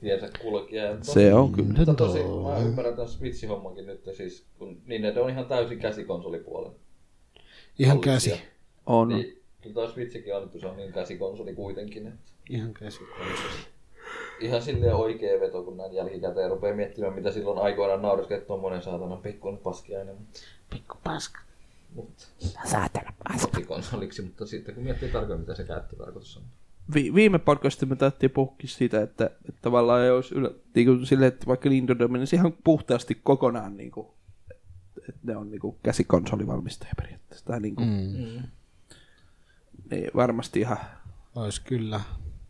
[SPEAKER 4] tiensä kulkija. ja tos-
[SPEAKER 2] Se on kyllä.
[SPEAKER 4] Mutta tosi, mä ymmärrän tämän Switch-hommankin nyt, siis, kun Nintendo on ihan täysin käsikonsolipuolen.
[SPEAKER 3] Ihan käsi.
[SPEAKER 2] On.
[SPEAKER 4] Niin, kyllä toi Switchkin on, kun se on niin käsikonsoli kuitenkin. Että
[SPEAKER 3] Ihan käsi.
[SPEAKER 4] ihan silleen oikea veto, kun näin jälkikäteen rupeaa miettimään, mitä silloin aikoinaan nauriskeli, että tommonen saatana pikkuinen paskiainen.
[SPEAKER 6] Pikku paska.
[SPEAKER 4] Mutta
[SPEAKER 6] Saatana paska.
[SPEAKER 4] kotikonsoliksi, mutta sitten kun miettii tarkoin, mitä se käyttötarkoitus on.
[SPEAKER 2] vi- viime podcastissa me taittiin puhukin siitä, että, että tavallaan ei olisi ylä, niin kuin sille, että vaikka Nintendo menisi ihan puhtaasti kokonaan, niin kuin, että ne on niin kuin käsikonsolivalmistaja periaatteessa. Tai niin kuin, mm. niin, varmasti ihan.
[SPEAKER 3] Ois kyllä.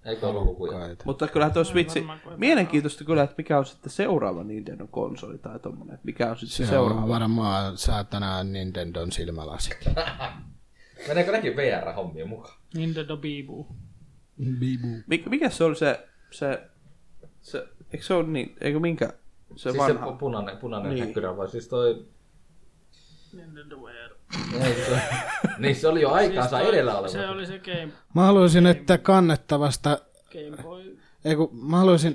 [SPEAKER 4] Eikö ollut lukuja?
[SPEAKER 3] Kaita.
[SPEAKER 2] Mutta kyllähän tuo Switch,
[SPEAKER 5] varmaan koetaan.
[SPEAKER 2] mielenkiintoista kyllä, että mikä on sitten seuraava Nintendo konsoli tai tommonen, että mikä on sitten se
[SPEAKER 3] Se on
[SPEAKER 2] seuraava.
[SPEAKER 3] varmaan saatana Nintendon silmälasit.
[SPEAKER 4] Meneekö nekin VR-hommia mukaan?
[SPEAKER 5] Nintendo Biibu.
[SPEAKER 3] Bibu.
[SPEAKER 2] Mik, mikä se oli se, se, se, eikö se ole niin, eikö minkä, se
[SPEAKER 4] siis
[SPEAKER 2] vanha.
[SPEAKER 4] se pu- punainen, punainen
[SPEAKER 2] Niin.
[SPEAKER 4] niin. häkkyrä, vai siis toi...
[SPEAKER 5] Nintendo Wear.
[SPEAKER 4] Ei, se... niin se oli jo
[SPEAKER 6] Siis
[SPEAKER 4] aikaansa
[SPEAKER 5] Toi-
[SPEAKER 4] edellä oleva.
[SPEAKER 5] Se oli se Game,
[SPEAKER 3] Mä haluaisin, että kannettavasta...
[SPEAKER 5] game Boy.
[SPEAKER 3] Ei kun, mä haluaisin,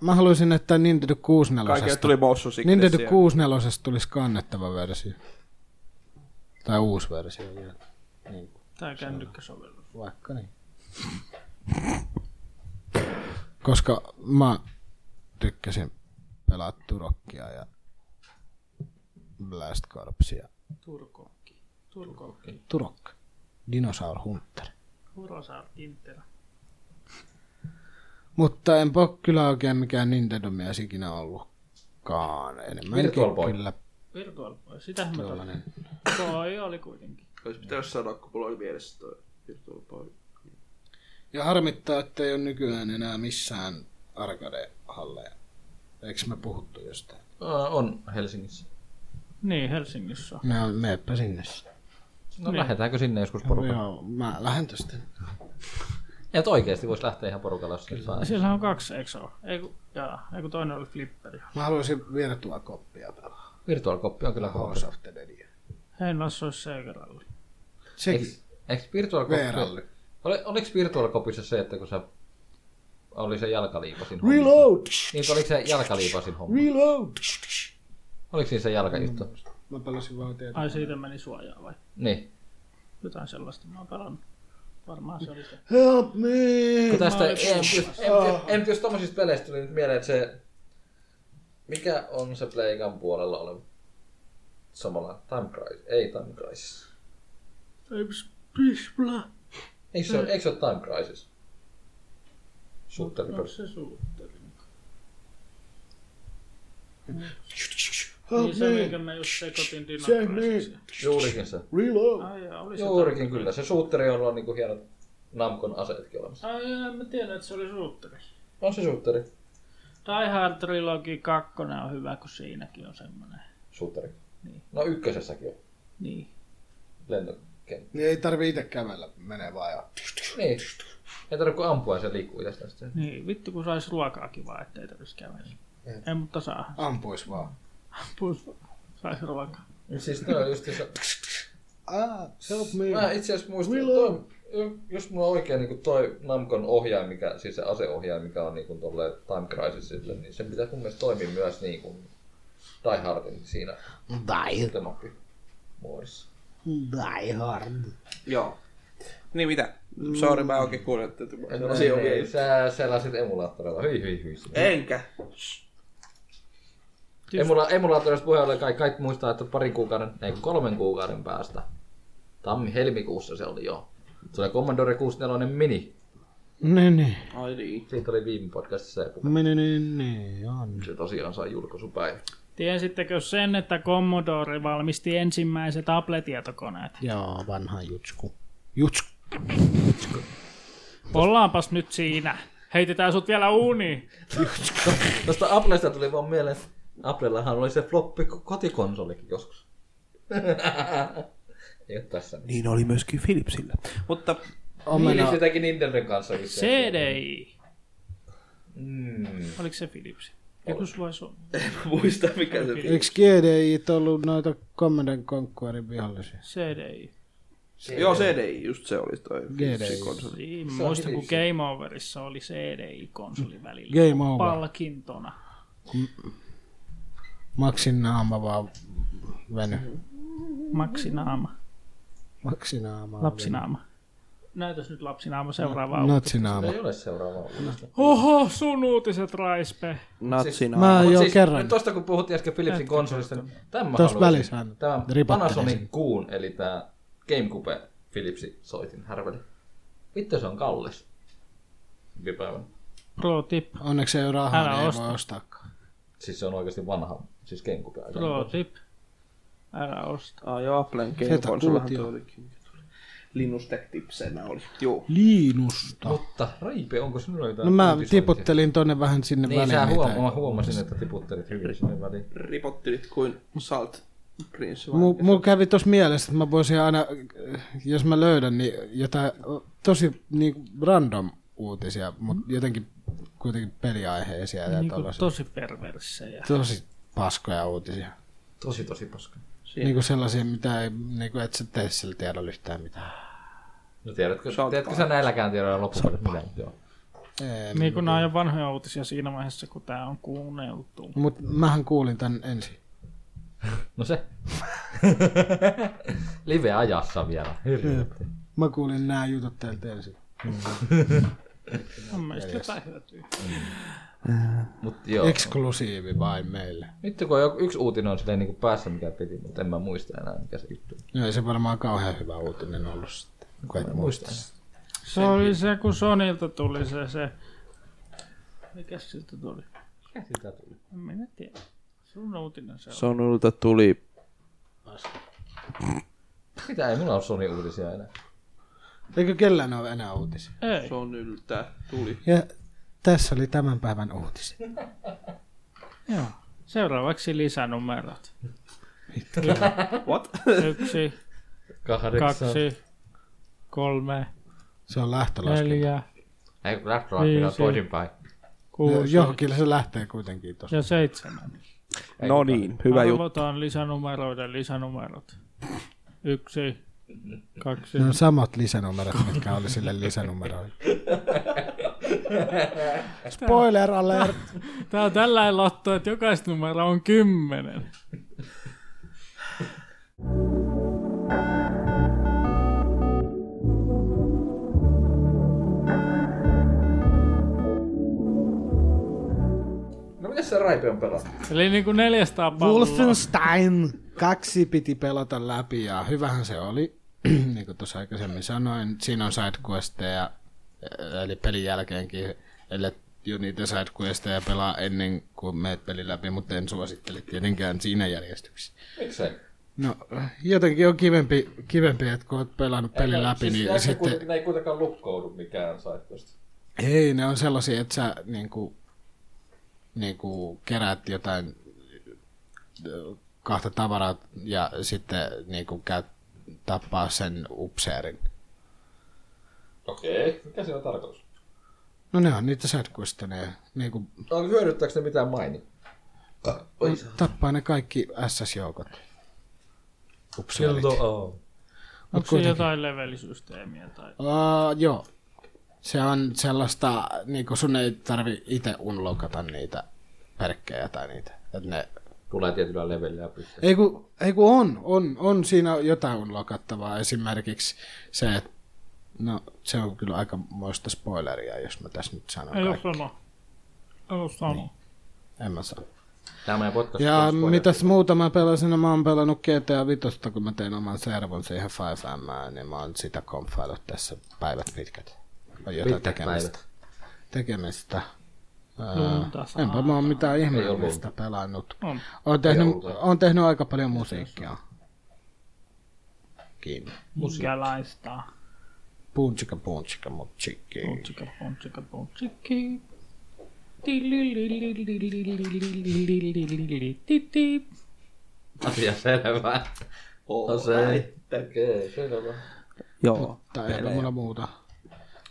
[SPEAKER 3] mä haluaisin, että Nintendo 64
[SPEAKER 2] Kaikille tuli bossusikkeisiä.
[SPEAKER 3] Nintendo 64 tulisi kannettava versio. Tai uusi versio vielä.
[SPEAKER 5] Tää kännykkäsovellus.
[SPEAKER 3] Vaikka niin. Koska mä tykkäsin pelaa Turokkia ja Blast Corpsia.
[SPEAKER 5] Turkokki. Turkokki.
[SPEAKER 3] Turok. Dinosaur Hunter.
[SPEAKER 5] Hurosaur Tinter.
[SPEAKER 3] Mutta en ole kyllä oikein mikään Nintendo mies ikinä ollutkaan. Enemmänkin
[SPEAKER 4] Virtual Boy.
[SPEAKER 3] kyllä
[SPEAKER 5] Virtual Boy. Sitähän mä tarvitsen.
[SPEAKER 3] tällainen.
[SPEAKER 5] Boy oli kuitenkin.
[SPEAKER 2] Olisi pitänyt sanoa, kun mulla oli mielessä toi Virtual Boy.
[SPEAKER 3] Ja harmittaa, että ei ole nykyään enää missään arcade-halleja. Eikö me puhuttu jostain?
[SPEAKER 4] Ö, On Helsingissä.
[SPEAKER 5] Niin, Helsingissä. on.
[SPEAKER 3] No, meepä sinne. sitten.
[SPEAKER 4] No niin. lähdetäänkö sinne joskus porukalla?
[SPEAKER 3] Joo, mä lähden tästä.
[SPEAKER 4] Et oikeesti vois lähteä ihan porukalla, jos nyt saa.
[SPEAKER 5] Siellä on kaksi, eikö se ole? Ei kun, jaa, ei kun toinen oli flipperi.
[SPEAKER 3] Mä haluaisin virtuakoppia pelaa.
[SPEAKER 4] Virtual Cop on kyllä kova.
[SPEAKER 3] House of the Deadia.
[SPEAKER 5] Hei, Lasse olisi Seikaralli.
[SPEAKER 3] Sekin
[SPEAKER 4] Eikö Virtual Cop...
[SPEAKER 3] VRlle.
[SPEAKER 4] Oli, oliko Virtual Copissa se, että kun sä oli se jalkaliipasin homma?
[SPEAKER 3] Reload!
[SPEAKER 4] Niin, oliko se jalkaliipasin homma?
[SPEAKER 3] Reload!
[SPEAKER 4] Oliko siinä se jalkajuttu?
[SPEAKER 3] Mä pelasin vaan tietä.
[SPEAKER 5] Ai siitä meni suojaa vai?
[SPEAKER 4] Niin.
[SPEAKER 5] Jotain sellaista mä oon pelannut. Varmaan se oli se.
[SPEAKER 3] Help me!
[SPEAKER 4] Kun tästä, en, en, en, en, jos tommosista peleistä tuli nyt mieleen, että se... Mikä on se Playgan puolella oleva? Samalla Time Crisis. Ei Time Crisis.
[SPEAKER 5] Eips, pispla.
[SPEAKER 4] Eikö se, eikö se ole Time Crisis? Shooter
[SPEAKER 5] Onko
[SPEAKER 4] pers-
[SPEAKER 5] se suutteri?
[SPEAKER 3] Help
[SPEAKER 5] Niin se, minkä
[SPEAKER 3] me!
[SPEAKER 5] mä just sekoitin
[SPEAKER 3] Se me!
[SPEAKER 5] Dino
[SPEAKER 4] Juurikin se.
[SPEAKER 3] Reload!
[SPEAKER 5] Ai jaa, oli se.
[SPEAKER 4] Juurikin kyllä. Se shooteri on ollut niinku hienot Namcon aseetkin olemassa.
[SPEAKER 5] Ai jaa, mä tiedän, että se oli suutteri.
[SPEAKER 4] On se shooteri.
[SPEAKER 5] Die Hard Trilogy 2 on hyvä, kun siinäkin on semmonen.
[SPEAKER 4] Shooteri.
[SPEAKER 5] Niin.
[SPEAKER 4] No ykkösessäkin on.
[SPEAKER 5] Niin.
[SPEAKER 4] lentokenttä.
[SPEAKER 3] Niin ei tarvi itse kävellä, menee vaan ja...
[SPEAKER 4] Niin. Ei tarvitse kuin ampua ja se liikkuu tästä sitten.
[SPEAKER 5] Niin, vittu kun sais ruokaa kivaa, ettei tarvitsisi kävellä. Ei, mutta saa.
[SPEAKER 3] Ampuis vaan.
[SPEAKER 5] Puus, sais ruokaa.
[SPEAKER 4] Siis toi on just se...
[SPEAKER 3] Ah, help me!
[SPEAKER 4] Mä itse asiassa muistan, toi, jos mulla on oikein niin toi Namcon ohjain, mikä, niinku siis se aseohjain, mikä on niin kuin tolle Time Crisisille, niin sen pitää mun mielestä toimia myös niin kuin Die Hardin siinä
[SPEAKER 6] Die,
[SPEAKER 4] temappi muodossa.
[SPEAKER 6] die hard.
[SPEAKER 2] Joo. Niin mitä? Sorry, mä en oikein kuulin, että
[SPEAKER 4] Ei, ei, Sä selasit emulaattoreilla. Hyi, hyi, hyi.
[SPEAKER 2] Enkä.
[SPEAKER 4] Emula, emulaattorista puheen ollen kai, kaikki muistaa, että parin kuukauden, ei kun kolmen kuukauden päästä, tammi-helmikuussa se oli jo, tulee Commodore 64 mini.
[SPEAKER 3] Niin, niin.
[SPEAKER 2] Ai niin.
[SPEAKER 4] Siitä oli viime podcastissa, kun
[SPEAKER 3] Mene, niin, niin, on.
[SPEAKER 4] se tosiaan sai julkaisupäivä.
[SPEAKER 5] Tiesittekö sen, että Commodore valmisti ensimmäiset Apple-tietokoneet?
[SPEAKER 3] Joo, vanha jutsku. Jutsku.
[SPEAKER 5] Ollaanpas nyt siinä. Heitetään sut vielä uuniin.
[SPEAKER 4] Tuosta No, Applesta tuli vaan mieleen, että Applellahan oli se floppi kotikonsolikin joskus. ei ole tässä.
[SPEAKER 2] Niin oli myöskin Philipsillä. Mutta
[SPEAKER 4] Omena. Niin sitäkin Nintendon kanssa. itse asiassa.
[SPEAKER 5] CDI.
[SPEAKER 4] Mm.
[SPEAKER 5] Oliko se Philips? Joku vai se on?
[SPEAKER 2] muista mikä se
[SPEAKER 3] Eikö GDI ollut noita Commodore Conquerin vihollisia?
[SPEAKER 5] CDI.
[SPEAKER 2] Joo, CDI, just se oli toi. Philipsin konsoli.
[SPEAKER 5] Niin, muista kun Game Overissa oli CDI-konsoli välillä.
[SPEAKER 3] Game over.
[SPEAKER 5] Palkintona.
[SPEAKER 3] Maksin naama vaan veny.
[SPEAKER 5] Maksinaama.
[SPEAKER 3] Maksin naama. vaan
[SPEAKER 5] Lapsinaama. Näytäs nyt lapsinaama seuraavaa.
[SPEAKER 3] veny. Natsinaama.
[SPEAKER 4] Ei ole seuraavaa uutista.
[SPEAKER 5] Oho, sun uutiset Raispe.
[SPEAKER 2] Natsina.
[SPEAKER 3] Mä
[SPEAKER 4] Mut siis-
[SPEAKER 3] jo kerran.
[SPEAKER 4] Nyt tosta kun puhuttiin äsken Philipsin konsolista, niin tämän mä
[SPEAKER 3] Tuossa
[SPEAKER 4] haluaisin.
[SPEAKER 3] välissä hän
[SPEAKER 4] Tämä
[SPEAKER 3] ripatteli
[SPEAKER 4] Panasonic
[SPEAKER 3] sen.
[SPEAKER 4] Kuun, eli tämä Gamecube Philipsin soitin härveli. Vittu se on kallis. Nykypäivänä.
[SPEAKER 5] Pro tip,
[SPEAKER 3] Onneksi ei ole rahaa,
[SPEAKER 5] Älä
[SPEAKER 3] niin ei
[SPEAKER 5] osta.
[SPEAKER 3] voi ostaakaan.
[SPEAKER 4] Siis se on oikeasti vanha, siis Gamecube aika.
[SPEAKER 5] pro tip. Älä osta.
[SPEAKER 2] Ai Ah, joo, Applen
[SPEAKER 3] Seta
[SPEAKER 2] konsolahan
[SPEAKER 3] kuutio.
[SPEAKER 2] toi olikin. Linus Tech Tipsenä oli. Joo.
[SPEAKER 3] Liinusta.
[SPEAKER 4] Mutta Raipe, onko sinulla jotain
[SPEAKER 3] No mä
[SPEAKER 4] uutisointia?
[SPEAKER 3] tiputtelin tonne vähän sinne
[SPEAKER 4] Niin,
[SPEAKER 3] väliin.
[SPEAKER 4] sä
[SPEAKER 3] niitä.
[SPEAKER 4] huoma- mä huomasin, että tiputtelit hyvin sinne väliin.
[SPEAKER 2] Ripottelit kuin Salt Prince. vai?
[SPEAKER 3] Mu- Mulla kävi tuossa mielessä, että mä voisin aina, äh, jos mä löydän, niin jotain äh, tosi niin random uutisia,
[SPEAKER 4] Mm.
[SPEAKER 3] mutta jotenkin kuitenkin peliaiheisia ja
[SPEAKER 5] Niin
[SPEAKER 3] tollasia.
[SPEAKER 5] tosi perversejä.
[SPEAKER 3] tosi paskoja uutisia.
[SPEAKER 4] Tosi, tosi paska.
[SPEAKER 2] Niin.
[SPEAKER 3] Niin kuin sellaisia, mitä ei, niin kuin et sä tee sillä tiedolla yhtään mitään.
[SPEAKER 4] No tiedätkö,
[SPEAKER 2] Soundbar.
[SPEAKER 4] tiedätkö sä näilläkään tiedoilla loppupelit mitään? Joo.
[SPEAKER 3] Ei,
[SPEAKER 5] Niin kuin nämä on jo vanhoja uutisia siinä vaiheessa, kun tämä on kuunneltu.
[SPEAKER 3] Mut mähän kuulin tän ensin.
[SPEAKER 4] No se. Live ajassa vielä. Hirveästi.
[SPEAKER 3] Mä kuulin nämä jutut teiltä ensin.
[SPEAKER 5] On meistä jotain hyötyä.
[SPEAKER 4] Mut joo.
[SPEAKER 3] Eksklusiivi vain meille.
[SPEAKER 4] Vittu, kun on joku- yksi uutinen on silleen niinku päässä, mikä piti, mutta en mä muista enää, mikä se juttu. on.
[SPEAKER 3] No ei se varmaan kauhean hyvä uutinen ollut sitten. Kun et muista.
[SPEAKER 5] Se oli se, kun Sonilta tuli se, se... Mikäs siltä tuli?
[SPEAKER 4] Mikä sitä tuli?
[SPEAKER 5] En minä tiedä. Sun uutinen se on.
[SPEAKER 2] Sonulta tuli...
[SPEAKER 4] Mitä ei mulla ole Sony uutisia enää.
[SPEAKER 3] Eikö kellään ole enää uutisia?
[SPEAKER 5] Ei.
[SPEAKER 2] Sonyltä tuli.
[SPEAKER 3] Ja tässä oli tämän päivän uutiset.
[SPEAKER 5] Joo. Seuraavaksi lisänumerot.
[SPEAKER 2] What?
[SPEAKER 5] Yksi,
[SPEAKER 4] Kahdeksan.
[SPEAKER 5] kaksi, kolme,
[SPEAKER 3] Se on lähtölasku.
[SPEAKER 5] neljä,
[SPEAKER 4] Ei, kun lähtö on kyllä
[SPEAKER 5] Viisi.
[SPEAKER 4] toisinpäin.
[SPEAKER 5] kuusi
[SPEAKER 3] Joo, kyllä No, se lähtee kuitenkin tuossa.
[SPEAKER 5] ja seitsemän.
[SPEAKER 2] No niin, hyvä juttu.
[SPEAKER 5] Arvotaan lisänumeroiden lisänumerot. Yksi, kaksi,
[SPEAKER 3] Ne on samat lisänumerot, mitkä oli sille lisänumeroille. Spoiler alert!
[SPEAKER 5] Tää on tällä lotto, että jokaista numero on kymmenen.
[SPEAKER 4] No mitäs se Raipe on pelannut?
[SPEAKER 5] Eli niinku 400 palloa.
[SPEAKER 3] Wolfenstein 2 piti pelata läpi ja hyvähän se oli. niin kuin tuossa aikaisemmin sanoin, siinä on sidequesteja, eli pelin jälkeenkin, eli jo niitä sidequesteja pelaa ennen kuin meet pelin läpi, mutta en suosittele tietenkään siinä järjestyksessä.
[SPEAKER 4] Miksei?
[SPEAKER 3] No, jotenkin on kivempi, kivempi että kun oot pelannut pelin läpi,
[SPEAKER 4] siis
[SPEAKER 3] niin
[SPEAKER 4] näistä
[SPEAKER 3] sitten...
[SPEAKER 4] kuiten- Ne ei kuitenkaan lukkoudu mikään saitteesta.
[SPEAKER 3] Ei, ne on sellaisia, että sä niinku, niinku keräät jotain ö, kahta tavaraa ja sitten niinku käyt tappaa sen upseerin.
[SPEAKER 4] Okei. Mikä se on tarkoitus?
[SPEAKER 3] No ne on niitä sätkuista, ne niinku,
[SPEAKER 4] Onko No, hyödyttääkö ne mitään maini? Oi.
[SPEAKER 3] tappaa ne kaikki SS-joukot. Upseerit.
[SPEAKER 4] on.
[SPEAKER 5] Onko se
[SPEAKER 3] kuitenkin.
[SPEAKER 5] jotain levelisysteemiä tai...
[SPEAKER 3] Uh, joo. Se on sellaista, niinku sun ei tarvi itse unlockata niitä perkkejä tai niitä. Et ne
[SPEAKER 4] tulee tietyllä levelillä ja pystyy.
[SPEAKER 3] Ei kun, ei kun on, on, on siinä jotain on lokattavaa. Esimerkiksi se, että no se on kyllä aika moista spoileria, jos mä tässä nyt sanon
[SPEAKER 5] Ei oo
[SPEAKER 3] kaikki.
[SPEAKER 5] sama. Ei oo sama.
[SPEAKER 3] En mä sano.
[SPEAKER 4] Tämä meidän podcast
[SPEAKER 3] Ja
[SPEAKER 4] on spoiler.
[SPEAKER 3] mitäs muuta mä pelasin, mä oon pelannut GTA 5, kun mä tein oman servon siihen 5M, niin mä oon sitä konfailut tässä päivät pitkät. On jotain
[SPEAKER 4] Pitkät
[SPEAKER 3] tekemistä.
[SPEAKER 4] päivät.
[SPEAKER 3] tekemistä. Ää,
[SPEAKER 5] Lunta No, saa.
[SPEAKER 3] enpä mä oon mitään
[SPEAKER 4] ollut
[SPEAKER 3] ihmeellistä pelannut.
[SPEAKER 5] On.
[SPEAKER 3] Oon tehnyt,
[SPEAKER 4] ollut.
[SPEAKER 3] oon tehnyt aika paljon musiikkia. Kiinni.
[SPEAKER 5] Minkälaista?
[SPEAKER 3] Punchika, punchika, mutsiki.
[SPEAKER 5] Pontsika, pontsika, pontsiki. Tilililililililililililililililililililililililililililililililililililililililililililililililililililililililililililililililililil
[SPEAKER 4] Asia selvä. Oh, se. Okei, selvä.
[SPEAKER 2] Joo.
[SPEAKER 3] Tai ei mulla muuta.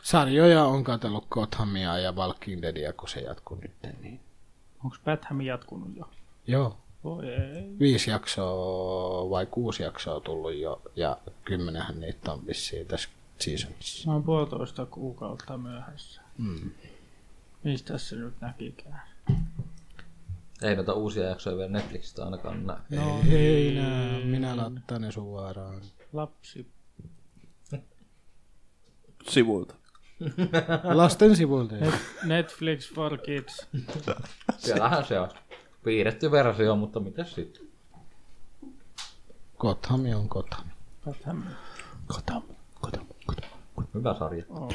[SPEAKER 3] Sarjoja on katsellut Gothamia ja Walking Deadia, kun se jatkuu nyt. Niin.
[SPEAKER 5] Onks Bathamin jatkunut jo?
[SPEAKER 3] Joo.
[SPEAKER 5] Voi ei.
[SPEAKER 3] Viisi jaksoa vai kuusi jaksoa tullut jo, ja kymmenenhän niitä on vissiin tässä seasonissa.
[SPEAKER 5] Se on puolitoista kuukautta myöhässä. Mm. Mistä se nyt näkikään?
[SPEAKER 4] Ei noita uusia jaksoja vielä Netflixistä ainakaan näy.
[SPEAKER 5] No
[SPEAKER 3] Ei nää, minä laittan ne suoraan.
[SPEAKER 5] lapsi.
[SPEAKER 2] Sivuilta.
[SPEAKER 3] Lasten sivuilta.
[SPEAKER 5] Netflix for kids.
[SPEAKER 4] Siellähän se on. Piirretty versio, mutta mitä sitten?
[SPEAKER 3] Gotham on Gotham.
[SPEAKER 5] Batham.
[SPEAKER 4] Hyvä sarja.
[SPEAKER 5] Oho.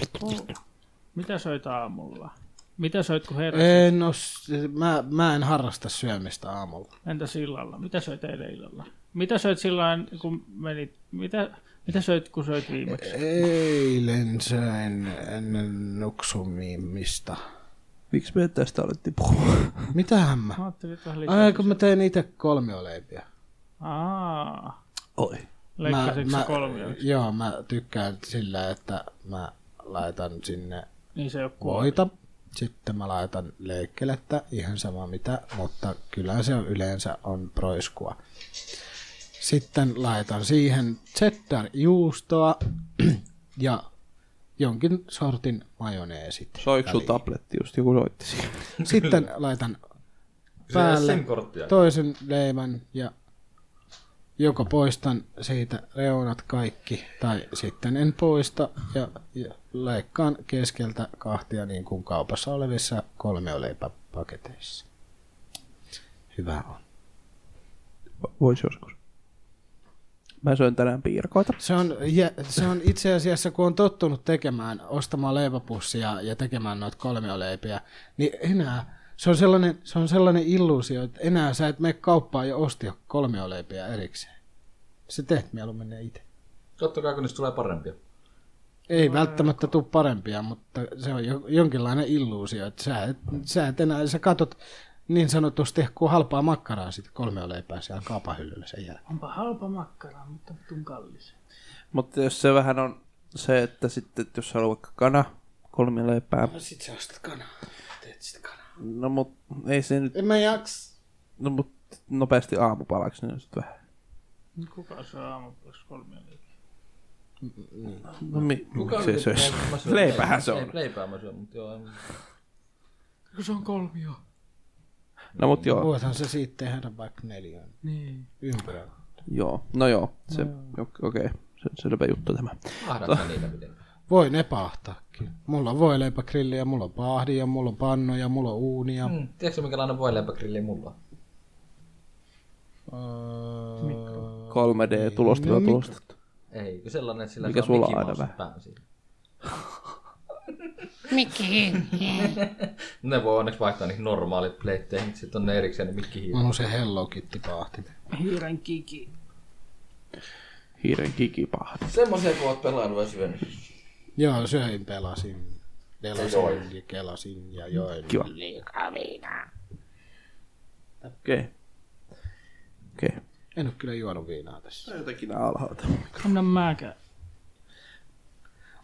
[SPEAKER 5] Mitä söit aamulla? Mitä söit kun heräsit?
[SPEAKER 3] En os, mä, mä en harrasta syömistä aamulla.
[SPEAKER 5] Entä sillalla? Mitä söit eilen illalla? Mitä söit silloin, kun menit? Mitä, mitä söit, kun söit viimeksi?
[SPEAKER 3] Eilen söin ennen nuksumimista.
[SPEAKER 2] Miksi me tästä alettiin puhua?
[SPEAKER 3] Mitähän mä?
[SPEAKER 5] Mä ajattelin, että vähän lisää.
[SPEAKER 3] Ai, kun mä tein itse kolmioleipiä.
[SPEAKER 5] Aa,
[SPEAKER 2] Oi.
[SPEAKER 5] leikkasitko mä, kolmioiksi?
[SPEAKER 3] Joo, mä tykkään sillä, että mä laitan sinne
[SPEAKER 5] Niin se ei ole kuoli.
[SPEAKER 3] voita. Sitten mä laitan leikkelettä, ihan sama mitä, mutta kyllä se on yleensä on proiskua. Sitten laitan siihen cheddar-juustoa ja jonkin sortin majoneesit.
[SPEAKER 2] Soiko sun tabletti just? Joku soitti siihen.
[SPEAKER 3] Sitten laitan
[SPEAKER 4] Se
[SPEAKER 3] päälle
[SPEAKER 4] sen korttia.
[SPEAKER 3] toisen leivän ja joko poistan siitä reunat kaikki tai sitten en poista ja, ja leikkaan keskeltä kahtia niin kuin kaupassa olevissa kolmeoleipäpaketeissa. Hyvä on.
[SPEAKER 2] Vois joskus. Mä söin tänään piirakoita.
[SPEAKER 3] Se on, ja, se on itse asiassa, kun on tottunut tekemään, ostamaan leipäpussia ja tekemään noita kolmioleipiä, niin enää, se on sellainen, se on sellainen illuusio, että enää sä et mene kauppaan ja ostia kolmioleipiä erikseen. Se teet mieluummin ne itse.
[SPEAKER 4] Kattokaa, kun niistä tulee parempia.
[SPEAKER 3] Ei välttämättä tule parempia, mutta se on jo, jonkinlainen illuusio, että sä et, sä et enää, sä katot niin sanotusti kuin halpaa makkaraa sitten kolmioleipää siellä kaapahyllyllä sen jälkeen.
[SPEAKER 5] Onpa halpa makkara, mutta vitun kallis.
[SPEAKER 2] Mutta jos se vähän on se, että sitten että jos haluaa vaikka kana, kolme leipää.
[SPEAKER 3] Sitten sä ostat kanaa. Teet sitä kanaa.
[SPEAKER 2] No mut ei se nyt,
[SPEAKER 3] En mä jaksa.
[SPEAKER 2] no mut nopeasti aamupalaksi, niin sitten vähän.
[SPEAKER 5] Kuka se aamupuoliksi kolmioiksi?
[SPEAKER 2] No mi, miksei se olisi?
[SPEAKER 4] Mä syön
[SPEAKER 2] Leipähän se on.
[SPEAKER 4] Leip- Leipää mä syön, mutta joo. en-
[SPEAKER 5] Se on kolmio.
[SPEAKER 2] No mut joo,
[SPEAKER 3] Voithan se siitä tehdä vaikka neljän
[SPEAKER 5] Niin.
[SPEAKER 3] ympyrän.
[SPEAKER 2] joo, no joo, se, ok- okei, okay. se selvä juttu tämä.
[SPEAKER 4] Ahdatko niitä miten?
[SPEAKER 3] Voi ne paahtaakin. Mulla on voileipägrilli ja mulla on paahdi ja mulla on panno ja mulla on uuni ja... Mm.
[SPEAKER 4] Mm. Tiedätkö minkälainen voi leipägrilli mulla on?
[SPEAKER 3] Öö,
[SPEAKER 2] 3D-tulosta no,
[SPEAKER 3] No, mi-
[SPEAKER 2] tulostettu.
[SPEAKER 4] Ei, kun sellainen, että sillä
[SPEAKER 2] Mikä
[SPEAKER 4] saa
[SPEAKER 2] sulla
[SPEAKER 4] Mickey
[SPEAKER 2] on aina
[SPEAKER 4] Mouse
[SPEAKER 2] vähän?
[SPEAKER 4] pään siinä. ne voi onneksi vaihtaa niihin normaalit pleitteihin, sitten on ne erikseen niin ne
[SPEAKER 2] Mm.
[SPEAKER 4] mikkihiivet.
[SPEAKER 3] on se Hello Kitty paahti.
[SPEAKER 5] Hiiren kiki.
[SPEAKER 2] Hiiren kikipahti.
[SPEAKER 4] Semmoisia kun oot pelannut ja syönyt.
[SPEAKER 3] Joo, söin, pelasin, delasin ja kelasin ja join.
[SPEAKER 2] Kiva. Okei. Okay. Okei. Okay.
[SPEAKER 3] En ole kyllä juonut viinaa tässä.
[SPEAKER 2] Jotenkin alhaalta.
[SPEAKER 5] Anna mäkään.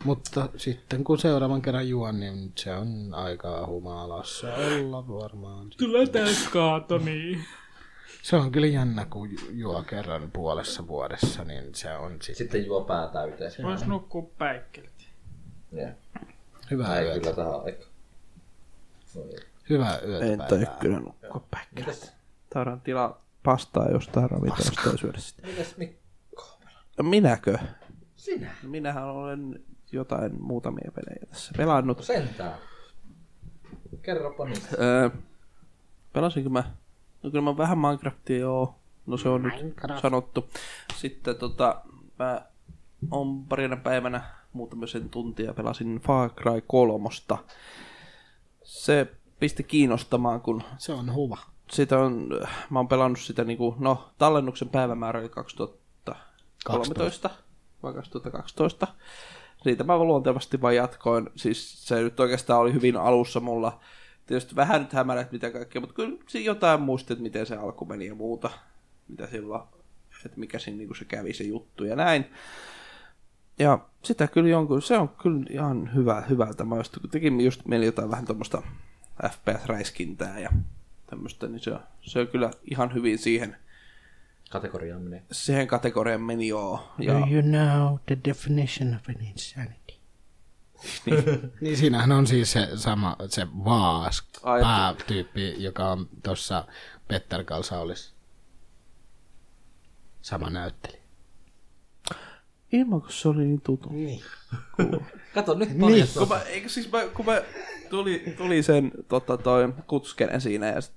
[SPEAKER 3] Mutta sitten kun seuraavan kerran juon, niin se on aika humalassa olla varmaan.
[SPEAKER 5] Tulee täys kaato, niin.
[SPEAKER 3] Se on kyllä jännä, kun ju- juo kerran puolessa vuodessa, niin se on sitten
[SPEAKER 4] Sitten juo pää täyteen.
[SPEAKER 5] Vois nukkua päikkelti.
[SPEAKER 4] Yeah.
[SPEAKER 3] hyvä
[SPEAKER 4] Ei
[SPEAKER 3] yö.
[SPEAKER 4] kyllä tähän aikaan. No ei.
[SPEAKER 3] Hyvää yötä.
[SPEAKER 2] En
[SPEAKER 3] päivää.
[SPEAKER 2] tai kyllä nukkua päin.
[SPEAKER 4] Mitäs?
[SPEAKER 2] Tauran tila pastaa jostain ravintolasta ja syödä sitä.
[SPEAKER 4] Mitäs Mik-
[SPEAKER 2] Minäkö?
[SPEAKER 4] sinä?
[SPEAKER 2] Minähän olen jotain muutamia pelejä tässä pelannut.
[SPEAKER 4] Sentään. Kerropa niistä.
[SPEAKER 2] Öö, pelasinko mä? No kyllä mä vähän Minecraftia joo. No se on nyt
[SPEAKER 6] Minecraft.
[SPEAKER 2] sanottu. Sitten tota, mä on parina päivänä muutamisen tuntia pelasin Far Cry 3. Se pisti kiinnostamaan, kun
[SPEAKER 3] Se on huva.
[SPEAKER 2] sitä on, mä oon pelannut sitä niinku, no tallennuksen päivämäärä oli 2013 vai 2012. Siitä mä luontevasti vaan jatkoin. Siis se nyt oikeastaan oli hyvin alussa mulla. Tietysti vähän nyt hämärät mitä kaikkea, mutta kyllä siinä jotain muistit, miten se alku meni ja muuta. Mitä silloin, että mikä siinä niinku se kävi se juttu ja näin. Ja sitä kyllä jonkun, se on kyllä ihan hyvä, hyvältä. Mä just, kun tekin just meillä jotain vähän tuommoista FPS-räiskintää ja tämmöistä, niin se, on- se on kyllä ihan hyvin siihen,
[SPEAKER 4] Kategoriaan menee.
[SPEAKER 2] siihen kategoriaan meni joo. Ja,
[SPEAKER 6] Do you know the definition of an insanity?
[SPEAKER 3] Niin siinähän on siis se sama, se vaas
[SPEAKER 2] Ai, että-
[SPEAKER 3] päätyyppi, joka on tuossa Petter Carl Saulissa. Sama näytteli.
[SPEAKER 2] ilman kun se oli niin tuttu.
[SPEAKER 6] Niin.
[SPEAKER 4] Kato,
[SPEAKER 2] Niin.
[SPEAKER 4] nyt paljastaa.
[SPEAKER 2] Kun mä, eikö siis mä, kun mä tuli, tuli sen tota, toi kutskenen siinä ja sit,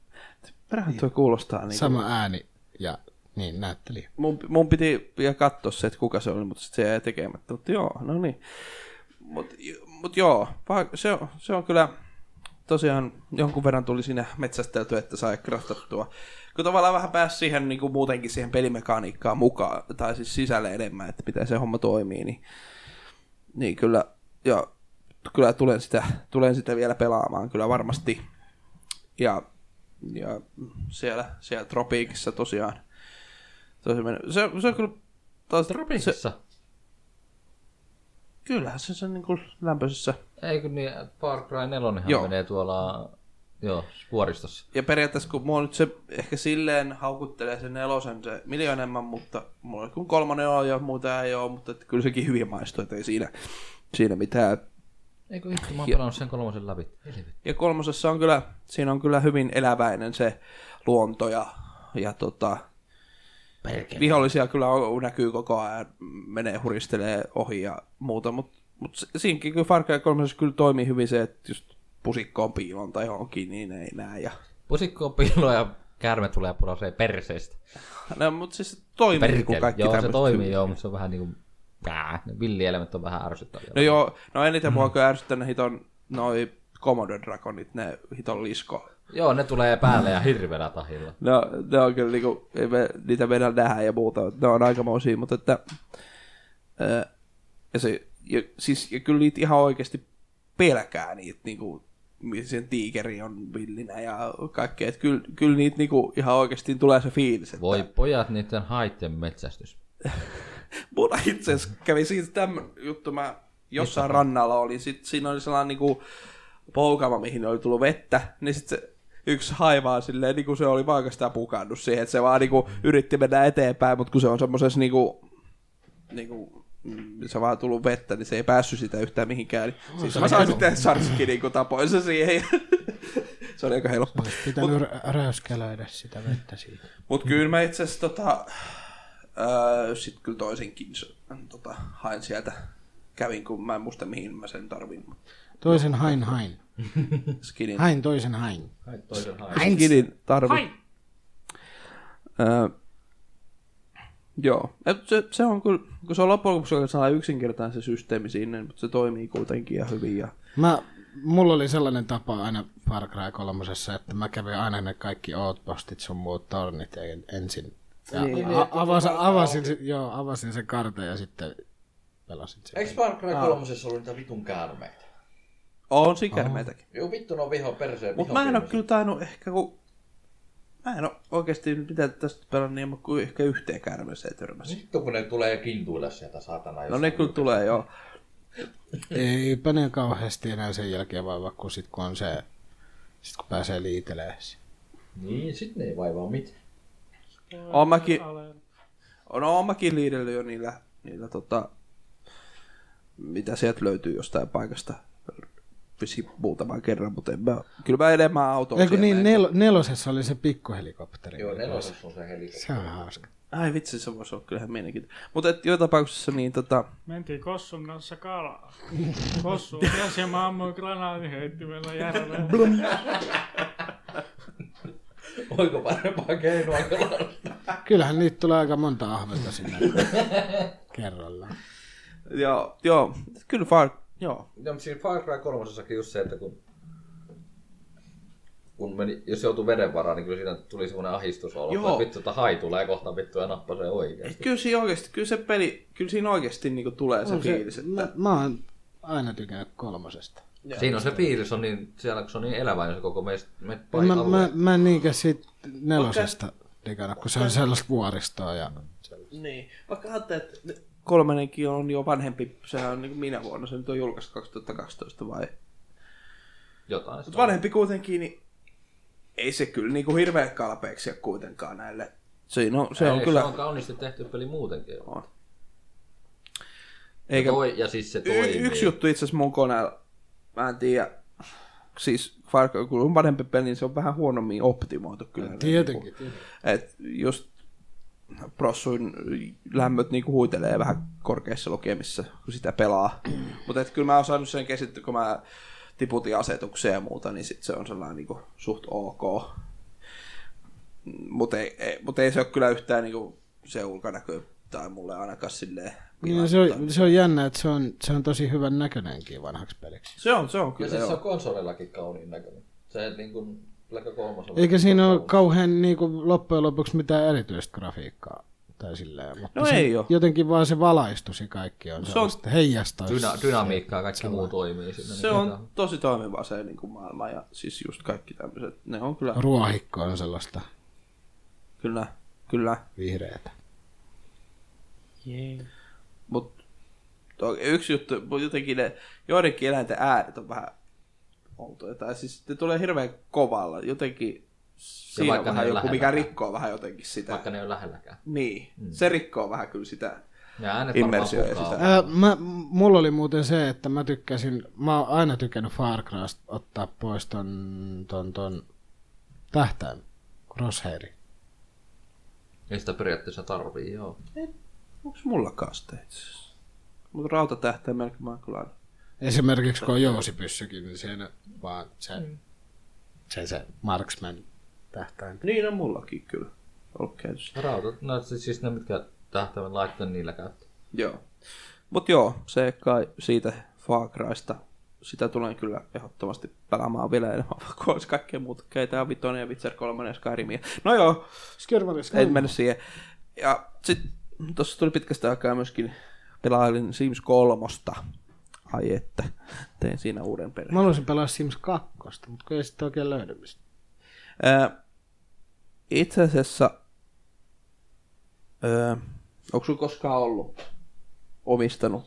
[SPEAKER 2] perähän tuo kuulostaa niin.
[SPEAKER 3] Sama ääni ja niin näytteli.
[SPEAKER 2] Mun, mun piti vielä katsoa se, että kuka se oli, mutta sitten se jäi tekemättä. Mutta joo, no niin. Mutta mut joo, va- se, on- se on kyllä tosiaan jonkun verran tuli siinä metsästeltyä, että sai kraftattua. Kun tavallaan vähän pääsi siihen niin kuin muutenkin siihen pelimekaniikkaan mukaan, tai siis sisälle enemmän, että miten se homma toimii, niin, niin kyllä, ja kyllä tulen sitä, tulen sitä vielä pelaamaan kyllä varmasti. Ja, ja siellä, siellä tropiikissa tosiaan Tosi mennyt. Se, se on kyllä... Taas, Niin. se,
[SPEAKER 4] Tropiikissa.
[SPEAKER 2] kyllähän se, se on niin kuin lämpöisessä.
[SPEAKER 4] Ei kun niin, Far Cry 4
[SPEAKER 2] Joo.
[SPEAKER 4] menee tuolla joo, vuoristossa.
[SPEAKER 2] Ja periaatteessa kun mua nyt se ehkä silleen haukuttelee sen nelosen se miljoonemmän, mutta mulla oli kun kolmonen on ja muuta ei ole, mutta että kyllä sekin hyvin maistuu, että ei siinä, siinä mitään.
[SPEAKER 4] Eikö vittu, mä oon pelannut sen kolmosen läpi. Helvetti.
[SPEAKER 2] Ja kolmosessa on kyllä, siinä on kyllä hyvin eläväinen se luonto ja, ja tota,
[SPEAKER 6] Perkele.
[SPEAKER 2] vihollisia kyllä on, näkyy koko ajan, menee huristelee ohi ja muuta, mutta mut se- siinäkin kyllä Far Cry 3 kyllä toimii hyvin se, että just pusikkoon piiloon tai johonkin, niin ei näe. Ja...
[SPEAKER 4] Pusikko on piilo ja käärme tulee purasee perseestä.
[SPEAKER 2] No, mutta siis se toimii kun
[SPEAKER 4] Perkele.
[SPEAKER 2] kaikki
[SPEAKER 4] Joo, se
[SPEAKER 2] tämmöset
[SPEAKER 4] toimii
[SPEAKER 2] hyvin.
[SPEAKER 4] joo, mutta se on vähän niinku... Pää. Ne villielämät on vähän ärsyttäviä.
[SPEAKER 2] No joo, no eniten mua kyllä ärsyttää ne hiton, noi Commodore Dragonit, ne hiton lisko.
[SPEAKER 4] Joo, ne tulee päälle ja hirveellä tahilla.
[SPEAKER 2] No, ne on kyllä niinku, ei me, niitä meidän nähdä ja muuta, mutta ne on aikamoisia, mutta että, ää, ja, se, ja, siis, ja kyllä niitä ihan oikeasti pelkää niitä, niinku, sen tiikeri on villinä ja kaikkea, että kyllä, kyllä niitä niinku, ihan oikeasti tulee se fiilis, että
[SPEAKER 4] Voi pojat, niiden haitten metsästys.
[SPEAKER 2] Mulla itse asiassa kävi siitä tämmöinen juttu, mä jossain rannalla olin, sit siinä oli sellainen niinku poukama, mihin oli tullut vettä, niin sit se yksi haivaa silleen, niinku se oli vaan oikeastaan pukannut siihen, että se vaan niinku yritti mennä eteenpäin, mutta kun se on semmoisessa niinku, niinku mm, se on vaan tullut vettä, niin se ei päässyt sitä yhtään mihinkään. Niin siis mä sain sitten sarski niinku tapoin se siihen. se oli aika helppo.
[SPEAKER 3] Olisi pitänyt Mut... räyskälöidä sitä vettä siitä.
[SPEAKER 2] Mut kyllä mä itse asiassa tota, öö, sit kyllä toisenkin s- tota, hain sieltä. Kävin, kun mä en muista mihin mä sen tarvin. mut
[SPEAKER 3] Toisen hain hain.
[SPEAKER 2] Skinin,
[SPEAKER 3] Hain toisen hain.
[SPEAKER 4] Hait toisen hain.
[SPEAKER 2] skinin tarvin. Öö, joo, Et se, se, on kyllä, kun se on loppujen lopuksi oikeastaan yksinkertainen se systeemi sinne, mutta se toimii kuitenkin ja hyvin. Ja...
[SPEAKER 3] Mä, mulla oli sellainen tapa aina Far Cry kolmosessa, että mä kävin aina ne kaikki outpostit sun muut tornit en- ensin. Ja
[SPEAKER 2] Niin.
[SPEAKER 3] a- avasin, avasin, se- joo, avasin sen kartan ja sitten pelasin sen.
[SPEAKER 7] Eikö Far Cry 3 ollut niitä vitun käärmeitä?
[SPEAKER 2] On siinä kärmeitäkin.
[SPEAKER 7] Joo vittu no viho perseen
[SPEAKER 2] Mutta
[SPEAKER 7] viho
[SPEAKER 2] mä en ole
[SPEAKER 7] perse.
[SPEAKER 2] kyllä tainnut ehkä, kun Mä en ole oikeasti mitään tästä pelannut niin, mä kuin ehkä yhteen kärmeeseen törmäsin.
[SPEAKER 7] Vittu kun ne tulee kintuilla sieltä satana.
[SPEAKER 2] No
[SPEAKER 7] jos-
[SPEAKER 2] ne kyllä tulee, joo.
[SPEAKER 3] Eipä ne kauheasti enää sen jälkeen vaivaa, kun sit kun on se, sit kun pääsee liitelemään.
[SPEAKER 4] Niin, sit ne ei vaivaa mitään.
[SPEAKER 2] Oon mäkin, No oon mäkin liidellyt jo niillä, niillä tota, mitä sieltä löytyy jostain paikasta. vissiin muutaman kerran, mutta en mä, kyllä mä enemmän autoa
[SPEAKER 3] Eikö niin, nel, nelosessa oli se pikkuhelikopteri.
[SPEAKER 7] Joo, nelosessa on se helikopteri.
[SPEAKER 3] Se on hauska.
[SPEAKER 2] Ai vitsi, se voisi olla kyllähän mielenkiintoinen. Mutta et, joka tapauksessa niin tota,
[SPEAKER 5] Mentiin Kossun kanssa kalaa. Kossu ylös ja mä ammuin granaatin heittimellä järvellä.
[SPEAKER 7] Oiko parempaa keinoa kalasta?
[SPEAKER 3] Kyllähän niitä tulee aika monta ahventa sinne kerrallaan.
[SPEAKER 2] joo, joo, kyllä far, joo.
[SPEAKER 4] No, mutta siinä Far Cry 3 just se, että kun, kun meni, jos joutui veden varaan, niin kyllä siinä tuli semmoinen ahistusolo,
[SPEAKER 2] Joo.
[SPEAKER 4] että vittu, että hai tulee kohta vittu ja nappasee oikein.
[SPEAKER 2] Et kyllä siinä oikeasti, kyllä se peli, kyllä siinä oikeasti niinku tulee se, se fiilis, että
[SPEAKER 3] Mä, mä oon aina tykännyt kolmosesta.
[SPEAKER 4] Siinä on se fiilis, on niin, siellä kun se on niin eläväinen se koko meistä me
[SPEAKER 3] Mä, mä, mä en niinkään siitä nelosesta digannut, kun se on sellaista vuoristoa ja
[SPEAKER 2] Niin, vaikka ajattelet, että ne- kolmanenkin on jo vanhempi, sehän on niin kuin minä vuonna, se nyt on julkaistu 2012 vai?
[SPEAKER 4] jotain.
[SPEAKER 2] Mutta
[SPEAKER 4] Sitä.
[SPEAKER 2] vanhempi kuitenkin, niin ei se kyllä niin kuin hirveän kalpeeksi ole kuitenkaan näille. Siinä on, se on
[SPEAKER 4] Ei,
[SPEAKER 2] kyllä,
[SPEAKER 4] Se on kauniisti tehty peli muutenkin.
[SPEAKER 2] on.
[SPEAKER 4] Eikä...
[SPEAKER 2] Eikä,
[SPEAKER 4] Toi, ja siis se toimii.
[SPEAKER 2] y- yksi juttu itse asiassa mun koneella, mä en tiedä, siis Far Cry, kun on vanhempi peli, niin se on vähän huonommin optimoitu kyllä.
[SPEAKER 3] tietenkin.
[SPEAKER 2] Et just prossuin lämmöt niinku huitelee vähän korkeissa lukemissa, kun sitä pelaa. Mutta kyllä mä oon saanut sen käsitty, kun mä tiputin asetukseen ja muuta, niin sit se on sellainen niinku suht ok. Mutta ei, ei, mut ei se ole kyllä yhtään niinku se ulkonäkö tai mulle ainakaan silleen
[SPEAKER 3] Niin, se, on, se on jännä, että se on, se on tosi hyvän näköinenkin vanhaksi peliksi.
[SPEAKER 2] se on, se on
[SPEAKER 7] Ja
[SPEAKER 2] kyllä.
[SPEAKER 7] siis se
[SPEAKER 2] joo.
[SPEAKER 7] on konsolillakin kauniin näköinen. Se niin kuin Black 3
[SPEAKER 3] Eikä siinä ole kauhean niin kuin, loppujen lopuksi mitään erityistä grafiikkaa. Tai silleen, mutta
[SPEAKER 2] No
[SPEAKER 3] se,
[SPEAKER 2] ei oo.
[SPEAKER 3] Jotenkin vaan se valaistus ja kaikki on sellaista heijastaa.
[SPEAKER 4] Dyna, dynamiikkaa ja kaikki muu toimii siinä.
[SPEAKER 2] se
[SPEAKER 4] niin
[SPEAKER 2] on tosi toimiva se niin kuin maailma ja siis just kaikki tämmöiset, ne on kyllä,
[SPEAKER 3] Ruohikko on sellaista
[SPEAKER 2] kyllä, kyllä.
[SPEAKER 3] vihreätä.
[SPEAKER 6] Jee.
[SPEAKER 2] Mutta yksi juttu, mut jotenkin ne joidenkin eläinten äänet on vähän outoja. Tai siis ne tulee hirveän kovalla. Jotenkin siinä on
[SPEAKER 4] vaikka ne
[SPEAKER 2] vähän
[SPEAKER 4] ei
[SPEAKER 2] joku,
[SPEAKER 4] lähellä.
[SPEAKER 2] mikä rikkoo vähän jotenkin sitä.
[SPEAKER 4] Vaikka ne Mm. ei ole lähelläkään.
[SPEAKER 2] Niin, se rikkoo vähän kyllä sitä.
[SPEAKER 4] Ne äänet
[SPEAKER 2] Immersio
[SPEAKER 4] varmaan
[SPEAKER 2] ei
[SPEAKER 4] pukaa.
[SPEAKER 2] sitä.
[SPEAKER 3] Ää, mä, mulla oli muuten se, että mä tykkäsin, mä oon aina tykännyt Far Crysta ottaa pois ton, ton, ton tähtäin, crosshairin.
[SPEAKER 4] Ei sitä periaatteessa tarvii, joo.
[SPEAKER 2] Onks mulla kaste itse asiassa? Mut rautatähteen melkein mä oon kyllä aina.
[SPEAKER 3] Esimerkiksi kun on jousipyssykin, niin siinä vaan se,
[SPEAKER 4] Mm.
[SPEAKER 3] se, se marksman tähtäin.
[SPEAKER 2] Niin on mullakin kyllä. Okei. Okay.
[SPEAKER 4] Rautat, no siis siis ne mitkä tähtävät laitteen niillä käyttää.
[SPEAKER 2] Joo. Mut joo, se kai siitä Far Crysta. Sitä tulen kyllä ehdottomasti pelaamaan vielä enemmän, vaikka olisi kaikkea muuta. Keitä vitonen ja Witcher 3 ja Skyrimia. No joo,
[SPEAKER 3] Skirvaris,
[SPEAKER 2] Ei mennä siihen. Ja sitten tuossa tuli pitkästä aikaa myöskin pelailin Sims 3. Ai että, tein siinä uuden perheen.
[SPEAKER 3] Mä haluaisin pelaa Sims 2, mutta kun ei sitä oikein löydy mistä.
[SPEAKER 2] Ää, itse asiassa, ää, onko sun koskaan ollut omistanut?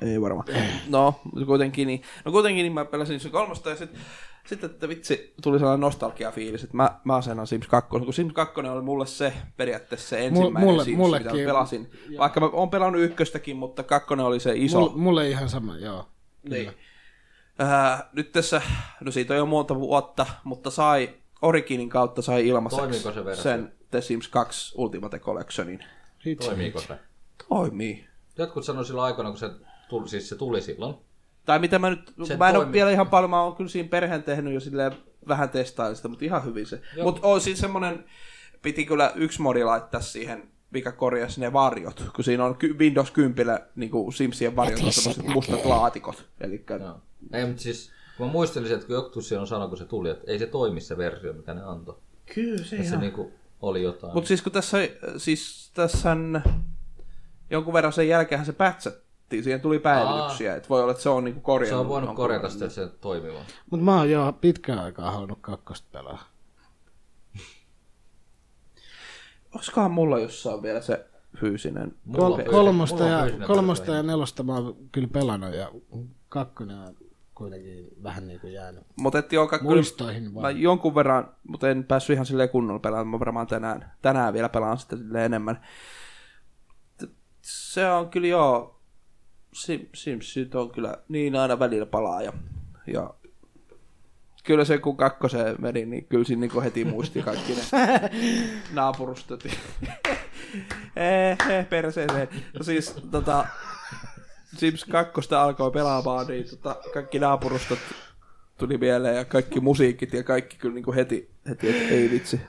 [SPEAKER 2] Ei varmaan. No, mutta kuitenkin niin, no kuitenkin niin mä pelasin Sims 3 ja sitten sit, että vitsi, tuli sellainen nostalgiafiilis, että mä, mä asennan Sims 2, kun Sims 2 oli mulle se periaatteessa se ensimmäinen
[SPEAKER 3] mulle-
[SPEAKER 2] Sims,
[SPEAKER 3] mullekin.
[SPEAKER 2] mitä mä pelasin. Vaikka mä oon pelannut ykköstäkin, mutta kakkonen oli se iso.
[SPEAKER 3] Mulle, mulle ihan sama, joo.
[SPEAKER 2] Niin. Äh, nyt tässä, no siitä on jo monta vuotta, mutta sai Originin kautta sai ilmaiseksi
[SPEAKER 4] Toimiiko se versio?
[SPEAKER 2] sen The Sims 2 Ultimate Collectionin.
[SPEAKER 4] Toimiiko se?
[SPEAKER 2] Toimii.
[SPEAKER 4] Jotkut sanoi silloin aikana, kun se tuli, siis se tuli silloin.
[SPEAKER 2] Tai mitä mä nyt,
[SPEAKER 4] Se
[SPEAKER 2] mä en ole
[SPEAKER 4] toimii.
[SPEAKER 2] vielä ihan paljon, mä oon kyllä siinä perheen tehnyt jo silleen vähän testailista, mutta ihan hyvin se. Mutta on siis semmonen, piti kyllä yksi modi laittaa siihen, mikä korjasi ne varjot, kun siinä on ky- Windows 10 niin kuin Simsien varjot on semmoiset mustat laatikot. Eli
[SPEAKER 4] Joo. Ei, mutta siis kun mä muistelisin, että kun jotkut silloin sanoi, kun se tuli, että ei se toimi se versio, mikä ne antoi.
[SPEAKER 2] kyllä
[SPEAKER 4] Että se niinku oli jotain.
[SPEAKER 2] Mutta siis kun tässä, siis tässä jonkun verran sen jälkeen se pätsättiin, siihen tuli päivityksiä, että voi olla, että se on niinku
[SPEAKER 4] se
[SPEAKER 2] korjannut.
[SPEAKER 4] on voinut
[SPEAKER 2] jonkun
[SPEAKER 4] korjata
[SPEAKER 2] verran.
[SPEAKER 4] sitä, että se toimiva.
[SPEAKER 3] Mutta mä oon jo pitkään aikaa halunnut kakkosta pelaa.
[SPEAKER 2] Olisikohan mulla jossain vielä se fyysinen?
[SPEAKER 4] Mulla on
[SPEAKER 3] Kol-
[SPEAKER 4] fyysinen-
[SPEAKER 3] kolmosta,
[SPEAKER 4] mulla on
[SPEAKER 3] ja,
[SPEAKER 4] fyysinen
[SPEAKER 3] kolmosta
[SPEAKER 4] versio.
[SPEAKER 3] ja nelosta mä oon kyllä pelannut ja kakkonen on kuitenkin vähän niin kuin jäänyt
[SPEAKER 2] Mutta et joka
[SPEAKER 3] muistoihin
[SPEAKER 2] mä
[SPEAKER 3] vaan.
[SPEAKER 2] jonkun verran, mutta en päässyt ihan silleen kunnolla pelaamaan, mä varmaan tänään, tänään vielä pelaan sitä silleen enemmän. Se on kyllä joo, Sim, Simsit on kyllä niin aina välillä palaa ja, ja kyllä se kun kakkoseen meni, niin kyllä siinä niin heti muisti kaikki ne naapurustot. Eh, eh, perseeseen. No siis tota, Sims 2 alkoi pelaamaan, niin tota, kaikki naapurustot tuli mieleen ja kaikki musiikit ja kaikki kyllä niin heti, heti että ei vitsi.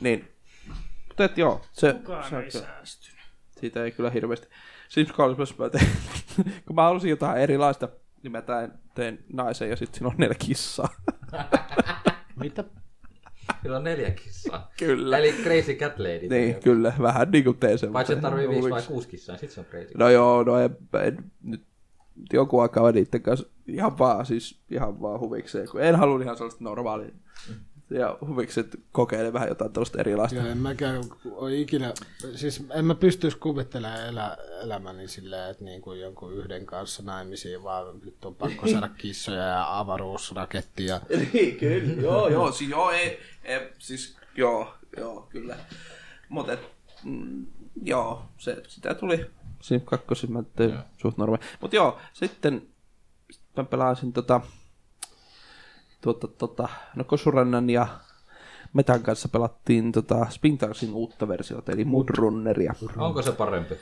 [SPEAKER 2] Niin. Mutta et joo, se,
[SPEAKER 5] Kukaan
[SPEAKER 2] se on
[SPEAKER 5] ei
[SPEAKER 2] kyllä,
[SPEAKER 5] säästynyt.
[SPEAKER 2] siitä ei kyllä hirveästi. Sims 3 mä tein, kun mä halusin jotain erilaista, niin mä tein, tein naisen ja sitten siinä on neljä kissaa.
[SPEAKER 6] Mitä?
[SPEAKER 4] Sillä on neljä kissaa.
[SPEAKER 2] Kyllä.
[SPEAKER 4] Eli Crazy Cat Lady.
[SPEAKER 2] Niin, kyllä, vähän niin kuin tein sen.
[SPEAKER 4] Paitsi
[SPEAKER 2] mutta-
[SPEAKER 4] että tarvii viisi vai kuusi kissaa, niin sit se on Crazy
[SPEAKER 2] No joo, no en, en nyt joku aikaa niiden kanssa ihan vaan, siis ihan vaan huvikseen, kun en halua ihan sellaista normaalia. Ja huvikseen kokeilen vähän jotain tällaista erilaista.
[SPEAKER 3] Joo, en mäkään ole ikinä, siis en mä pystyisi kuvittelemaan elä, elämäni silleen, että niin kuin jonkun yhden kanssa naimisiin, vaan nyt on pakko saada kissoja ja avaruusraketti ja
[SPEAKER 2] niin, kyllä, joo, joo, siis joo, ei, ei, siis joo, joo, kyllä. Mutta mm, joo, se, sitä tuli siinä kakkosin, mä tein suht normaali. Mutta joo, sitten sit mä pelasin tota, tuota, tota, no Kosurannan ja Metan kanssa pelattiin tota Spintarsin uutta versiota, eli Mudrunneria.
[SPEAKER 4] Onko se parempi?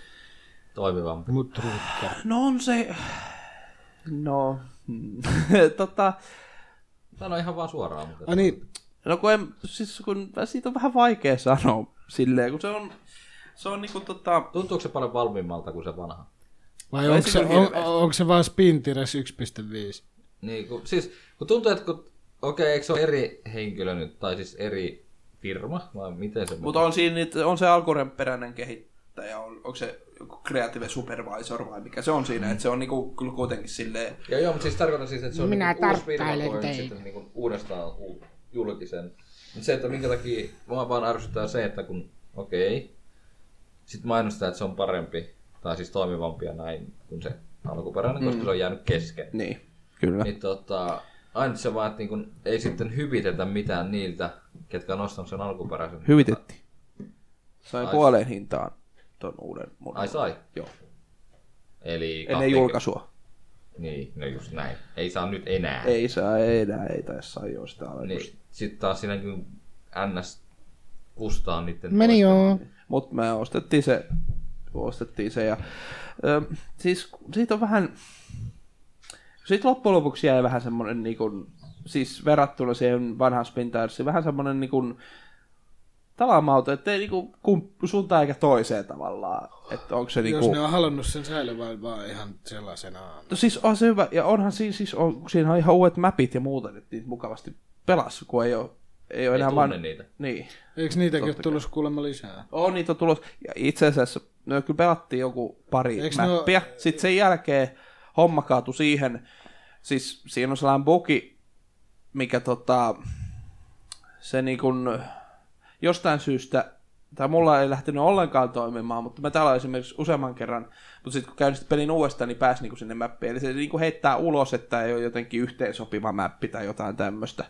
[SPEAKER 4] Toimivampi.
[SPEAKER 3] mut ruukka.
[SPEAKER 2] No on se... No... mm, tota...
[SPEAKER 4] Sano ihan vaan suoraan. Mutta...
[SPEAKER 3] Ai niin,
[SPEAKER 2] No kun, en, siis kun siitä on vähän vaikea sanoa silleen, kun se on, se on niinku tota...
[SPEAKER 4] Tuntuuko se paljon valmiimmalta kuin se vanha?
[SPEAKER 3] vai
[SPEAKER 2] No ei
[SPEAKER 3] onko
[SPEAKER 2] se
[SPEAKER 3] se,
[SPEAKER 2] kyllä
[SPEAKER 3] on,
[SPEAKER 2] hirveästi.
[SPEAKER 3] onko se vaan Spintires 1.5?
[SPEAKER 4] Niin, kun, siis kun tuntuu, että kun, okei, eikö se ole eri henkilö nyt, tai siis eri firma, vai miten se
[SPEAKER 2] Mutta on, siinä, niitä- on se alkuperäinen kehittäjä, on, onko se joku creative supervisor vai mikä se on siinä, että se on niinku kyllä kuitenkin silleen...
[SPEAKER 4] Ja joo, mutta siis tarkoitan siis, että se on
[SPEAKER 6] Minä
[SPEAKER 4] niinku uusi firma,
[SPEAKER 6] tarkkailen
[SPEAKER 4] kun on nyt
[SPEAKER 6] teitä.
[SPEAKER 4] sitten niinku uudestaan u- julkisen. Mutta se, että minkä takia mua vaan ärsyttää se, että kun okei, okay, sitten mainostaa, että se on parempi, tai siis toimivampi ja näin kuin se alkuperäinen, koska se on jäänyt kesken.
[SPEAKER 2] Niin, kyllä.
[SPEAKER 4] Niin tota, aina se vaan, että niinku, ei sitten hyvitetä mitään niiltä, ketkä on ostanut sen alkuperäisen.
[SPEAKER 2] Hyvitettiin. Sain
[SPEAKER 4] Ai-
[SPEAKER 2] puoleen hintaan ton uuden mun.
[SPEAKER 4] Ai sai?
[SPEAKER 2] Joo.
[SPEAKER 4] Eli
[SPEAKER 2] Ennen
[SPEAKER 4] 20
[SPEAKER 2] julkaisua.
[SPEAKER 4] Niin, no just näin. Ei saa nyt enää.
[SPEAKER 2] Ei saa, ei enää, ei taisi saa jo sitä alennusta.
[SPEAKER 4] Niin, sit taas siinäkin NS kustaa niiden
[SPEAKER 6] Meni
[SPEAKER 4] toisten-
[SPEAKER 6] joo.
[SPEAKER 2] Mutta me ostettiin se, ostettiin se ja ö, siis siitä on vähän, siitä loppujen lopuksi jäi vähän semmoinen niin kuin, siis verrattuna siihen vanhaan Spintarsiin, vähän semmoinen niin kuin talamauto, ettei niin kuin kum, suuntaan eikä toiseen tavallaan, että onko se niin
[SPEAKER 3] Jos
[SPEAKER 2] kuin...
[SPEAKER 3] ne on halunnut sen säilyvän vaan ihan sellaisenaan.
[SPEAKER 2] No siis on se hyvä, ja onhan siinä, siis on, siinä on ihan uudet mapit ja muuta, että niitä mukavasti pelas, kun ei ole, ei ole
[SPEAKER 4] Ei
[SPEAKER 2] enää
[SPEAKER 4] tunne
[SPEAKER 2] vaan...
[SPEAKER 4] niitä.
[SPEAKER 2] Niin.
[SPEAKER 3] Eikö niitäkin ole tullut kuulemma lisää?
[SPEAKER 2] On niitä tulos. Ja itse asiassa me kyllä pelattiin joku pari
[SPEAKER 3] Eiks
[SPEAKER 2] Eiks
[SPEAKER 3] ne
[SPEAKER 2] mäppiä. No... Sitten sen jälkeen homma kaatui siihen. Siis siinä on sellainen bugi, mikä tota, se niin kun jostain syystä, tai mulla ei lähtenyt ollenkaan toimimaan, mutta mä täällä esimerkiksi useamman kerran, mutta sitten kun käynnistin pelin uudestaan, niin pääsi niinku sinne mäppiin. Eli se niinku heittää ulos, että ei ole jotenkin yhteensopiva mäppi tai jotain tämmöistä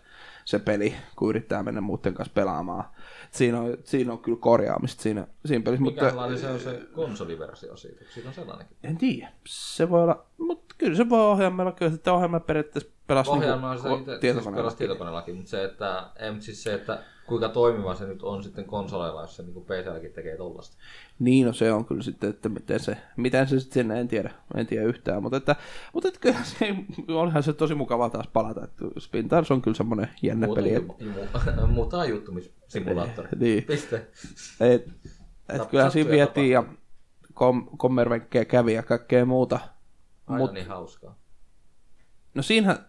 [SPEAKER 2] se peli, kun yrittää mennä muiden kanssa pelaamaan. Siinä on, siinä on kyllä korjaamista siinä, siinä pelissä, mutta
[SPEAKER 4] Mikälainen se on se konsoliversio siitä? Siitä on sellainenkin.
[SPEAKER 2] en tiedä. Se voi olla, mutta kyllä se voi ohjelmalla, kyllä sitä ohjelma periaatteessa pelasi
[SPEAKER 4] Ohjelma on sitä
[SPEAKER 2] niinku,
[SPEAKER 4] itse siis
[SPEAKER 2] tietokoneella.
[SPEAKER 4] pelas tietokoneellakin, mutta se, että, ei, mut siis se, että kuinka toimiva se nyt on sitten konsoleilla, jos se niin PClläkin tekee tollasta.
[SPEAKER 2] Niin, no se on kyllä sitten, että miten se, miten se sitten sinne, en tiedä, en tiedä yhtään, mutta, että, mutta että kyllä se, onhan se tosi mukavaa taas palata, että Spintars on kyllä semmoinen jännä
[SPEAKER 4] Muuta,
[SPEAKER 2] peli,
[SPEAKER 4] jumu, jumu, muuta juttumissimulaattori.
[SPEAKER 2] Niin.
[SPEAKER 4] Piste.
[SPEAKER 2] et, et,
[SPEAKER 4] Tap-
[SPEAKER 2] kyllähän siinä
[SPEAKER 4] sattuu ja
[SPEAKER 2] vietiin ja kom, kommervenkkejä kävi ja kaikkea muuta,
[SPEAKER 4] Aina
[SPEAKER 2] Mut-
[SPEAKER 4] niin hauskaa.
[SPEAKER 2] No siinähän,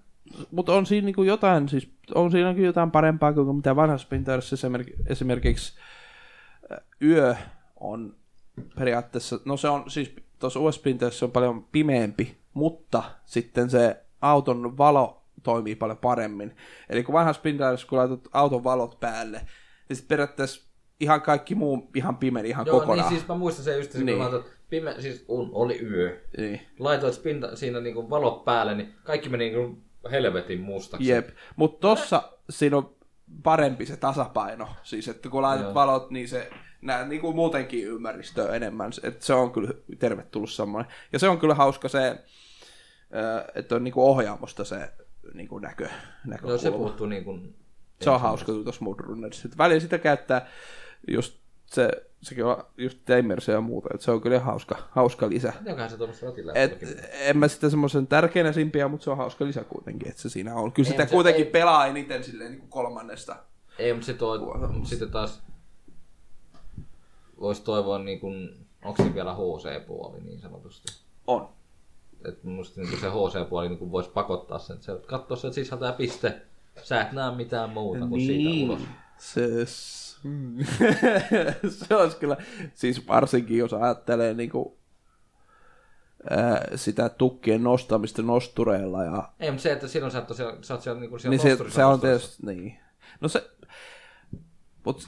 [SPEAKER 2] mutta on siinä niinku jotain, siis on siinä kyllä jotain parempaa kuin mitä vanhassa Pinteressä esimerk- esimerkiksi äh, yö on periaatteessa, no se on siis tuossa uudessa Pinteressä se on paljon pimeämpi, mutta sitten se auton valo toimii paljon paremmin. Eli kun vanhassa Pinteressä kun laitat auton valot päälle, niin sitten periaatteessa ihan kaikki muu ihan pimeä ihan
[SPEAKER 4] Joo,
[SPEAKER 2] kokonaan.
[SPEAKER 4] niin siis mä muistan sen just,
[SPEAKER 2] Niin.
[SPEAKER 4] kun laitoit, pime, siis un, oli yö,
[SPEAKER 2] niin.
[SPEAKER 4] laitoit spinta, siinä niinku valot päälle, niin kaikki meni niinku helvetin mustaksi.
[SPEAKER 2] Jep, mutta tossa siinä on parempi se tasapaino. Siis että kun laitat
[SPEAKER 4] Joo.
[SPEAKER 2] valot, niin se nää, niin kuin muutenkin ympäristöä enemmän. Et se on kyllä tervetullut semmoinen. Ja se on kyllä hauska se, ö, että on niin kuin ohjaamosta se niin kuin näkö, näkökulma.
[SPEAKER 4] Joo, se puuttuu niin kuin...
[SPEAKER 2] Se on hauska tuossa Mudrunners. Välillä sitä käyttää just se, sekin on just Tamersia ja muuta, että se on kyllä hauska, hauska lisä.
[SPEAKER 4] Jokahan se tuommoista ratilla.
[SPEAKER 2] Et, en mä sitä semmoisen tärkeänä simpiä, mutta se on hauska lisä kuitenkin, että se siinä on. Kyllä sitä
[SPEAKER 4] mutta se-
[SPEAKER 2] kuitenkin pelaa eniten silleen niin kuin kolmannesta.
[SPEAKER 4] Ei, mutta sit voi, mut sitten taas voisi toivoa niin kuin, onko se vielä HC-puoli niin sanotusti.
[SPEAKER 2] On.
[SPEAKER 4] Et musta niin se HC-puoli niin voisi pakottaa sen, että se katsoo sen sisältää piste. Sä et näe mitään muuta kuin siitä
[SPEAKER 2] Niin.
[SPEAKER 4] ulos.
[SPEAKER 2] Se, s- mm. se olisi kyllä, siis varsinkin jos ajattelee niin kuin, ää, sitä tukkien nostamista nostureilla ja
[SPEAKER 4] Ei, mutta se, että silloin sä, et oo siellä, sä oot siellä, niin kuin siellä
[SPEAKER 2] niin se,
[SPEAKER 4] nosturissa
[SPEAKER 2] se on
[SPEAKER 4] nosturissa.
[SPEAKER 2] tietysti, niin. No se, mut,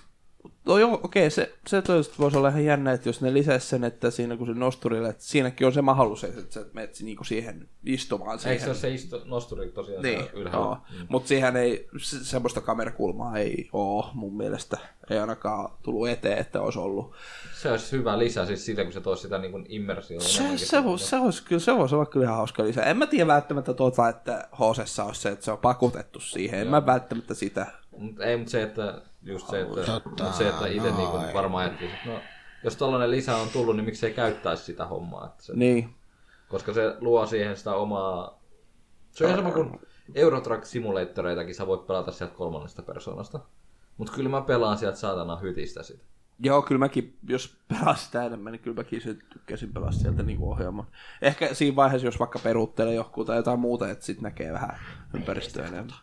[SPEAKER 2] no joo, okei, se, se tietysti voisi olla ihan jännä, että jos ne lisäisi sen, että siinä kun se nosturille, että siinäkin on se mahdollisuus, että sä menet niinku siihen istumaan siihen.
[SPEAKER 4] Eikö se ole se istu, nosturi tosiaan
[SPEAKER 2] niin,
[SPEAKER 4] niin, ylhäällä?
[SPEAKER 2] joo. Mutta siihen ei, se, semmoista kamerakulmaa ei ole mun mielestä. Ei ainakaan tullut eteen, että olisi ollut.
[SPEAKER 4] Se olisi hyvä lisä siis siitä, kun se toisi sitä niin kuin immersiota.
[SPEAKER 2] Se,
[SPEAKER 4] enemmänkin.
[SPEAKER 2] se, vo- se, olisi, kyllä, se voisi olla kyllä ihan hauska lisä. En mä tiedä välttämättä tuota, että Hosessa olisi se, että se on pakotettu siihen. En mä välttämättä sitä.
[SPEAKER 4] Mut ei, mutta se, että just se, että,
[SPEAKER 3] Totta,
[SPEAKER 4] Totta, se, että itse niinku varmaan ajattelisi, että no, jos tollainen lisä on tullut, niin miksei käyttäisi sitä hommaa. Että se,
[SPEAKER 2] Niin,
[SPEAKER 4] koska se luo siihen sitä omaa... Se on ihan sama kuin Eurotrack Simulatoreitakin sä voit pelata sieltä kolmannesta persoonasta. Mutta kyllä mä pelaan sieltä saatana hytistä sitä.
[SPEAKER 2] Joo, kyllä mäkin, jos pelaan sitä enemmän, niin kyllä mäkin sen tykkäsin pelaa sieltä niin ohjelman. Ehkä siinä vaiheessa, jos vaikka peruuttelee joku tai jotain muuta, että sitten näkee vähän ympäristöä enemmän.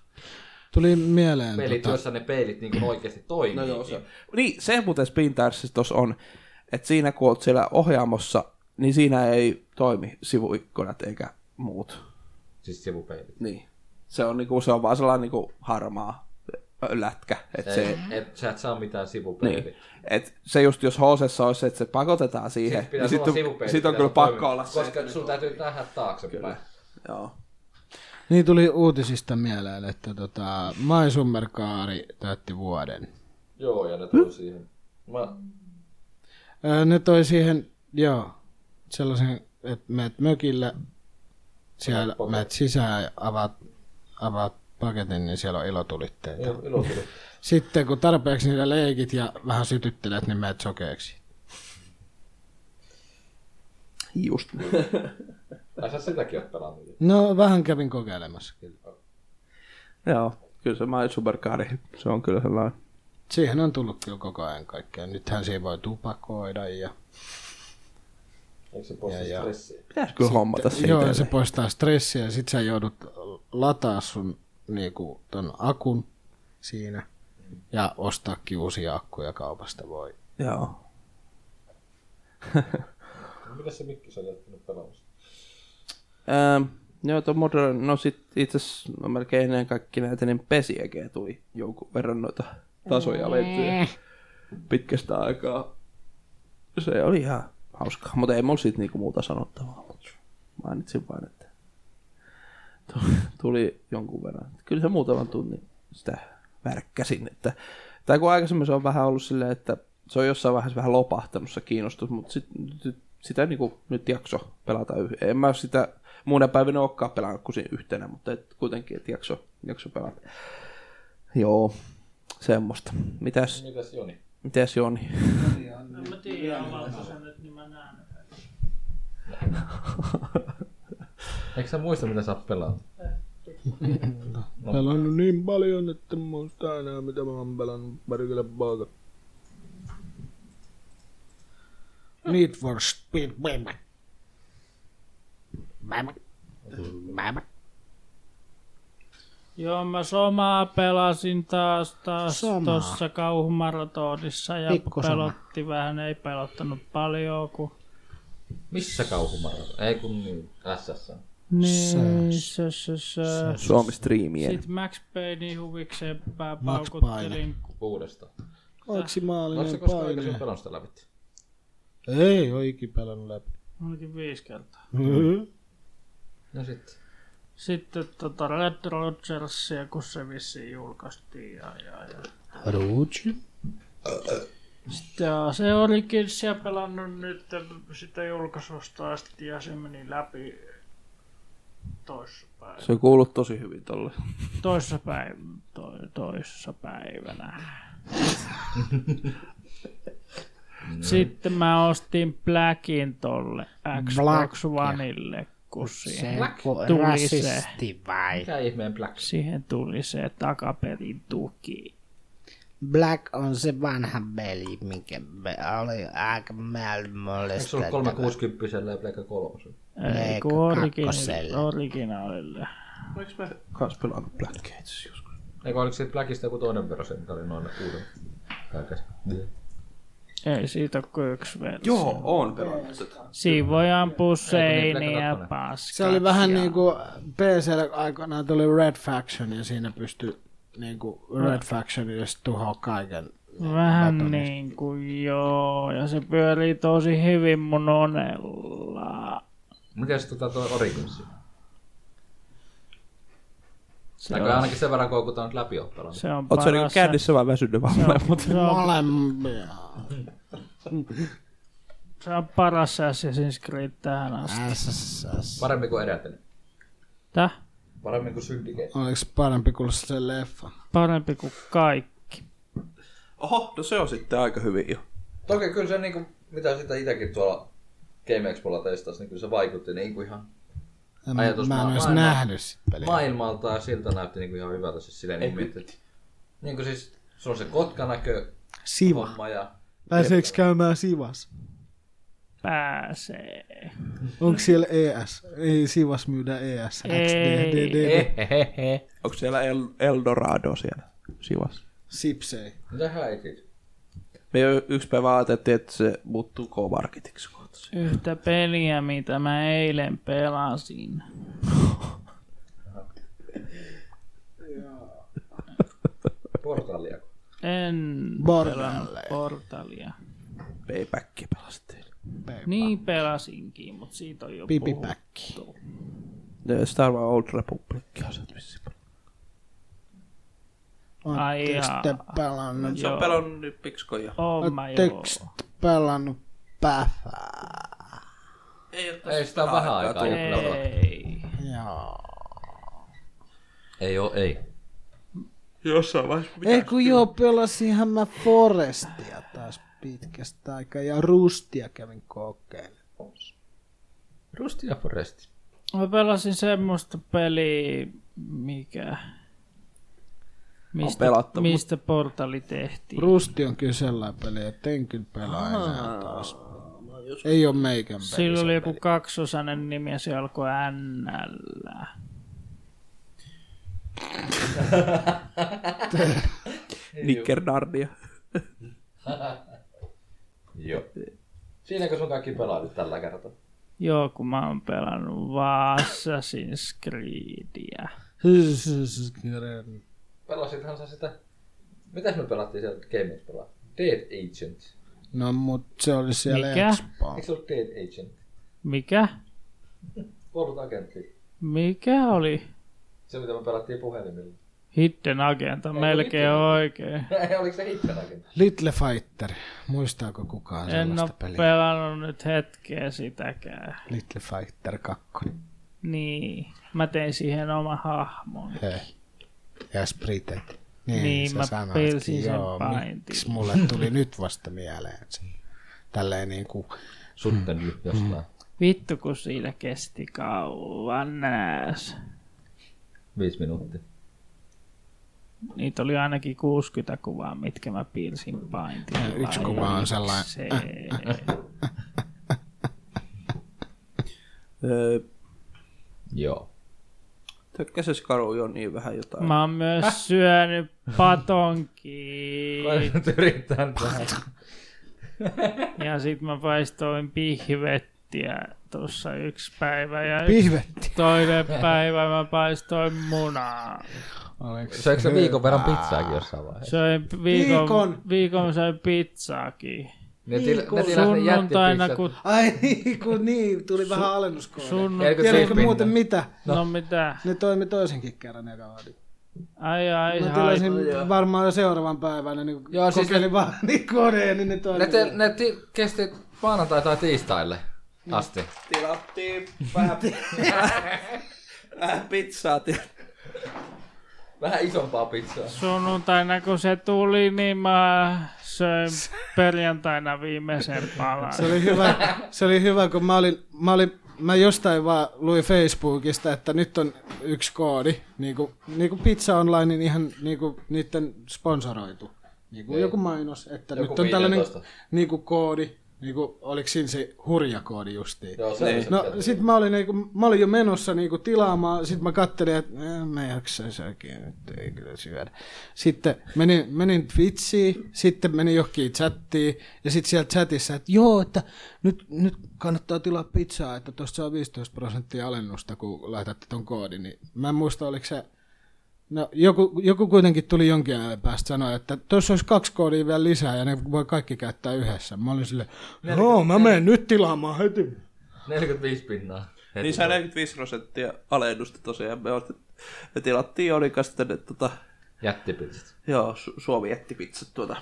[SPEAKER 3] Tuli mieleen
[SPEAKER 4] Pelit,
[SPEAKER 3] tota,
[SPEAKER 4] joissa ne peilit niinku oikeasti toimii.
[SPEAKER 2] No joo, se. Niin, se muuten Spintarsissa tuossa on, että siinä kun oot siellä ohjaamossa, niin siinä ei toimi sivuikkunat eikä muut.
[SPEAKER 4] Siis sivupeilit.
[SPEAKER 2] Niin. Se on, niinku, se on vaan sellainen niinku harmaa ö, lätkä. Että se,
[SPEAKER 4] Ei, et, sä et saa mitään Siis sivupeiliä.
[SPEAKER 2] niin. Et se just, jos HC olisi se, että se pakotetaan siihen,
[SPEAKER 4] Pitää
[SPEAKER 2] niin
[SPEAKER 4] sulla
[SPEAKER 2] sitten on,
[SPEAKER 4] sivupeilit
[SPEAKER 2] sit on
[SPEAKER 4] pitää
[SPEAKER 2] kyllä pakko
[SPEAKER 4] toimia,
[SPEAKER 2] olla se,
[SPEAKER 4] Koska sun täytyy nähdä taaksepäin.
[SPEAKER 2] Joo.
[SPEAKER 3] Niin tuli uutisista mieleen, että tota, Mai Summerkaari täytti vuoden.
[SPEAKER 4] Joo, ja ne tuli siihen. Mä,
[SPEAKER 3] Öö, ne toi siihen, joo, sellaisen, että meet mökillä, siellä meet sisään ja avaat, avaat paketin, niin siellä on ilotulitteita.
[SPEAKER 4] joo, ilo tuli.
[SPEAKER 3] Sitten kun tarpeeksi niitä leikit ja vähän sytyttelet, niin meet sokeeksi.
[SPEAKER 2] Just
[SPEAKER 4] Ai sä sitäkin oot pelannut. jo.
[SPEAKER 3] No, vähän kävin kokeilemassa kyllä.
[SPEAKER 2] Joo, kyllä se My Supercar, se on kyllä sellainen.
[SPEAKER 3] Siihen on tullut kyllä koko ajan kaikkea. Nythän siinä voi tupakoida ja...
[SPEAKER 4] Eikö se poista
[SPEAKER 3] Ja, ja.
[SPEAKER 4] stressiä?
[SPEAKER 2] Pitäisi kyllä hommata siitä.
[SPEAKER 3] Joo, se poistaa stressiä ja sit sä joudut lataa sun niinku, ton akun siinä ja ostaakin uusia akkuja kaupasta voi.
[SPEAKER 2] Joo.
[SPEAKER 4] Mitä se mikki sä jättänyt pelaamassa?
[SPEAKER 2] Ähm, joo, tuo Modern, no sit itse asiassa no, melkein ennen kaikki näitä, niin pesiäkin tuli jonkun verran noita tasoja löytyy pitkästä aikaa. Se oli ihan hauskaa, mutta ei mulla siitä niinku muuta sanottavaa, mutta mainitsin vain, että tu- tuli jonkun verran. Kyllä se muutaman tunnin sitä värkkäsin, että tai kun aikaisemmin se on vähän ollut silleen, että se on jossain vaiheessa vähän lopahtanut se kiinnostus, mutta sit, nyt, sitä niinku, nyt jakso pelata. yh- En mä sitä muuna päivinä olekaan pelannut kuin siinä yhtenä, mutta et, kuitenkin et jakso, jakso pelata. Joo, semmoista. Mitäs,
[SPEAKER 4] Mitäs Joni?
[SPEAKER 2] mitäs Joni?
[SPEAKER 5] En mä tiedä, avaatko sen nyt, niin mä näen.
[SPEAKER 4] Eikö sä muista mitä sä oot pelannut?
[SPEAKER 3] Pelannut niin paljon, että en muista enää mitä mä oon pelannut pärkille paaka. Need for Speed, baby. Baby. Baby.
[SPEAKER 5] Joo, mä somaa pelasin taas taas
[SPEAKER 3] Somaa.
[SPEAKER 5] tuossa kauhumaratonissa ja
[SPEAKER 3] Pikku soma.
[SPEAKER 5] pelotti vähän, ei pelottanut paljon, kun
[SPEAKER 4] Missä kauhumalla? Ei kun niin, SS.
[SPEAKER 5] niin, se, se, se.
[SPEAKER 2] Suomi striimien.
[SPEAKER 5] Sitten Max Payne huvikseen
[SPEAKER 3] Max
[SPEAKER 5] pääpaukuttelin.
[SPEAKER 4] Uudesta.
[SPEAKER 5] niin,
[SPEAKER 4] Oletko sä
[SPEAKER 3] Maksimaalinen
[SPEAKER 4] koskaan aikaisemmin
[SPEAKER 3] paine.
[SPEAKER 4] pelannut sitä läpi?
[SPEAKER 3] Ei oo ikin pelannut läpi.
[SPEAKER 5] Ainakin viisi kertaa.
[SPEAKER 4] No sit.
[SPEAKER 5] Sitten tota Red Rogersia, kun se vissiin julkaistiin ja, ja, ja.
[SPEAKER 3] Roger?
[SPEAKER 5] Sitä se olikin siellä pelannut nyt sitä julkaisusta asti ja se meni läpi toissapäivänä.
[SPEAKER 2] Se kuuluu tosi hyvin tolle.
[SPEAKER 5] Toissapäivänä. Toi, toissapäivänä. Sitten mä ostin Blackin tolle Xbox
[SPEAKER 3] Blackia.
[SPEAKER 5] Oneille, kun siihen,
[SPEAKER 3] siis Se on
[SPEAKER 5] tuli
[SPEAKER 3] rasisti vai?
[SPEAKER 4] Mikä ihmeen Black?
[SPEAKER 5] siihen tuli se takaperin tuki.
[SPEAKER 3] Black on se vanha peli, mikä me oli aika
[SPEAKER 4] Eikö
[SPEAKER 3] maailmallista.
[SPEAKER 4] se ollut 360 ja Pleikka 3?
[SPEAKER 5] Ei,
[SPEAKER 3] Eikö
[SPEAKER 5] kun origina-
[SPEAKER 3] kakkoselle?
[SPEAKER 5] originaalille.
[SPEAKER 2] Oliko mä kans pelannut Black Gates joskus?
[SPEAKER 4] Eikö oliko se Blackista joku toinen versio, mikä oli noin uuden? Kaikessa.
[SPEAKER 5] Ei siitä ole kuin yksi versio.
[SPEAKER 2] Joo, oon pelannut sitä.
[SPEAKER 5] Siinä voi ampua seiniä
[SPEAKER 4] Black
[SPEAKER 5] paskaa.
[SPEAKER 3] Se oli vähän niin kuin PC aikoinaan tuli Red Faction ja siinä pystyi niin kuin Red Factionista tuhoa kaiken.
[SPEAKER 5] Vähän niin kuin joo, ja se pyörii tosi hyvin mun onella.
[SPEAKER 4] Mites tota toi Origins?
[SPEAKER 5] Se
[SPEAKER 4] Näköjään
[SPEAKER 5] on,
[SPEAKER 4] ainakin sen verran koukutaan nyt läpi oppelon.
[SPEAKER 5] se on
[SPEAKER 2] Oot sä niinku
[SPEAKER 5] paras.
[SPEAKER 2] kännissä vai väsynyt vaan molemmat?
[SPEAKER 5] se, on,
[SPEAKER 3] Molempia.
[SPEAKER 5] se on paras Assassin's Creed tähän asti.
[SPEAKER 3] SSS.
[SPEAKER 4] Parempi kuin edeltänyt.
[SPEAKER 5] Täh?
[SPEAKER 4] Paremmin kuin Syndicate.
[SPEAKER 3] Oliko parempi kuin se leffa?
[SPEAKER 5] Parempi kuin kaikki.
[SPEAKER 2] Oho, no se on sitten aika hyvin jo.
[SPEAKER 4] Toki kyllä se niinku, mitä sitä itäkin tuolla Game Expolla testasi, niin kyllä se vaikutti niinku ihan
[SPEAKER 3] En,
[SPEAKER 4] Ajatus
[SPEAKER 3] mä en
[SPEAKER 4] maailmaa.
[SPEAKER 3] olisi nähnyt sitä peliä.
[SPEAKER 4] maailmalta ja siltä näytti niinku ihan hyvältä. Siis silleen niin miettii, että niinku siis se on se kotkanäkö
[SPEAKER 3] Siva.
[SPEAKER 4] homma ja
[SPEAKER 3] Pääseekö käymään Sivas?
[SPEAKER 5] Pääsee.
[SPEAKER 3] Onko siellä ES? Ei Sivas myydä ES.
[SPEAKER 5] Ei.
[SPEAKER 3] XDDD.
[SPEAKER 2] Onko siellä El- Eldorado siellä sivassa?
[SPEAKER 3] Sipsei.
[SPEAKER 4] mitä häikit?
[SPEAKER 2] Me jo yksi päivä ajateltiin, että se muuttuu K-Marketiksi kohta.
[SPEAKER 5] Yhtä peliä, mitä mä eilen pelasin.
[SPEAKER 4] Portalia.
[SPEAKER 5] En
[SPEAKER 3] Borderlands.
[SPEAKER 5] portalia.
[SPEAKER 2] Payback pelastiin.
[SPEAKER 5] Niin pelasinkin, mutta siitä on jo puhuttu.
[SPEAKER 3] Pipipäkki.
[SPEAKER 2] The Star Wars Old Republic on se, missä
[SPEAKER 5] Ai
[SPEAKER 3] Ootteko
[SPEAKER 5] jaa.
[SPEAKER 3] te pelannut?
[SPEAKER 2] Se on pelannut nyt pikskoja.
[SPEAKER 5] Oon mä joo.
[SPEAKER 3] Ootteko te pelannut päfää?
[SPEAKER 4] Ei sitä on vähän aikaa. jo kyllä pelattu.
[SPEAKER 5] Ei.
[SPEAKER 3] Joo.
[SPEAKER 4] Ei oo, ei.
[SPEAKER 2] Jossain vaiheessa.
[SPEAKER 3] Ei kun joo, pelasinhan mä Forestia taas pitkästä aikaa ja Rustia kävin kokeilemaan.
[SPEAKER 4] Rusti ja Foresti.
[SPEAKER 5] Mä pelasin semmoista peliä, mikä... Mistä,
[SPEAKER 2] pelattu, mut-
[SPEAKER 5] mistä portali tehtiin.
[SPEAKER 3] Rusti on kyllä sellainen peli, että en kyllä pelaa enää taas. Ei ole meikän peli.
[SPEAKER 5] Sillä oli joku kaksosainen nimi ja se alkoi NL.
[SPEAKER 2] Nicker Narnia.
[SPEAKER 4] Joo. Siinäkö sun kaikki pelaa nyt tällä kertaa?
[SPEAKER 5] Joo, kun mä oon pelannut vaan Assassin's Creedia.
[SPEAKER 4] Pelasithan sä sitä... Mitäs me pelattiin siellä Game Expolla? Dead Agent.
[SPEAKER 3] No mut se oli siellä
[SPEAKER 5] Mikä?
[SPEAKER 3] Expo.
[SPEAKER 4] Eikö se ollut Dead Agent?
[SPEAKER 5] Mikä?
[SPEAKER 4] Kuollut agentti.
[SPEAKER 5] Mikä oli?
[SPEAKER 4] Se mitä me pelattiin puhelimilla.
[SPEAKER 5] Hidden Agent on melkein oikein.
[SPEAKER 4] Ei, oliko se Hitler agentti?
[SPEAKER 3] Little Fighter. Muistaako kukaan
[SPEAKER 5] En oo
[SPEAKER 3] sellaista peliä?
[SPEAKER 5] pelannut nyt hetkeä sitäkään.
[SPEAKER 3] Little Fighter 2.
[SPEAKER 5] Niin, mä tein siihen oma hahmon.
[SPEAKER 3] Hei. Ja Sprite. Niin,
[SPEAKER 5] Niin,
[SPEAKER 3] sä
[SPEAKER 5] mä
[SPEAKER 3] sanoitkin,
[SPEAKER 5] pilsin sen
[SPEAKER 3] joo,
[SPEAKER 5] paintin.
[SPEAKER 3] miksi mulle tuli nyt vasta mieleen se. Tälleen niin kuin,
[SPEAKER 4] Sutten nyt jostain.
[SPEAKER 5] Vittu kun siinä kesti kauan nääs.
[SPEAKER 4] Viisi minuuttia.
[SPEAKER 5] Niitä oli ainakin 60 kuvaa, mitkä mä piirsin paintilla.
[SPEAKER 3] Äh, yksi kuva on sellainen,
[SPEAKER 5] Se... äh.
[SPEAKER 2] Öö,
[SPEAKER 4] Joo.
[SPEAKER 2] Tökkäses karu jo niin vähän jotain.
[SPEAKER 5] Mä oon myös
[SPEAKER 3] Äh.
[SPEAKER 5] syönyt patonkiin.
[SPEAKER 4] nyt yrittää nyt vähän.
[SPEAKER 5] Ja sit mä paistoin pihvettiä tuossa yksi päivä. Ja yksi
[SPEAKER 3] pihvetti.
[SPEAKER 5] toinen päivä mä paistoin munaa.
[SPEAKER 3] Oliko
[SPEAKER 4] Söikö se viikon verran pizzaakin jossain vaiheessa?
[SPEAKER 5] Söin viikon, viikon.
[SPEAKER 3] Viikon.
[SPEAKER 5] viikon söin pizzaakin.
[SPEAKER 4] Ne, til, ne tilas ne
[SPEAKER 5] Sunnuntaina
[SPEAKER 4] jättipizzat.
[SPEAKER 5] kun...
[SPEAKER 3] Ai kun niin, tuli vähän alennuskoodi.
[SPEAKER 5] Sun...
[SPEAKER 4] Eikö se
[SPEAKER 3] Tiedätkö
[SPEAKER 4] pinta?
[SPEAKER 3] muuten mitä?
[SPEAKER 5] No mitä?
[SPEAKER 3] Ne toimi toisenkin kerran ne kaadit.
[SPEAKER 5] Ai ai,
[SPEAKER 3] Mä
[SPEAKER 5] ai.
[SPEAKER 3] tilasin varmaan jo seuraavan päivänä, niin
[SPEAKER 4] Joo,
[SPEAKER 3] Joo,
[SPEAKER 4] siis
[SPEAKER 3] kokeilin siis vaan niin koneen, niin ne
[SPEAKER 4] Ne,
[SPEAKER 3] toimii.
[SPEAKER 4] te, ne ti, kesti maanantai tai tiistaille asti.
[SPEAKER 2] Tilattiin vähän, vähän pizzaa. Til...
[SPEAKER 4] Vähän isompaa pizzaa.
[SPEAKER 5] Sunnuntaina kun se tuli, niin mä söin perjantaina viimeisen palan.
[SPEAKER 3] Se oli hyvä, se oli hyvä kun mä, olin, mä, olin, mä jostain vaan luin Facebookista, että nyt on yksi koodi, niin kuin, niin kuin Pizza Online, niin ihan niin kuin niiden sponsoroitu. Niin kuin joku mainos, että joku nyt on tällainen
[SPEAKER 4] 15.
[SPEAKER 3] niin kuin koodi, niin kuin, oliko siinä se hurja koodi justiin.
[SPEAKER 4] Joo, se oli se.
[SPEAKER 3] No sit mä olin, niinku, mä olin jo menossa niinku tilaamaan, sit mä kattelin, että "Äh, mä jaksaisin oikein, nyt ei kyllä syödä. Sitten menin, menin Twitchiin, sitten menin johonkin chattiin, ja sitten siellä chatissa, että joo, että nyt, nyt kannattaa tilaa pizzaa, että tosta saa 15 prosenttia alennusta, kun laitatte ton koodin. Niin mä en muista, oliko se No, joku, joku kuitenkin tuli jonkin ajan päästä sanoa, että tuossa olisi kaksi koodia vielä lisää ja ne voi kaikki käyttää yhdessä. Mä olin silleen, joo, mä menen nyt tilaamaan heti.
[SPEAKER 4] 45 pinnaa. Heti.
[SPEAKER 2] Niin sai 45 prosenttia alennusta tosiaan. Me, ostet, me tilattiin Jonikasta tänne tota,
[SPEAKER 4] Jättipizzat.
[SPEAKER 2] joo, Su- Suomi jätti pizzat tuota.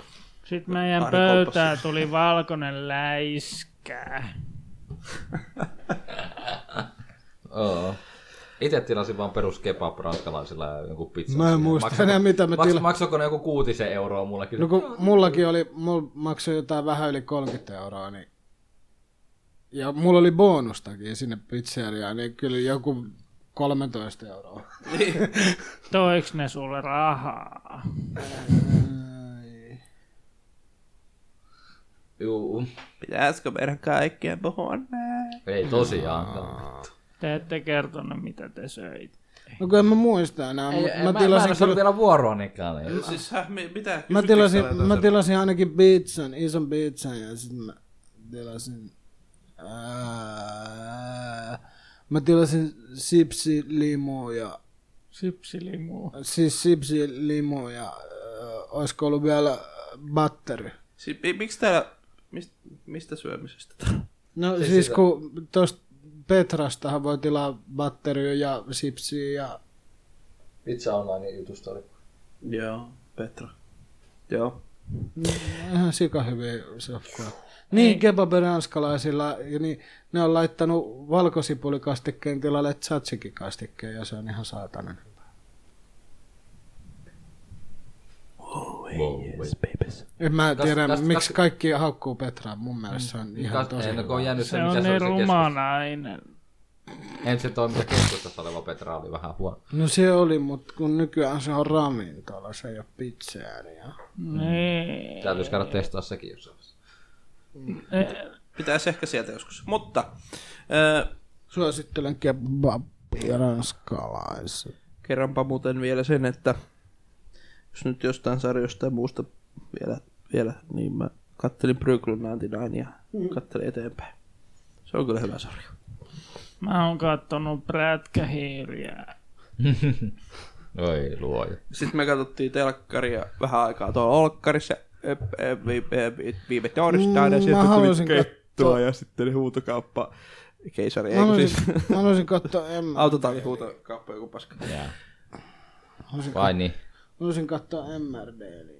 [SPEAKER 5] Sitten meidän
[SPEAKER 2] Aina
[SPEAKER 5] pöytään tuli valkoinen läiskä.
[SPEAKER 4] Oo. Itse tilasin vaan perus kebab ranskalaisilla ja jonkun pizza.
[SPEAKER 3] Mä en muista enää, mitä mä
[SPEAKER 4] Maks,
[SPEAKER 3] tilaan.
[SPEAKER 4] maksako ne joku kuutisen euroa mullekin?
[SPEAKER 3] No kun mullakin oli, mulla maksoi jotain vähän yli 30 euroa, niin... Ja mulla oli boonustakin sinne pizzeriaan, niin kyllä joku 13 euroa.
[SPEAKER 5] Toiks ne sulle rahaa?
[SPEAKER 4] Juu.
[SPEAKER 2] Pitäisikö meidän kaikkien puhua näin?
[SPEAKER 4] Ei tosiaankaan.
[SPEAKER 5] Te ette kertonut mitä te söitte.
[SPEAKER 3] No kun en mä muista enää,
[SPEAKER 4] Ei,
[SPEAKER 3] mutta mä,
[SPEAKER 4] ei, mä, mä en
[SPEAKER 3] tilasin,
[SPEAKER 4] ole saanut
[SPEAKER 3] kyllä,
[SPEAKER 4] vielä vuoroonikaan. Niin.
[SPEAKER 2] Siis häh, mi- mitä?
[SPEAKER 3] mä,
[SPEAKER 2] Kysyttekö
[SPEAKER 3] tilasin,
[SPEAKER 2] täällä
[SPEAKER 3] mä
[SPEAKER 2] jotain?
[SPEAKER 3] tilasin ainakin pizzan, ison pizzan ja sitten mä tilasin... Ää, mä tilasin sipsi limu ja
[SPEAKER 4] No
[SPEAKER 5] Sipsilimu.
[SPEAKER 3] siis sipsi limu ja ää, olisiko ollut vielä batteri.
[SPEAKER 2] Siis, mi- miksi täällä, mist, mistä syömisestä täällä?
[SPEAKER 3] No siis, siis kun tuosta Petrastahan voi tilaa batteria ja sipsiä ja...
[SPEAKER 8] Pizza online jutusta oli.
[SPEAKER 2] Joo, Petra. Joo.
[SPEAKER 3] Ihan sika hyviä safkoja. Niin, kebabe ranskalaisilla, ja niin, ne on laittanut valkosipulikastikkeen tilalle tzatziki-kastikkeen, ja se on ihan saatanan. En mä tiedä,
[SPEAKER 4] kas-
[SPEAKER 3] miksi
[SPEAKER 4] kas-
[SPEAKER 3] kaikki haukkuu Petraa. Mun mielestä se on ihan tosi
[SPEAKER 4] Ei, no, kun
[SPEAKER 3] hyvä.
[SPEAKER 4] on jäänyt se,
[SPEAKER 5] Se
[SPEAKER 4] mikä
[SPEAKER 5] on
[SPEAKER 4] se
[SPEAKER 5] niin
[SPEAKER 4] oli se
[SPEAKER 5] ruma
[SPEAKER 4] keskus.
[SPEAKER 5] nainen.
[SPEAKER 4] En se toiminta keskustassa oleva Petra oli vähän huono.
[SPEAKER 3] No se oli, mutta kun nykyään se on ravintola, se ei ole pizzeria.
[SPEAKER 4] Mm.
[SPEAKER 5] Niin.
[SPEAKER 4] Täytyisi käydä testaa sekin jossain vaiheessa.
[SPEAKER 2] Pitäisi ehkä sieltä joskus. Mutta öö,
[SPEAKER 3] Suosittelen kebabia ranskalaisille.
[SPEAKER 2] kerranpa muuten vielä sen, että jos nyt jostain sarjosta ja muusta vielä, vielä niin mä kattelin Brooklyn Nine-Nine ja
[SPEAKER 3] Mm.
[SPEAKER 2] kattelin eteenpäin. Se on kyllä hyvä sarja.
[SPEAKER 5] Mä oon kattonut prätkähiiriä.
[SPEAKER 4] Oi luoja.
[SPEAKER 2] Sitten me katsottiin telkkaria vähän aikaa tuolla Olkkarissa öp, öp, vi- vi- viime torstaina.
[SPEAKER 3] Mm,
[SPEAKER 2] Mm, sieltä
[SPEAKER 3] mä
[SPEAKER 2] tuli
[SPEAKER 3] haluaisin
[SPEAKER 2] kettua ja sitten huutokauppa. Keisari,
[SPEAKER 3] Mä
[SPEAKER 2] ei kun siis
[SPEAKER 3] haluaisin, mä haluaisin katsoa Emma.
[SPEAKER 2] autotalli huutokauppa joku paska.
[SPEAKER 3] Haluaisin,
[SPEAKER 4] Vai niin?
[SPEAKER 3] mä haluaisin katsoa MRDliä.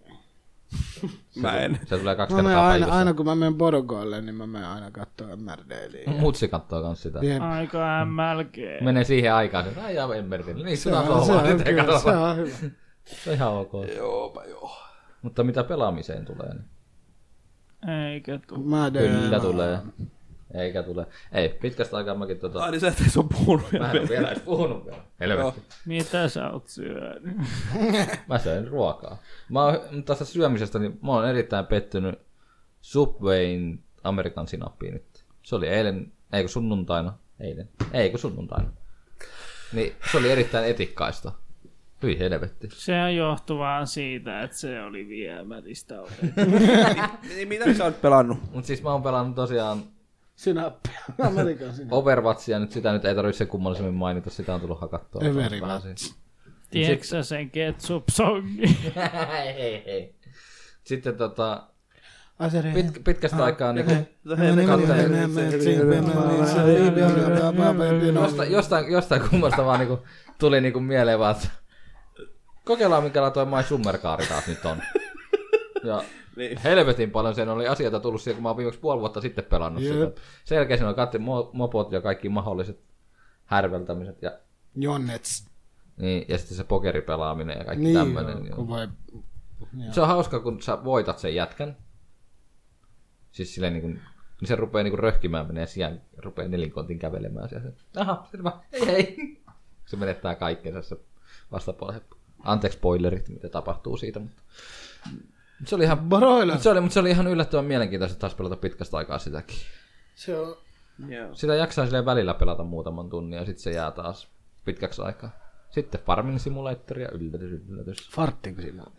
[SPEAKER 2] Mä en.
[SPEAKER 4] Se tulee kaksi
[SPEAKER 3] Mä menen
[SPEAKER 4] kertaa
[SPEAKER 3] No aina,
[SPEAKER 4] päivässä.
[SPEAKER 3] aina kun mä menen Borgoille, niin mä menen aina katsoa MRDliä.
[SPEAKER 4] Mutsi kattoo kans sitä.
[SPEAKER 3] Jep.
[SPEAKER 5] Aika MLG.
[SPEAKER 4] Menee siihen aikaan, että ai jaa Embertin. Niin
[SPEAKER 3] Se
[SPEAKER 4] sinä
[SPEAKER 3] on, se
[SPEAKER 4] on
[SPEAKER 3] on,
[SPEAKER 4] nyt ei
[SPEAKER 3] kyllä, se
[SPEAKER 4] katsota.
[SPEAKER 3] on hyvä.
[SPEAKER 4] Se on ihan ok.
[SPEAKER 2] Joopa joo.
[SPEAKER 4] Mutta mitä pelaamiseen tulee, niin
[SPEAKER 5] Eikä tuu.
[SPEAKER 3] Mä
[SPEAKER 4] kyllä
[SPEAKER 3] edelleen-
[SPEAKER 4] tulee. Eikä tule. Ei, pitkästä aikaa mäkin
[SPEAKER 2] Ai
[SPEAKER 4] tota...
[SPEAKER 2] niin sä et edes ole puhunut vielä.
[SPEAKER 4] Mä en oo vielä edes puhunut vielä. Helvetti.
[SPEAKER 5] Mitä sä oot syönyt?
[SPEAKER 4] Mä söin ruokaa. Mä oon, mutta tästä syömisestä, niin mä oon erittäin pettynyt Subwayn Amerikan sinappiin nyt. Se oli eilen, ei kun sunnuntaina, eilen, ei kun sunnuntaina. Niin se oli erittäin etikkaista. Hyi helvetti.
[SPEAKER 5] Se on johtuvaan siitä, että se oli viemäristä otettu.
[SPEAKER 2] Niin mitä sä oot pelannut?
[SPEAKER 4] Mut siis mä oon pelannut tosiaan
[SPEAKER 3] Sinappi. Amerikan sinappi.
[SPEAKER 4] Overwatchia, nyt sitä nyt ei tarvitse sen kummallisemmin mainita, sitä on tullut hakattua.
[SPEAKER 3] Everywatch.
[SPEAKER 4] Vähän siis-
[SPEAKER 5] Tiedätkö sä sen ketsup-songin?
[SPEAKER 4] Hei, hei. Sitten tota,
[SPEAKER 3] Aseri.
[SPEAKER 4] pit, pitkästä aikaa niin josta, jostain, jostain kummasta vaan niinku, tuli niinku mieleen vaan, että kokeillaan minkälainen toi My Summer-kaari taas nyt on. Ja
[SPEAKER 2] Niin.
[SPEAKER 4] helvetin paljon sen oli asioita tullut siihen, kun mä oon viimeksi puoli vuotta sitten pelannut
[SPEAKER 3] Jep.
[SPEAKER 4] Jep. sitä. Sen jälkeen siinä oli kaikki mo- mopot ja kaikki mahdolliset härveltämiset ja,
[SPEAKER 3] Jonnets.
[SPEAKER 4] niin, ja sitten se pokeripelaaminen ja kaikki
[SPEAKER 3] Niin,
[SPEAKER 4] niin, tämmöinen.
[SPEAKER 3] joo, kun voi...
[SPEAKER 4] Se on hauska, kun sä voitat sen jätkän. Siis silleen niin kuin, niin se rupeaa niin kuin röhkimään menee sijaan, rupeaa nelinkontin kävelemään siellä. Aha, selvä, ei hei. Se menettää kaikkensa se vastapuolelle. Anteeksi spoilerit, mitä tapahtuu siitä, mutta... Mut Se oli ihan,
[SPEAKER 3] Broiler.
[SPEAKER 4] mut se oli, mutta se oli ihan yllättävän mielenkiintoista taas pelata pitkästä aikaa sitäkin.
[SPEAKER 3] Se on...
[SPEAKER 2] Joo.
[SPEAKER 4] Sitä jaksaa silleen välillä pelata muutaman tunnin ja sitten se jää taas pitkäksi aikaa. Sitten farming simulatoria, yllätys, yllätys.
[SPEAKER 3] Farttinko siinä on?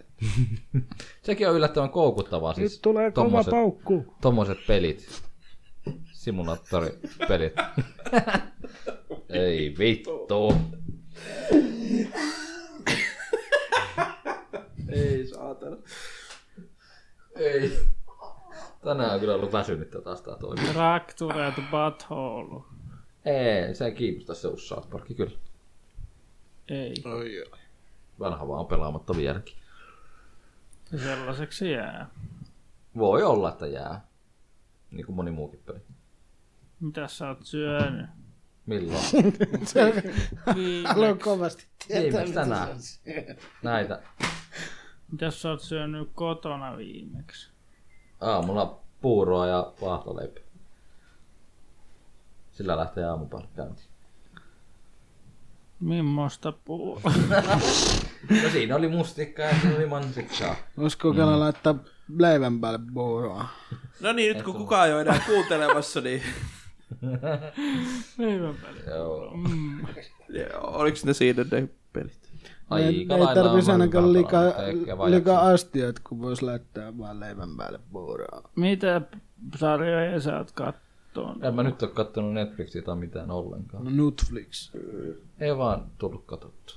[SPEAKER 4] Sekin on yllättävän koukuttavaa. Siis
[SPEAKER 9] Nyt tulee kova
[SPEAKER 4] tommoset-
[SPEAKER 9] paukku.
[SPEAKER 4] tommoset pelit. Simulaattoripelit. Ei vittu.
[SPEAKER 2] Ei saatana.
[SPEAKER 4] Ei. Tänään on kyllä ollut väsynyttä taas tää toimi.
[SPEAKER 5] Fractured butthole.
[SPEAKER 4] Ei, se ei kiinnosta se uusi South Park, kyllä.
[SPEAKER 5] Ei,
[SPEAKER 4] Vanha vaan on pelaamatta vieläkin.
[SPEAKER 5] se sellaiseksi jää.
[SPEAKER 4] Voi olla, että jää. Niin kuin moni muukin peli.
[SPEAKER 5] Mitä sä oot syönyt?
[SPEAKER 4] Milloin?
[SPEAKER 3] Haluan kovasti tietää,
[SPEAKER 4] Viimeksi
[SPEAKER 3] mitä se
[SPEAKER 4] tänään.
[SPEAKER 3] on.
[SPEAKER 4] Näitä.
[SPEAKER 5] Mitä sä oot syönyt kotona viimeksi?
[SPEAKER 4] Aamulla puuroa ja vaahtoleipä. Sillä lähtee aamupala käyntiin.
[SPEAKER 5] Mimmosta puu?
[SPEAKER 4] No siinä oli mustikkaa ja siinä oli mansikkaa.
[SPEAKER 3] Voisiko
[SPEAKER 4] Mm.
[SPEAKER 3] kokeilla laittaa leivän päälle puuroa?
[SPEAKER 2] No niin, nyt kun kukaan ei ole enää kuuntelemassa, niin
[SPEAKER 5] Leivän päälle.
[SPEAKER 4] Joo.
[SPEAKER 2] Ja oliko ne siinä ne pelit?
[SPEAKER 4] Aika
[SPEAKER 3] ei, ei
[SPEAKER 4] lailla
[SPEAKER 3] tarvitsisi
[SPEAKER 4] on
[SPEAKER 3] ainakaan
[SPEAKER 4] hyvä
[SPEAKER 3] liikaa,
[SPEAKER 4] palautetta, eikä vaan
[SPEAKER 3] liikaa astioita, kun voisi laittaa vaan leivän päälle puuroa.
[SPEAKER 5] Mitä sarjoja sä oot kattonut?
[SPEAKER 4] En mä nyt oo kattonut Netflixiä tai mitään ollenkaan.
[SPEAKER 3] No Netflix.
[SPEAKER 4] Ei vaan tullut katsottu.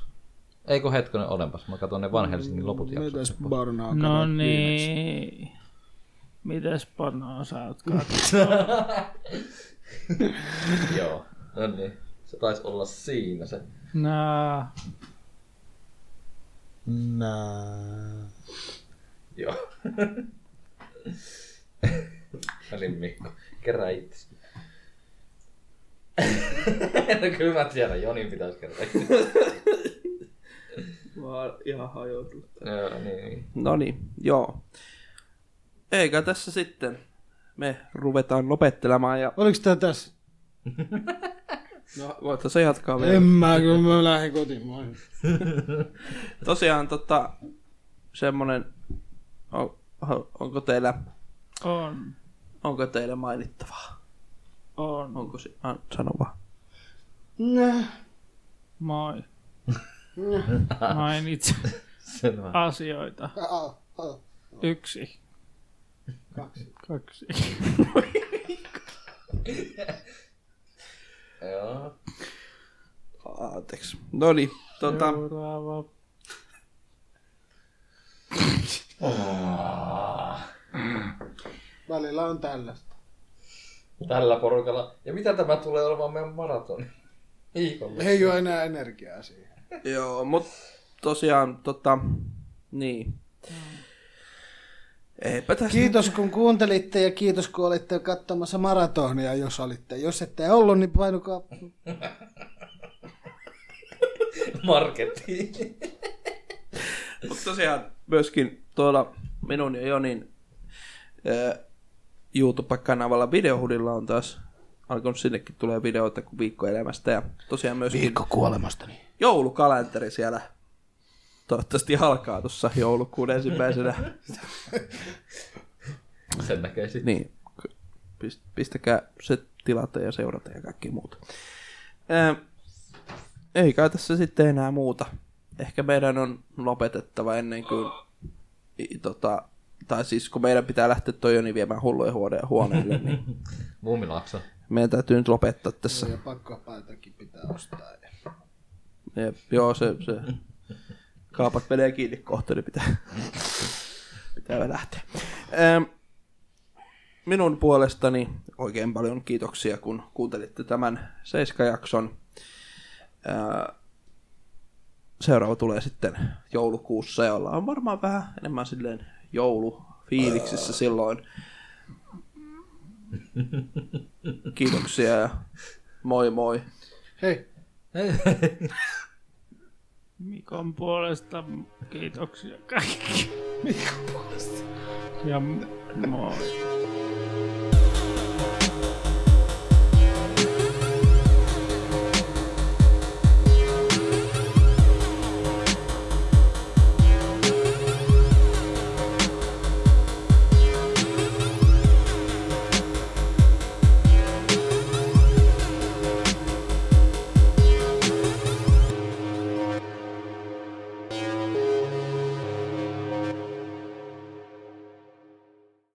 [SPEAKER 4] Eikö hetkonen olempas, mä katson ne vaan Helsingin loput jaksot.
[SPEAKER 3] Mitäs Barnaa
[SPEAKER 5] No
[SPEAKER 3] katsot viimeksi?
[SPEAKER 5] niin. Mitäs pornoa sä oot kattonut?
[SPEAKER 4] Joo. No niin. Se taisi olla siinä se.
[SPEAKER 5] No,
[SPEAKER 3] Nää.
[SPEAKER 4] Joo. no niin Mikko, kerää itse. no kyllä mä tiedän, Jonin pitäisi kertoa.
[SPEAKER 2] Vaan ihan hajotunut.
[SPEAKER 4] Joo, niin, niin.
[SPEAKER 2] No niin, joo. Eikä tässä sitten. Me ruvetaan lopettelemaan ja
[SPEAKER 3] Oliko tää tässä?
[SPEAKER 2] no, voit se jatkaa vielä.
[SPEAKER 3] En mä, kyllä mä lähdin kotiin. Moi.
[SPEAKER 2] Tosiaan tota, semmonen, on, on- onko teillä,
[SPEAKER 5] on,
[SPEAKER 2] onko teillä mainittavaa?
[SPEAKER 5] on.
[SPEAKER 2] Onko se, an, sano vaan.
[SPEAKER 3] Nää.
[SPEAKER 5] Moi. Mainitse
[SPEAKER 4] Selvä.
[SPEAKER 5] asioita. Yksi. Kaksi. Kaksi.
[SPEAKER 4] Joo.
[SPEAKER 2] Anteeksi. No niin, tota,
[SPEAKER 5] Seuraava.
[SPEAKER 3] Välillä on tällaista.
[SPEAKER 4] Tällä porukalla. Ja mitä tämä tulee olemaan meidän maratoni? Viikolla.
[SPEAKER 3] Ei ole enää energiaa siihen.
[SPEAKER 2] joo, mut tosiaan, tota, niin. Eipä tässä.
[SPEAKER 3] Kiitos kun kuuntelitte ja kiitos kun olitte katsomassa maratonia, jos olitte. Jos ette ollut, niin painukaa.
[SPEAKER 4] Marketiin.
[SPEAKER 2] Mutta tosiaan myöskin tuolla minun ja Jonin ää, YouTube-kanavalla videohudilla on taas alkanut sinnekin tulee videoita kuin viikkoelämästä ja tosiaan myöskin Viikko.
[SPEAKER 3] kuolemastani.
[SPEAKER 2] joulukalenteri siellä toivottavasti alkaa tuossa joulukuun ensimmäisenä.
[SPEAKER 4] Sen näkee sitten.
[SPEAKER 2] niin, Pist- pistäkää se tilata ja seurata ja kaikki muuta. Ää, ei kai tässä sitten enää muuta. Ehkä meidän on lopetettava ennen kuin... I, tota, tai siis kun meidän pitää lähteä toi Joni viemään hulluja huone- huoneelle, niin
[SPEAKER 4] Muumilakso.
[SPEAKER 2] meidän täytyy nyt lopettaa tässä.
[SPEAKER 3] Ja pakkopaitakin pitää ostaa.
[SPEAKER 2] Jep, joo, se, se. Kaapat menee kiinni kohta, niin pitää, pitää vähän lähteä. Ähm, minun puolestani oikein paljon kiitoksia, kun kuuntelitte tämän Seiska-jakson. Äh, seuraava tulee sitten joulukuussa ja ollaan varmaan vähän enemmän silleen joulufiiliksissä silloin. Kiitoksia ja moi moi.
[SPEAKER 3] Hei,
[SPEAKER 5] Mikon puolesta kiitoksia kaikki. Mikon puolesta. Ja moi.